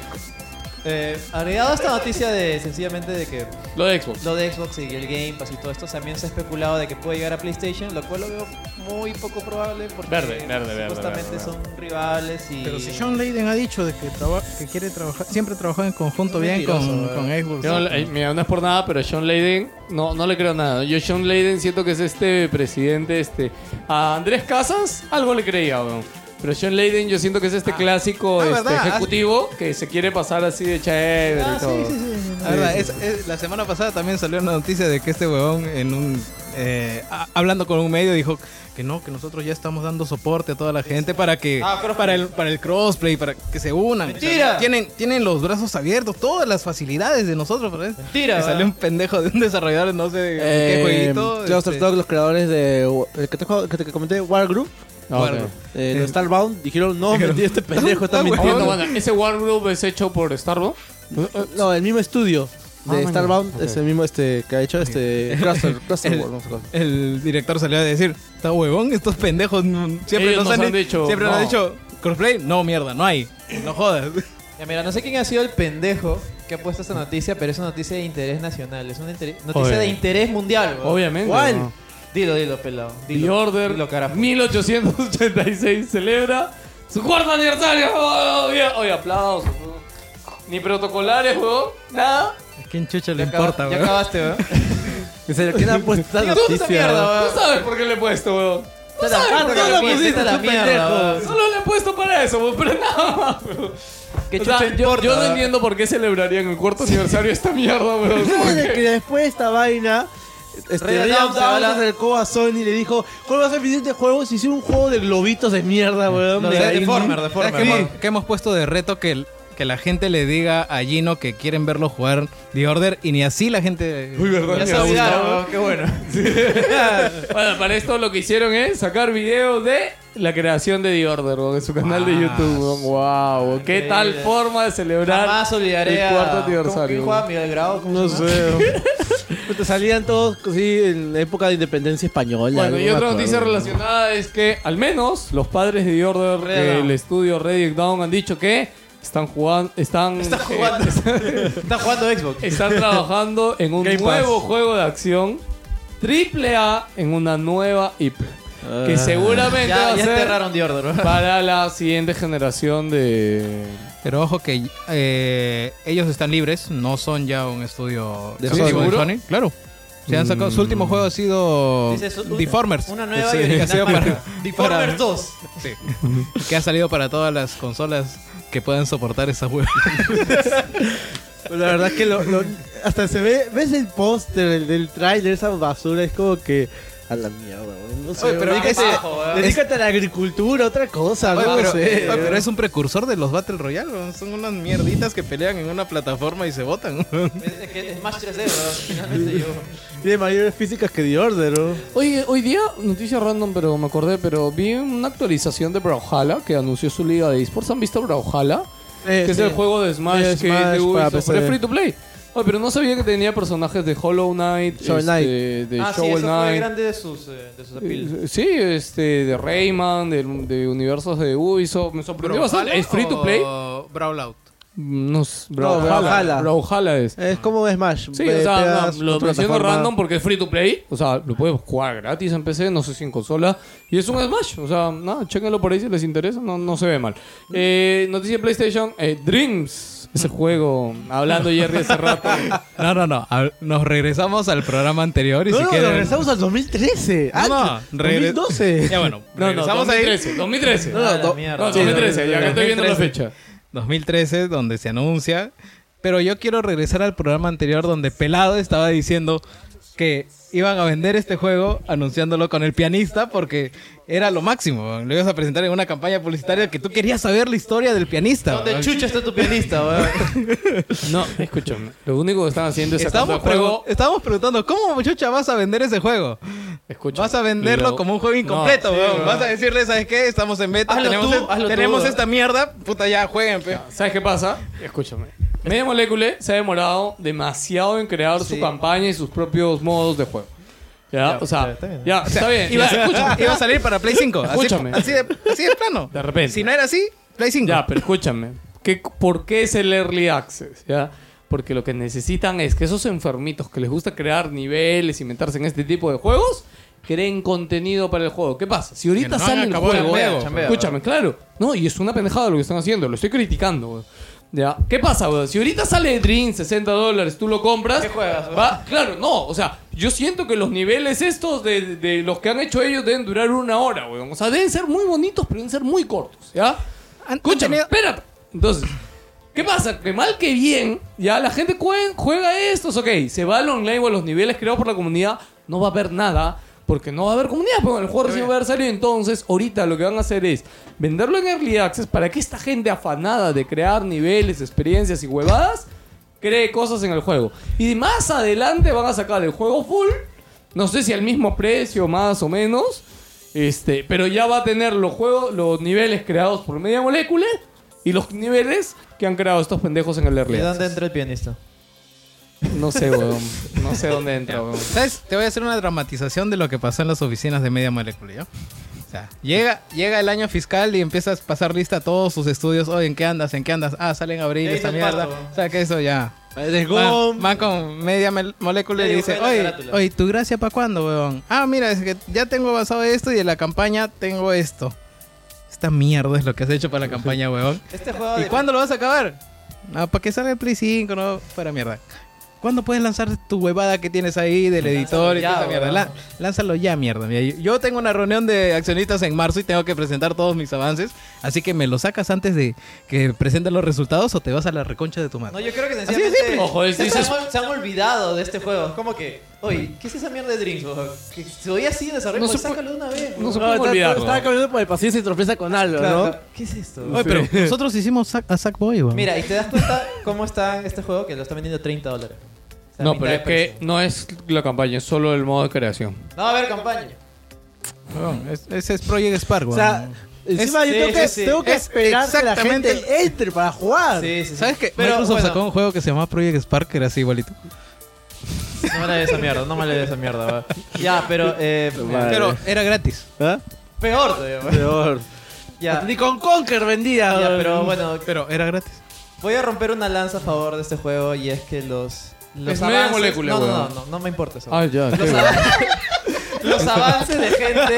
S3: eh, agregado a esta noticia de sencillamente de que
S1: Lo de Xbox.
S3: lo de Xbox y el Game Pass y todo esto también se ha especulado de que puede llegar a PlayStation, lo cual lo veo muy poco probable porque
S1: Verde, verde, verde,
S3: supuestamente
S1: verde,
S3: son rivales y
S4: pero si John Layden ha dicho de que, traba- que quiere trabajar siempre trabajar en conjunto
S3: Es
S4: bien con,
S3: mentiroso,
S4: con Xbox
S1: Yo, eh, mira, no es por nada, pero Sean Layden, no, no le creo nada. Yo Sean Layden siento que es este presidente, este... A Andrés Casas, algo le creía, weón. Pero Sean Layden yo siento que es este clásico
S4: Ah, Ah,
S1: este,
S4: ¿verdad?
S1: ejecutivo que se quiere pasar así de chévere y todo.
S4: La, verdad, es- es- eh, la semana pasada también salió una noticia de que este huevón, en un, eh, a- hablando con un medio, dijo que no, que nosotros ya estamos dando soporte a toda la gente para que
S3: Ah,
S4: para el para el crossplay, para que se unan.
S3: Mentira.
S4: Tienen, tienen los brazos abiertos, todas las facilidades de nosotros. ¿verdad?
S3: Mentira,
S4: Y salió
S3: ¿verdad?
S4: un pendejo de un desarrollador, no sé
S5: Eh,
S4: qué jueguito.
S5: Cluster
S4: este,
S5: Talk, los creadores de. el que te, que te comenté, War Group.
S1: Ah,
S4: Warner.
S5: Eh, los Starbound dijeron: No, mentira, este pendejo está
S4: está
S1: Oye, no,
S5: mintiendo.
S1: bueno, ¿Ese War Group es hecho por Starbucks?
S5: No, el mismo estudio
S1: Ah,
S5: de Starbound es el mismo este, que ha hecho este. Cluster, Cluster
S4: El-
S5: War, no sé cuál.
S4: el director salió a decir, está huevón, estos pendejos mm, siempre
S1: Ellos
S4: nos, han,
S1: dicho,
S4: siempre nos han
S1: no".
S4: dicho crossplay, no mierda, no hay, no jodas.
S3: Ya, mira, no sé quién ha sido el pendejo que ha puesto esta noticia, pero es una noticia de interés nacional, es una interi- noticia
S1: Joder.
S3: de interés mundial. weón.
S1: Obviamente.
S5: ¿Cuál?
S1: weón.
S3: Dilo, dilo, pelado.
S1: The
S3: Dilo,
S1: Order
S3: dilo, carajo.
S1: 1886 celebra su cuarto aniversario. Oh, bien. Oye, aplausos. weón. Ni protocolares, weón. Nada.
S4: ¿A quién chucha le
S3: Ya acaba-
S4: importa,
S3: Ya
S4: huevón?
S3: acabaste, weón.
S5: En serio, ¿quién ha puesto esta
S3: Digo, tú esta mierda,
S5: noticia?
S3: weón.
S1: Tú sabes por qué le he puesto, weón.
S3: Tú sabes
S1: Ah,
S3: por qué
S1: tú
S3: le
S1: la
S3: pusiste
S1: pusiste,
S3: la
S5: tú
S3: mierda,
S5: pendejo.
S3: weón.
S1: Solo le he puesto para eso, weón. Pero nada más, weón.
S3: ¿Qué
S1: O sea,
S3: chucha Ah.
S1: yo,
S3: importa,
S1: yo no
S3: weón?
S1: entiendo por qué celebrarían el cuarto aniversario de esta mierda, weón.
S5: Desde que después de esta vaina. Este,
S3: Ray
S5: Ray
S3: Down se va a
S5: se
S3: la-
S5: acercó a Sony y le dijo: ¿Cuál va a ser el siguiente juego? Si hicieron un juego de globitos de mierda, weón.
S3: No,
S5: de
S3: de
S5: ahí-
S3: Deformer,
S4: ¿Sabes
S3: Deformer.
S4: qué hemos, qué hemos puesto de reto que el- que la gente le diga a Gino que quieren verlo jugar The Order y ni así la gente.
S1: Uy, verdad,
S4: Ya
S1: me
S4: se
S1: ha
S4: olvidaron,
S1: gustado.
S4: weón, qué bueno.
S1: bueno, para esto lo que hicieron es sacar videos de la creación de The Order weón, en su canal
S3: Ah,
S1: de YouTube. weón. Wow, weón, qué
S3: Increíble.
S1: tal forma de celebrar
S3: Jamás olvidaré
S1: el cuarto
S3: a- ¿cómo-
S1: aniversario.
S3: quién
S1: weón.
S3: jugaba Miguel Grau? ¿Cómo
S5: No
S3: se
S5: sé.
S3: llama?
S5: weón. pues, Te salían todos así en la época de independencia española.
S1: Bueno,
S5: no
S1: y
S5: me
S1: otra
S5: acuerdo.
S1: noticia relacionada es que al menos los padres de The Order
S3: Red
S1: del
S3: Dawn.
S1: estudio Reddit Down han dicho que están jugando están eh,
S3: Está jugando. Está jugando Xbox.
S1: Están trabajando en un
S3: Game Pass.
S1: nuevo juego de acción triple A en una nueva IP. Que seguramente
S3: Ya-
S1: va a
S3: ya
S1: ser
S3: enterraron The Order, ¿verdad?
S1: para la siguiente generación de.
S4: Pero ojo que eh, ellos están libres, no son ya un estudio
S1: ¿De
S4: exclusivo de
S1: Sony?
S4: Sony. Claro. Se han sacado, su último juego ha sido
S3: Dice eso, un-
S4: Deformers.
S3: Una nueva
S4: Sí,
S3: y
S4: que ha
S3: original
S4: sido
S3: marca.
S4: para-
S3: Deformers
S4: para-
S3: 2.
S4: Sí. que ha salido para todas las consolas que puedan soportar esa web.
S5: Pero Pues La verdad que lo, lo- hasta se ve, ves el póster el del tráiler, esa basura, es como que a la mierda, weón. no sé.
S3: Oye, pero
S5: dedícate,
S3: abajo, weón.
S5: dedícate a la agricultura, otra cosa,
S4: Oye,
S5: no
S4: pero,
S5: sé.
S4: oye, Ah, pero es un precursor de los Battle Royale. weón. Son unas mierditas que pelean en una plataforma y se botan.
S3: Es, es que es más 3D, bro. Finalmente yo.
S5: Tiene mayores físicas que The Order, ¿no?
S1: Oye, hoy día, noticia random, pero me acordé, pero vi una actualización de Brawlhalla que anunció su liga de esports. ¿Han visto Brawlhalla?
S5: Eh,
S1: que es
S5: sí.
S1: el juego de Smash,
S5: Eh,
S1: que
S5: Smash
S1: de
S5: para
S1: Ubisoft,
S5: PC.
S1: pero es free to play. Oye, pero no sabía que tenía personajes de Hollow Knight,
S5: Shovel
S1: este, de
S3: ah, sí,
S1: Shovel
S3: eso fue
S1: Knight.
S3: grande de sus, eh, de sus appeals.
S1: Eh, Sí, este, de Rayman, de, de universos de Ubisoft. Me sorprendió bastante. ¿Es free to play?
S4: Brawlout.
S1: No, s-
S5: Brawlhalla.
S1: Brawlhalla. Brawlhalla es.
S5: Es como Smash.
S1: Sí,
S5: pe-
S1: o sea,
S5: pegas
S1: no, lo
S5: otra
S1: menciono
S5: plataforma.
S1: random porque es free to play. O sea, lo puedes jugar gratis en PC, no sé si en consola. Y es un Smash. O sea, no, chéquenlo por ahí si les interesa. No, no se ve mal. Eh, noticia de PlayStation: eh, Dreams.
S4: Mm.
S1: Ese juego. Hablando Jerry hace rato.
S4: No, no, no. A- Nos regresamos al programa anterior y
S5: No,
S4: si
S5: no,
S4: quieren.
S5: regresamos al 2013.
S4: No, no,
S5: Ah,
S4: regre-
S5: 2012.
S4: Ya bueno,
S1: No, no,
S4: regresamos ahí.
S1: 2013. 2013.
S3: Ah,
S1: No,
S3: la mierda.
S1: 2013. Ya que estoy viendo la
S4: 2013.
S1: fecha.
S4: 2013, donde se anuncia. Pero yo quiero regresar al programa anterior donde Pelado estaba diciendo que iban a vender este juego anunciándolo con el pianista porque era lo máximo. Lo ibas a presentar en una campaña publicitaria que tú querías saber la historia del pianista.
S3: ¿Dónde
S4: weón.
S3: chucha está tu pianista, weón?
S1: No, escúchame. Lo único que están haciendo es sacar el
S4: Estábamos,
S1: juego.
S4: pregun- estábamos preguntando, ¿cómo muchacha vas a vender ese juego?
S1: Escúchame.
S4: Vas a venderlo
S1: Lo-
S4: como un juego
S1: No,
S4: incompleto,
S1: sí,
S4: weón.
S1: weón.
S4: Vas a decirle, ¿sabes qué? Estamos en beta,
S3: Hazlo
S4: tenemos,
S3: tú, hazlo tú,
S4: tenemos
S3: weón.
S4: esta mierda, puta ya, jueguen, pe.
S1: ¿Sabes qué pasa? Escúchame. Media Molecule se ha demorado demasiado en crear su campaña y sus propios modos de juego. Ya, o sea,
S3: está bien.
S1: ya, está bien.
S4: Iba,
S1: ya, escúchame.
S4: iba a salir para Play 5. Así,
S1: Escúchame.
S4: así de, así de plano.
S1: De repente.
S4: Si no era así, Play 5.
S1: Ya, pero escúchame. ¿Qué, ¿Por qué es el early access? ¿Ya? Porque lo que necesitan es que esos enfermitos que les gusta crear niveles y meterse en este tipo de juegos, creen contenido para el juego. ¿Qué pasa? Si ahorita
S4: Que no han
S1: sale el
S4: acabado el
S1: juego,
S4: juego.
S3: Chambea,
S1: escúchame, claro. No, y es una pendejada lo que están haciendo, lo estoy criticando, weón. ¿Ya? ¿Qué pasa, weón? Si ahorita sale Dream, 60 dólares, tú lo compras.
S3: ¿Qué juegas, weón?
S1: va- Claro, no, o sea, yo siento que los niveles estos de, de los que han hecho ellos deben durar una hora, weón. O sea, deben ser muy bonitos, pero deben ser muy cortos, ¿ya?
S4: Han-
S1: Escúchame,
S4: han tenido-
S1: espérate. Entonces, ¿qué pasa? Que mal que bien, ya la gente juega, juega estos, ok. Se va al online o a los niveles creados por la comunidad, no va a haber nada. Porque no va a haber comunidad, porque el juego recién va a haber salido. Entonces, ahorita lo que van a hacer es venderlo en Early Access para que esta gente afanada de crear niveles, experiencias y huevadas cree cosas en el juego. Y más adelante van a sacar el juego full. No sé si al mismo precio, más o menos. Este, pero ya va a tener los juegos, los niveles creados por media molécula y los niveles que han creado estos pendejos en el
S3: ¿Y
S1: early.
S3: dónde
S1: access.
S3: entra el pianista?
S1: No sé, weón. No sé dónde entra, weón.
S4: ¿Sabes? Te voy a hacer una dramatización de lo que pasó en las oficinas de Media Molecule, ¿ya? O sea, llega, llega el año fiscal y empiezas a pasar lista a todos sus estudios. Oye, ¿en qué andas? ¿En qué andas? Ah, salen en abril,
S3: Ya
S4: esa
S3: hice el
S4: mierda.
S3: paso, weón.
S4: O sea, que eso ya.
S5: De
S4: Van,
S5: GOM.
S4: van con Media Mel- Molecule
S3: Ya
S4: y dice,
S3: dibujé la
S4: oye,
S3: carátula".
S4: oye, ¿tu gracia para cuándo, weón? Ah, mira, es que ya tengo avanzado esto y en la campaña tengo esto. Esta mierda es lo que has hecho para la campaña, weón.
S3: Este juego
S4: ¿Y
S3: de-
S4: cuándo lo vas a acabar? No, para que salga el Play 5, no, para mierda. ¿Cuándo puedes lanzar tu huevada que tienes ahí del editor y
S3: ya,
S4: toda esa mierda?
S3: weón.
S4: La- lánzalo ya, mierda. Mira, yo, yo tengo una reunión de accionistas en marzo y tengo que presentar todos mis avances, así que me lo sacas antes de que presenten los resultados o te vas a la reconcha de tu madre.
S3: No, yo creo que
S4: de
S3: sencillamente
S4: simple.
S1: Ojo, él
S3: se,
S1: dice-
S3: han, se han olvidado de este juego. Es como que Oye, ¿qué es esa mierda de drinks? weón? Que se oía así en desarrollo,
S5: No
S3: pues
S5: se puede-
S3: sácalo de una vez.
S5: No se
S3: weón.
S5: puede olvidar. Estaba caminando por el pasillo y se tropieza con algo,
S3: Claro,
S5: ¿no?
S3: claro. ¿Qué es esto?
S5: Oye, pero
S4: nosotros hicimos sac- a Sackboy, weón.
S3: Mira, y te das cuenta cómo está este juego que lo está vendiendo 30 dólares. O sea,
S1: No,
S3: mitad
S1: pero
S3: de
S1: es que no es la campaña, es solo el modo de creación.
S3: precio. No, a ver, campaña.
S4: Weón, es- ese es Project Spark,
S5: O
S4: weón.
S5: sea, encima
S4: Es-
S5: yo
S4: sí,
S5: tengo que,
S4: sí, sí.
S5: tengo que
S4: Es
S5: esperar que la
S4: exactamente-
S5: gente entre para jugar.
S3: Sí, sí, sí.
S4: ¿Sabes qué?
S3: Pero,
S4: Microsoft
S3: bueno.
S4: sacó un juego que se llamaba Project Spark, que era así igualito.
S3: No me la de esa mierda, no me la de esa mierda. weón. Ya, pero... Eh,
S4: Pero era gratis.
S5: ¿Ah?
S3: Peor todavía. weón.
S5: Peor.
S3: Ya.
S5: Ni con Conker vendía.
S3: Ya, pero bueno,
S4: Pero era gratis.
S3: voy a romper una lanza a favor de este juego y es que los. los
S1: Es media molécula,
S3: no, no, no,
S1: weón.
S3: no, no me importa eso.
S1: Ah, ya, qué
S3: Los,
S1: bueno.
S3: av- los avances de gente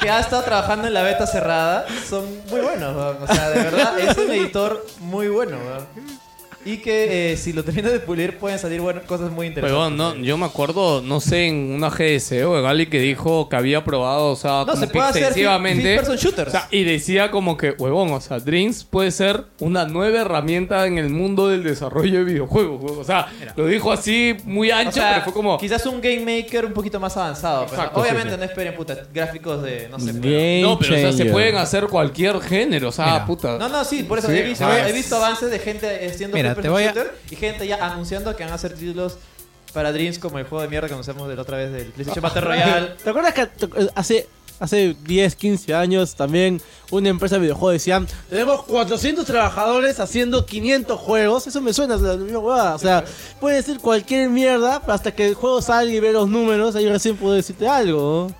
S3: que ha estado trabajando en la beta cerrada son muy buenos, weón. O sea, de verdad, es un editor muy bueno, weón. Y que eh, si lo terminas de pulir pueden salir buenas cosas muy interesantes.
S1: Pero no, yo me acuerdo, no sé, en una GDC o de Gali que dijo que había probado, o sea, como
S3: se
S1: que
S3: puede hacer
S1: extensivamente.
S3: first- first person shooters.
S1: O sea, y decía como que, huevón, o sea, Dreams puede ser una nueva herramienta en el mundo del desarrollo de videojuegos. huevón. O sea, lo dijo así muy
S3: O
S1: ancho,
S3: sea,
S1: pero fue como.
S3: Quizás un game maker un poquito más avanzado. pero
S1: Exacto, sí,
S3: obviamente
S1: sí.
S3: no esperen puta, gráficos de, no sé, pero-
S5: Game
S1: No, pero o sea, se
S5: changer.
S1: pueden hacer cualquier género, o sea,
S4: Mira.
S1: puta.
S3: No, no, sí, por eso
S4: Sí,
S3: he, visto,
S4: o sea,
S3: he visto avances de gente haciendo
S4: Mira,
S3: first
S4: te voy a-
S3: person shooter y gente ya anunciando que van a hacer títulos para Dreams como el juego de mierda que conocemos de la otra vez del PlayStation Battle Royale.
S5: ¿Te acuerdas que to- eh, hace, hace 10, 15 años también una empresa de videojuegos decían tenemos 400 trabajadores haciendo 500 juegos? Eso me suena a la misma huevada. O sea, puede decir cualquier mierda pero hasta que el juego salga y ve los números, ahí recién puedo decirte algo. ¿no?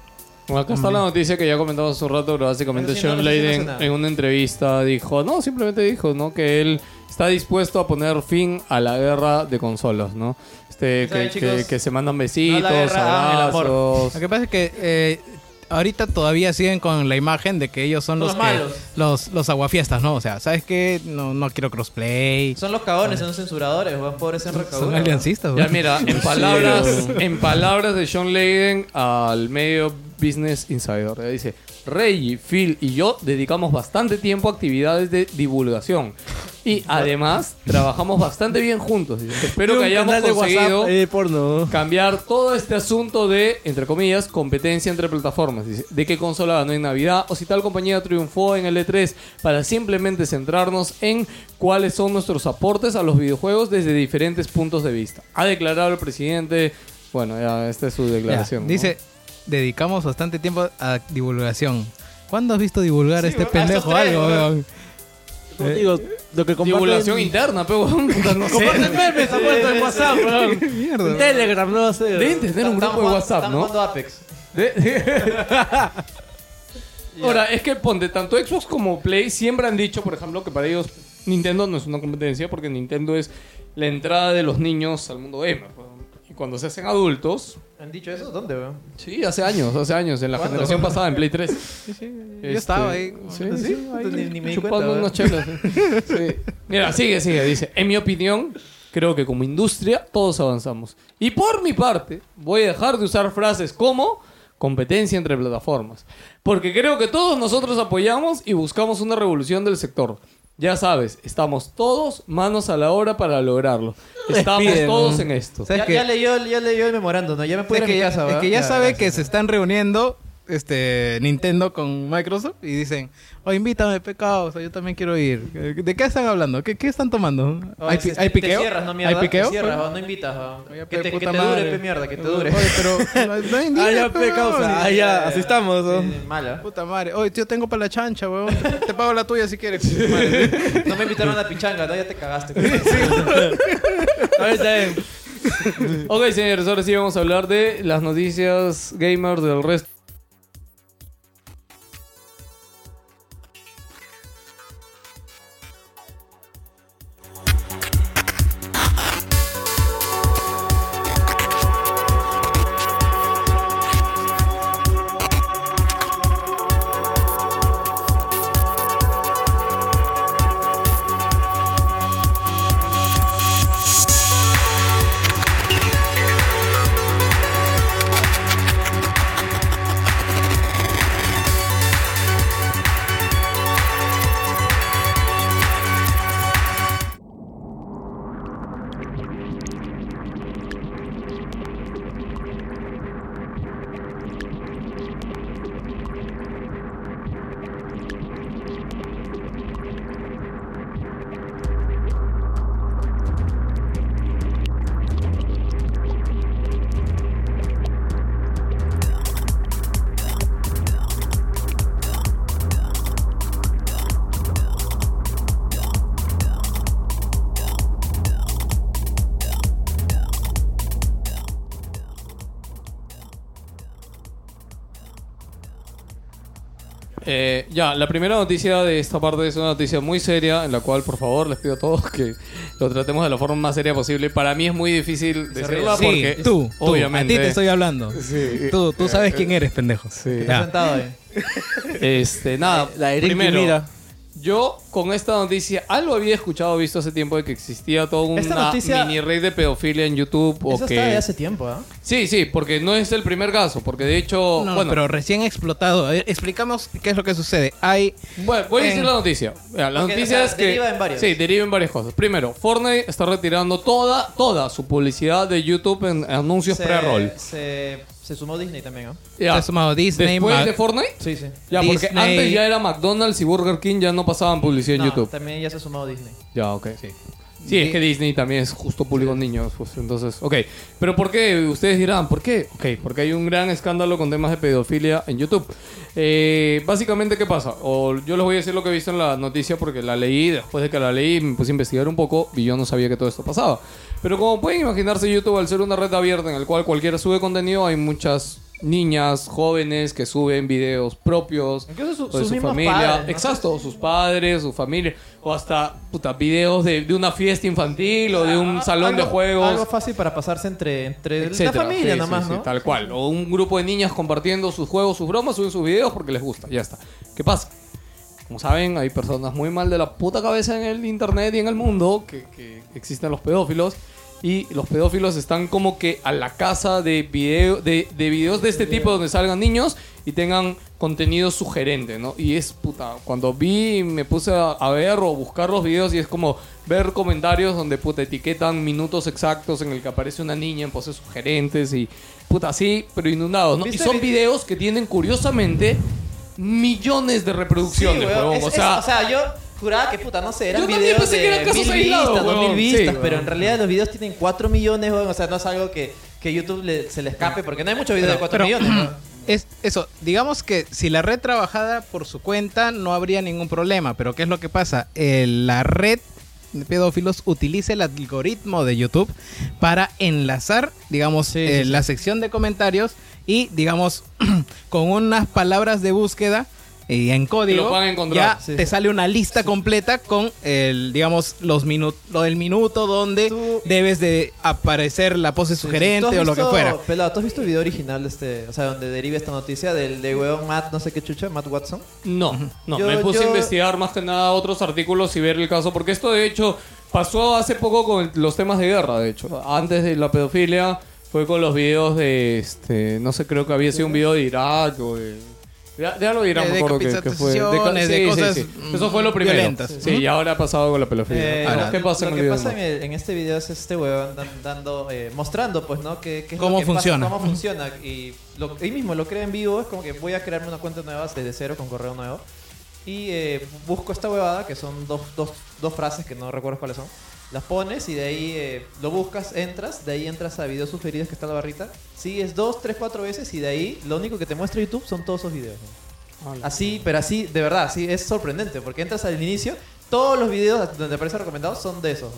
S1: Bueno, acá está la noticia que ya comentamos hace un rato, pero básicamente
S3: Pero sí, no,
S1: Sean
S3: no, sí, no
S1: Layden
S3: hace nada.
S1: en una entrevista dijo, no, simplemente dijo, ¿no? Que él está dispuesto a poner fin a la guerra de consolas, ¿no? Este,
S3: Ya saben,
S1: que,
S3: chicos,
S1: que- que se mandan besitos,
S3: no a la guerra, hagan el amor.
S1: abrazos.
S4: Lo que pasa es que eh, ahorita todavía siguen con la imagen de que ellos son
S3: Los
S4: los, que-
S3: malos.
S4: los los aguafiestas, ¿no? O sea, ¿sabes qué? No, no quiero crossplay.
S3: Son los cagones, son censuradores, weón, pobres en
S4: Son
S3: recaudadores.
S4: aliancistas,
S1: Ya
S4: güey.
S1: mira, en palabras, en palabras de Sean Layden al medio Business Insider, ya dice, Reggie, Phil y yo dedicamos bastante tiempo a actividades de divulgación. Y además trabamos bastante bien juntos. Dice, Espero
S5: Y
S1: que
S5: un
S1: hayamos
S5: canal de
S1: conseguido
S5: WhatsApp, eh, porno.
S1: cambiar todo este asunto de, entre comillas, competencia entre plataformas. Dice, de qué consola ganó en Navidad o si tal compañía triunfó en el E3 para simplemente centrarnos en cuáles son nuestros aportes a los videojuegos desde diferentes puntos de vista. Ha declarado el presidente. Bueno, ya, esta es su
S4: Ya,
S1: declaración. ¿no?
S4: Dice, dedicamos bastante tiempo a divulgación. ¿Cuándo has visto divulgar
S3: Sí,
S4: este
S3: weón, a esos
S4: pendejo
S3: tres,
S4: algo,
S3: weón?
S4: weón?
S5: Como te digo, lo que comparten...
S1: Eh, Divulgación interna, pero no sé.
S5: Comparten memes, han puesto en WhatsApp, weón. En Telegram, no sé.
S1: Deben tener un grupo de WhatsApp, ¿no?
S3: jugando Apex.
S1: Ahora, es que ponte, tanto Xbox como Play siempre han dicho, por ejemplo, que para ellos Nintendo no es una competencia porque Nintendo es la entrada de los niños al mundo gamer. pues. Y cuando se hacen adultos,
S3: ¿Han dicho eso? ¿Dónde, weón?
S1: sí, hace años, hace años, en la
S3: ¿Cuándo?
S1: generación pasada, en Play 3. Este,
S4: Yo estaba ahí.
S1: Sí,
S3: ¿Sí?
S1: sí, ahí,
S3: Ni- ni me di
S1: chupando
S3: cuenta,
S1: unos chelos. Sí. Mira, sigue, sigue, dice, en mi opinión, creo que como industria todos avanzamos. Y por mi parte, voy a dejar de usar frases como competencia entre plataformas, porque creo que todos nosotros apoyamos y buscamos una revolución del sector. Ya sabes, estamos todos manos a la obra para lograrlo. Estamos
S5: Despiden,
S1: todos
S5: ¿no?
S1: en esto.
S4: ¿Sabes
S3: Ya,
S4: qué?
S3: ya leyó, el- ya leyó el memorando, ¿no? Ya ¿eh? me puedo ir
S4: Es
S3: a
S4: que,
S3: mi
S4: ya-
S3: casa,
S4: es
S3: weón.
S4: que ya sabe
S3: gracias.
S4: que se están reuniendo este Nintendo con Microsoft y dicen, oh, invítame, pecado, o sea, yo también quiero ir. ¿De qué están hablando? ¿Qué, qué están tomando?
S3: Oh,
S4: ¿Hay,
S3: si-
S4: pi- hay
S3: te
S4: piqueo?
S3: cierras, no
S4: ¿Hay
S3: mierda.
S4: piqueo?
S3: Te cierras, weón, no invitas, weón.
S4: Oye,
S3: Que
S4: pe,
S3: te, que
S4: puta
S3: te dure,
S4: madre.
S3: pe mierda, que te
S4: Oye,
S3: dure.
S4: pero no, no hay ni
S5: Ah, ya,
S4: pe,
S5: pe,
S4: weón.
S5: causa. Ah, ya, así estamos, ¿no?
S3: Sí, Mala.
S4: Puta madre. Oye, yo tengo para la chancha, weón. Te, te pago la tuya si quieres. puta madre.
S3: No me invitaron a la pichanga, ¿no? Ya te cagaste.
S1: Ok, señores, ahora sí vamos a hablar de las noticias gamers del resto. Eh, ya, la primera noticia de esta parte es una noticia muy seria, en la cual, por favor, les pido a todos que lo tratemos de la forma más seria posible. Para mí es muy difícil decirla
S4: Sí,
S1: porque.
S4: tú, tú,
S1: obviamente.
S4: a ti te estoy hablando.
S1: Sí.
S4: Tú, tú sabes
S1: Eh,
S4: quién eres, pendejo.
S1: Sí.
S4: Ya.
S1: Este, nada,
S4: La Erin
S1: primero,
S4: Kimira.
S1: yo con esta noticia algo había escuchado, visto hace tiempo de que existía todo
S3: Esta
S1: una
S3: noticia-
S1: mini red de pedofilia en YouTube o
S3: Eso
S1: que-
S3: está de hace tiempo, ¿ah?
S1: Sí, sí, porque no es el primer caso, porque de hecho,
S4: No,
S1: bueno,
S4: pero recién explotado. A ver, explicamos qué es lo que sucede. Hay.
S1: Bueno, voy a decir
S4: en-
S1: la noticia. Mira, la
S4: Porque,
S1: noticia
S4: o sea,
S1: es que
S4: deriva en varios.
S1: sí, deriva en varias cosas. Primero, Fortnite está retirando toda toda su publicidad de YouTube en anuncios
S3: Se-
S1: pre-roll.
S3: Se, se sumó Disney también, ¿ah?
S1: Ya.
S4: Se ha sumado Disney,
S1: Después
S4: Mac-
S1: de Fortnite,
S3: Sí, sí.
S1: ya porque
S4: Disney.
S1: antes ya era McDonald's y Burger King ya no pasaban publicidad en
S3: No,
S1: YouTube.
S3: También ya se ha sumado Disney.
S1: Ya, ok. Sí. es que Disney también es justo público niños, pues entonces, ok. Pero ¿por qué? Ustedes dirán, ¿por qué? Ok, porque hay un gran escándalo con temas de pedofilia en YouTube. Eh, básicamente, ¿qué pasa? O yo les voy a decir lo que he visto en la noticia porque la leí, después de que la leí me puse a investigar un poco y yo no sabía que todo esto pasaba. Pero como pueden imaginarse, YouTube al ser una red abierta en la cual cualquiera sube contenido, hay muchas niñas, jóvenes que suben videos propios
S3: Incluso su-
S1: o de
S3: sus
S1: su
S3: mismos
S1: familia.
S3: padres, ¿no?
S1: Exacto, sus padres, su familia, o hasta puta, videos de, de una fiesta infantil o de un salón
S3: Ah, Algo-
S1: de juegos.
S3: Algo fácil para pasarse entre, entre la
S1: etcétera.
S3: familia,
S1: Sí,
S3: nada
S1: sí,
S3: más,
S1: sí,
S3: ¿no?
S1: tal cual. O un grupo de niñas compartiendo sus juegos, sus bromas, suben sus videos porque les gusta. Ya está. ¿Qué pasa? Como saben, hay personas muy mal de la puta cabeza en el internet y en el mundo que, que existen los pedófilos. Y los pedófilos están como que a la casa de, video, de, de videos de este tipo donde salgan niños y tengan contenido sugerente, ¿no? Y es puta. Cuando vi, me puse a, a ver o buscar los videos y es como ver comentarios donde puta etiquetan minutos exactos en el que aparece una niña en poses sugerentes y puta así, pero inundados, ¿no? Y
S3: ¿Viste
S1: son
S3: el vi-
S1: videos que tienen curiosamente millones de reproducciones,
S3: weón.
S1: huevón.
S3: Es-
S1: o
S3: es-
S1: sea,
S3: o sea, yo juraba que puta, no sé, eran
S1: Yo también
S3: videos
S1: pensé
S3: de
S1: que eran casos
S3: mil
S1: aislados,
S3: vistas, dos mil
S1: weón. Sí,
S3: vistas,
S1: weón.
S3: pero en realidad los videos tienen 4 millones, weón. O sea, no es algo que, que YouTube le- se le escape, porque no hay muchos videos de 4
S4: Pero-
S3: millones, weón.
S4: Es eso, digamos que si la red trabajada por su cuenta no habría ningún problema, pero ¿qué es lo que pasa? Eh, la red de pedófilos utiliza el algoritmo de YouTube para enlazar, digamos, eh, la sección de comentarios y, digamos, con unas palabras de búsqueda y en código
S1: van a encontrar.
S4: ya
S1: Sí,
S4: te
S1: sí.
S4: sale una lista completa con el digamos los minutos lo del minuto donde debes de aparecer la pose sugerente
S3: ¿Tú has
S4: o lo que
S3: visto-
S4: fuera
S3: Pelado, ¿tú has visto el video original de este, o sea, donde deriva esta noticia del de weón Matt, no sé qué chucha, Matt Watson?
S1: No, no,
S3: Yo-
S1: me puse a
S3: yo-
S1: investigar más que nada otros artículos y ver el caso, porque esto de hecho pasó hace poco con el- los temas de guerra, de hecho. Antes de la pedofilia fue con los videos de, este, no sé, creo que había sido un video de Irak o de... Ya, ya lo dirán,
S4: De
S1: me acuerdo que, que fue. ca-
S4: decapitaciones, de cosas,
S1: Eso fue lo
S4: mm,
S1: primero.
S4: violentas.
S1: Sí, y ahora ha pasado con la pedofilia.
S3: Eh,
S1: Ahora,
S3: lo-
S1: ¿Qué pasa
S3: lo
S1: en el
S3: que
S1: video?
S3: pasa en, el- en este video es este weón dan- dando, eh, mostrando, pues, ¿no? Qué, qué es lo
S4: Cómo
S3: que pasa,
S4: funciona.
S3: cómo funciona. Y lo, él mismo lo crea en vivo, es como que voy a crearme una cuenta nueva desde cero con correo nuevo. Y eh, busco esta huevada, que son dos, dos, dos frases que no recuerdo cuáles son. Las pones y de ahí eh, lo buscas, entras, de ahí entras a videos sugeridos que está en la barrita. Sigues dos, tres, cuatro veces y de ahí lo único que te muestra YouTube son todos esos videos. ¿no? Así, pero así, de verdad, así es sorprendente, porque entras al inicio, todos los videos donde aparecen recomendados son de esos.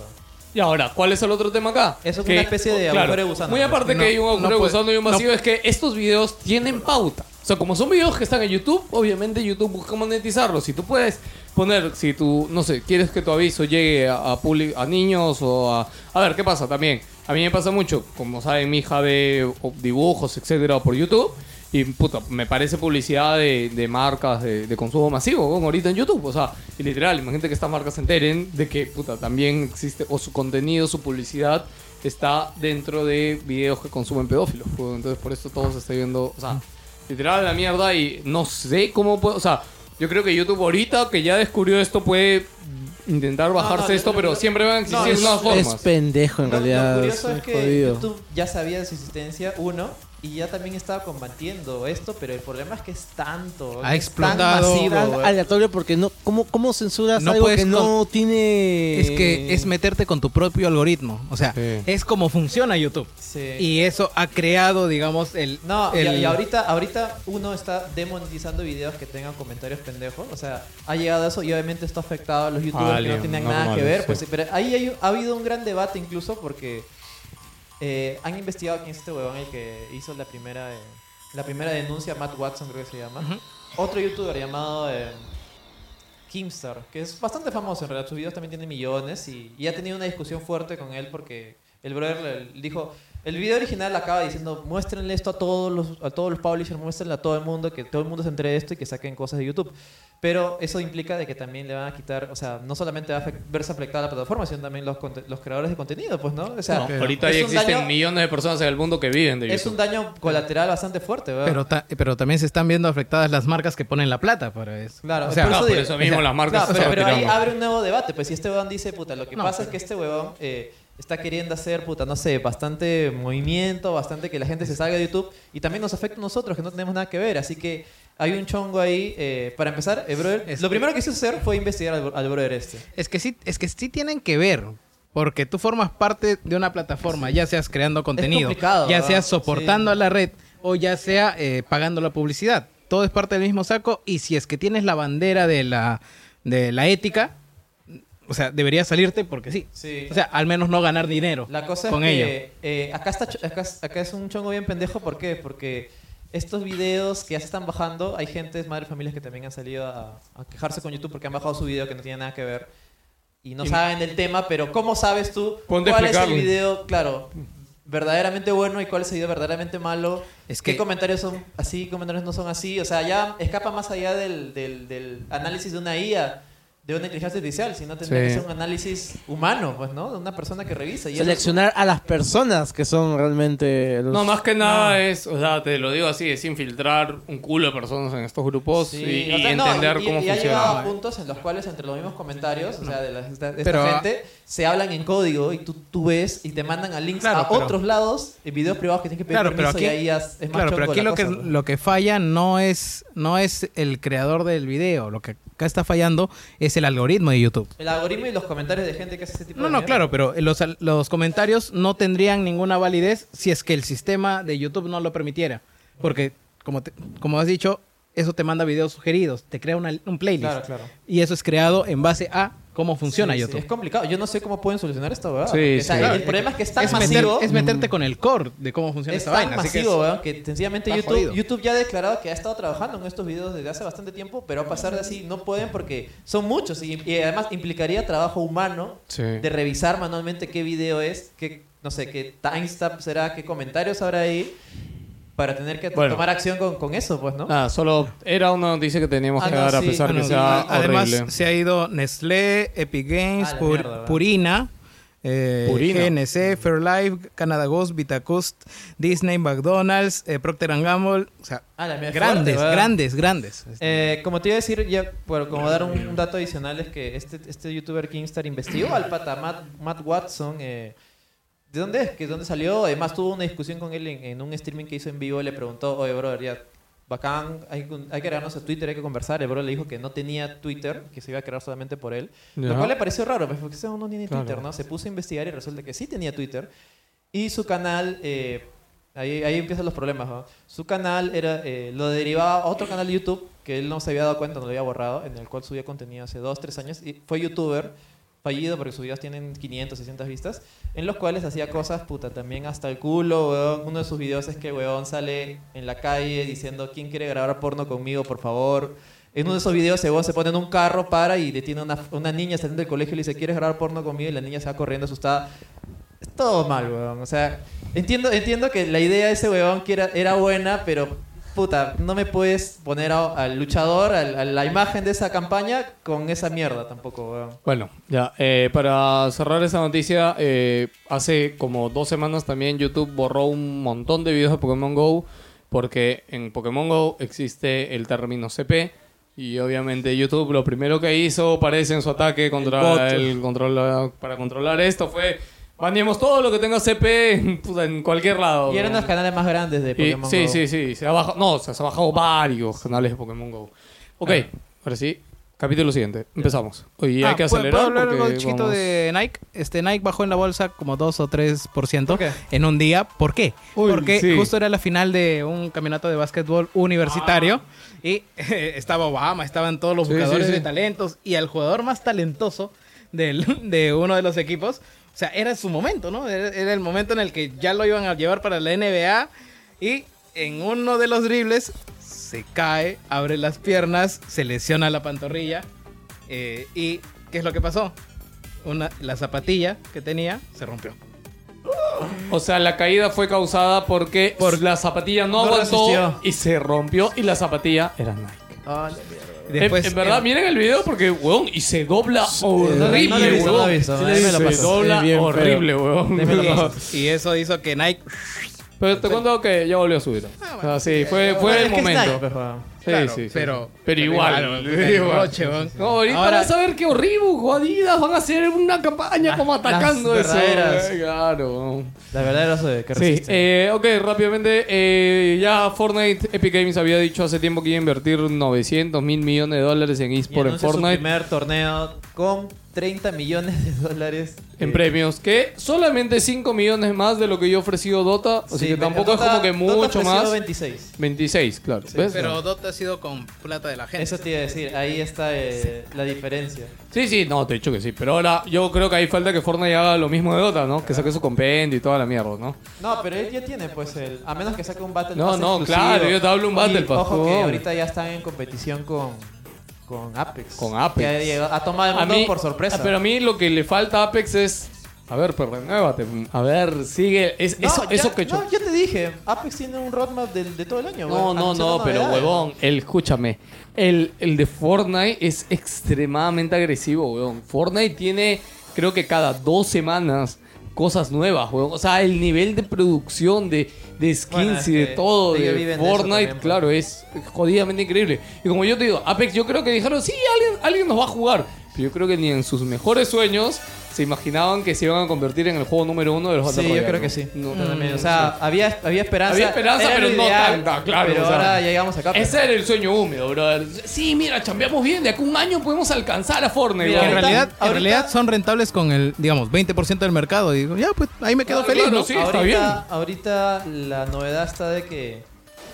S1: Y ahora, ¿cuál es el otro tema acá?
S3: Eso es una especie de agujero de gusano.
S1: Muy aparte
S3: No,
S1: que hay un
S3: no
S1: agujero de
S3: puede-
S1: gusano y un
S3: no.
S1: vacío, es que estos videos tienen pauta. O sea, como son videos que están en YouTube, obviamente YouTube busca monetizarlos. Si tú puedes poner, si tú, no sé, quieres que tu aviso llegue a, a, public- a niños o a... A ver, ¿qué pasa también? A mí me pasa mucho, como saben, mi hija ve o- dibujos, etcétera, por YouTube. Y puta, me parece publicidad de, de marcas de, de consumo masivo, weón, ahorita en YouTube. O sea, y literal, imagínate que estas marcas se enteren de que puta, también existe, o su contenido, su publicidad está dentro de videos que consumen pedófilos. weón. Entonces, por eso todo se está viendo, o sea, literal la mierda. Y no sé cómo puedo, o sea, yo creo que YouTube ahorita que ya descubrió esto puede intentar bajarse
S3: no,
S1: esto,
S3: yo-
S1: pero
S3: yo-
S1: siempre van a existir
S3: no, es-
S1: unas formas.
S5: Es pendejo en
S3: Lo-
S5: realidad.
S3: Lo curioso
S5: es
S3: es que
S5: jodido.
S3: YouTube ya sabía de su existencia, uno, y ya también estaba combatiendo esto, pero el problema es que es tanto.
S5: Ha
S3: es tan masivo,
S5: Tan
S3: weón.
S5: aleatorio porque no cómo cómo censuras
S4: No
S5: algo
S4: puedes
S5: que no
S4: con-
S5: tiene
S4: Es que es meterte con tu propio algoritmo. O sea, es como funciona YouTube. Y eso ha creado, digamos, el.
S3: No, y-
S4: el-
S3: y, ahorita, ahorita uno está demonetizando videos que tengan comentarios pendejos. O sea, ha llegado a eso y obviamente esto ha afectado a los youtubers que
S1: Alien,
S3: no tenían nada
S1: normal,
S3: que ver.
S1: sí.
S3: Pues, Pero ahí hay- ha habido un gran debate incluso porque eh, han investigado quién es este huevón el que hizo la primera eh, la primera denuncia, Matt Watson creo que se llama, otro youtuber llamado eh, Kimstar, que es bastante famoso en realidad, sus videos también tienen millones y, y ha tenido una discusión fuerte con él porque el brother le dijo, el video original acaba diciendo, muéstrenle esto a todos los, a todos los publishers, muéstrenle a todo el mundo, que todo el mundo se entre de esto y que saquen cosas de YouTube. Pero eso implica de que también le van a quitar, o sea, no solamente va a afect- verse afectada la plataforma, sino también los, conte- los creadores de contenido, pues, ¿no? O sea,
S1: No, ahorita
S3: es
S1: ya
S3: un
S1: existen
S3: daño-
S1: millones de personas en el mundo que viven de
S3: es
S1: YouTube.
S3: un daño colateral bastante fuerte, ¿verdad?
S4: Pero, ta- pero también se están viendo afectadas las marcas que ponen la plata para eso.
S3: Claro,
S4: O sea,
S3: digo-
S1: Ah, mismo
S3: o sea,
S1: las marcas
S3: claro,
S1: se
S3: pero, pero ahí
S1: retiran.
S3: abre un nuevo debate. Pues si este huevón dice, puta, lo que pasa es que este huevón eh, está queriendo hacer, puta, no sé, bastante movimiento, bastante que la gente se salga de YouTube y también nos afecta a nosotros que no tenemos nada que ver. Así que hay un chongo ahí. eh, para empezar, el brother- lo primero que hizo hacer fue investigar al, al brother este.
S4: Es que sí, es que sí tienen que ver. Porque tú formas parte de una plataforma, ya seas creando contenido,
S3: complicado,
S4: ya
S3: ¿verdad?
S4: seas soportando a la red o ya sea eh, pagando la publicidad. Todo es parte del mismo saco y si es que tienes la bandera de la, de la ética, o sea, debería salirte porque sí.
S3: Sí.
S4: O sea, al menos no ganar dinero
S3: La cosa
S4: con
S3: es
S4: ello.
S3: que eh, acá, está, ch- acá, es- acá es un chongo bien pendejo. ¿Por qué? Porque estos videos que ya se están bajando, hay gente, madres familias que también han salido a, a quejarse con YouTube porque han bajado su video que no tiene nada que ver y no
S1: Y-
S3: saben del tema, pero ¿cómo sabes tú
S1: Ponte a
S3: cuál es el
S1: explicarlo.
S3: video, claro, verdaderamente bueno y cuál es el video verdaderamente malo?
S4: Es
S3: ¿Qué
S4: que-
S3: comentarios son así, comentarios no son así? O sea, ya escapa más allá del, del- del análisis de una IA, de una inteligencia artificial, sino tendría
S5: Sí.
S3: que ser un análisis humano, pues, ¿no? De una persona que revisa. Y eso-
S5: Seleccionar a las personas que son realmente los...
S1: No, más que nada es, o sea, te lo digo así, es infiltrar un culo de personas en estos grupos
S3: Sí,
S1: y,
S3: o
S1: y
S3: sea, no,
S1: entender
S3: y-
S1: cómo
S3: y ha llegado a
S1: funciona.
S3: puntos en los cuales entre los mismos comentarios, o sea, de, la- de esta- de esta
S4: Pero,
S3: gente, se hablan en código y tú, tú ves y te mandan a links
S4: Claro,
S3: a
S4: pero-
S3: otros lados, y videos privados que tienes que pedir
S4: Claro, pero
S3: permiso
S4: aquí,
S3: y ahí has- es más
S4: claro, pero
S3: chongo
S4: aquí
S3: la
S4: lo, que,
S3: cosa, pues.
S4: lo que falla no es, no es el creador del video. Lo que acá está fallando es el algoritmo de YouTube.
S3: El algoritmo y los comentarios de gente que hace ese tipo
S4: No,
S3: de
S4: no,
S3: mierda.
S4: claro, pero los, al- los comentarios no tendrían ninguna validez si es que el sistema de YouTube no lo permitiera. Porque, como, te- como has dicho, eso te manda videos sugeridos, te crea una- un playlist.
S3: Claro, claro.
S4: Y eso es creado en base a cómo funciona
S3: Sí, sí,
S4: YouTube.
S3: es complicado. Yo no sé cómo pueden solucionar esta verdad.
S4: Sí,
S3: O sea,
S4: sí.
S3: el- El problema es que es tan
S4: es, meter-
S3: masivo.
S4: es meterte con el core de cómo funciona
S3: Es
S4: esa
S3: tan
S4: vaina. así que
S3: masivo,
S4: es-
S3: weón, que, sencillamente
S4: Está
S3: YouTube,
S4: jodido.
S3: YouTube ya ha declarado que ha estado trabajando en estos videos desde hace bastante tiempo, pero a pasar de así no pueden porque son muchos y, y además implicaría trabajo humano
S1: Sí.
S3: de revisar manualmente qué video es, qué, no sé, qué timestamp será, qué comentarios habrá ahí para tener que
S1: Bueno.
S3: tomar acción con, con eso, pues,
S4: Ah,
S3: ¿no?
S1: Nada, solo era una noticia que teníamos
S3: Ah,
S1: que
S3: no,
S1: dar a
S3: sí.
S1: pesar
S3: Ah,
S1: que
S3: no,
S1: sea
S3: sí.
S1: horrible.
S4: Además, se ha ido Nestlé, Epic Games,
S3: Ah, la
S4: Pur-
S3: mierda, ¿verdad?
S4: Purina, eh,
S1: Purina.
S4: GNC, Fairlife, Canada Goose, Vitacust, Disney, McDonald's, eh, Procter Gamble. O sea,
S3: Ah, la mierda,
S4: grandes,
S3: fuerte, weón.
S4: grandes, grandes.
S1: Este,
S3: Eh, como te iba a decir, ya, bueno, como dar un, un dato adicional, es que este, este youtuber Kingstar investigó al pata Matt, Matt Watson. eh, ¿De dónde es? ¿Que dónde salió? Además, tuvo una discusión con él en, en un streaming que hizo en vivo. Le preguntó, oye, brother, ya, bacán, hay, que- hay que agregarnos a Twitter, hay que conversar. El brother le dijo que no tenía Twitter, que se iba a crear solamente por él. Lo
S1: Ya.
S3: cual le pareció raro, pues, porque ese uno no tiene
S1: Claro.
S3: Twitter, ¿no? Se puso a investigar y resulta que sí tenía Twitter. Y su canal, eh, ahí, ahí empiezan los problemas, ¿no? Su canal era, eh, lo derivaba a otro canal de YouTube que él no se había dado cuenta, no lo había borrado, en el cual subía contenido hace 2, 3 años. Y fue youtuber fallido porque sus videos tienen 500, 600 vistas, en los cuales hacía cosas, puta, también hasta el culo, weón. Uno de sus videos es que, weón, sale en la calle diciendo, ¿quién quiere grabar porno conmigo, por favor? En uno de esos videos, ese weón se pone en un carro, para y detiene a una, una niña saliendo del colegio y le dice, ¿quieres grabar porno conmigo? Y la niña se va corriendo asustada. Es todo mal, weón. O sea, entiendo, entiendo que la idea de ese weón que era, era buena, pero puta, no me puedes poner a- al luchador, al- a la imagen de esa campaña con esa mierda tampoco, weón.
S1: Bueno, ya, eh, para cerrar esa noticia, eh, hace como dos semanas también YouTube borró un montón de videos de Pokémon Go, porque en Pokémon Go existe el término CP, y obviamente YouTube lo primero que hizo, parece en su ataque contra
S5: bot.
S1: el, control, para controlar esto fue, baneemos todo lo que tenga CP en, puta, en cualquier lado.
S3: Y eran
S1: ¿no?
S3: los canales más grandes de
S1: Y-
S3: Pokémon
S1: sí,
S3: Go.
S1: sí, sí, se ha bajado, no, o sea, se ha bajado varios canales de Pokémon Go. Ok, ahora sí, capítulo siguiente, empezamos. Oye, hay
S4: Ah,
S1: que
S4: ¿puedo-
S1: acelerar
S4: ¿Puedo hablar
S1: porque
S4: algo chiquito
S1: vamos-
S4: de Nike? Este, Nike bajó en la bolsa como 2 o 3%
S3: qué?
S4: en un día. ¿Por qué?
S1: Uy,
S4: Porque
S1: sí.
S4: justo era la final de un campeonato de básquetbol universitario y eh, estaba Obama, estaban todos los
S1: Ah. Sí,
S4: buscadores
S1: sí, sí.
S4: de talentos y al jugador más talentoso del, de uno de los equipos. O sea, era su momento, ¿no? Era, era el momento en el que ya lo iban a llevar para la NBA y en uno de los dribles se cae, abre las piernas, se lesiona la pantorrilla. eh, ¿Y qué es lo que pasó? Una, la zapatilla que tenía se rompió.
S1: O sea, la caída fue causada porque la zapatilla no,
S4: No
S1: aguantó
S4: resistió.
S1: y se rompió y la zapatilla era Nike.
S3: Ah,
S4: Y después,
S1: en, en verdad,
S4: eh,
S1: miren el video porque, weón, y se dobla horrible,
S4: Horrible, huevón.
S1: weón.
S4: Sí, se dobla horrible,
S1: huevón.
S4: Y, y eso hizo que Nike.
S1: Pero te cuento que ya volvió a subir. Ah, sí, fue, fue el momento. Sí,
S4: Claro,
S1: sí, sí.
S4: pero-
S1: pero igual.
S4: pero igual,
S1: igual.
S4: roche, weón.
S1: No, ahorita
S4: Ahora-
S1: vas a ver que horrible, jodidas. Van a hacer una campaña como atacando
S3: las
S1: eso.
S3: verdaderas.
S1: weón, Claro.
S3: La verdad era eso de que
S1: Sí,
S3: resiste.
S1: eh, ok, rápidamente. eh, ya Fortnite, Epic Games había dicho hace tiempo que iba a invertir 900 mil millones de dólares en
S3: Y
S1: eSport en
S3: anuncia
S1: Fortnite.
S3: su primer torneo con 30 millones de dólares.
S1: En
S3: Eh,
S1: premios, que solamente 5 millones más de lo que yo he ofrecido Dota. Así
S3: Sí,
S1: que
S3: pero
S1: tampoco
S3: Dota-
S1: es como que
S3: Dota
S1: mucho
S3: ofreció
S1: más.
S3: 26.
S1: 26, claro. ¿Ves?
S4: Pero Dota ha sido con plata de la gente.
S3: Eso te iba a decir, ahí está eh, la diferencia.
S1: Sí, sí, no, te he dicho que sí. Pero ahora yo creo que ahí falta que Fortnite haga lo mismo de Dota, ¿no? Que saque su compendio y toda la mierda, ¿no?
S3: No, pero él ya tiene, pues, el. A menos que saque un Battle
S1: No,
S3: Pass.
S1: no,
S3: exclusivo.
S1: claro, yo te hablo un
S3: Y
S1: Battle Pass,
S3: Ojo que
S1: huevón.
S3: ahorita ya están en competición con. Con Apex.
S1: Con Apex.
S3: Que ha, llegado- ha tomado el mundo por sorpresa.
S1: Pero a mí lo que le falta a Apex es. A ver, pero renuévate. A ver, sigue. Es,
S3: No,
S1: eso,
S3: ya-
S1: eso que
S3: No, yo te dije, Apex tiene un roadmap del- de, todo el año,
S1: No,
S3: huevón,
S1: no,
S3: anunciando
S1: no, pero
S3: novedades.
S1: huevón, el, escúchame. El, el de Fortnite es extremadamente agresivo, huevón. Fortnite tiene, creo que cada dos semanas, cosas nuevas, huevón. O sea, el nivel de producción de, de skins
S3: Bueno, es
S1: y de
S3: que
S1: todo
S3: ellos
S1: de
S3: viven de eso
S1: Fortnite,
S3: también, pues.
S1: claro, es jodidamente increíble. Y como yo te digo, Apex, yo creo que dijeron, sí, alguien, alguien nos va a jugar. Pero yo creo que ni en sus mejores sueños se imaginaban que se iban a convertir en el juego número uno de los
S3: Sí,
S1: Battle
S3: yo
S1: Royale,
S3: creo
S1: ¿no?
S3: que sí.
S1: No, Mm,
S3: Yo también,
S1: no
S3: o sea, había, había esperanza.
S1: había esperanza,
S3: era lo
S1: pero no
S3: ideal,
S1: tanta, claro.
S3: Pero
S1: o sea,
S3: ahora ya llegamos acá. pues.
S1: Ese era el sueño húmedo, brother. Sí, mira, chambeamos bien. De acá a un año podemos alcanzar a Fortnite.
S4: Que
S1: brother.
S4: en realidad, en
S3: ahorita-
S4: realidad son rentables con el, digamos, 20% del mercado. Y digo, ya, pues ahí me quedo
S1: Claro,
S4: feliz,
S1: claro,
S4: ¿no? Ah,
S1: sí.
S3: ahorita,
S1: está bien.
S3: ahorita la novedad está de que.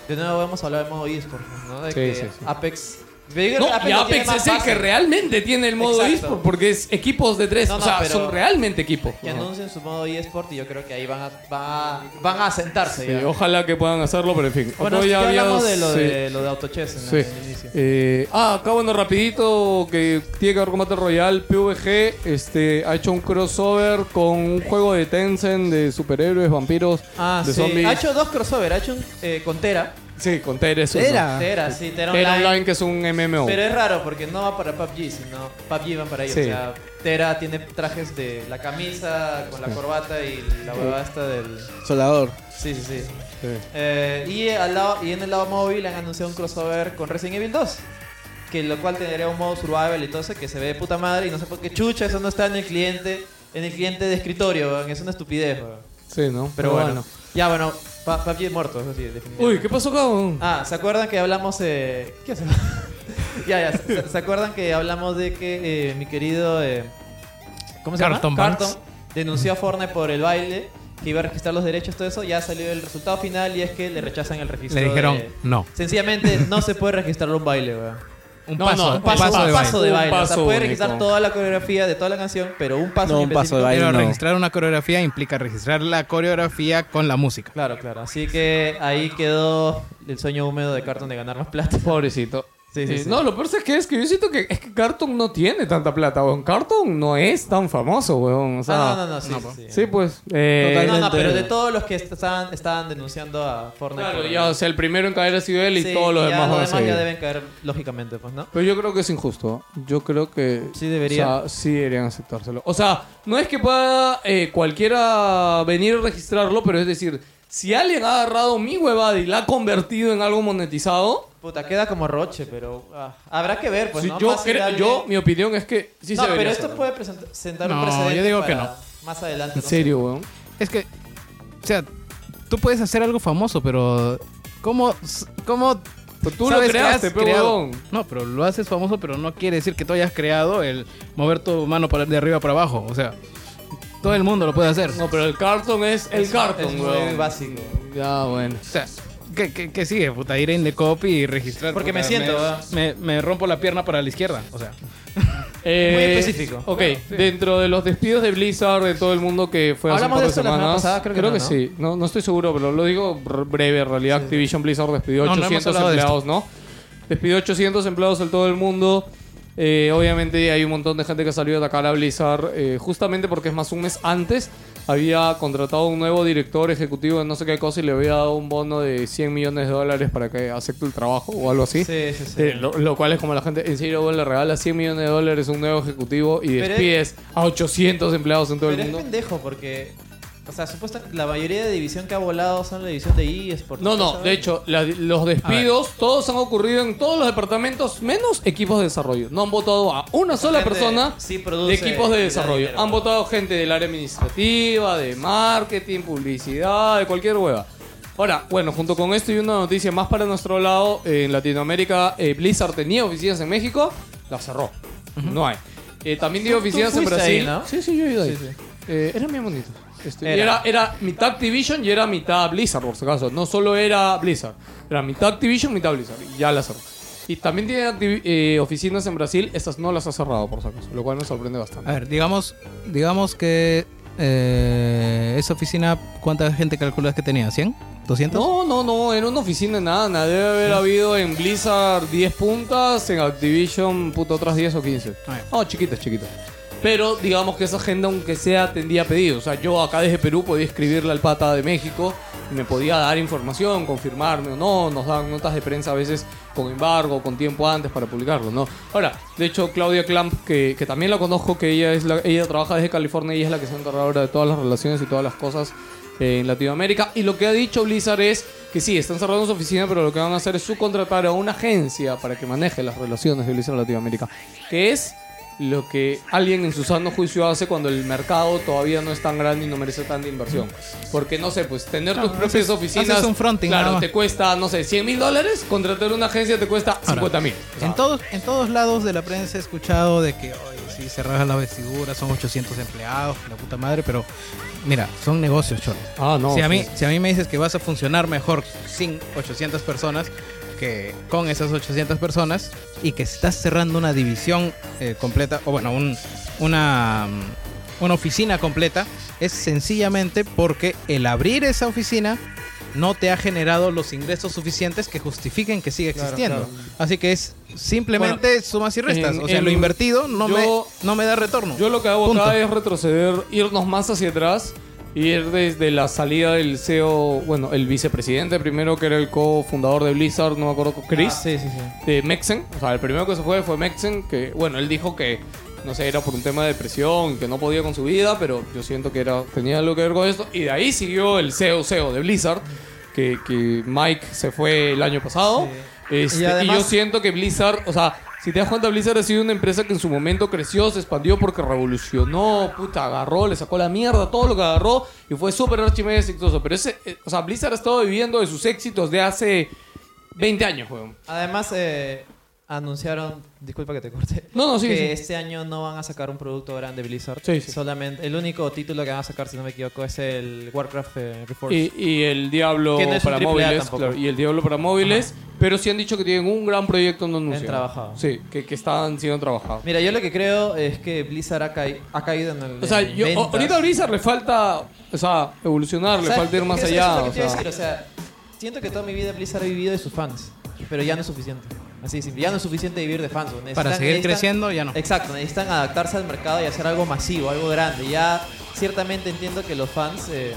S3: De nuevo vamos a hablar de modo eSport, ¿no? De
S1: Sí,
S3: que
S1: sí, sí.
S3: Apex. Yo digo que
S1: No, y
S3: lo tiene
S1: Apex
S3: más
S1: es el
S3: fácil.
S1: que realmente tiene el modo
S3: Exacto.
S1: eSport porque es equipos de tres.
S3: No,
S1: o
S3: no,
S1: sea,
S3: pero-
S1: son realmente equipos.
S3: Que
S1: Ajá.
S3: anuncien su modo eSport y yo creo que ahí van a, van a, van a asentarse.
S1: Sí,
S3: ya.
S1: ojalá que puedan hacerlo, pero en fin.
S3: Bueno,
S1: Otro
S3: ya
S1: había-
S3: hablamos de lo,
S1: sí,
S3: de, lo de AutoChess en
S1: sí.
S3: el inicio.
S1: Eh, ah, acá bueno, rapidito, que tiene que ver con Battle Royale, PvG este, ha hecho un crossover con un juego de Tencent de superhéroes, vampiros,
S3: Ah,
S1: de
S3: sí.
S1: zombies.
S3: Ha hecho dos crossover. Ha hecho un eh, con Tera.
S1: Sí, con Tera. eso,
S5: Tera.
S1: ¿no?
S3: Tera, sí, Tera
S1: Ah, Tera
S3: Online.
S1: Online, que es un MMO.
S3: Pero es raro porque no va para PUBG, sino PUBG van para ellos.
S1: Sí.
S3: O sea, Tera tiene trajes de la camisa con la corbata y la huevada esta del.
S5: Solador.
S3: Sí, sí, sí.
S1: Sí.
S3: Eh, y, al lado, y en el lado móvil han anunciado un crossover con Resident Evil 2. Que lo cual tendría un modo survival y todo eso que se ve de puta madre y no sé por qué chucha, eso no está en el cliente, en el cliente de escritorio, weón, es una estupidez, weón.
S1: Sí, ¿no?
S3: Pero bueno. Ya bueno, Pa- PUBG es muerto, eso sí, definitivamente.
S1: Uy, ¿qué pasó, cabrón?
S3: Ah, ¿se acuerdan que hablamos eh, ¿Qué hace? ya, ya, ¿se, se acuerdan que hablamos de que eh, mi querido... eh, ¿Cómo se
S4: Carlton
S3: llama?
S4: Banks.
S3: denunció a Fortnite por el baile, que iba a registrar los derechos, todo eso. Ya salió el resultado final y es que le rechazan el registro.
S4: Le dijeron,
S3: de-
S4: no.
S3: Sencillamente no se puede registrar un baile, weón.
S4: Un
S1: No,
S4: paso,
S1: no,
S4: un paso, de
S1: paso.
S4: baile.
S3: de
S1: Un
S3: baile. o sea,
S1: paso
S3: puede
S1: único.
S3: registrar toda la coreografía de toda la canción, pero un paso
S5: No, un
S3: en
S5: paso de
S3: específico-
S5: baile.
S4: Pero
S5: no.
S4: registrar una coreografía implica registrar la coreografía con la música.
S3: Claro, claro. Así que ahí quedó el sueño húmedo de Carton de ganar más plata.
S1: Pobrecito.
S3: Sí, sí,
S1: Eh,
S3: sí.
S1: No, lo peor es que es que yo siento que es que Cartoon no tiene tanta plata, weón. Cartoon no es tan famoso, weón. O sea,
S3: Ah, no, no, no, sí, sí, sí.
S1: Sí, pues. eh,
S5: Totalmente.
S3: No, no, pero de todos los que estaban, estaban denunciando a Fortnite.
S1: claro,
S3: por-
S1: ya, o sea, el primero en caer ha sido él y
S3: Sí,
S1: todos los
S3: ya
S1: demás van a
S3: Los demás ya
S1: seguir.
S3: deben caer, lógicamente, pues, ¿no?
S1: Pero yo creo que es injusto. Yo creo que.
S3: Sí debería.
S1: O sea, sí deberían aceptárselo. O sea, no es que pueda eh, cualquiera venir a registrarlo, pero es decir, si alguien ha agarrado mi huevada y la ha convertido en algo monetizado.
S3: Puta, queda como roche, pero ah, habrá que ver, pues,
S1: Sí,
S3: ¿no?
S1: yo,
S3: Fácil
S1: creo-
S3: alguien-
S1: yo, mi opinión es que sí
S3: no,
S1: se debería
S3: pero esto
S1: hacer.
S3: puede present- sentar un
S4: No,
S3: precedente
S4: yo digo que
S3: para
S4: no.
S3: Más adelante.
S1: En
S3: no
S1: serio, weón.
S4: Es que, o sea, tú puedes hacer algo famoso, pero ¿cómo, cómo
S1: Pero tú lo
S4: sabes que
S1: creaste,
S4: has
S1: pero
S4: creado?
S1: weón.
S4: No, pero lo haces famoso, pero no quiere decir que tú hayas creado el mover tu mano para- de arriba para abajo. O sea, todo el mundo lo puede hacer.
S1: No, pero el cartón es el
S3: sé.
S1: cartón,
S3: es muy
S1: weón.
S3: básico.
S1: Ya, bueno.
S4: O sea, ¿qué, qué- qué sigue? Puta, ir en the copy y registrar.
S3: Porque
S4: puta,
S3: me siento,
S4: me-
S3: ¿verdad?
S4: Me, me rompo la pierna para la izquierda. O sea,
S1: Eh,
S3: Muy específico.
S1: Ok,
S3: Claro, sí.
S1: dentro de los despidos de Blizzard, de todo el mundo que fue hace un
S3: Hablamos
S1: par
S3: de
S1: de
S3: eso la semana
S1: semanas.
S3: pasada, creo que no, ¿no?
S1: sí. No, no estoy seguro, pero lo digo br- breve. En realidad, Activision Blizzard despidió
S4: No, no hemos
S1: 800
S4: hablado de
S1: empleados, ¿no? Despidió 800 empleados en todo el mundo. Eh, obviamente hay un montón de gente que ha salido a atacar a Blizzard eh, justamente porque es más un mes antes había contratado un nuevo director ejecutivo de no sé qué cosa y le había dado un bono de 100 millones de dólares para que acepte el trabajo o algo así.
S3: Sí, sí, sí.
S1: Eh, lo, lo cual es como la gente, en serio, vos le regalas 100 millones de dólares a un nuevo ejecutivo y
S3: Pero es-
S1: despides a 800 empleados en todo
S3: Pero
S1: el
S3: es
S1: mundo.
S3: pendejo porque. O sea, supuesta la mayoría de división que ha volado son la división de eSports.
S1: No, no, de hecho, la- los despidos todos han ocurrido en todos los departamentos menos equipos de desarrollo. No han votado a una sola
S3: gente
S1: persona
S3: sí
S1: de
S3: produce
S1: equipos de
S3: y da
S1: desarrollo.
S3: dinero.
S1: Han votado gente del área administrativa, de marketing, publicidad, de cualquier hueva. Ahora, bueno, junto con esto y una noticia más para nuestro lado, eh, en Latinoamérica eh, Blizzard tenía oficinas en México, la cerró. No hay. Eh, también tiene
S3: Tú- tú
S1: oficinas en
S3: fuiste
S1: Brasil.
S3: ahí, ¿no?
S1: Sí, sí, yo he ido ahí.
S3: Sí, sí.
S1: Eh, era bien bonito. Este, y era,
S3: Era.
S1: era mitad Activision y era mitad Blizzard, por si acaso. No solo era Blizzard. Era mitad Activision, mitad Blizzard. Y ya la cerró. Y también tiene activi- eh, oficinas en Brasil. Estas no las ha cerrado, por si acaso. Lo cual me sorprende bastante.
S4: A ver, digamos, digamos que eh, esa oficina, ¿cuánta gente calculas que tenía? ¿100? ¿200?
S1: No, no, no. Era una oficina de nada. nada. Debe haber habido en Blizzard 10 puntas. En Activision, puto, otras 10 o 15. No, chiquitas, chiquitas. Pero digamos que esa agenda, aunque sea, atendía pedidos. O sea, yo acá desde Perú podía escribirle al pata de México y me podía dar información, confirmarme o no. Nos daban notas de prensa a veces con embargo, con tiempo antes para publicarlo, ¿no? Ahora, de hecho, Claudia Clamp, que, que también la conozco, que ella, es la- ella trabaja desde California y ella es la que se encarga ahora de todas las relaciones y todas las cosas eh, en Latinoamérica. Y lo que ha dicho Blizzard es que sí, están cerrando su oficina, pero lo que van a hacer es subcontratar a una agencia para que maneje las relaciones de Blizzard en Latinoamérica, que es lo que alguien en su sano juicio hace cuando el mercado todavía no es tan grande y no merece tanta inversión. Porque, no sé, pues tener
S4: Claro,
S1: tus propias
S4: haces-
S1: oficinas...
S4: haces un fronting, nada
S1: Claro,
S4: más.
S1: te cuesta, no sé, 100 mil dólares, contratar una agencia te cuesta 50 mil.
S4: En todos, en todos lados de la prensa he escuchado de que hoy sí se raja la vestidura, son 800 empleados, la puta madre, pero mira, son negocios, cholo.
S1: Ah, no,
S4: Si a mí,
S1: sí.
S4: si a mí me dices que vas a funcionar mejor sin 800 personas que con esas 800 personas y que estás cerrando una división eh, completa, o bueno, un- una, mm, una oficina completa, es sencillamente porque el abrir esa oficina no te ha generado los ingresos suficientes que justifiquen que siga
S3: Claro,
S4: existiendo.
S3: claro.
S4: Así que es simplemente sumas y restas.
S1: en-
S4: o sea,
S1: en-
S4: lo invertido no,
S1: yo-
S4: me, no me da retorno.
S1: Yo lo que hago
S4: Punto.
S1: acá es retroceder, irnos más hacia atrás, ir desde la salida del CEO, bueno, el vicepresidente primero, que era el cofundador de Blizzard, no me acuerdo, Chris.
S3: Ah, sí, sí, sí.
S1: de Mexen. O sea, el primero que se fue fue Mexen, que bueno, él dijo que no sé, era por un tema de depresión, que no podía con su vida, pero yo siento que era, tenía algo que ver con esto. Y de ahí siguió el CEO CEO de Blizzard, que, que Mike se fue el año pasado. Este,
S3: Y
S1: y,
S3: además-
S1: yo siento que Blizzard, o sea, si te das cuenta, Blizzard ha sido una empresa que en su momento creció, se expandió porque revolucionó, puta, agarró, le sacó la mierda, todo lo que agarró y fue súper archimedes exitoso. Pero ese, eh, o sea, Blizzard ha estado viviendo de sus éxitos de hace 20 años, weón.
S3: Además, eh, anunciaron. Disculpa que te corte.
S1: No, no, sí,
S3: Que
S1: sí.
S3: este año no van a sacar un producto grande Blizzard.
S1: Sí, sí.
S3: Solamente. El único título que van a sacar, si no me equivoco, es el Warcraft eh, Reforged.
S1: Y, y el Diablo
S3: Que no es un
S1: para
S3: triple A
S1: móviles.
S3: tampoco.
S1: claro, y el Diablo para móviles. Pero sí han dicho que tienen un gran proyecto no anunciado.
S3: trabajado.
S1: Sí, que, que están siendo trabajados.
S3: Mira, yo lo que creo es que Blizzard ha, cai- ha caído en el.
S1: O sea,
S3: en
S1: yo,
S3: ventas.
S1: ahorita a Blizzard le falta o sea, evolucionar, le
S3: ¿Sabes?
S1: falta ir más
S3: Eso- eso
S1: allá.
S3: es lo que
S1: o
S3: te iba a
S1: sea.
S3: decir, o sea, siento que toda mi vida Blizzard ha vivido de sus fans, pero ya no es suficiente. Así de simple, ya no es suficiente vivir de fans. Necesitan-
S4: Para seguir
S3: necesitan-
S4: creciendo, ya no.
S3: Exacto, necesitan adaptarse al mercado y hacer algo masivo, algo grande. Ya ciertamente entiendo que los fans... eh,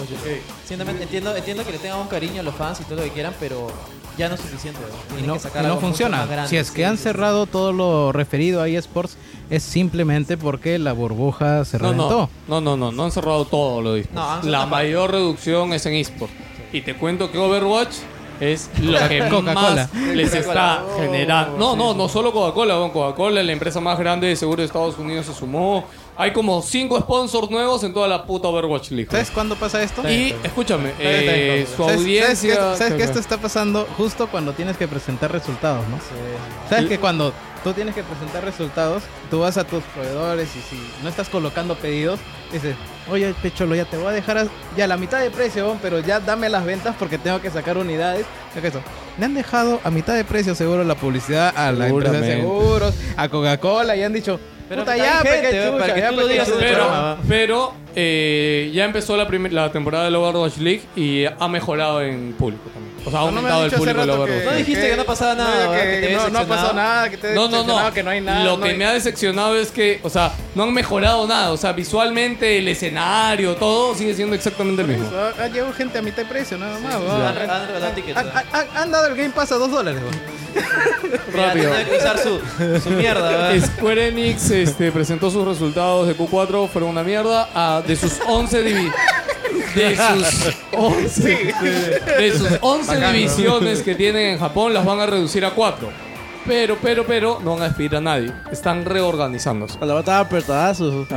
S3: oye, ciertamente entiendo, entiendo que le tengan un cariño a los fans y todo lo que quieran, pero ya no es suficiente. ¿no?
S4: Y
S3: Tienen
S4: no,
S3: que sacar
S4: y no
S3: algo mucho
S4: funciona.
S3: más grande,
S4: si es que
S3: sí,
S4: han
S3: sí, sí.
S4: cerrado todo lo referido a eSports, es simplemente porque la burbuja se
S1: No,
S4: reventó.
S1: no, no, no, no, no han cerrado todo lo de eSports.
S3: No, han cerrado
S1: La
S3: una parte.
S1: mayor reducción es en eSports. Y te cuento que Overwatch es lo que
S4: Coca-Cola.
S1: más les está
S3: Coca-Cola. Oh,
S1: generando. No, no, no solo Coca-Cola. bueno, Coca-Cola es la empresa más grande de seguro de Estados Unidos, se sumó. Hay como cinco sponsors nuevos en toda la puta Overwatch League.
S4: ¿Sabes cuándo pasa esto?
S1: Y escúchame,
S4: bien, está bien,
S1: eh,
S4: está bien.
S1: su
S4: ¿Sabes- ¿Sabes, que,
S1: audiencia.
S4: sabes que esto está pasando justo cuando tienes que presentar resultados, ¿no? Sabes que cuando tú tienes que presentar resultados, tú vas a tus proveedores y si no estás colocando pedidos, dices, oye, Pecholo, ya te voy a dejar a- ya la mitad de precio, pero ya dame las ventas porque tengo que sacar unidades. Lo que eso. Le han dejado a mitad de precio seguro la publicidad a la empresa de
S1: Seguramente.
S4: seguros, a Coca-Cola y han dicho, puta ya, pe, que chucha, ya, pe, que chucha".
S1: pero, pero, eh, ya empezó la, primer- la temporada del Overwatch League y ha mejorado en público también. O sea, ha
S4: No, no me
S1: aumentado
S4: han
S1: el
S4: dicho hace
S1: público del
S4: rato
S1: Overwatch.
S4: que- No dijiste que no pasaba nada, ¿verdad? Que te habías decepcionado.
S1: No, no, no.
S4: que no hay nada,
S1: Lo
S4: no
S1: que
S4: hay-
S1: me ha decepcionado es que, o sea, no han mejorado nada. O sea, visualmente, el escenario, todo sigue siendo exactamente el mismo.
S4: Ha- Ha llegado gente a mitad de precio, nada más. weón.
S1: Ya.
S4: Han-
S1: Han
S4: han- han- han- Han dado el Game Pass a 2 dólares.
S1: Rápido.
S3: Tiene que usar su, su mierda, ¿verdad?
S1: Square Enix este, presentó sus resultados de Q4, fueron una mierda. Ah, de sus 11 divi- de sus 11, de sus 11
S7: Bacán, ¿no?
S1: divisiones que tienen en Japón las van a reducir a 4. Pero, pero, pero, no van a despedir a nadie. Están reorganizándose.
S5: La batalla apretada, sus.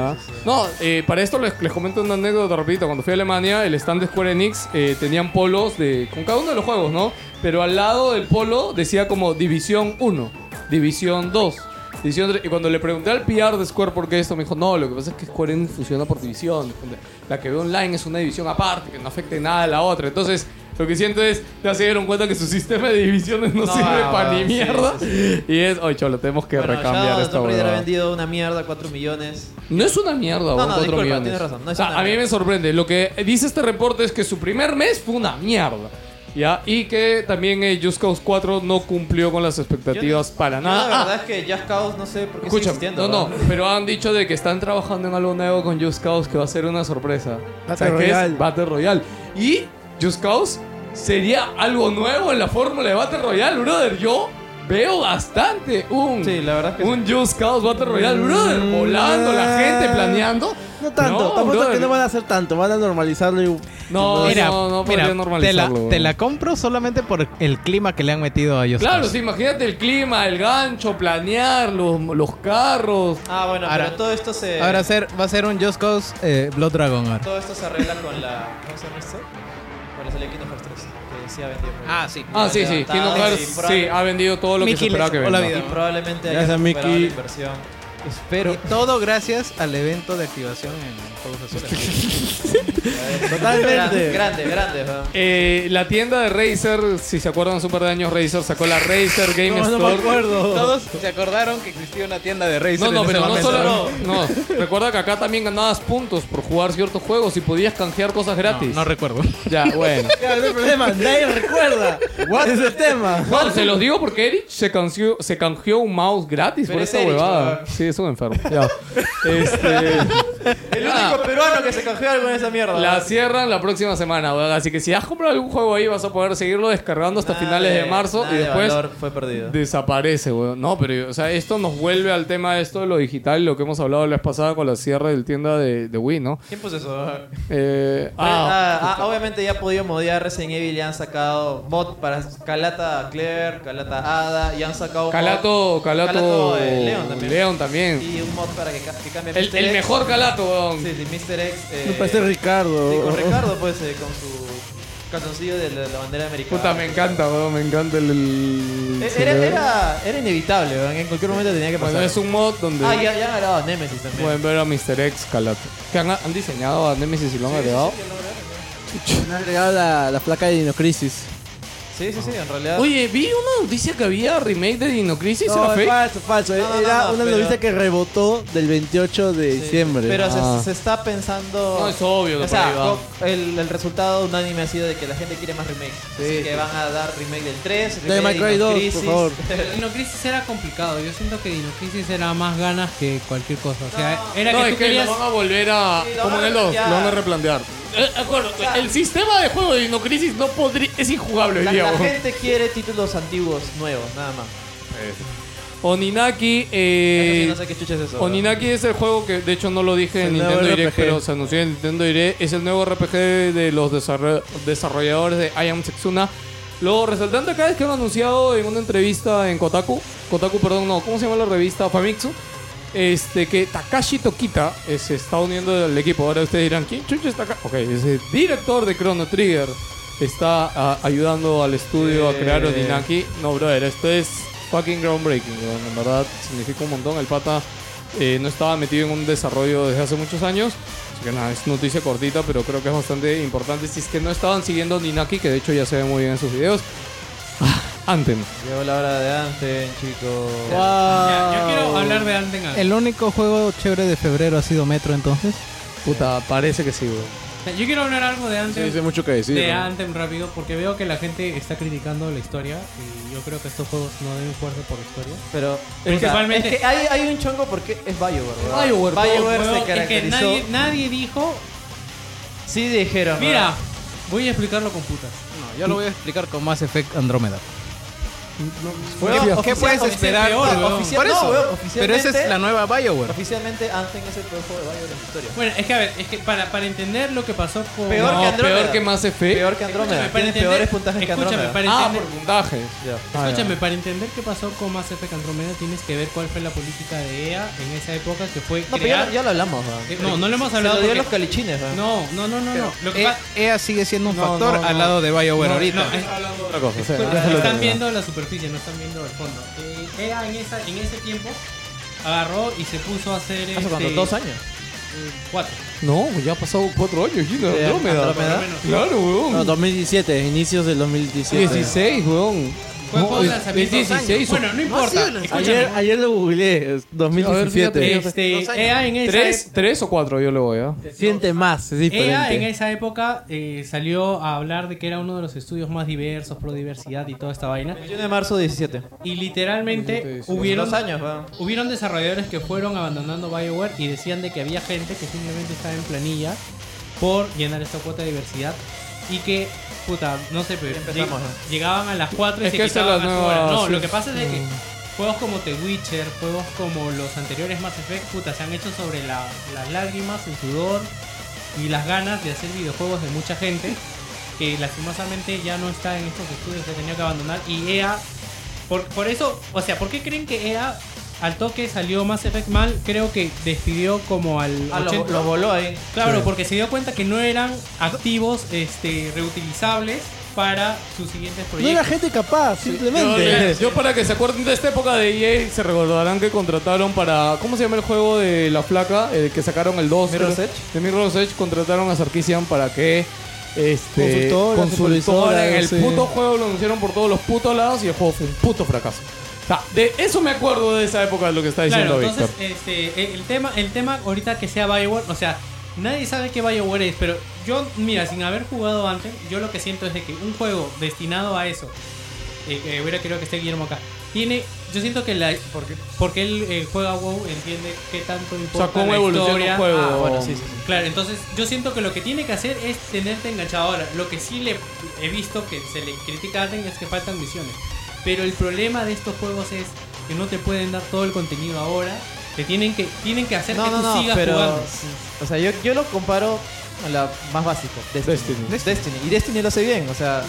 S1: No, eh, para esto les, les comento una anécdota, repito. Cuando fui a Alemania, el stand de Square Enix eh, tenían polos de, con cada uno de los juegos, ¿no? Pero al lado del polo decía como División 1, División 2, División 3. Y cuando le pregunté al PR de Square por qué esto, me dijo, no, lo que pasa es que Square Enix funciona por división. La que ve online es una división aparte, que no afecte nada a la otra. Entonces... Lo que siento es, ya se dieron cuenta que su sistema de divisiones no,
S3: No,
S1: sirve para ni
S3: sí,
S1: mierda.
S3: sí,
S1: Y es, oye, cholo, tenemos que
S3: Bueno,
S1: recambiar
S3: Shadow
S1: esta
S3: Tomb Raider ha
S1: huevada".
S3: vendido una mierda, 4 millones.
S1: No es una mierda,
S3: No,
S1: weón,
S3: no,
S1: cuatro
S3: disculpa,
S1: millones.
S3: tienes razón, no es
S1: O sea,
S3: una
S1: a mí
S3: mierda.
S1: me sorprende. Lo que dice este reporte es que su primer mes fue una mierda. ¿ya? Y que también eh, Just Cause 4 no cumplió con las expectativas para
S3: Yo la
S1: nada.
S3: verdad es que Just Cause no sé por qué
S1: Escucha,
S3: sigue existiendo.
S1: no, no,
S3: ¿verdad?
S1: pero han dicho de que están trabajando en algo nuevo con Just Cause que va a ser una sorpresa.
S5: Battle
S1: ¿Sabes qué es?
S5: Royale.
S1: Battle Royale. Y Just Cause sería algo nuevo en la fórmula de Battle Royale, brother. Yo veo bastante un, un Just Cause Battle Royale, brother. Volando, la gente planeando.
S5: Mm. No tanto,
S1: No,
S5: tampoco
S1: brother.
S5: que no van a hacer tanto, van a normalizarlo y.
S1: No,
S4: Mira,
S1: no, no
S4: mira,
S1: podría normalizarlo.
S4: Te la,
S1: weón.
S4: te la compro solamente por el clima que le han metido a ellos.
S1: Claro, sí, imagínate el clima, el gancho, planear, los, los carros.
S3: Ah, bueno,
S4: Ahora-
S3: pero todo esto se.
S4: Ahora ser, va a ser un Just Cause eh, Blood Dragon. ahora.
S3: Todo esto se arregla con la. ¿Cómo se llama esto? Con la salida de Kingdom Hearts 3. Que decía vendido.
S4: Ah, sí.
S1: Ah, sí, sí. Kingdom Hearts, sí, ha vendido todo lo que se esperaba que venda.
S3: Y probablemente haya
S4: Gracias,
S3: recuperado
S4: Mickey.
S3: la inversión. Espero.
S4: Y todo gracias al evento de activación en Juegos Azules.
S3: Totalmente. Grande, grande, ¿verdad?
S1: Eh, la tienda de Razer, si se acuerdan, hace un par de años Razer sacó la Razer Game
S4: No, no
S1: Store.
S4: me acuerdo. Todos se acordaron que existía una tienda de Razer.
S1: No, no,
S4: en ese
S1: pero no
S4: momento,
S1: solo. No, recuerda que acá también ganabas puntos por jugar ciertos juegos y podías canjear cosas gratis.
S4: No recuerdo.
S1: Ya, bueno.
S5: Claro, no hay problema, nadie recuerda. ¿Cuál es el tema?
S1: No, se los digo porque Erich se canjeó, se canjeó un mouse gratis
S3: Pero
S1: por
S3: es
S1: esa
S3: Erich,
S1: huevada.
S3: weón.
S1: Sí, es un enfermo. Ya. Este,
S3: El único peruano que se cogió algo en esa mierda.
S1: la cierran la próxima semana, weón. Así que si has comprado algún juego ahí, vas a poder seguirlo descargando hasta finales de marzo
S3: nada
S1: y
S3: de
S1: después
S3: valor fue perdido.
S1: desaparece, weón. No, pero o sea, esto nos vuelve al tema de esto de lo digital, lo que hemos hablado la vez pasada con la cierre del tienda de, de Wii, ¿no?
S3: ¿Quién puso eso? Ah,
S1: Eh, ah,
S3: ah, ah, obviamente ya ha podido modiar Resident Evil y han sacado mod para Calata Claire, Calata Ada y han sacado.
S1: Calato,
S3: mod-
S1: Calato,
S3: eh, Leon también.
S1: Leon también.
S3: Y un mod para que, ca- que cambie
S1: El,
S3: Mr.
S1: el
S3: X.
S1: mejor Calato, weón.
S3: Sí, sí, Mr. X. eh,
S5: Me parece Ricardo.
S3: Sí, con Ricardo, pues, eh, con su calzoncillo de la, la bandera americana.
S1: Puta, me encanta, weón, me encanta el... el-
S3: Eh, Era, era, era inevitable, weón, en cualquier momento tenía que pasar.
S1: Bueno, es un mod donde...
S3: Ah, ya, ya han grabado Nemesis también.
S1: Pueden ver a Mr. X Calato. Que han, han diseñado a Nemesis y lo han agregado.
S5: Me ha agregado la, la placa de Dinocrisis.
S3: Sí, sí, sí, en realidad.
S1: Oye, vi una noticia que había remake de Dinocrisis. ¿Era
S5: es
S1: fake?
S5: falso, falso.
S3: No, no,
S5: Era
S3: no,
S5: una
S3: pero-
S5: noticia que rebotó del 28 de diciembre.
S3: Pero
S5: Ah.
S3: se, se está pensando.
S1: No, es obvio que
S3: O sea,
S1: por ahí va.
S3: co- el, el resultado unánime ha sido de que la gente quiere más remakes. así que van a dar remake del 3,
S5: Devil
S3: remake
S5: May Cry 2, por
S3: Crisis.
S5: favor.
S6: Dinocrisis era complicado. Yo siento que Dinocrisis era más ganas que cualquier cosa. O sea, era
S1: no,
S6: que
S1: es
S6: tú
S1: que
S6: querías.
S1: lo van a volver a.
S3: lo
S1: como en
S3: van a
S1: el 2,
S3: replantear.
S1: lo van a replantear. Eh, de acuerdo, el sistema de juego de Dinocrisis no podría. Es injugable,
S3: La,
S1: hoy día,
S3: la
S1: weón.
S3: gente quiere títulos antiguos, nuevos, nada más.
S1: Oninaki. eh,
S3: Eso sí, no sé qué chucha es eso.
S1: Oninaki es el juego que, de hecho, no lo dije
S5: Es
S1: en
S5: el nuevo
S1: Nintendo Direct,
S5: RPG.
S1: pero se anunció en Nintendo Direct. Es el nuevo RPG de los desarro- desarrolladores de I Am Setsuna. Lo resaltante acá es que han anunciado en una entrevista en Kotaku, Kotaku, perdón, no, ¿cómo se llama la revista? Famitsu. Este, que Takashi Tokita eh, se está uniendo al equipo. Ahora ustedes dirán, ¿quién chucha está acá? Ok, es el director de Chrono Trigger. Está ah, ayudando al estudio a crear
S3: Eh.
S1: Oninaki. No, brother, esto es fucking groundbreaking. weón. En verdad, significa un montón. El pata eh, no estaba metido en un desarrollo desde hace muchos años. Así que nada, es noticia cortita, pero creo que es bastante importante. Si es que no estaban siguiendo Ninaki, que de hecho ya se ve muy bien en sus videos. Anthem.
S3: Llegó la hora de Anthem, chicos.
S6: Ya, Ah, yo quiero hablar de Anthem. ahora.
S4: ¿El único juego chévere de febrero ha sido Metro entonces?
S1: Puta, parece que sí,
S6: Yo quiero hablar algo de Anthem.
S8: Sí, sí, hay mucho que decir,
S6: De
S8: ¿no?
S6: Anthem rápido, porque veo que la gente está criticando la historia y yo creo que estos juegos no deben jugarse por la historia.
S3: Pero
S6: principalmente.
S3: Es que hay, hay un chongo porque es BioWare, ¿verdad?
S6: BioWare,
S3: BioWare
S6: huevón,
S3: se caracterizó.
S6: Es que nadie, nadie dijo.
S3: Sí dijeron.
S6: Mira,
S3: ¿verdad?
S6: voy a explicarlo con putas.
S4: No, yo lo voy a explicar con Mass Effect Andrómeda.
S3: Weón,
S4: ¿Qué,
S3: oficial-
S4: puedes
S3: oficial-
S4: esperar?
S3: peor,
S4: weón?
S3: oficial-
S4: Por
S3: no,
S4: eso.
S3: weón,
S4: Pero esa es
S3: oficialmente-
S4: la nueva Bioware.
S3: Oficialmente Anthem es el peor juego de BioWare en la historia.
S6: Bueno, es que a ver, es que para, para entender lo que pasó con.
S3: Peor
S1: No,
S3: que Andrómeda.
S1: peor que Mass Effect.
S3: Peor que Andrómeda.
S6: Escúchame, para
S3: Tiene
S6: entender-
S3: peores puntajes que
S6: escúchame,
S3: Andrómeda.
S6: para
S1: Ah, por
S6: entender-
S1: puntajes. Ah,
S6: Escúchame, para entender qué pasó con Mass Effect Andromeda tienes que ver cuál fue la política de EA en esa época que fue
S3: No, pero
S6: crear...
S3: ya, ya lo hablamos, weón.
S6: Eh, no, no lo hemos
S3: Se
S6: hablado
S3: lo dio
S6: porque-
S3: los calichines, weón.
S6: No, no, no, no, no. Lo que
S4: E-
S6: pasa-
S4: EA sigue siendo un
S6: No,
S4: factor
S6: no, no.
S4: al lado de Bioware
S6: No,
S4: ahorita.
S6: no, es-
S8: Otra cosa.
S6: Escucha,
S8: Déjalo
S6: están
S8: terminar.
S6: viendo la superficie, no están viendo el fondo. Eh, EA en, esa, en ese tiempo agarró y se puso a hacer...
S3: ¿Hace
S6: este,
S3: cuánto? ¿Dos años?
S6: eh, cuatro.
S1: No, ya ha pasado cuatro años, Gina. Andrómeda.
S3: Andrómeda.
S1: Claro, weón.
S5: No, 2017, inicios del 2017.
S1: 16, weón.
S6: Fue
S1: No,
S6: por
S1: es-
S6: lanzamiento
S1: es
S6: dos años.
S1: 16 o-
S6: Bueno, no importa. Escúchame.
S5: Ayer, ayer lo googleé, es 2017.
S6: Este, EA en esa
S1: ¿Tres, tres o cuatro yo le voy, ¿ah?
S5: Siente más, es diferente.
S6: Ella Eh, ah, en esa época eh, salió a hablar de que era uno de los estudios más diversos, pro diversidad y toda esta vaina.
S3: 21 de marzo 17.
S6: Y literalmente hubieron,
S3: Dos años, weón.
S6: hubieron desarrolladores que fueron abandonando Bioware y decían de que había gente que simplemente estaba en planilla por llenar esta cuota de diversidad y que, puta, no sé, pero
S3: empezamos,
S6: lleg-
S3: ¿no?
S6: llegaban a las 4 y
S1: Es
S6: se
S1: que esa es la
S6: quitaban a su
S1: nueva,
S6: hora. No,
S1: sí.
S6: lo que pasa es de que juegos como The Witcher, juegos como los anteriores Mass Effect, puta, se han hecho sobre la- las lágrimas, el sudor y las ganas de hacer videojuegos de mucha gente que lastimosamente ya no está en estos estudios que tenía que abandonar y EA por, por eso, o sea, ¿por qué creen que EA al toque salió Mass Effect mal? Creo que despidió como al
S3: Ah, lo,
S6: 80.
S3: lo voló ahí.
S6: Claro, porque se dio cuenta que no eran activos este, reutilizables para sus siguientes
S5: No era
S6: proyectos.
S5: gente capaz,
S1: Yo,
S5: simplemente.
S1: yo para que se acuerden de esta época de EA, se recordarán que contrataron para... ¿Cómo se llama el juego de la flaca? El que sacaron el 2.
S3: Mirror's
S1: creo.
S3: Edge.
S1: De Mirror's Edge contrataron a Sarkisian para que... Este,
S8: Consultora,
S1: consultora en el
S8: supervisora,
S1: puto
S8: sí.
S1: juego lo anunciaron por todos los putos lados y el juego fue un puto fracaso. O sea, de eso me acuerdo de esa época de lo que está diciendo
S6: Claro,
S1: Víctor.
S6: entonces este, el- el, tema, el tema ahorita que sea Bioware, o sea, nadie sabe qué Bioware es, pero yo, mira, sin haber jugado antes, yo lo que siento es de que un juego destinado a eso, eh, eh, hubiera creo que esté Guillermo acá, tiene, yo siento que la, porque, porque él eh, juega WoW, entiende qué tanto
S1: O
S6: importa
S1: sea, cómo
S6: la
S1: evoluciona
S6: historia.
S1: un juego.
S6: Ah, bueno, sí, sí, sí. Claro, entonces yo siento que lo que tiene que hacer es tenerte enganchado ahora. Lo que sí le he visto que se le critica a Alden es que faltan misiones. Pero el problema de estos juegos es que no te pueden dar todo el contenido ahora. Te tienen que, tienen que hacer
S3: No,
S6: que
S3: no,
S6: tú
S3: no,
S6: sigas
S3: pero.
S6: jugando.
S3: O sea, yo, yo lo comparo a la más básica: Destiny.
S1: Destiny.
S3: Destiny. Y Destiny lo hace bien, o sea.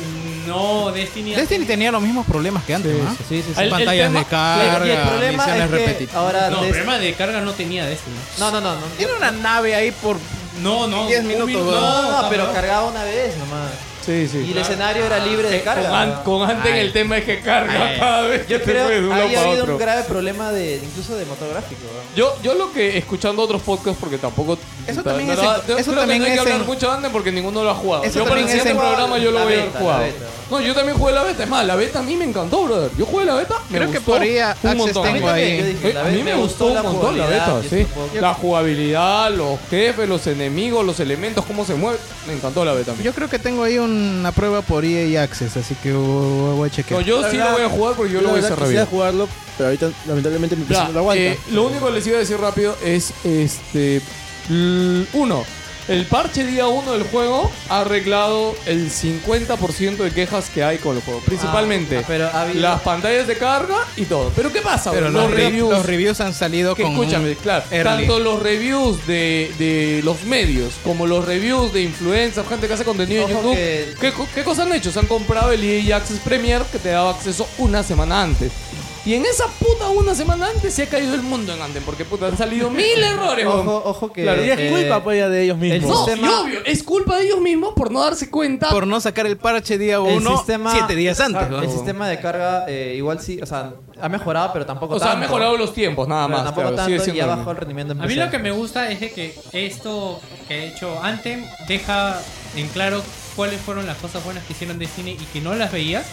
S6: No, Destiny.
S4: Destiny tenía los mismos problemas que antes,
S6: ¿Ah?
S4: ¿no?
S3: Sí, sí, sí.
S1: El- el
S4: Pantallas
S1: tema-
S4: de carga,
S3: y el problema
S4: misiones
S3: es que
S4: repetitivas.
S3: ahora.
S6: No,
S3: Dest-
S6: problema de carga no tenía Destiny.
S3: no, no, no. no.
S4: Tiene una nave ahí por.
S6: No, no.
S4: 10
S6: un
S4: minutos,
S6: minu-
S4: weón.
S3: No, no,
S6: cabrón.
S3: pero cargaba una vez nomás.
S1: Sí, sí.
S3: Y el escenario era libre de
S1: Eh, con,
S3: carga.
S1: Ant- con Ante el tema es que carga cada vez que
S3: Yo
S1: te
S3: creo
S1: mueves de
S3: que
S1: un lado
S3: había
S1: para
S3: habido
S1: otro.
S3: un grave problema de incluso de motográfico. ¿no?
S1: Yo, yo lo que escuchando otros podcasts porque tampoco
S4: Eso también
S1: verdad,
S4: es en-
S1: yo
S4: eso
S1: creo que
S4: también
S1: no hay que
S4: es
S1: hablar
S4: en-
S1: mucho de Anden porque ninguno lo ha jugado.
S4: Eso
S1: Yo para el
S4: también es
S1: siguiente
S4: en-
S1: programa yo lo
S3: la
S1: voy a haber
S3: beta, la
S1: jugado.
S3: beta.
S1: No, yo también jugué la beta, es más, la beta a mí me encantó, brother. Yo jugué la beta, me
S4: Creo que
S1: gustó
S4: por ahí a-
S1: un
S4: Access
S1: montón.
S4: tengo
S3: Yo
S4: ahí.
S3: también, yo dije,
S1: Eh,
S3: la
S1: a
S3: vez
S1: mí me gustó un montón la beta,
S3: jugabilidad y
S1: sí.
S3: eso, pues,
S1: La jugabilidad, los jefes, los enemigos, los elementos, cómo se mueve. Me encantó la beta a mí.
S4: Yo creo que tengo ahí una prueba por EA Access, así que voy voy a
S1: No,
S4: chequear.
S1: yo sí lo voy a jugar porque yo lo voy a hacer
S8: quisiera
S1: review.
S8: jugarlo, pero ahorita lamentablemente mi PC
S1: Ya,
S8: no lo aguanta.
S1: eh, lo único que les iba a decir rápido es este l- uno. El parche día 1 del juego ha arreglado el 50% de quejas que hay con el juego. Principalmente
S3: Ah, pero ha habido-
S1: las pantallas de carga y todo. Pero ¿qué pasa?
S4: Pero
S1: bro?
S4: los, re- los reviews han salido
S1: que
S4: con.
S1: escúchame, claro,
S4: early.
S1: tanto los reviews de, de los medios como los reviews de influencers, gente que hace contenido en
S3: Ojo
S1: YouTube,
S3: que-
S1: ¿qué, co- qué cosas han hecho? Se han comprado el EA Access Premier que te daba acceso una semana antes. Y en esa puta una semana antes se ha caído el mundo en Anden, porque puta, han salido mil errores. weón.
S3: Ojo, ojo que.
S1: Claro.
S5: y es
S3: eh,
S5: culpa pues, ya de ellos
S3: el
S5: mismos.
S1: No,
S3: sistema-
S1: y obvio, es culpa de ellos mismos por no darse cuenta.
S4: Por no sacar el parche día
S3: El
S4: 1,
S3: sistema- Ah,
S4: 7 días antes.
S3: El
S4: ¿no?
S3: sistema de carga eh, igual sí, o sea, ha mejorado, pero tampoco
S1: o sea, han
S3: tanto.
S1: mejorado los tiempos, nada
S3: Pero
S1: más.
S3: tampoco
S1: claro, sigue
S3: tanto y
S1: siendo
S3: ha
S1: lo mismo.
S3: bajado el rendimiento en
S6: A mí
S3: PC.
S6: lo que me gusta es de que esto que ha hecho Anthem deja en claro cuáles fueron las cosas buenas que hicieron Destiny y que no las veías.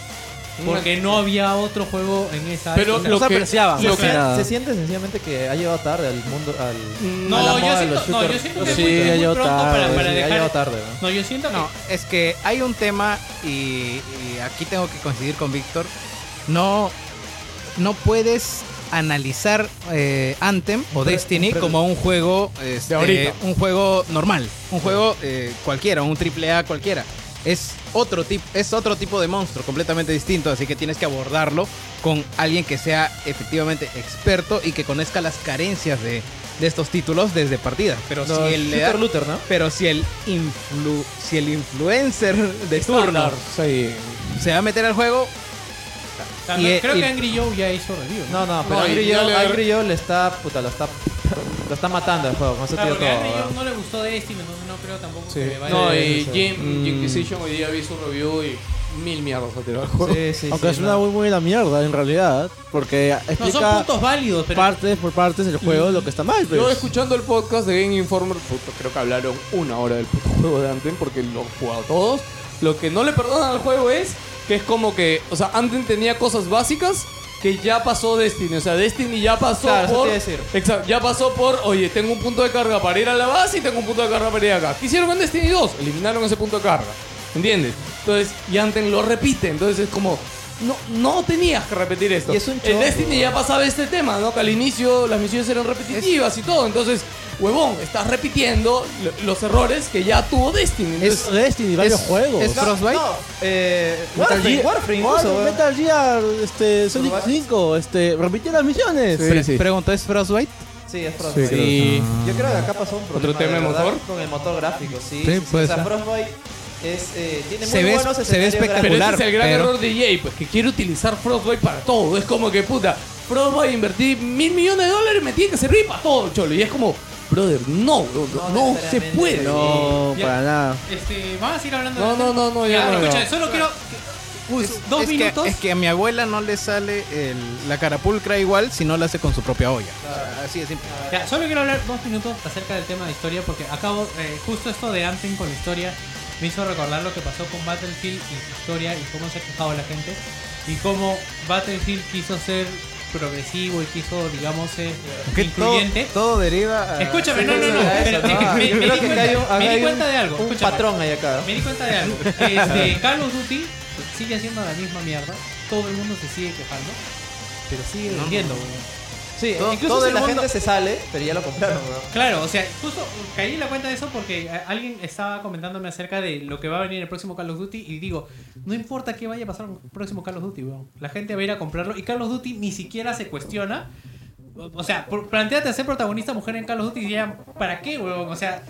S6: Porque no había otro juego en esa
S3: Pero
S6: época.
S3: lo que- lo que-
S6: Se
S3: se siente sencillamente que ha llegado tarde al mundo al a la
S4: Mm. No,
S3: moda
S4: yo
S3: de
S4: siento,
S3: los
S4: no, yo
S3: shooters.
S4: siento que
S3: Sí,
S4: es muy,
S3: ha
S4: muy
S3: llegado
S4: pronto
S3: tarde,
S4: para, para
S3: sí, ha
S4: dejar.
S3: llegado tarde, ¿no?
S4: No, yo siento no. Es que hay un tema y, y aquí tengo que coincidir con Víctor. No, no puedes analizar eh, Anthem o
S6: Pre-
S4: Destiny
S6: pre-
S4: como un juego, este,
S6: ahorita.
S4: un juego normal, un juego eh, cualquiera, un triple A cualquiera. Es otro tipo, es otro tipo de monstruo completamente distinto, así que tienes que abordarlo con alguien que sea efectivamente experto y que conozca las carencias de, de estos títulos desde partida. Pero
S3: No,
S4: si el
S3: shooter looter, ¿no?
S4: pero si el influ- si el influencer de turno
S1: Estándar, sí.
S4: se va a meter al juego
S6: también-
S4: y-
S6: creo
S4: y-
S6: que Angry Joe ya hizo review.
S3: No, no, pero Angry, Joe, Angry Joe le está puta, lo está lo está matando el juego, con eso
S6: Claro,
S3: tío
S6: porque
S3: todo.
S6: a Angry Joe
S3: ¿verdad?
S6: no le gustó Destiny, entonces no creo tampoco
S3: Sí.
S6: que vaya
S1: No,
S6: a-
S1: y
S3: sí.
S1: Jim,
S8: Mm.
S1: Jim Inquisition hoy día vi su review y mil mierdas ha tirado el juego.
S4: eh,
S3: Sí, sí,
S8: Aunque es una muy buena mierda en realidad, porque explica
S1: puntos
S6: válidos,
S8: partes por partes del juego lo que está mal.
S1: Yo
S8: Pues.
S1: escuchando el podcast de Game Informer, puto, creo que hablaron una hora del puto juego de Anthem porque lo han jugado todos. Lo que no le perdonan al juego es que es como que, o sea, Anthem tenía cosas básicas que ya pasó Destiny, o sea, Destiny ya pasó
S3: Claro, eso
S1: por
S3: te iba a decir.
S1: Exacto, ya pasó por, oye, tengo un punto de carga para ir a la base y tengo un punto de carga para ir acá. ¿Qué hicieron en Destiny 2? Eliminaron ese punto de carga. ¿Entiendes? Entonces, y Anthem lo repite, entonces es como no, no tenías que repetir esto.
S3: Y es un
S1: en
S3: chorro.
S1: Destiny ya pasaba este tema, ¿no? Que al inicio las misiones eran repetitivas y todo. Entonces, huevón, estás repitiendo lo- los errores que ya tuvo Destiny. Entonces,
S8: Es Destiny, varios juegos.
S4: es Frostbite
S3: No, eh,
S8: Metal
S3: Warframe,
S8: Gear-
S3: Warframe,
S8: Warframe,
S3: incluso,
S8: Metal Gear, este, Sonic 5, este, repitió las misiones.
S4: Pre- pregunta es Frostbite
S3: Sí, es Frostbite.
S8: Sí, creo.
S3: Yo creo que acá pasó un problema.
S1: ¿Otro tema
S3: de
S1: de
S3: verdad,
S1: motor?
S3: Con el motor gráfico, sí.
S4: Sí, puede
S3: o sea,
S4: ser.
S3: Frostbite es, eh, tiene
S4: Se
S3: muy
S4: ve-
S3: buenos
S4: se ve
S3: escenarios
S4: espectacular.
S1: pero
S3: gráficos.
S1: ese es el gran
S4: pero-
S1: error de EA, pues que quiere utilizar Frostbite para todo. Es como que, puta, Frostbite invertí mil millones de dólares y me tiene que servir para todo, cholo. Y es como, brother, no, huevón, no,
S3: No
S1: no se
S3: necesariamente,
S1: puede.
S3: sí.
S8: No,
S6: Ya.
S8: para nada.
S6: Este, vamos a seguir hablando
S1: No,
S6: de
S1: no, no, no, ya
S6: Ya,
S1: no,
S6: escucha,
S1: no.
S6: solo quiero
S4: Es-
S6: dos
S4: es
S6: minutos.
S4: que, es que a mi abuela no le sale el- la carapulcra igual si no la hace con su propia olla así de simple
S6: Ya, solo quiero hablar dos minutos acerca del tema de historia porque acabo, eh, justo esto de Anthem con la historia me hizo recordar lo que pasó con Battlefield y su historia y cómo se ha quejado la gente y cómo Battlefield quiso ser progresivo y quiso, digamos, ser
S4: Que todo,
S6: incluyente.
S4: todo deriva a-
S6: Escúchame, no, no, no.
S3: Eso,
S6: pero
S3: ¿no?
S6: me- me,
S3: Yo creo
S6: me di
S3: que
S6: cuenta,
S3: hay un-
S6: me di
S3: hay un-
S6: cuenta de algo.
S3: Un
S6: escúchame.
S3: patrón ahí acá.
S6: Me di cuenta de algo. Este, Call of Duty sigue haciendo la misma mierda. Todo el mundo se sigue quejando. Pero sigue
S4: No,
S6: vendiendo,
S4: no, no.
S6: weón.
S3: Sí,
S4: Todo-
S3: incluso
S4: todo
S3: si
S4: el
S3: la
S4: mundo-
S3: gente se sale, pero ya lo compraron. weón.
S6: Claro, o sea, justo caí en la cuenta de eso porque eh, alguien estaba comentándome acerca de lo que va a venir el próximo Call of Duty y digo, no importa qué vaya a pasar con el próximo Call of Duty, weón. La gente va a ir a comprarlo y Call of Duty ni siquiera se cuestiona. O o sea, por, planteate ser protagonista mujer en Call of Duty y ya, ¿para qué, weón? O sea,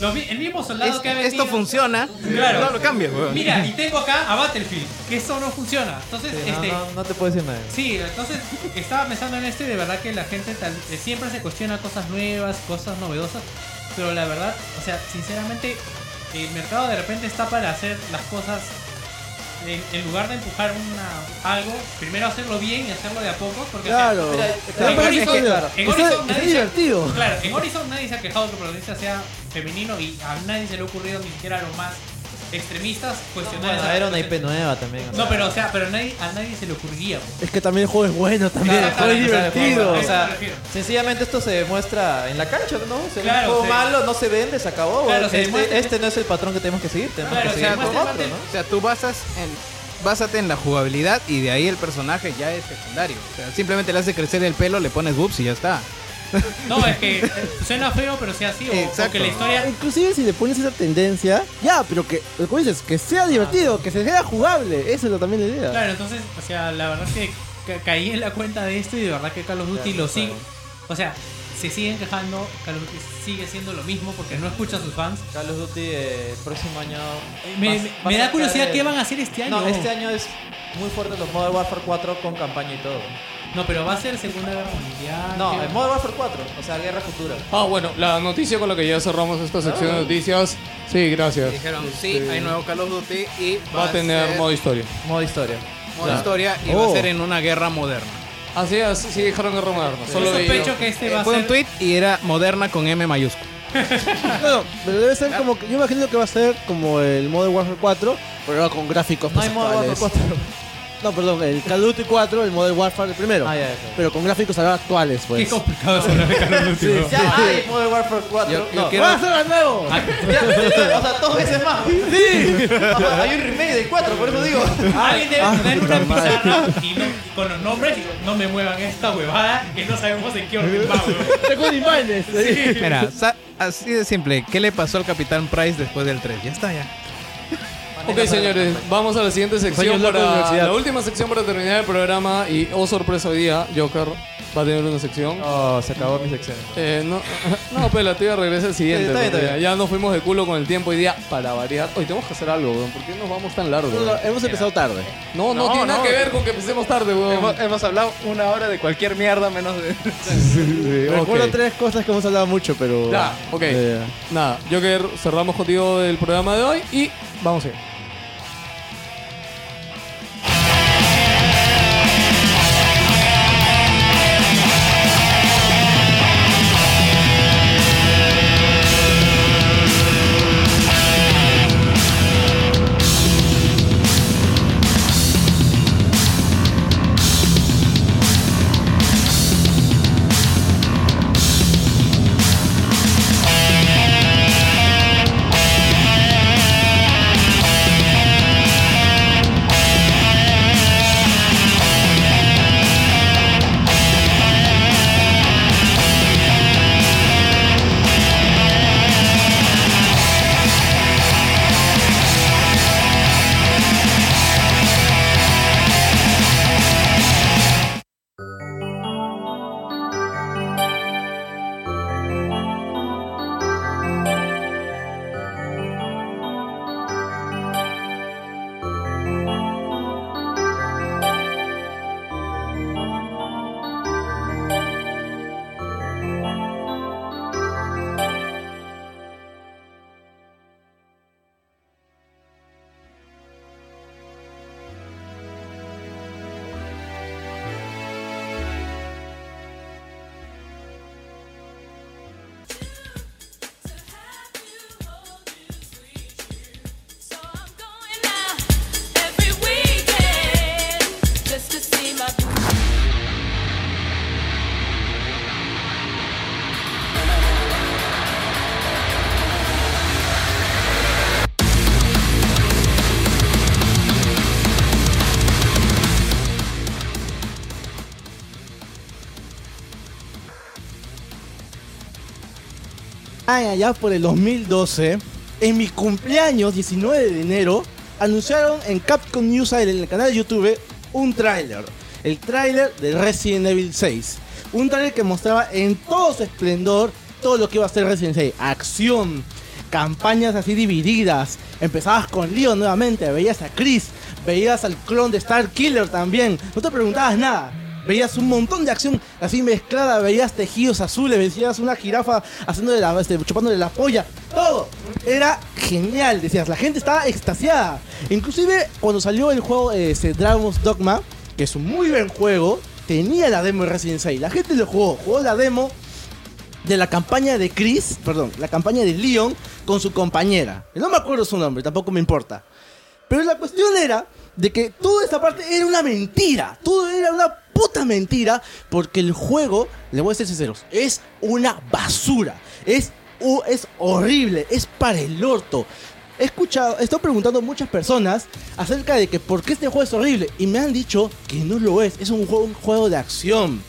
S6: lo mi- el mismo soldado
S4: Es-
S6: que ha
S4: esto
S6: venido...
S4: funciona
S6: Claro.
S4: no lo cambies weón.
S6: Mira, y tengo acá a Battlefield, que eso no funciona. Entonces,
S3: Sí, no,
S6: este...
S3: no, no te puedo decir nada.
S6: Sí, entonces estaba pensando en esto y de verdad que la gente tal- eh, siempre se cuestiona cosas nuevas, cosas novedosas, pero la verdad, o sea, sinceramente, el mercado de repente está para hacer las cosas, en, en lugar de empujar una, algo, primero hacerlo bien y hacerlo de a poco, porque o sea,
S8: Claro.
S3: Mira,
S8: Pero
S6: en
S8: para
S6: Horizon-
S8: que-
S6: en
S8: está-
S6: Horizon
S8: está
S6: nadie se-
S8: divertido.
S6: Claro, en Horizon nadie se ha quejado que el protagonista sea femenino y a nadie se le ha ocurrido ni siquiera a los más extremistas cuestionar
S3: Bueno,
S6: esa-
S3: era una IP nueva también. o sea.
S6: No, pero o sea, pero nadie- a nadie se le ocurría. pues.
S8: Es que también el juego es bueno también, el juego es
S3: Claro,
S8: divertido.
S3: O sea, sencillamente esto se demuestra en la cancha, ¿no? Se ve un
S6: Claro,
S3: juego
S6: se-
S3: malo, no se vende, se acabó.
S6: Claro,
S3: weón.
S6: se
S3: este,
S6: demuestra-
S3: este no es el patrón que tenemos que seguir, tenemos
S6: Claro,
S3: que
S6: se
S3: seguir con
S6: demuestra-
S3: otro, ¿no?
S4: o sea tú basas en básate en la jugabilidad y de ahí el personaje ya es secundario o sea, simplemente le hace crecer el pelo le pones boobs y ya está
S6: No, es que eh, suena feo, pero sea así. O, o
S4: Exacto.
S6: que la historia.
S8: Inclusive si le pones esa tendencia, ya, pero que, lo que dices, que sea divertido, que se sea jugable, esa es lo- también la idea.
S6: Claro, entonces, o sea, la verdad es que ca- caí en la cuenta de esto y de verdad que Call of Duty lo sigue. O sea, se siguen quejando, Call of Duty sigue siendo lo mismo porque no escucha a sus fans.
S3: Call of Duty eh, el próximo año.
S6: Eh, Me,
S3: vas-
S6: me-
S3: vas
S6: me
S3: a
S6: da
S3: sacar
S6: curiosidad
S3: el-
S6: qué van a hacer este año.
S3: No, este año es muy fuerte los Modern Warfare 4 con campaña y todo.
S6: No, pero va a ser Segunda Guerra Mundial.
S3: No,
S6: ¿qué?
S3: el Modern Warfare 4, o sea, Guerra Futura.
S1: Ah, bueno, la noticia con la que ya cerramos esta sección de noticias. Sí, gracias.
S4: dijeron sí hay nuevo Call of Duty y
S1: Este, Va a tener
S4: ser
S1: modo historia.
S3: Modo historia.
S4: modo
S1: Ya.
S4: historia y va a ser en una guerra moderna
S1: Así es, sí dejaron de moderno. Solo
S6: Yo
S1: video.
S6: sospecho que
S3: eh,
S6: este va a
S4: Eh, Fue un
S6: ser.
S4: tweet y era moderna con M mayúscula.
S8: No, no, pero debe ser como que, yo imagino que va a ser como el Modern Warfare 4, pero ahora con gráficos
S3: No hay Modern Warfare
S8: conceptuales.
S3: 4.
S8: No, perdón, el Call of Duty 4, el Modern Warfare el primero.
S3: Ah, ya, ya.
S8: pero con gráficos ahora actuales, pues.
S6: Qué complicado es hablar de Call of Duty, ¿no?
S3: Ya hay Modern Warfare 4.
S8: Yo- yo
S3: no.
S8: quiero- ¡Vamos a hacerlo de nuevo!
S3: Ya, sí, o sea, dos veces más.
S8: Sí.
S3: Ajá, hay un remake del 4, por eso digo.
S6: Ah, Alguien
S3: Ah,
S6: debe tener una pizarra y no- y con los nombres y no me muevan esta huevada que no sabemos en qué orden va, huevón.
S4: Mira, sa- así de simple. ¿Qué le pasó al Capitán Price después del 3? Ya está, ya.
S1: Ok, señores, vamos a la siguiente sección
S4: Sueños locos de
S1: para
S4: universidad.
S1: la última sección para terminar el programa y oh sorpresa hoy día, Joker va a tener una sección.
S3: Oh, se acabó mi sección.
S1: Eh, no, no, pero la tuya regresa al siguiente.
S3: Está bien, está
S1: porque
S3: bien.
S1: Ya nos fuimos de culo con el tiempo hoy día para variar. Hoy tenemos que hacer algo, weón. ¿Por qué nos vamos tan largo?
S8: No, no, hemos empezado tarde.
S1: No, no,
S13: No,
S1: tiene nada
S13: no.
S1: que ver con que empecemos tarde, weón.
S13: Hemos, hemos hablado una hora de cualquier mierda menos de.
S8: Recuerdo
S1: ok.
S8: tres cosas que hemos hablado mucho, pero.
S1: Ya, ok. Nada, Joker, cerramos contigo el programa de hoy y vamos a ir.
S11: Just to see my
S8: Ay, allá por el 2012, en mi cumpleaños, 19 de enero, anunciaron en Capcom News Island, en el canal de YouTube, un tráiler. El tráiler de Resident Evil 6. Un tráiler que mostraba en todo su esplendor todo lo que iba a ser Resident Evil 6. Acción, campañas así divididas. Empezabas con Leon nuevamente, veías a Chris, veías al clon de Star Killer también. No te preguntabas nada. Veías un montón de acción así mezclada, veías tejidos azules, veías una jirafa haciéndole la, este, chupándole la polla. Todo era genial, decías. La gente estaba extasiada. Inclusive cuando salió el juego eh, ese Dragon's Dogma, que es un muy buen juego, tenía la demo de Resident 6. La gente lo jugó, jugó la demo de la campaña de Chris, perdón, la campaña de Leon con su compañera. No me acuerdo su nombre, tampoco me importa. Pero la cuestión era de que toda esta parte era una mentira. Todo era una puta mentira. Porque el juego, le voy a ser sinceros, es una basura. Es, u- es horrible. Es para el orto. He escuchado, he estado preguntando a muchas personas acerca de que por qué este juego es horrible. Y me han dicho que no lo es. Es un juego, un juego de acción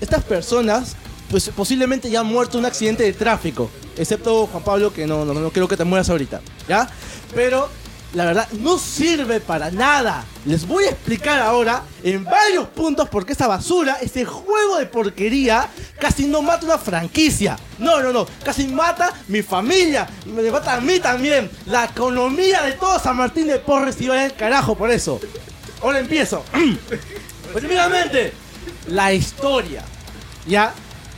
S8: estas personas, pues posiblemente ya han muerto en un accidente de tráfico. Excepto Juan Pablo, que no, no, no creo que te mueras ahorita, ¿ya? Pero, la verdad, no sirve para nada. Les voy a explicar ahora, en varios puntos, por qué esta basura, este juego de porquería, casi no mata una franquicia. No, no, no. Casi mata mi familia. Me mata a mí también. La economía de todo San Martín de Porres iba al carajo por eso. Ahora Pues, empiezo. Primeramente, la historia. Ya,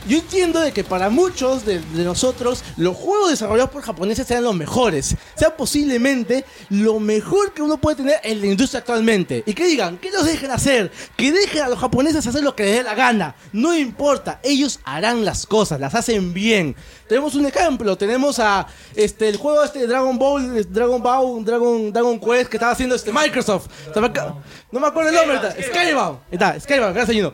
S8: yo entiendo de que para muchos de, de nosotros los juegos desarrollados por japoneses sean los mejores, sea posiblemente lo mejor que uno puede tener en la industria actualmente. Y que digan, que los dejen hacer, que dejen a los japoneses hacer lo que les dé la gana, no importa, ellos harán las cosas, las hacen bien. Tenemos un ejemplo, tenemos a este el juego este de Dragon Ball, eh, Dragon Ball, Dragon Dragon Quest que estaba haciendo este Microsoft. No me acuerdo el nombre, ahorita. Skybound. Ahí Está, Skybound, gracias, Gino.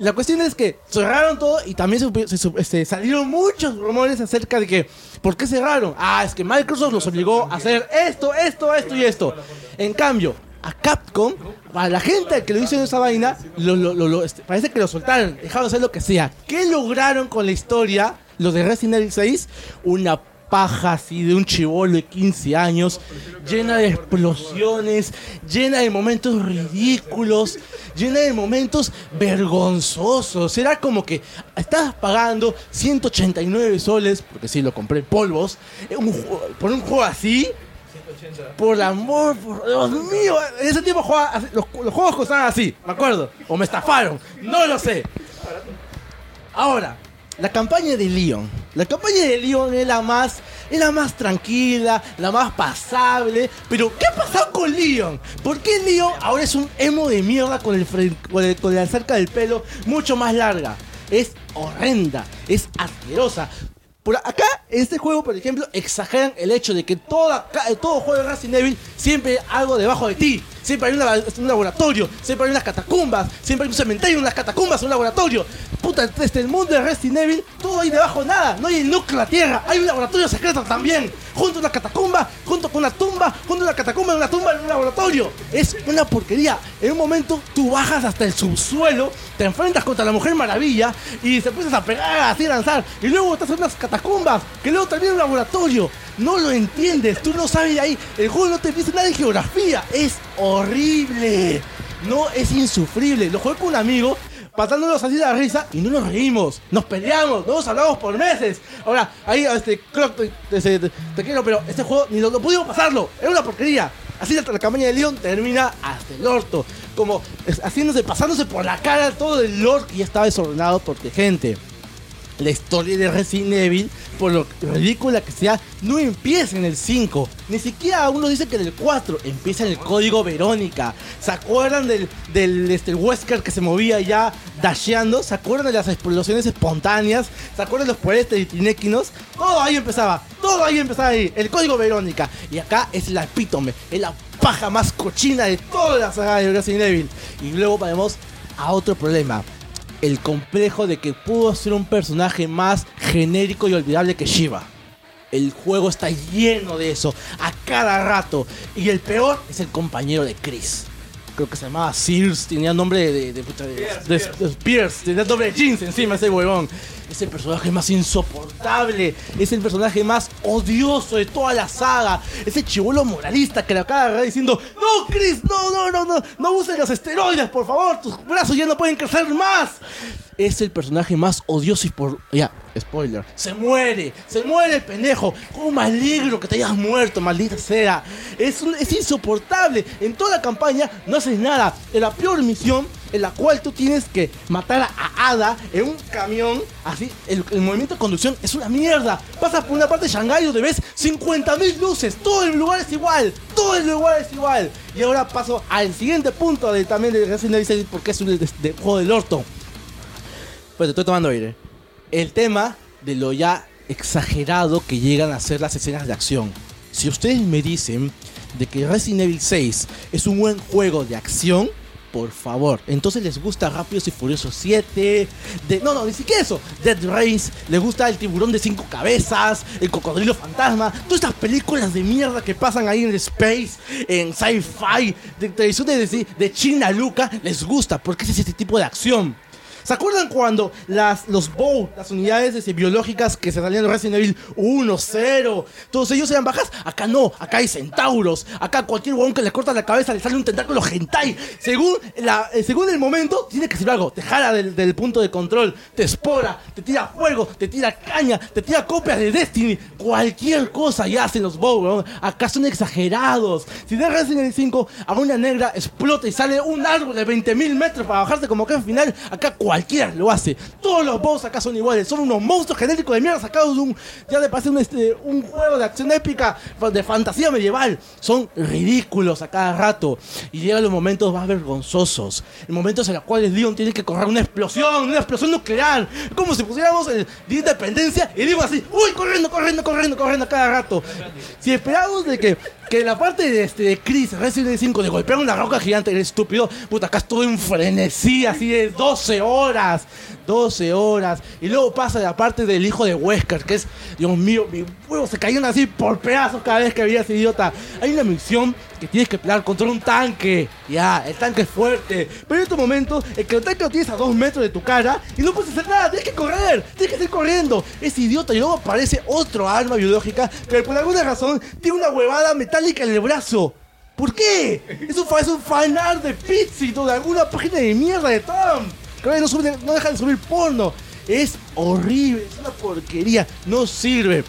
S8: La cuestión es que cerraron todo y también supi- se sup- este, salieron muchos rumores acerca de que, ¿por qué cerraron? Ah, es que Microsoft los obligó a hacer esto, esto, esto y esto. En cambio, a Capcom, a la gente que lo hizo en esa vaina, lo- lo- lo- lo- este, parece que lo soltaron, dejaron hacer lo que sea. ¿Qué lograron con la historia, los de Resident Evil 6? Una paja así de un chivolo de 15 años, llena de explosiones, llena de momentos ridículos, llena de momentos vergonzosos. Era como que estabas pagando 189 soles, porque sí, lo compré en polvos, eh, un ju- por un juego así. Por el amor, por Dios mío, en ese tiempo jugaba así, los, los juegos costaban así, me acuerdo, o me estafaron, no lo sé. Ahora, la campaña de Leon. La campaña de Leon es la más, es la más tranquila, la más pasable. Pero, ¿qué ha pasado con Leon? ¿Por qué Leon ahora es un emo de mierda con, el, fre- con, el- con la cerca del pelo mucho más larga? Es horrenda, es asquerosa. Por acá, en este juego, por ejemplo, exageran el hecho de que toda, ca- eh, todo juego de Resident Evil siempre hay algo debajo de ti. Siempre hay una- un laboratorio, siempre hay unas catacumbas, siempre hay un cementerio, unas catacumbas, un laboratorio. Puta, desde el mundo de Resident Evil, todo hay debajo nada. No hay el núcleo de la tierra, hay un laboratorio secreto también. Junto a una catacumba, junto con una tumba, junto a una catacumba, una tumba, en un laboratorio. Es una porquería. En un momento tú bajas hasta el subsuelo, te enfrentas contra la Mujer Maravilla y se empiezas a pegar, así a lanzar. Y luego estás en unas catacumbas, que luego termina en un laboratorio. No lo entiendes, tú no sabes de ahí. El juego no te dice nada de geografía. Es horrible. No, es insufrible. Lo jugué con un amigo, pasándonos así de la risa y no nos reímos. Nos peleamos, no nos hablamos por meses. Ahora, ahí, este, Croc, te, te- te- te quiero, pero este juego ni lo, no pudimos pasarlo. Era una porquería. Así la, la campaña de Leon termina hasta el orto. Como es- haciéndose, pasándose por la cara todo el lore que ya estaba desordenado porque, gente la historia de Resident Evil, por lo ridícula que sea, no empieza en el 5. Ni siquiera uno dice que en el 4 empieza en el código Verónica. ¿Se acuerdan del, del este, Wesker que se movía ya dasheando? ¿Se acuerdan de las explosiones espontáneas? ¿Se acuerdan de los poderes telequinequinos? Todo ahí empezaba. Todo ahí empezaba ahí. El código Verónica. Y acá es la epítome. Es la paja más cochina de toda la saga de Resident Evil. Y luego vamos a otro problema el complejo de que pudo ser un personaje más genérico y olvidable que Shiva. El juego está lleno de eso, a cada rato. Y el peor es el compañero de Chris. Creo que se llamaba Sears, tenía nombre de... de, de- puta, de- de- de- Pierce, tenía nombre de jeans encima ese huevón. Es el personaje más insoportable, es el personaje más odioso de toda la saga. Ese chivolo moralista que le acaba de agarrar diciendo, no, Chris, no, no, no, no, no uses los esteroides, por favor, tus brazos ya no pueden crecer más. Es el personaje más odioso y por... Ya, spoiler. Se muere, se muere el pendejo. Oh, me alegro que te hayas muerto, maldita sea. Es, un- es insoportable. En toda la campaña no haces nada. En la peor misión, en la cual tú tienes que matar a Ada en un camión, así, el, el movimiento de conducción es una mierda. Pasas por una parte de Shanghái donde ves 50.000 luces. Todo el lugar es igual. Todo el lugar es igual. Y ahora paso al siguiente punto de, también de Resident Evil 6, porque es un de- de- juego del orto. Pues te estoy tomando aire. El tema de lo ya exagerado que llegan a ser las escenas de acción. Si ustedes me dicen de que Resident Evil 6 es un buen juego de acción, por favor. Entonces les gusta Rápidos y Furiosos 7. de- no, no, ni siquiera eso. Dead Race. Les gusta el tiburón de cinco cabezas. El cocodrilo fantasma. Todas estas películas de mierda que pasan ahí en el space. En sci-fi. De televisión de, de, de China Luca. Les gusta porque ese es este tipo de acción. ¿Se acuerdan cuando las, los Bow, las unidades este, biológicas que se salían de Resident Evil 1, 0, todos ellos eran bajas? Acá no, acá hay centauros, acá cualquier huevón que le corta la cabeza le sale un tentáculo hentai. Según, la, eh, según el momento, tiene que ser algo. Te jala del, del punto de control, te espora, te tira fuego, te tira caña, te tira copias de Destiny, cualquier cosa ya hacen los Bow, huevón. Acá son exagerados. Si de Resident Evil 5 a una negra explota y sale un árbol de 20.000 metros para bajarse como que al final, acá cualquier cualquiera lo hace. Todos los boss acá son iguales, son unos monstruos genéticos de mierda sacados de un. Ya de parece un, este, un juego de acción épica de fantasía medieval. Son ridículos a cada rato. Y llegan los momentos más vergonzosos. Momentos en los cuales Leon tiene que correr una explosión, una explosión nuclear. Como si pusiéramos el Día de Independencia y digo así, uy, corriendo, corriendo, corriendo, corriendo a cada rato. Si esperamos de que, que la parte de, este, de Chris, Resident Evil 5, de golpear una roca gigante, el estúpido, puta, acá estuvo en frenesí, así de 12 horas, 12 horas. Y luego pasa la parte del hijo de Wesker, que es, Dios mío, mis huevos se caían así por pedazos cada vez que veía a ese idiota. Hay una misión que tienes que pelear contra un tanque. Ya, el tanque es fuerte. Pero en estos momentos, el que el tanque lo tienes a dos metros de tu cara y no puedes hacer nada, tienes que correr, tienes que seguir corriendo. Es idiota y luego aparece otro arma biológica, pero por alguna razón tiene una huevada metálica en el brazo. ¿Por qué? Es un, fa- es un fanart de Pizzito, de alguna página de mierda de Tom. Que no, sube- no deja de subir porno. Es horrible, es una porquería, no sirve.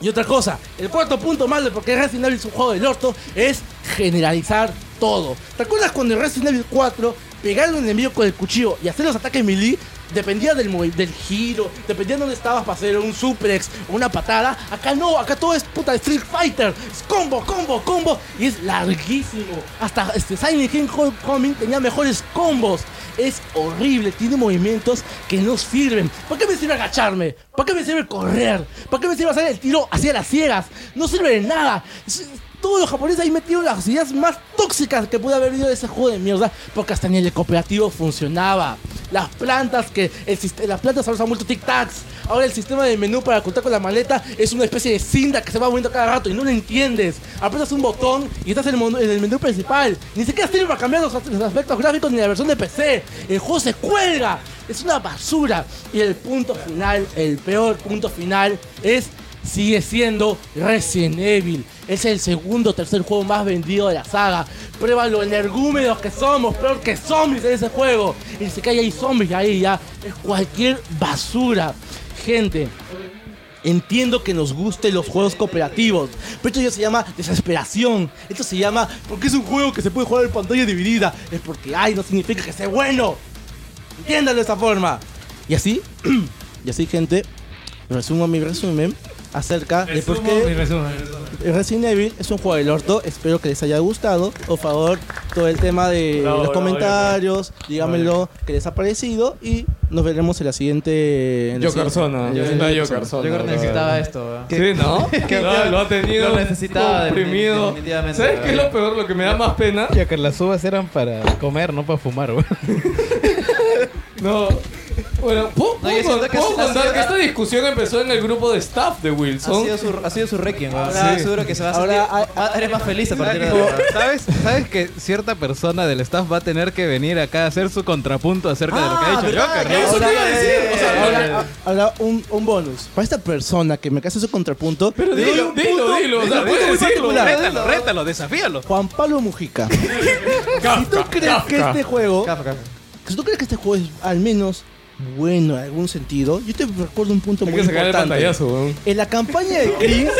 S8: Y otra cosa, el cuarto punto malo porque Resident Evil es un juego del orto es generalizar todo. ¿Te acuerdas cuando en Resident Evil 4 pegar a un enemigo con el cuchillo y hacer los ataques melee? Dependía del, movi- del giro, dependía de dónde estabas para hacer un suplex o una patada. Acá no, acá todo es puta Street Fighter. Es combo, combo, combo. Y es larguísimo. Hasta este Silent Hill Homecoming tenía mejores combos. Es horrible, tiene movimientos que no sirven. ¿Para qué me sirve agacharme? ¿Para qué me sirve correr? ¿Para qué me sirve hacer el tiro hacia las ciegas? No sirve de nada. Es- Todos los japoneses ahí metieron las ideas más tóxicas que pude haber venido de ese juego de mierda, porque hasta ni el cooperativo funcionaba. Las plantas que el sist- las plantas ahora son mucho tic tacs. Ahora el sistema de menú para contar con la maleta es una especie de cinta que se va moviendo cada rato y no lo entiendes. Apretas un botón y estás en el, mon- en el menú principal. Ni siquiera sirve para cambiar los, as- los aspectos gráficos ni la versión de PC. El juego se cuelga. Es una basura. Y el punto final, el peor punto final es sigue siendo Resident Evil. Es el segundo o tercer juego más vendido de la saga. Prueba lo energúmedos que somos, peor que zombies en ese juego. Y ni siquiera hay zombies ahí ya. Es cualquier basura. Gente, Entiendo que nos gusten los juegos cooperativos, pero esto ya se llama desesperación. Esto se llama porque es un juego que se puede jugar en pantalla dividida. Es porque, ay, no significa que sea bueno. Entiéndalo de esa forma. Y así, y así, gente, resumo mi resumen acerca de por
S6: Resumo mi
S8: qué
S6: resumen.
S8: Resident Evil es un juego del orto. Espero que les haya gustado. Por favor, todo el tema de
S2: Bravo,
S8: los
S2: bravo,
S8: comentarios, dígamelo que les ha parecido y nos veremos en la siguiente. en la
S1: Joker
S8: siguiente-
S1: Zona.
S8: en la
S1: Yo
S8: siguiente
S1: Joker
S8: persona.
S1: Zona.
S3: necesitaba esto, weón.
S1: Sí, ¿no?
S3: Que-
S1: No, lo ha tenido
S3: Lo necesitaba,
S1: comprimido.
S3: definitivamente,
S1: ¿Sabes qué es lo
S3: weón.
S1: peor? Lo que me da más pena.
S4: Ya que las uvas eran para comer, no para fumar, güey.
S1: No. Bueno, ¿puedo,
S3: No, yo
S1: puedo-
S3: siento que
S1: puedo
S3: ha sido-
S1: contar que esta discusión empezó en el grupo de staff de Wilson?
S3: Ha sido su, ha sido su requiem, weón. Ahora
S1: Sí.
S3: seguro que se va a sentir... va- eres más feliz a partir de ahora.
S4: ¿Sabes, ¿Sabes que cierta persona del staff va a tener que venir acá a hacer su contrapunto acerca de
S6: Ah,
S4: lo que ha dicho Joker? ¿no?
S8: Ahora, eh, ahora- ahora un, un bonus. Para esta persona que me casa su contrapunto, le doy
S1: Dilo,
S8: un
S1: dilo, dilo. O sea,
S8: punto muy
S1: puedes decirlo.
S8: particular.
S4: Rétalo, rétalo, desafíalo.
S8: Juan Pablo Mujica. si tú crees que
S1: Kafka.
S8: este juego, si tú crees que este juego es al menos bueno en algún sentido, yo te recuerdo un punto
S1: Hay
S8: muy
S1: que sacar el
S8: importante.
S1: pantallazo, weón.
S8: En la campaña de Chris,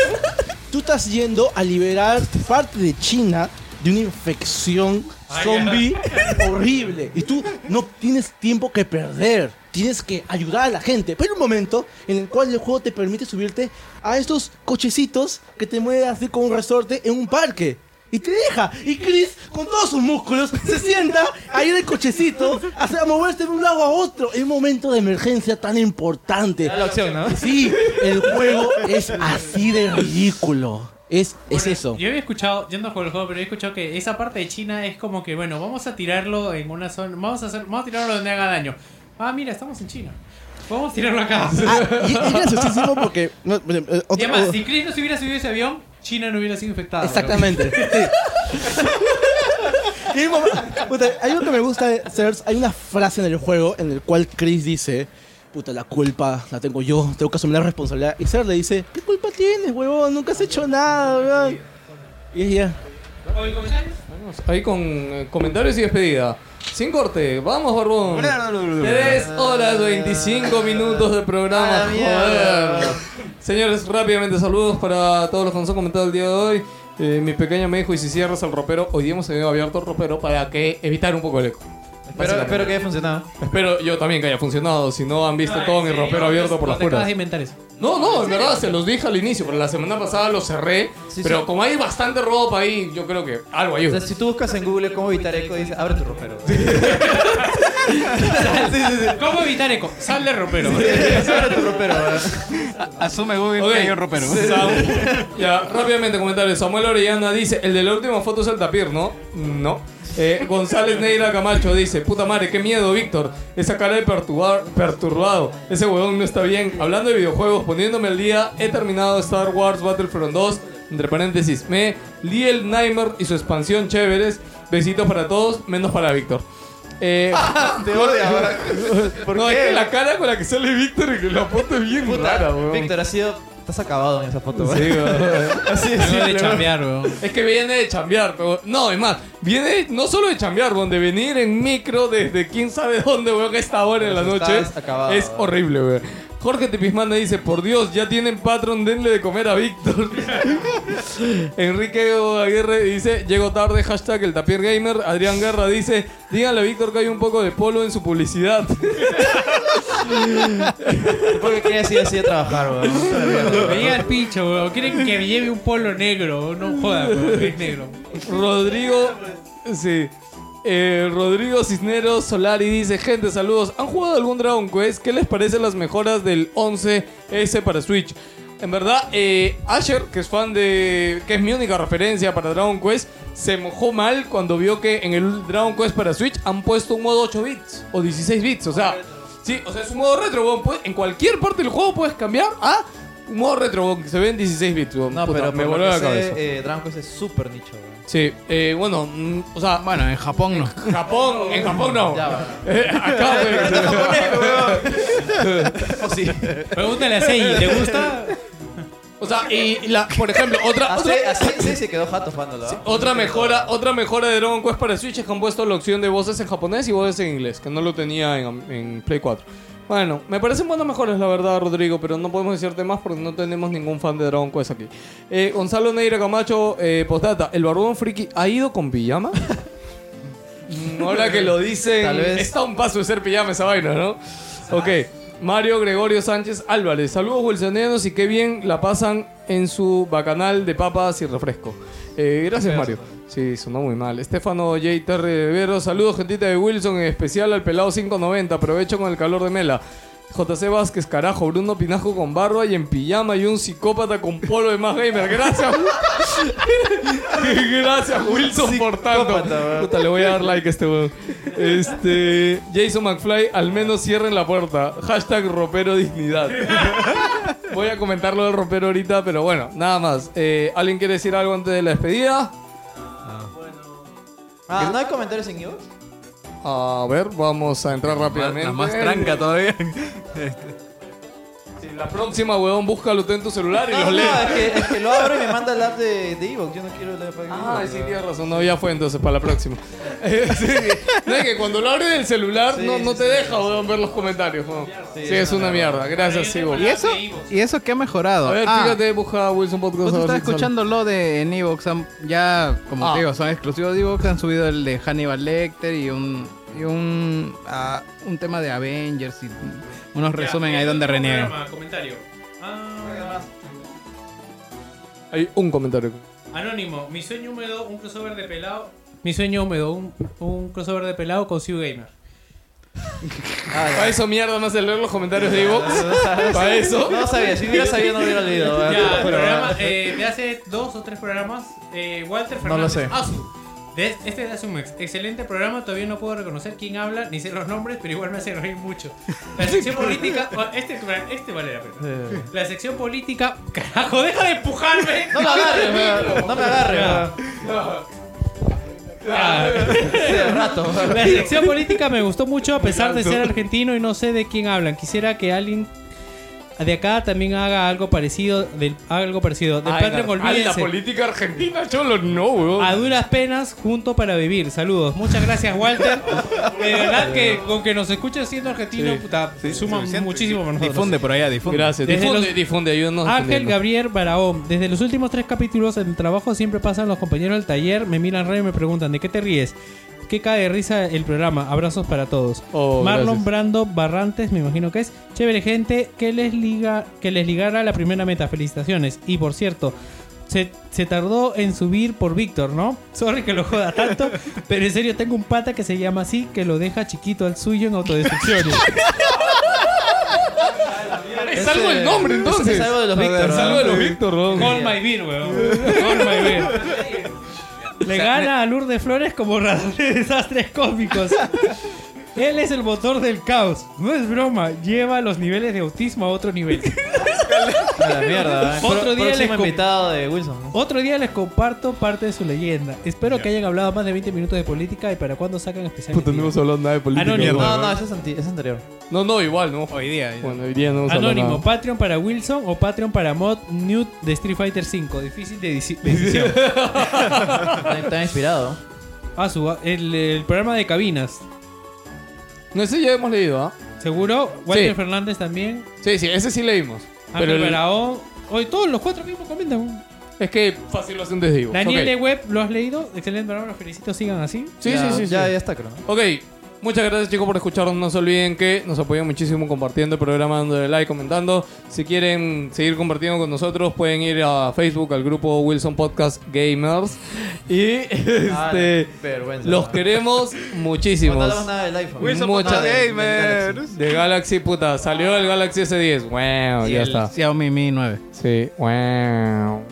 S8: tú estás yendo a liberar parte de China de una infección zombie horrible. Y tú no tienes tiempo que perder. Tienes que ayudar a la gente. Pero hay un momento en el cual el juego te permite subirte a estos cochecitos que te mueven así con un resorte en un parque. Y te deja. Y Chris, con todos sus músculos, se sienta ahí en el cochecito a moverse de un lado a otro. En un momento de emergencia tan importante.
S3: Da la opción, ¿no?
S8: Sí, el juego es así de ridículo. Es, es eso.
S6: Yo había escuchado, yendo por el juego, pero había escuchado que esa parte de China es como que, bueno, vamos a tirarlo en una zona, vamos a hacer, vamos a tirarlo donde haga daño. Ah, mira, estamos en China. Vamos a tirarlo acá.
S8: Ah, y es graciosísimo porque. no, eh, eh,
S6: Y
S8: otro-
S6: además,
S8: oh,
S6: si Chris no se hubiera subido a ese avión, China no hubiera sido infectada. bro.
S8: exactamente. sí. Y hay un momento- puta, hay algo que me gusta de Sears. Hay una frase en el juego en el cual Chris dice: Puta, la culpa la tengo yo, tengo que asumir la responsabilidad. Y Sears le dice: ¿Qué culpa tienes, huevón? Nunca has hecho nada, huevón. Y ella.
S1: Ahí con eh, comentarios y despedida. Sin corte, vamos, Barbón. 3 horas 25 minutos de programa.
S3: A la mierda.
S1: Joder. Señores, rápidamente saludos para todos los que nos han comentado el día de hoy. Eh, mi pequeña me dijo, y si cierras el ropero, hoy día hemos tenido abierto el ropero para que evitar un poco el eco.
S3: Espero, espero que haya funcionado.
S1: Espero yo también que haya funcionado. Si no han visto todo mi ropero abierto por las
S6: Acabas
S1: puertas.
S6: de inventar eso.
S1: No, no, en verdad se los dije al inicio, pero la semana pasada lo cerré. pero como hay bastante ropa ahí, yo creo que algo ayuda.
S3: O sea, si tú buscas en Google cómo evitar eco, dices, abre tu ropero.
S6: ¿Cómo evitar eco? Sal de ropero.
S3: abre tu ropero.
S4: Asume Google
S1: Ok.
S4: que hay un ropero.
S1: Sam- ya, rápidamente comentarios. Samuel Orellana dice, el de la última foto es el tapir, ¿no? No. Eh, González Neira Camacho dice, puta madre, qué miedo, Víctor. Esa cara de perturbar- perturbado. Ese huevón no está bien. Hablando de videojuegos, poniéndome al día, he terminado Star Wars Battlefront 2, entre paréntesis, me, Liel Nightmare y su expansión chéveres. Besitos para todos, menos para Víctor. Eh,
S3: Te odia, ahora. ¿Por
S1: no,
S3: qué?
S1: es que la cara con la que sale Víctor y que la foto es bien
S3: Puta,
S1: rara, huevón.
S3: Víctor, ha sido. Estás acabado en esa foto,
S1: Sí, weón.
S3: Así es.
S6: Vengo de chambear, weón.
S1: Es que viene de chambear, pero no, es más, viene de- no solo de chambear, weón, de venir en micro desde quién sabe dónde, weón, que esta hora de la noche
S3: Estás acabado,
S1: es
S3: weón.
S1: horrible, weón. Jorge Tepismanda dice, por Dios, ya tienen patrón, denle de comer a Víctor. Enrique Aguirre dice, llego tarde, hashtag el tapir gamer. Adrián Guerra dice, díganle a Víctor que hay un poco de polo en su publicidad.
S3: Porque quería así, así a trabajar, weón.
S6: Me llega el pincho, weón. Quieren que me lleve un polo negro. No jodas, weón. Es negro.
S1: Rodrigo. Sí. Eh, Rodrigo Cisneros Solari dice: Gente, saludos. ¿Han jugado algún Dragon Quest? ¿Qué les parecen las mejoras del 11S para Switch? En verdad, eh, Asher, que es fan de. que es mi única referencia para Dragon Quest, se mojó mal cuando vio que en el Dragon Quest para Switch han puesto un modo 8 bits o 16 bits. O sea, sí, o sea, es un modo retro, weón. Puedes- en cualquier parte del juego puedes cambiar a un modo retro, weón, que se ve en 16 bits, weón.
S3: No,
S1: Puta,
S3: pero
S1: me
S3: por
S1: voló
S3: lo
S1: la
S3: que sé,
S1: cabeza.
S3: eh, Dragon Quest es súper nicho, weón.
S1: Sí, eh, bueno, mm, o sea,
S4: Bueno, en Japón no.
S1: Japón, en Japón no.
S3: Ya, va.
S1: Eh, acá, güey.
S3: Oh, sí.
S6: Pregúntale a Seiji, ¿te gusta?
S1: O sea, y la, por ejemplo, otra,
S3: Así,
S1: otra,
S3: así, Ah, sí, se quedó jato jugándolo, ¿ah?
S1: otra mejora, otra mejora de Dragon Quest para Switch es que han puesto la opción de voces en japonés y voces en inglés, que no lo tenía en, en Play 4. Bueno, me parecen buenas mejoras, la verdad, Rodrigo, pero no podemos decirte más porque no tenemos ningún fan de Dragon Quest aquí. Eh, Gonzalo Neira Camacho, eh, postdata, ¿el barbón friki ha ido con pijama? Mm, Ahora que lo dicen,
S3: Tal vez.
S1: está a un paso de ser pijama esa vaina, ¿no? Ok. Mario Gregorio Sánchez Álvarez. Saludos, wilsonianos, y qué bien la pasan en su bacanal de papas y refresco. Eh, gracias, Mario. Sí, sonó muy mal. Estefano J. Terry de Vero. Saludos, gentita de Wilson, en especial al pelado 590. Aprovecho con el calor de Mela. JC Vázquez, carajo, Bruno Pinajo con barba y en pijama y un psicópata con polo de más gamer. Gracias. Gracias, Wilson, por tanto.
S3: Psicópata,
S1: Puta, le voy a dar like a este weón. Este. Jason McFly, al menos cierren la puerta. Hashtag ropero dignidad. Voy a comentar lo del ropero ahorita, pero bueno, nada más. Eh, ¿Alguien quiere decir algo antes de la despedida?
S3: Ah, ¿no hay comentarios en Evox?
S1: A ver, vamos a entrar rápidamente.
S4: La más tranca todavía.
S1: Sí, La próxima, weón, búscalo tú en tu celular y
S3: No,
S1: lo
S3: Ah,
S1: lees.
S3: no, es que, es que lo abro y me manda el app de, de Evox. Yo no quiero la página de
S1: Ah,
S3: Evox,
S1: sí,
S3: weón.
S1: tienes razón. No, ya fue entonces para la próxima. Eh, sí, no, es que cuando lo abres del celular
S3: Sí,
S1: no, no
S3: sí,
S1: te deja weón, ver los comentarios. weón. Sí, es una mierda. Gracias, Sigo.
S4: ¿Y eso? ¿Y eso qué ha mejorado?
S1: A ver,
S4: Ah,
S1: fíjate, busca Wilson Podcast.
S4: Vos
S1: a ver
S4: estás
S1: si te
S4: escuchando lo Pues de en Evox, han- ya como
S1: Ah.
S4: te digo, son exclusivos de Evox, han subido el de Hannibal Lecter y un y un ah, un tema de Avengers y unos resumen ahí donde reniegan.
S6: Programa, Comentario. Ah,
S1: sale. Hay un comentario.
S6: anónimo. Mi sueño húmedo, un crossover de pelado. Mi sueño húmedo, un, un crossover de pelado con Siu Gamer.
S1: Para eso mierda más de leer los comentarios de Evox. Para eso.
S3: No sabía, si hubiera sabido no hubiera leído. weón.
S6: Ya,
S3: Ah, Pero,
S6: programa,
S3: weón.
S6: eh, de hace dos o tres programas, eh, Walter
S3: No lo sé.
S6: Fernández Azu. De- este es un excelente programa, todavía no puedo reconocer quién habla ni sé los nombres, pero igual me hace reír mucho. La sección política, oh, este, este vale la pena.
S3: Eh,
S6: La sección política, carajo, deja de empujarme.
S3: No me agarre, weón. No me agarre, weón. Hace rato, weón.
S6: La sección política me gustó mucho a pesar de ser argentino y no sé de quién hablan. Quisiera que alguien de acá también haga algo parecido, del, haga algo parecido. Del
S1: Ay,
S6: Patreon,
S1: la- ay, la
S6: olvídense.
S1: política argentina, cholo, no, weón.
S6: A duras penas, junto para vivir. Saludos. Muchas gracias, Walter. De verdad que con que nos escuches siendo argentino, puta, suma muchísimo para nosotros.
S4: Difunde por allá, difunde.
S1: Gracias.
S6: Desde
S1: Difunde,
S6: los-
S1: difunde, ayúdanos.
S6: Ángel
S1: difundiendo.
S6: Gabriel Barahón. Desde los últimos tres capítulos en el trabajo siempre pasan los compañeros del taller, me miran raro y me preguntan, ¿de qué te ríes? Qué cae de risa el programa. Abrazos para todos. Marlon
S1: gracias.
S6: Brando Barrantes, me imagino que es. Chévere gente, que les liga, que les ligara la primera meta. Felicitaciones. Y por cierto, se, se tardó en subir por Víctor, ¿no? Sorry que lo joda tanto, pero en serio tengo un pata que se llama así que lo deja chiquito al suyo en autodestrucciones.
S1: Es algo el nombre, entonces.
S6: Es algo de los
S1: A ver,
S6: Víctor.
S1: es algo de los Víctor, weón.
S6: Call my beer, weón. Call my beer. Le gana a Lourdes Flores como razón de desastres cósmicos. Él es el motor del caos. No es broma, lleva los niveles de autismo a otro nivel.
S3: A la mierda. ¿eh?
S6: Otro
S3: Pro-
S6: día les
S3: próximo
S6: com-
S3: invitado de Wilson. ¿no?
S6: Otro día les comparto parte de su leyenda. Espero que hayan hablado más de 20 minutos de política y para cuándo sacan especial.
S1: Puta, no hemos hablado nada de política.
S6: Anónimo.
S1: weón.
S3: No, no, ese es, anti- ese es anterior.
S1: No, no, igual, no.
S6: Hoy día.
S1: Bueno, hoy día no hemos hablado
S6: Anónimo,
S1: nada.
S6: Patreon para Wilson o Patreon para Mod Newt de Street Fighter 5. Difícil de deci- decisión.
S3: Está inspirado.
S6: Ah, su, el, el programa de cabinas.
S1: No, ese ya hemos leído, ¿ah?
S6: ¿Seguro? Walter
S1: Sí.
S6: Fernández también.
S1: Sí, sí, ese sí leímos.
S3: Ah,
S6: Ángel
S1: el-
S6: Barahón. Ah, Hoy todos los cuatro mismos comentan.
S1: es que fácil lo hacen desde Ivo.
S6: Daniel
S1: Ok.
S6: de Web, ¿lo has leído? Excelente programa, los felicito, sigan así.
S1: Sí, sí, sí, sí.
S3: Ya, ya está, creo. ¿no?
S1: Ok, muchas gracias chicos por escucharnos. No se olviden que nos apoyan muchísimo compartiendo el programa, dándole like, comentando. Si quieren seguir compartiendo con nosotros, pueden ir a Facebook, al grupo Wilson Podcast Gamers. Y
S3: Ah,
S1: este,
S3: vergüenza.
S1: los queremos muchísimo.
S3: No hablamos nada del iPhone.
S1: Muchas
S3: Podcast
S1: Gamers. De Galaxy, puta. Salió el Galaxy S10. Wow,
S4: Y
S1: ya
S4: el
S1: está.
S4: Xiaomi Mi 9.
S1: Sí, wow.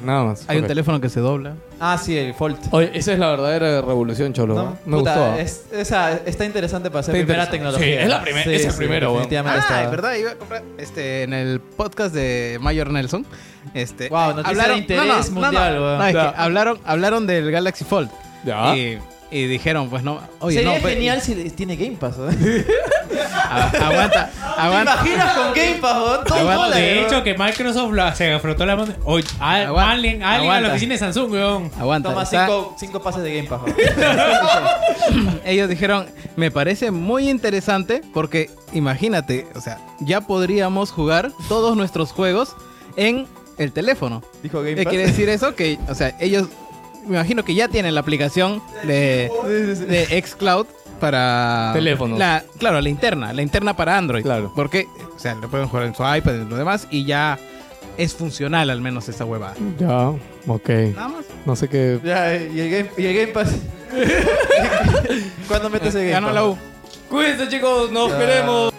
S1: Nada más.
S4: Hay un
S1: Ok.
S4: teléfono que se dobla.
S3: Ah, sí, el Fold.
S1: Oye, esa es la verdadera revolución, Cholo.
S3: No,
S1: Me
S3: puta,
S1: gustó. ¿eh?
S3: es- esa- está interesante para ser
S1: Está
S3: primera
S1: interesante.
S3: tecnología.
S1: Sí, es la primera- es el primero, weón.
S3: definitivamente
S4: Ah,
S3: está.
S4: es verdad, iba a comprar este, en el podcast de Mayor Nelson. Este,
S3: Wow, noticia de interés mundial,
S4: no, no,
S3: weón.
S4: no, es que
S3: Ya.
S4: hablaron, hablaron del Galaxy Fold.
S1: Ya.
S4: Y, y dijeron, pues no, oye,
S3: Sería
S4: no, pues,
S3: genial si tiene Game Pass. ¿eh?
S4: a- aguanta,
S3: ¿Te
S4: aguanta.
S3: imaginas con Game Pass? weón? Todo
S4: Aguanta,
S3: bola,
S6: De
S3: weón.
S6: hecho, que Microsoft la- se afrotó la mano. Oye, a-
S4: Aguanta,
S6: alguien, alguien a la
S4: aguanta.
S6: oficina de Samsung, weón.
S4: Aguanta,
S3: Toma
S4: está-
S3: cinco, cinco pases de Game Pass. weón.
S4: ellos dijeron, me parece muy interesante porque imagínate, o sea, ya podríamos jugar todos nuestros juegos en el teléfono.
S3: Dijo Game
S4: ¿Qué
S3: Pass.
S4: quiere decir eso? Que, o sea, ellos, me imagino que ya tienen la aplicación de, de xCloud para...
S1: Teléfonos.
S4: La, claro, la interna, la interna para Android.
S1: Claro.
S4: Porque, o sea, lo pueden jugar en su iPad y lo demás y ya es funcional al menos esa huevada. Eh,
S1: Ya, ok.
S4: Nada más.
S1: No sé qué.
S3: Ya, y el Game, y el game Pass. ¿Cuándo metes el Game
S4: Ganó
S3: Pass?
S4: la U.
S1: Cuídense, chicos. Nos queremos.